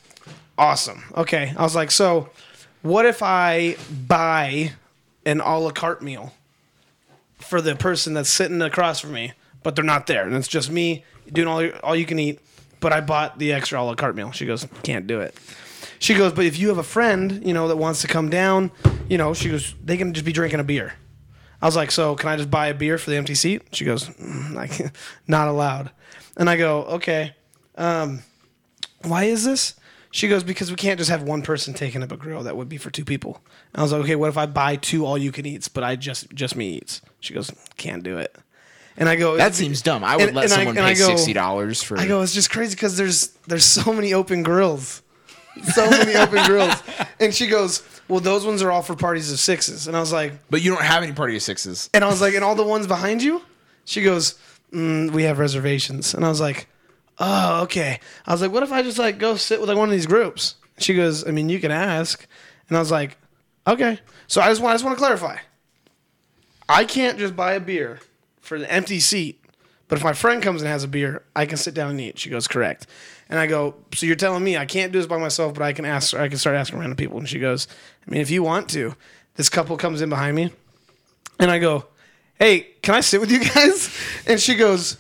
Speaker 1: awesome, okay. I was like, so what if I buy an a la carte meal for the person that's sitting across from me, but they're not there, and it's just me doing all your, all you can eat. But I bought the extra a la carte meal. She goes, can't do it. She goes, but if you have a friend, you know, that wants to come down, you know, she goes, they can just be drinking a beer. I was like, so can I just buy a beer for the empty seat? She goes, mm, I can't- not allowed. And I go, okay. Um, why is this? She goes, because we can't just have one person taking up a grill. That would be for two people. And I was like, okay, what if I buy two all you can eats, but I just just me eats? She goes, can't do it. And I go,
Speaker 3: That seems dumb. I would
Speaker 1: And-
Speaker 3: let
Speaker 1: and I-
Speaker 3: someone
Speaker 1: and I
Speaker 3: pay
Speaker 1: go-
Speaker 3: sixty dollars for.
Speaker 1: I go, it's just crazy because there's there's so many open grills. So many open grills. And she goes, Well, those ones are all for parties of sixes. And I was like,
Speaker 3: but you don't have any party of sixes.
Speaker 1: and I was like, and all the ones behind you? She goes, mm, we have reservations. And I was like, oh, okay. I was like, what if I just like go sit with like one of these groups? She goes, I mean, you can ask. And I was like, okay. So I just want, I just want to clarify. I can't just buy a beer for an empty seat, but if my friend comes and has a beer, I can sit down and eat. She goes, correct. And I go, so you're telling me I can't do this by myself, but I can ask, I can start asking random people. And she goes, I mean, if you want to. This couple comes in behind me, and I go, "Hey, can I sit with you guys?" And she goes,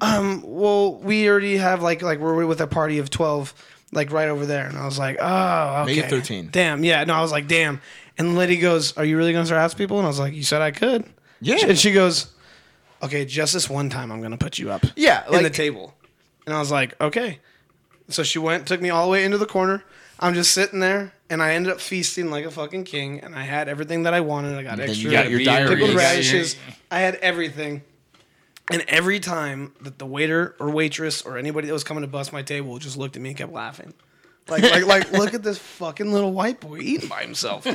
Speaker 1: "Um, well, we already have like like we're with a party of twelve, like right over there." And I was like, "Oh, okay,
Speaker 3: Make it 13.
Speaker 1: Damn, yeah. No, I was like, "Damn." And the lady goes, "Are you really gonna start asking people?" And I was like, "You said I could."
Speaker 3: Yeah.
Speaker 1: And she goes, "Okay, just this one time, I'm gonna put you up."
Speaker 3: Yeah,
Speaker 1: in the
Speaker 3: like-
Speaker 1: table. And I was like, "Okay." So she went, took me all the way into the corner. I'm just sitting there, and I ended up feasting like a fucking king. And I had everything that I wanted. I got
Speaker 3: Then
Speaker 1: extra
Speaker 3: you got your
Speaker 4: Beer,
Speaker 3: diarrhea.
Speaker 1: pickled
Speaker 4: you got your-
Speaker 1: radishes. I had everything. And every time that the waiter or waitress or anybody that was coming to bust my table just looked at me and kept laughing. Like, like, like, look at this fucking little white boy eating by himself.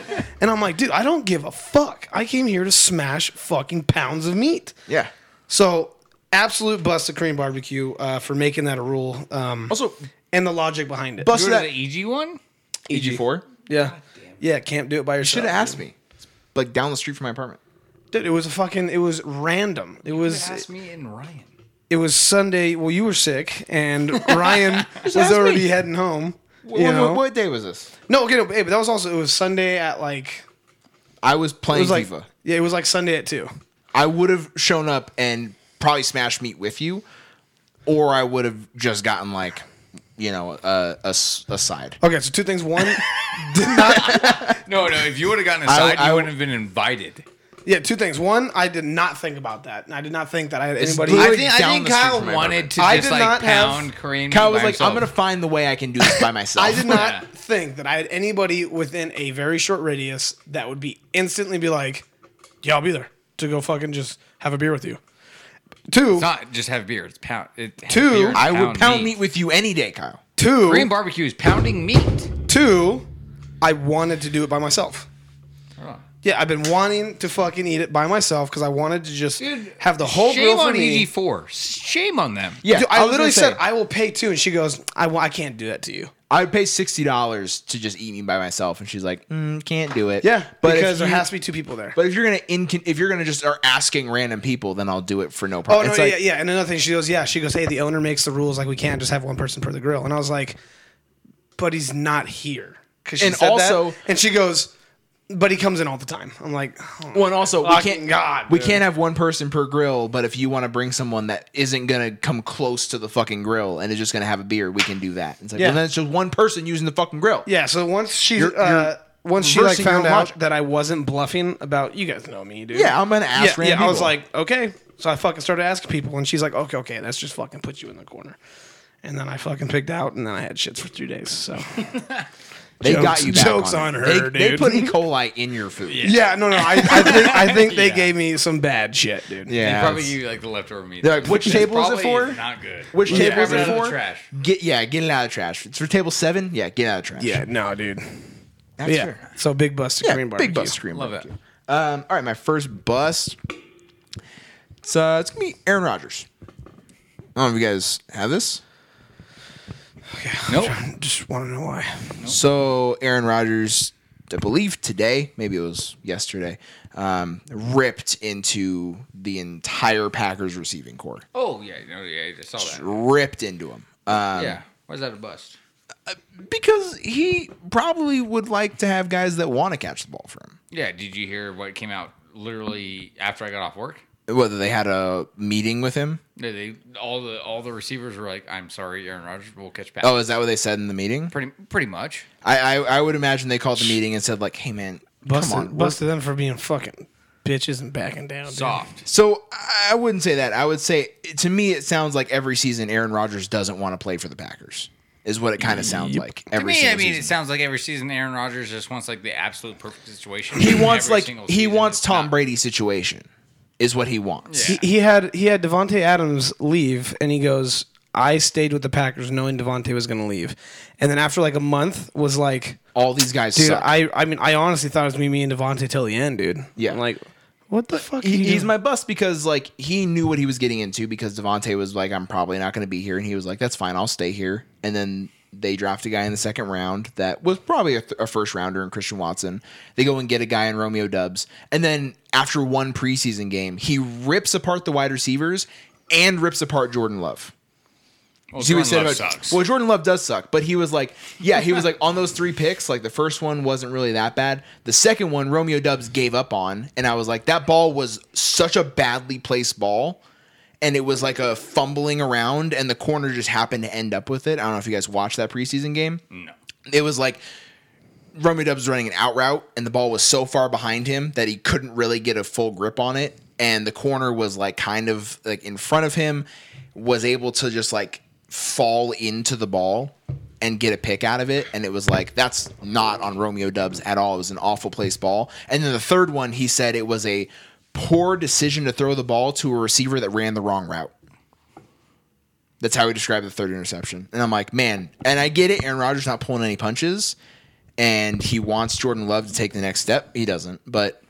Speaker 1: And I'm like, dude, I don't give a fuck. I came here to smash fucking pounds of meat.
Speaker 3: Yeah.
Speaker 1: So, absolute bust to Korean barbecue uh, for making that a rule um,
Speaker 3: Also,
Speaker 1: and the logic behind it.
Speaker 3: bust
Speaker 4: You
Speaker 3: that
Speaker 4: that the EG one?
Speaker 3: EG four.
Speaker 1: Yeah. Yeah, can't do it by yourself.
Speaker 3: Should have asked me. Like down the street from my apartment.
Speaker 1: Dude, it was a fucking, it was random. It was.
Speaker 4: Ask me and Ryan.
Speaker 1: it was Sunday. Well, you were sick, and Ryan was already heading home.
Speaker 3: What,
Speaker 1: you know?
Speaker 3: what, what day was this?
Speaker 1: No, okay, no, hey, but that was also it was Sunday at like
Speaker 3: I was
Speaker 1: it
Speaker 3: playing
Speaker 1: was like
Speaker 3: Viva.
Speaker 1: yeah, it was like Sunday at two.
Speaker 3: I would have shown up and probably smashed meat with you, or I would have just gotten like you know, uh, a, s- a side.
Speaker 1: Okay, so two things. One, did not.
Speaker 4: No, no. If you would have gotten
Speaker 3: I-
Speaker 4: aside,
Speaker 3: I-
Speaker 4: you wouldn't have been invited.
Speaker 1: Yeah, two things. One, I did not think about that. And I did not think that I had anybody.
Speaker 3: literally
Speaker 4: I
Speaker 3: Literally
Speaker 4: think, I
Speaker 3: down
Speaker 4: think
Speaker 3: the street
Speaker 4: Kyle
Speaker 3: from my
Speaker 4: wanted
Speaker 3: apartment.
Speaker 4: to
Speaker 1: I
Speaker 4: just
Speaker 1: did
Speaker 4: like
Speaker 1: not have-
Speaker 4: pound Kareem.
Speaker 3: Kyle
Speaker 4: by
Speaker 3: was like,
Speaker 4: himself.
Speaker 3: "I'm gonna find the way I can do this by myself."
Speaker 1: I did not
Speaker 4: Yeah.
Speaker 1: think that I had anybody within a very short radius that would be instantly be like, "Yeah, I'll be there to go fucking just have a beer with you." Two,
Speaker 4: not just have beer. It's pound. It, have
Speaker 1: Two,
Speaker 4: beer and
Speaker 3: I would pound meat with you any day, Kyle.
Speaker 1: two,
Speaker 4: Korean barbecue is pounding meat.
Speaker 1: two. I wanted to do it by myself.
Speaker 4: Oh.
Speaker 1: Yeah, I've been wanting to fucking eat it by myself because I wanted to just
Speaker 4: Dude,
Speaker 1: have the whole
Speaker 4: shame
Speaker 1: grill for
Speaker 4: on
Speaker 1: me.
Speaker 4: EG4. Shame on them.
Speaker 1: Dude, I,
Speaker 3: was
Speaker 1: literally
Speaker 3: gonna say,
Speaker 1: said I will pay two, and she goes, "I wa- I can't do that to you."
Speaker 3: I would pay sixty dollars to just eat me by myself, and she's like, mm, "Can't do it."
Speaker 1: Yeah,
Speaker 3: but
Speaker 1: because
Speaker 3: if
Speaker 1: there
Speaker 3: you-
Speaker 1: has to be two people there.
Speaker 3: But if you're gonna incon- if you're gonna just are asking random people, then I'll do it for no
Speaker 1: Oh
Speaker 3: problem.
Speaker 1: no,
Speaker 3: It's
Speaker 1: yeah,
Speaker 3: like-
Speaker 1: yeah. And another thing, she goes, yeah, she goes, hey, the owner makes the rules, like we can't just have one person per the grill. And I was like, but he's not here because she
Speaker 3: And
Speaker 1: said that.
Speaker 3: also-
Speaker 1: and she goes, but he comes in all the time. I'm like, oh,
Speaker 3: Well, and also we
Speaker 1: fucking
Speaker 3: can't
Speaker 1: God,
Speaker 3: we
Speaker 1: dude.
Speaker 3: can't have one person per grill. But if you want to bring someone that isn't gonna come close to the fucking grill and is just gonna have a beer, we can do that. It's like
Speaker 1: Yeah.
Speaker 3: well, then it's just one person using the fucking grill.
Speaker 1: yeah. So once she,
Speaker 3: You're-
Speaker 1: uh,
Speaker 3: you're
Speaker 1: once she like
Speaker 3: reversing your
Speaker 1: found
Speaker 3: own
Speaker 1: out
Speaker 3: logic.
Speaker 1: that I wasn't bluffing about, you guys know me, dude.
Speaker 3: Yeah, I'm gonna ask
Speaker 1: yeah,
Speaker 3: random
Speaker 1: yeah, I was
Speaker 3: people.
Speaker 1: like, okay. So I fucking started asking people, and she's like, okay, okay, let's just fucking put you in the corner. And then I fucking picked out, and then I had shits for two days. So
Speaker 3: they got
Speaker 1: jokes-
Speaker 3: you back
Speaker 1: jokes
Speaker 3: on, it.
Speaker 1: on her,
Speaker 3: They, they
Speaker 1: dude.
Speaker 3: put E. coli in your food.
Speaker 1: yeah, no, no, I, I think, I think they gave me some bad shit, dude.
Speaker 4: They
Speaker 3: Yeah,
Speaker 4: probably
Speaker 3: it's-
Speaker 4: give you like the leftover meat.
Speaker 3: They're like, "Which
Speaker 4: It's
Speaker 3: table is it
Speaker 4: probably
Speaker 3: for?"
Speaker 4: Not good.
Speaker 3: Which
Speaker 4: Grab
Speaker 3: table is
Speaker 4: out
Speaker 3: it
Speaker 4: of the
Speaker 3: for?
Speaker 4: Trash.
Speaker 3: Get yeah, get it out of the trash. It's for table seven. Yeah, get it out of the trash.
Speaker 1: Yeah, no, dude.
Speaker 3: that's
Speaker 1: yeah.
Speaker 3: fair.
Speaker 1: So big bust to
Speaker 3: Yeah,
Speaker 1: green barbecue.
Speaker 3: big bust scream.
Speaker 4: Love
Speaker 3: barbecue.
Speaker 4: it.
Speaker 3: Um, all right, my first bust. It's uh, it's gonna be Aaron Rodgers. I don't know if you guys have this.
Speaker 4: Nope.
Speaker 1: Just want to know why.
Speaker 3: So Aaron Rodgers, I believe today, maybe it was yesterday, um, ripped into the entire Packers receiving core.
Speaker 4: Oh yeah, no, yeah, I saw that.
Speaker 3: Ripped into him. Um,
Speaker 4: yeah. Why is that a bust?
Speaker 3: Because he probably would like to have guys that want to catch the ball for him.
Speaker 4: Yeah. Did you hear what came out literally after I got off work?
Speaker 3: Whether they had a meeting with him.
Speaker 4: They, they all the all the receivers were like, "I'm sorry, Aaron Rodgers, we'll catch back."
Speaker 3: Oh, is that what they said in the meeting?
Speaker 4: pretty pretty much.
Speaker 3: I, I, I would imagine they called the meeting and said like, "Hey man,
Speaker 1: Busted,
Speaker 3: come on." we're-
Speaker 1: busted them for being fucking bitches and backing down. dude.
Speaker 4: Soft.
Speaker 3: So I wouldn't say that. I would say to me it sounds like every season Aaron Rodgers doesn't want to play for the Packers. Is what it kind of sounds like.
Speaker 4: To
Speaker 3: Every
Speaker 4: me, I
Speaker 3: single
Speaker 4: mean, it
Speaker 3: season.
Speaker 4: sounds like every season Aaron Rodgers just wants like the absolute perfect situation.
Speaker 3: he wants
Speaker 4: Every
Speaker 3: like
Speaker 4: single
Speaker 3: he
Speaker 4: season,
Speaker 3: wants
Speaker 4: it's
Speaker 3: Tom
Speaker 4: not-
Speaker 3: Brady situation is what he wants.
Speaker 4: Yeah.
Speaker 1: He, he had he had Devonte Adams leave, and he goes, "I stayed with the Packers knowing Devonte was going to leave," and then after like a month, was like,
Speaker 3: All these guys
Speaker 1: "Dude,
Speaker 3: suck.
Speaker 1: I I mean, I honestly thought it was me, me and Devonte till the end, dude."
Speaker 3: Yeah.
Speaker 1: I'm like, what the fuck?
Speaker 3: He-
Speaker 1: are you
Speaker 3: he's
Speaker 1: doing?
Speaker 3: my bust because like he knew what he was getting into because Devontae was like, I'm probably not going to be here, and he was like, that's fine, I'll stay here. And then they draft a guy in the second round that was probably a, th- a first rounder in Christian Watson. They go and get a guy in Romeo Dubs, and then after one preseason game, he rips apart the wide receivers and rips apart Jordan Love.
Speaker 4: Well,
Speaker 3: See what he
Speaker 4: Jordan
Speaker 3: said
Speaker 4: Love
Speaker 3: about-
Speaker 4: sucks.
Speaker 3: Well, Jordan Love does suck, but he was like, yeah, he was like on those three picks. Like the first one wasn't really that bad. The second one, Romeo Dubs gave up on, and I was like, that ball was such a badly placed ball, and it was like a fumbling around, and the corner just happened to end up with it. I don't know if you guys watched that preseason game.
Speaker 4: no.
Speaker 3: It was like Romeo Dubs was running an out route, and the ball was so far behind him that he couldn't really get a full grip on it. And the corner was like kind of like in front of him, was able to just like fall into the ball and get a pick out of it. And it was like, that's not on Romeo Dubs at all. It was an awful place ball. And then the third one, he said it was a poor decision to throw the ball to a receiver that ran the wrong route. That's how he described the third interception. And I'm like, man, and I get it. Aaron Rodgers not pulling any punches, and he wants Jordan Love to take the next step. He doesn't, but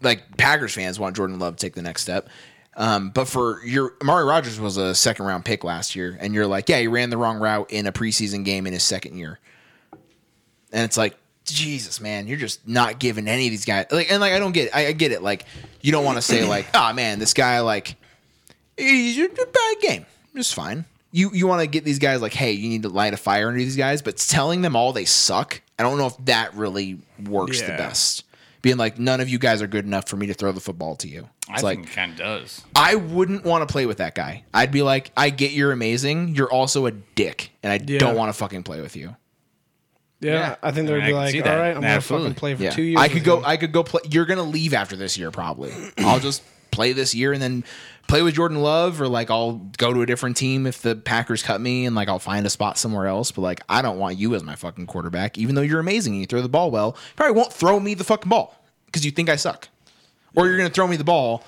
Speaker 3: like Packers fans want Jordan Love to take the next step. Um, but for your Amari Rodgers was a second round pick last year, and you're like, yeah, he ran the wrong route in a preseason game in his second year, and it's like, Jesus, man, you're just not giving any of these guys like, and like I don't get, it. I, I get it, like you don't want to say like, ah, man, this guy like he's a bad game. It's fine. You you want to get these guys like, hey, you need to light a fire under these guys, but telling them all they suck, I don't know if that really works the
Speaker 1: Yeah.
Speaker 3: best. Being like, none of you guys are good enough for me to throw the football to you.
Speaker 4: I
Speaker 3: like-
Speaker 4: think it kind of does.
Speaker 3: I wouldn't want to play with that guy. I'd be like, I get you're amazing. You're also a dick, and I
Speaker 1: Yeah.
Speaker 3: don't want to fucking play with you.
Speaker 1: Yeah,
Speaker 4: Yeah.
Speaker 1: I think they'd
Speaker 4: I
Speaker 1: be
Speaker 4: mean, I can
Speaker 1: like,
Speaker 4: see
Speaker 1: all
Speaker 4: that.
Speaker 1: right, I'm gonna
Speaker 4: Absolutely.
Speaker 1: fucking play for
Speaker 3: Yeah,
Speaker 1: two years.
Speaker 3: I could
Speaker 1: with
Speaker 3: go.
Speaker 1: him."
Speaker 3: I could go play. You're gonna leave after this year, probably. I'll just play this year and then play with Jordan Love, or like I'll go to a different team if the Packers cut me, and like I'll find a spot somewhere else. But like, I don't want you as my fucking quarterback, even though you're amazing and you throw the ball well. You probably won't throw me the fucking ball because you think I suck, or you're gonna throw me the ball.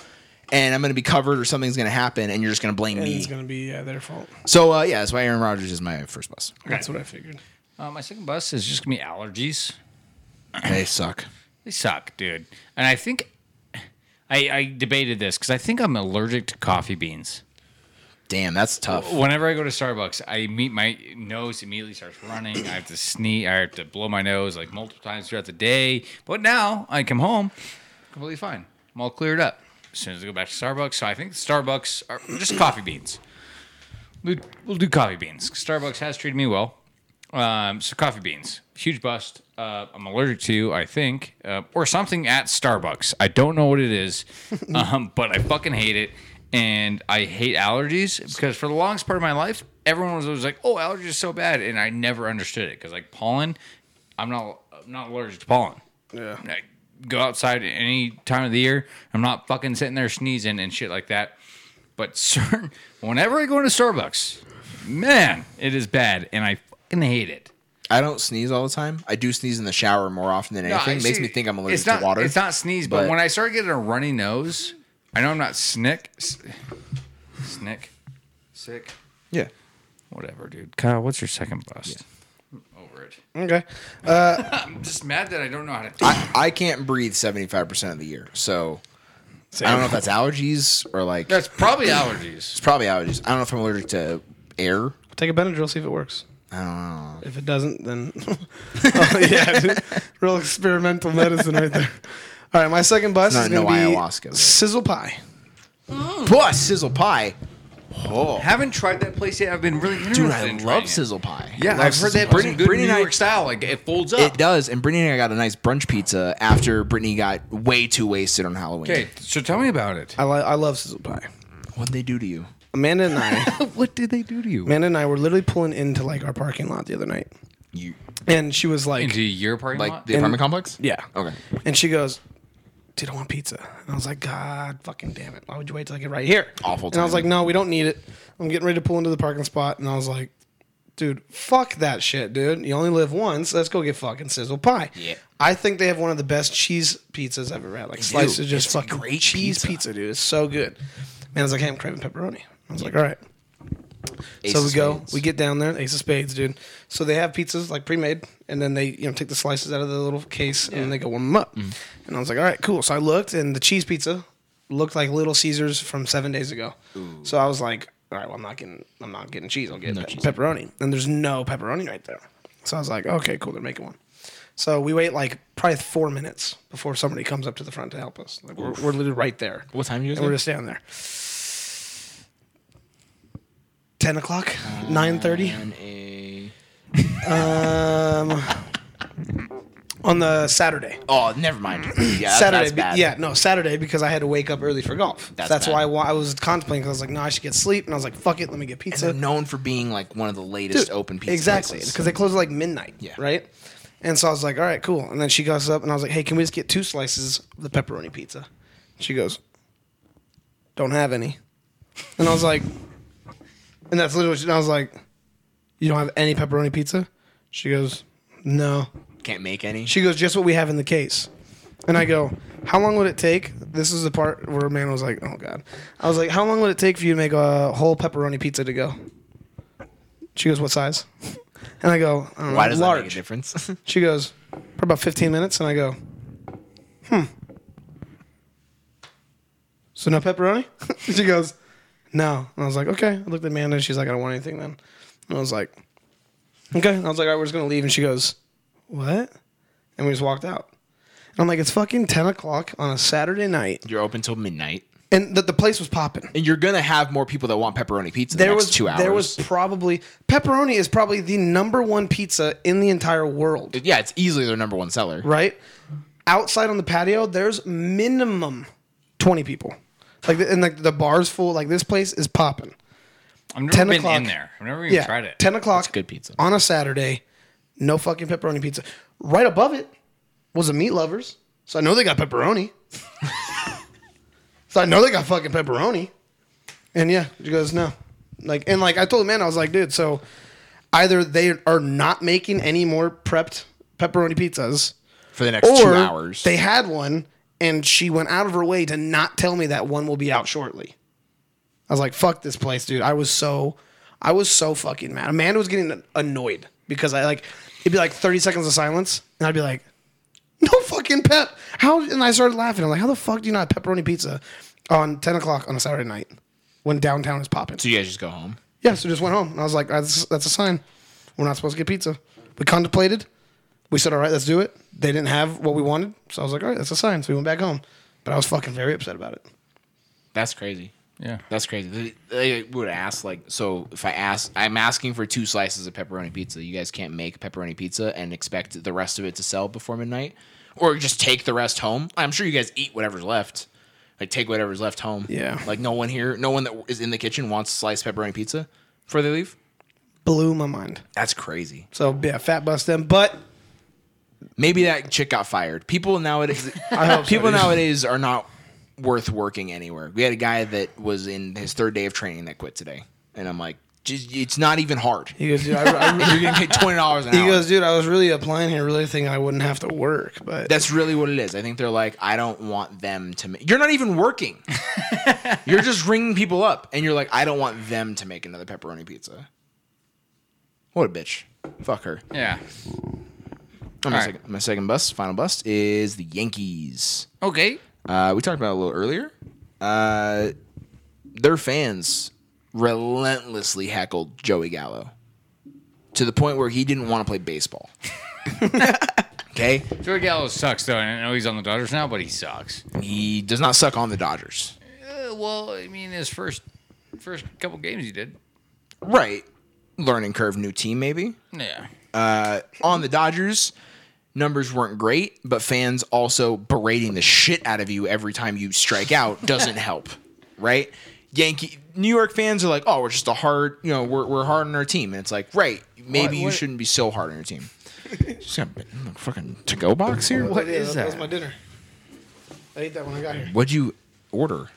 Speaker 3: And I'm going to be covered, or something's going to happen, and you're just going to blame
Speaker 1: And
Speaker 3: me.
Speaker 1: it's gonna be yeah, their fault.
Speaker 3: So uh, yeah, that's why Aaron Rodgers is my first bus.
Speaker 1: That's what I figured.
Speaker 4: Uh, my second bus is just gonna be allergies.
Speaker 3: They suck.
Speaker 4: They suck, dude. And I think I, I debated this because I think I'm allergic to coffee beans.
Speaker 3: Damn, that's tough.
Speaker 4: Whenever I go to Starbucks, I meet my nose immediately starts running. I have to sneeze. I have to blow my nose like multiple times throughout the day. But now I come home, completely fine. I'm all cleared up. As soon as I go back to Starbucks, so I think Starbucks are just coffee beans. We- We'll do coffee beans. Starbucks has treated me well. Um, so coffee beans, huge bust. Uh, I'm allergic to, I think, uh, or something at Starbucks. I don't know what it is, um, but I fucking hate it, and I hate allergies because for the longest part of my life, everyone was always like, "Oh, allergies are so bad," and I never understood it because like pollen, I'm not, I'm not allergic to pollen.
Speaker 1: Yeah.
Speaker 4: I go outside at any time of the year. I'm not fucking sitting there sneezing and shit like that. But certain, whenever I go into Starbucks, man, it is bad, and I fucking hate it.
Speaker 3: I don't sneeze all the time. I do sneeze in the shower more often than
Speaker 4: No,
Speaker 3: anything.
Speaker 4: I
Speaker 3: Makes
Speaker 4: see-
Speaker 3: me think I'm
Speaker 4: it's
Speaker 3: allergic
Speaker 4: not,
Speaker 3: to water.
Speaker 4: It's not sneeze, but,
Speaker 3: but-
Speaker 4: when I start getting a runny nose, I know I'm not snick, s- snick, sick,
Speaker 3: Yeah.
Speaker 4: whatever, dude. Kyle, what's your second bust? I'm Over it.
Speaker 1: Okay.
Speaker 4: I'm just mad that I don't know how to. do
Speaker 3: I, I can't breathe 75% of the year. So I don't know if that's allergies or like.
Speaker 4: That's probably allergies.
Speaker 3: it's probably allergies. I don't know if I'm allergic to air.
Speaker 1: Take a Benadryl, see if it works.
Speaker 3: I don't know.
Speaker 1: If it doesn't, then oh, yeah, dude. real experimental medicine right there. All right, my second bus
Speaker 3: Not
Speaker 1: is gonna
Speaker 3: no
Speaker 1: be
Speaker 3: ayahuasca, but-
Speaker 1: sizzle pie.
Speaker 3: Plus, sizzle pie. Oh.
Speaker 4: Haven't tried that place yet. I've been really interested.
Speaker 3: Dude, I
Speaker 4: in trying
Speaker 3: love
Speaker 4: it.
Speaker 3: sizzle pie. I
Speaker 4: Yeah,
Speaker 3: love
Speaker 4: I've heard
Speaker 3: sizzle
Speaker 4: that
Speaker 3: pie.
Speaker 4: Brittany,
Speaker 3: Brittany- Brittany
Speaker 4: New
Speaker 3: and I-
Speaker 4: York style. Like it folds up.
Speaker 3: It does. And Brittany and I got a nice brunch pizza after Brittany got way too wasted on Halloween.
Speaker 4: Okay, so tell me about it.
Speaker 1: I li- I love sizzle pie.
Speaker 3: What'd they do to you?
Speaker 1: Amanda and I,
Speaker 4: What did they do to you?
Speaker 1: Amanda and I were literally pulling into like our parking lot the other night,
Speaker 3: You
Speaker 1: and she was like,
Speaker 4: Into your parking
Speaker 3: like
Speaker 4: lot?
Speaker 3: the apartment complex?
Speaker 1: "Yeah,
Speaker 3: Okay.
Speaker 1: And she goes, Dude, I want pizza. And I was like, God fucking damn it. Why would you wait till I get right here?
Speaker 3: Awful
Speaker 1: And I was like,
Speaker 3: timing.
Speaker 1: No, we don't need it. I'm getting ready to pull into the parking spot. And I was like, Dude, fuck that shit, dude. You only live once. Let's go get fucking sizzle pie.
Speaker 3: Yeah.
Speaker 1: I think they have one of the best cheese pizzas I've ever had. Like slices of just
Speaker 3: it's
Speaker 1: fucking
Speaker 3: great
Speaker 1: great cheese
Speaker 3: pizza.
Speaker 1: pizza. dude. It's so good. Man, I was like, Hey, I'm craving pepperoni. I was like, All right.
Speaker 3: Ace
Speaker 1: So
Speaker 3: of
Speaker 1: we go,
Speaker 3: Spades.
Speaker 1: we get down there, Ace of Spades, dude. So they have pizzas like pre-made, and then they you know take the slices out of the little case and they go warm them up.
Speaker 3: Mm.
Speaker 1: And I was like, all right, cool. So I looked, and the cheese pizza looked like Little Caesars from seven days ago. So I was like, all right, well I'm not getting I'm not getting cheese. I'll get pe- pepperoni. And there's no pepperoni right there. So I was like, okay, cool. They're making one. So we wait like probably four minutes before somebody comes up to the front to help us. Like we're, we're literally right there.
Speaker 3: What time you guys
Speaker 1: And we're
Speaker 3: leave?
Speaker 1: just down there. Ten o'clock, nine thirty.
Speaker 3: And a-
Speaker 1: Um, on the Saturday.
Speaker 3: Oh, never mind. Yeah, that-
Speaker 1: Saturday,
Speaker 3: that's
Speaker 1: be-
Speaker 3: bad.
Speaker 1: yeah, no, Saturday because I had to wake up early for golf.
Speaker 3: That's
Speaker 1: That's, why I,
Speaker 3: bad.
Speaker 1: wa- I was contemplating because I was like, no, I should get sleep, and I was like, fuck it, let me get
Speaker 3: And
Speaker 1: pizza.
Speaker 3: they're known for being like one of the latest
Speaker 1: Dude,
Speaker 3: open pizza
Speaker 1: exactly because they close at like midnight
Speaker 3: Yeah.
Speaker 1: right and so i was like all right cool and then she goes up and i was like hey can we just get two slices of the pepperoni pizza she goes don't have any and i was like and that's literally and i was like you don't have any pepperoni pizza she goes no
Speaker 3: can't make any.
Speaker 1: she goes, just what we have in the case. And I go, how long would it take? This is the part where man was like, oh god. I was like, how long would it take for you to make a whole pepperoni pizza to go? She goes, what size? And I go, I don't know,
Speaker 3: Why does that make a
Speaker 1: large.
Speaker 3: difference?
Speaker 1: she goes, for about 15 minutes. And I go, hmm. So no pepperoni? she goes, no. And I was like, okay. I looked at Amanda and she's like, I don't want anything then. And I was like, okay. And I was like, all right, we're just going to leave. And she goes, what? And we just walked out. And I'm like, it's fucking 10 o'clock on a Saturday night.
Speaker 3: you're open till midnight,
Speaker 1: And the, the place was popping.
Speaker 3: and you're gonna have more people that want pepperoni pizza.
Speaker 1: There
Speaker 3: the next
Speaker 1: was
Speaker 3: two hours.
Speaker 1: There was probably pepperoni is probably the number one pizza in the entire world,
Speaker 3: yeah, it's easily their number one seller.
Speaker 1: right? Outside on the patio, there's minimum 20 people. Like and like the bar's full. Like this place is popping.
Speaker 4: I've never
Speaker 1: 10
Speaker 4: been
Speaker 1: o'clock.
Speaker 4: in there. I've never even
Speaker 1: Yeah,
Speaker 4: tried it.
Speaker 1: ten o'clock.
Speaker 3: It's good pizza.
Speaker 1: on a Saturday. No fucking pepperoni pizza. Right above it was a meat lovers, so I know they got pepperoni. so I know they got fucking pepperoni. And yeah, she goes no, like and like I told the man I was like, dude, so either they are not making any more prepped pepperoni pizzas,
Speaker 3: for the next
Speaker 1: or
Speaker 3: two hours.
Speaker 1: they had one and she went out of her way to not tell me that one will be out shortly. I was like, fuck this place, dude. I was so I was so fucking mad. Amanda was getting annoyed because I like it'd be like 30 seconds of silence and I'd be like, no fucking pep. How and I started laughing. I'm like, how the fuck do you not have pepperoni pizza on 10 o'clock on a Saturday night when downtown is popping?
Speaker 3: so you guys just go home.
Speaker 1: Yeah, so just went home. And I was like, that's, that's a sign. We're not supposed to get pizza. We contemplated. We said, all right, let's do it. They didn't have what we wanted. So I was like, all right, that's a sign. So we went back home. But I was fucking very upset about it.
Speaker 3: That's crazy.
Speaker 4: Yeah.
Speaker 3: That's crazy. They, they would ask like, so if I ask, I'm asking for two slices of pepperoni pizza. You guys can't make pepperoni pizza and expect the rest of it to sell before midnight, or just take the rest home. I'm sure you guys eat whatever's left. Like take whatever's left home.
Speaker 1: Yeah.
Speaker 3: Like no one here, no one that is in the kitchen wants sliced pepperoni pizza before they leave.
Speaker 1: Blew my mind.
Speaker 3: That's crazy.
Speaker 1: So yeah, fat bust them. But
Speaker 3: Maybe that chick got fired. People nowadays,
Speaker 1: hope so,
Speaker 3: people
Speaker 1: dude.
Speaker 3: nowadays are not worth working anywhere. We had a guy that was in his third day of training that quit today, and I'm like, just, it's not even hard.
Speaker 1: he goes, dude, I, I,
Speaker 3: You're gonna pay twenty dollars an
Speaker 1: he
Speaker 3: hour.
Speaker 1: goes, dude, I was really applying here, really thinking I wouldn't have to work. But
Speaker 3: That's really what it is. I think they're like, I don't want them to. make... You're not even working. you're just ringing people up, and you're like, I don't want them to make another pepperoni pizza. What a bitch. Fuck her.
Speaker 4: Yeah.
Speaker 3: Oh, my,
Speaker 4: All right.
Speaker 3: second, my second bust, final bust, is the Yankees.
Speaker 4: Okay.
Speaker 3: Uh, we talked about it a little earlier. Uh, their fans relentlessly heckled Joey Gallo to the point where he didn't want to play baseball. okay,
Speaker 4: Joey Gallo sucks though, and I know he's on the Dodgers now, but he sucks.
Speaker 3: he does not suck on the Dodgers,
Speaker 4: Uh, well, I mean, his first first couple games he did.
Speaker 3: right? Learning curve, new team, maybe.
Speaker 4: Yeah.
Speaker 3: Uh, on the Dodgers, numbers weren't great, but fans also berating the shit out of you every time you strike out doesn't help, right? Yankee New York fans are like, oh, we're just a hard, you know, we're, we're hard on our team, and it's like, right, maybe you
Speaker 4: what-
Speaker 3: shouldn't be so hard on your team. just got a fucking to go box here. What?
Speaker 4: What is
Speaker 1: that?
Speaker 4: that?
Speaker 1: was my dinner. I ate that when I got here.
Speaker 3: What'd you order?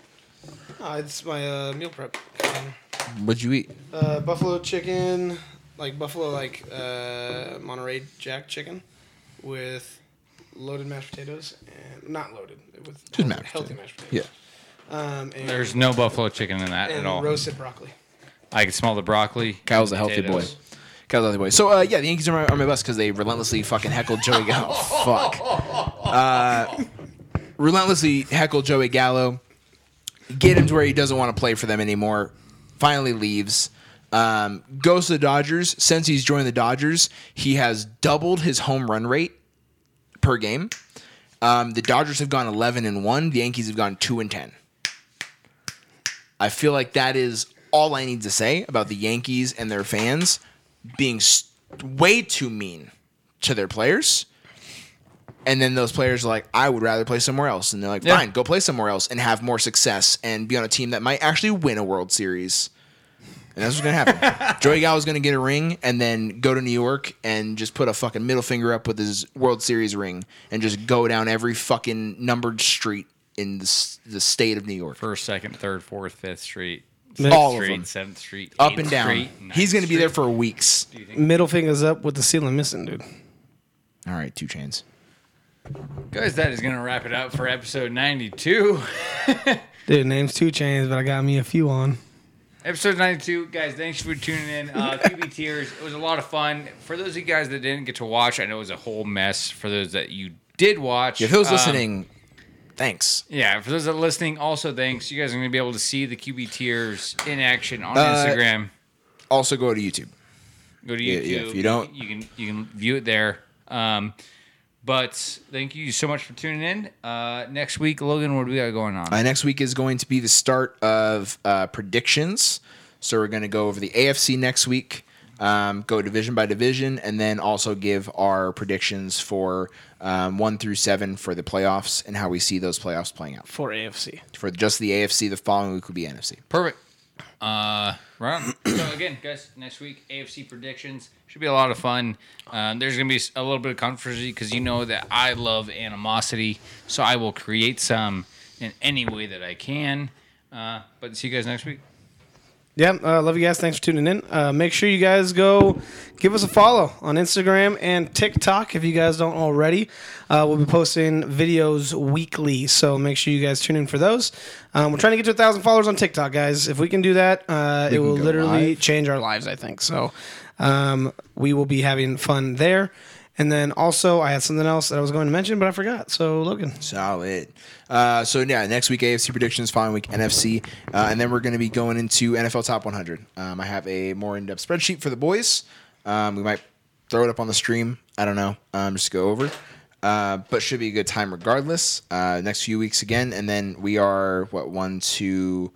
Speaker 1: Ah, it's my uh, meal prep.
Speaker 3: What'd you eat?
Speaker 1: Uh, buffalo chicken, like buffalo, like uh, Monterey Jack chicken, with loaded mashed potatoes and not loaded with
Speaker 3: Just mashed
Speaker 1: healthy
Speaker 3: potato.
Speaker 1: mashed
Speaker 3: Yeah,
Speaker 1: potatoes. Yeah. Um, and,
Speaker 4: There's no buffalo chicken in that
Speaker 1: and
Speaker 4: at all.
Speaker 1: roasted broccoli.
Speaker 4: I can smell the broccoli.
Speaker 3: Kyle's a healthy boy.
Speaker 4: potatoes.
Speaker 3: Kyle's a healthy boy. So uh, yeah, the Yankees are my, are my best because they relentlessly fucking heckled Joey Gallo. Fuck. Uh, relentlessly heckled Joey Gallo. Get him to where he doesn't want to play for them anymore. Finally leaves. Um, goes to the Dodgers. Since he's joined the Dodgers, he has doubled his home run rate per game. Um, the Dodgers have gone 11 and 1. The Yankees have gone 2 and 10. I feel like that is all I need to say about the Yankees and their fans being s way too mean to their players. And then those players are like, I would rather play somewhere else. And they're like,
Speaker 4: Yeah.
Speaker 3: fine, go play somewhere else and have more success and be on a team that might actually win a World Series. And that's what's going to happen. Joey Gallo's going to get a ring and then go to New York and just put a fucking middle finger up with his World Series ring and just go down every fucking numbered street in the, s- the state of New York.
Speaker 4: First, second, third, fourth, fifth street.
Speaker 3: All of
Speaker 4: Street,
Speaker 3: them.
Speaker 4: Seventh Street,
Speaker 3: up
Speaker 4: Eighth
Speaker 3: and down.
Speaker 4: Street, Ninth
Speaker 3: He's going to be
Speaker 4: Street.
Speaker 3: there for weeks.
Speaker 1: Middle fingers up with the ceiling missing, dude.
Speaker 3: All right, two chains.
Speaker 4: Guys, that is gonna wrap it up for episode ninety-two.
Speaker 1: Dude, name's two chains, but I got me a few on.
Speaker 4: Episode 92, guys, thanks for tuning in. Uh, QB Tears, it was a lot of fun. For those of you guys that didn't get to watch, I know it was a whole mess. For those that you did watch,
Speaker 3: If he was
Speaker 4: um,
Speaker 3: listening, thanks.
Speaker 4: yeah, for those that are listening, also thanks. You guys are going to be able to see the QB Tears in action on
Speaker 3: Uh,
Speaker 4: Instagram.
Speaker 3: Also, go to YouTube.
Speaker 4: Go to
Speaker 3: yeah,
Speaker 4: YouTube.
Speaker 3: yeah, if you don't-
Speaker 4: you can you can view it there. Um, but thank you so much for tuning in. Uh, next week, Logan, what do we got going on?
Speaker 3: Uh, next week is going to be the start of uh, predictions. So we're going to go over the AFC next week. um, go division by division, and then also give our predictions for um, one through seven for the playoffs and how we see those playoffs playing out.
Speaker 1: for AFC.
Speaker 3: For just the AFC, the following week would be NFC.
Speaker 4: Perfect. Uh, right on. so again, guys, next week AFC predictions should be a lot of fun. Um, there's gonna be a little bit of controversy because you know that I love animosity, so I will create some in any way that I can. Uh, but see you guys next week.
Speaker 1: Yeah, uh, love you guys. Thanks for tuning in. Uh, make sure you guys go give us a follow on Instagram and TikTok if you guys don't already. Uh, we'll be posting videos weekly, so make sure you guys tune in for those. Um, we're trying to get to a thousand followers on TikTok, guys. If we can do that, uh, it will
Speaker 3: go
Speaker 1: literally
Speaker 3: live.
Speaker 1: change our lives. I think so. Um, we will be having fun there. And then also, I had something else that I was going to mention, but I forgot. So Logan,
Speaker 3: Solid. Uh, so yeah, next week AFC predictions, following week NFC, uh, and then we're going to be going into NFL Top 100. Um, I have a more in-depth spreadsheet for the boys. Um, we might throw it up on the stream. I don't know. Um, just go over. Uh, but should be a good time regardless. Uh, next few weeks again, and then we are what one, two,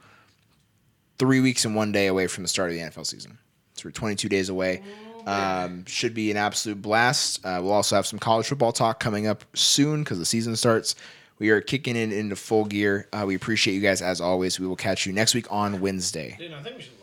Speaker 3: three weeks and one day away from the start of the NFL season. So we're 22 days away. Um, should be an absolute blast. Uh, we'll also have some college football talk coming up soon because the season starts. We are kicking it into full gear. Uh, we appreciate you guys as always. We will catch you next week on Wednesday.
Speaker 1: dude, I think we should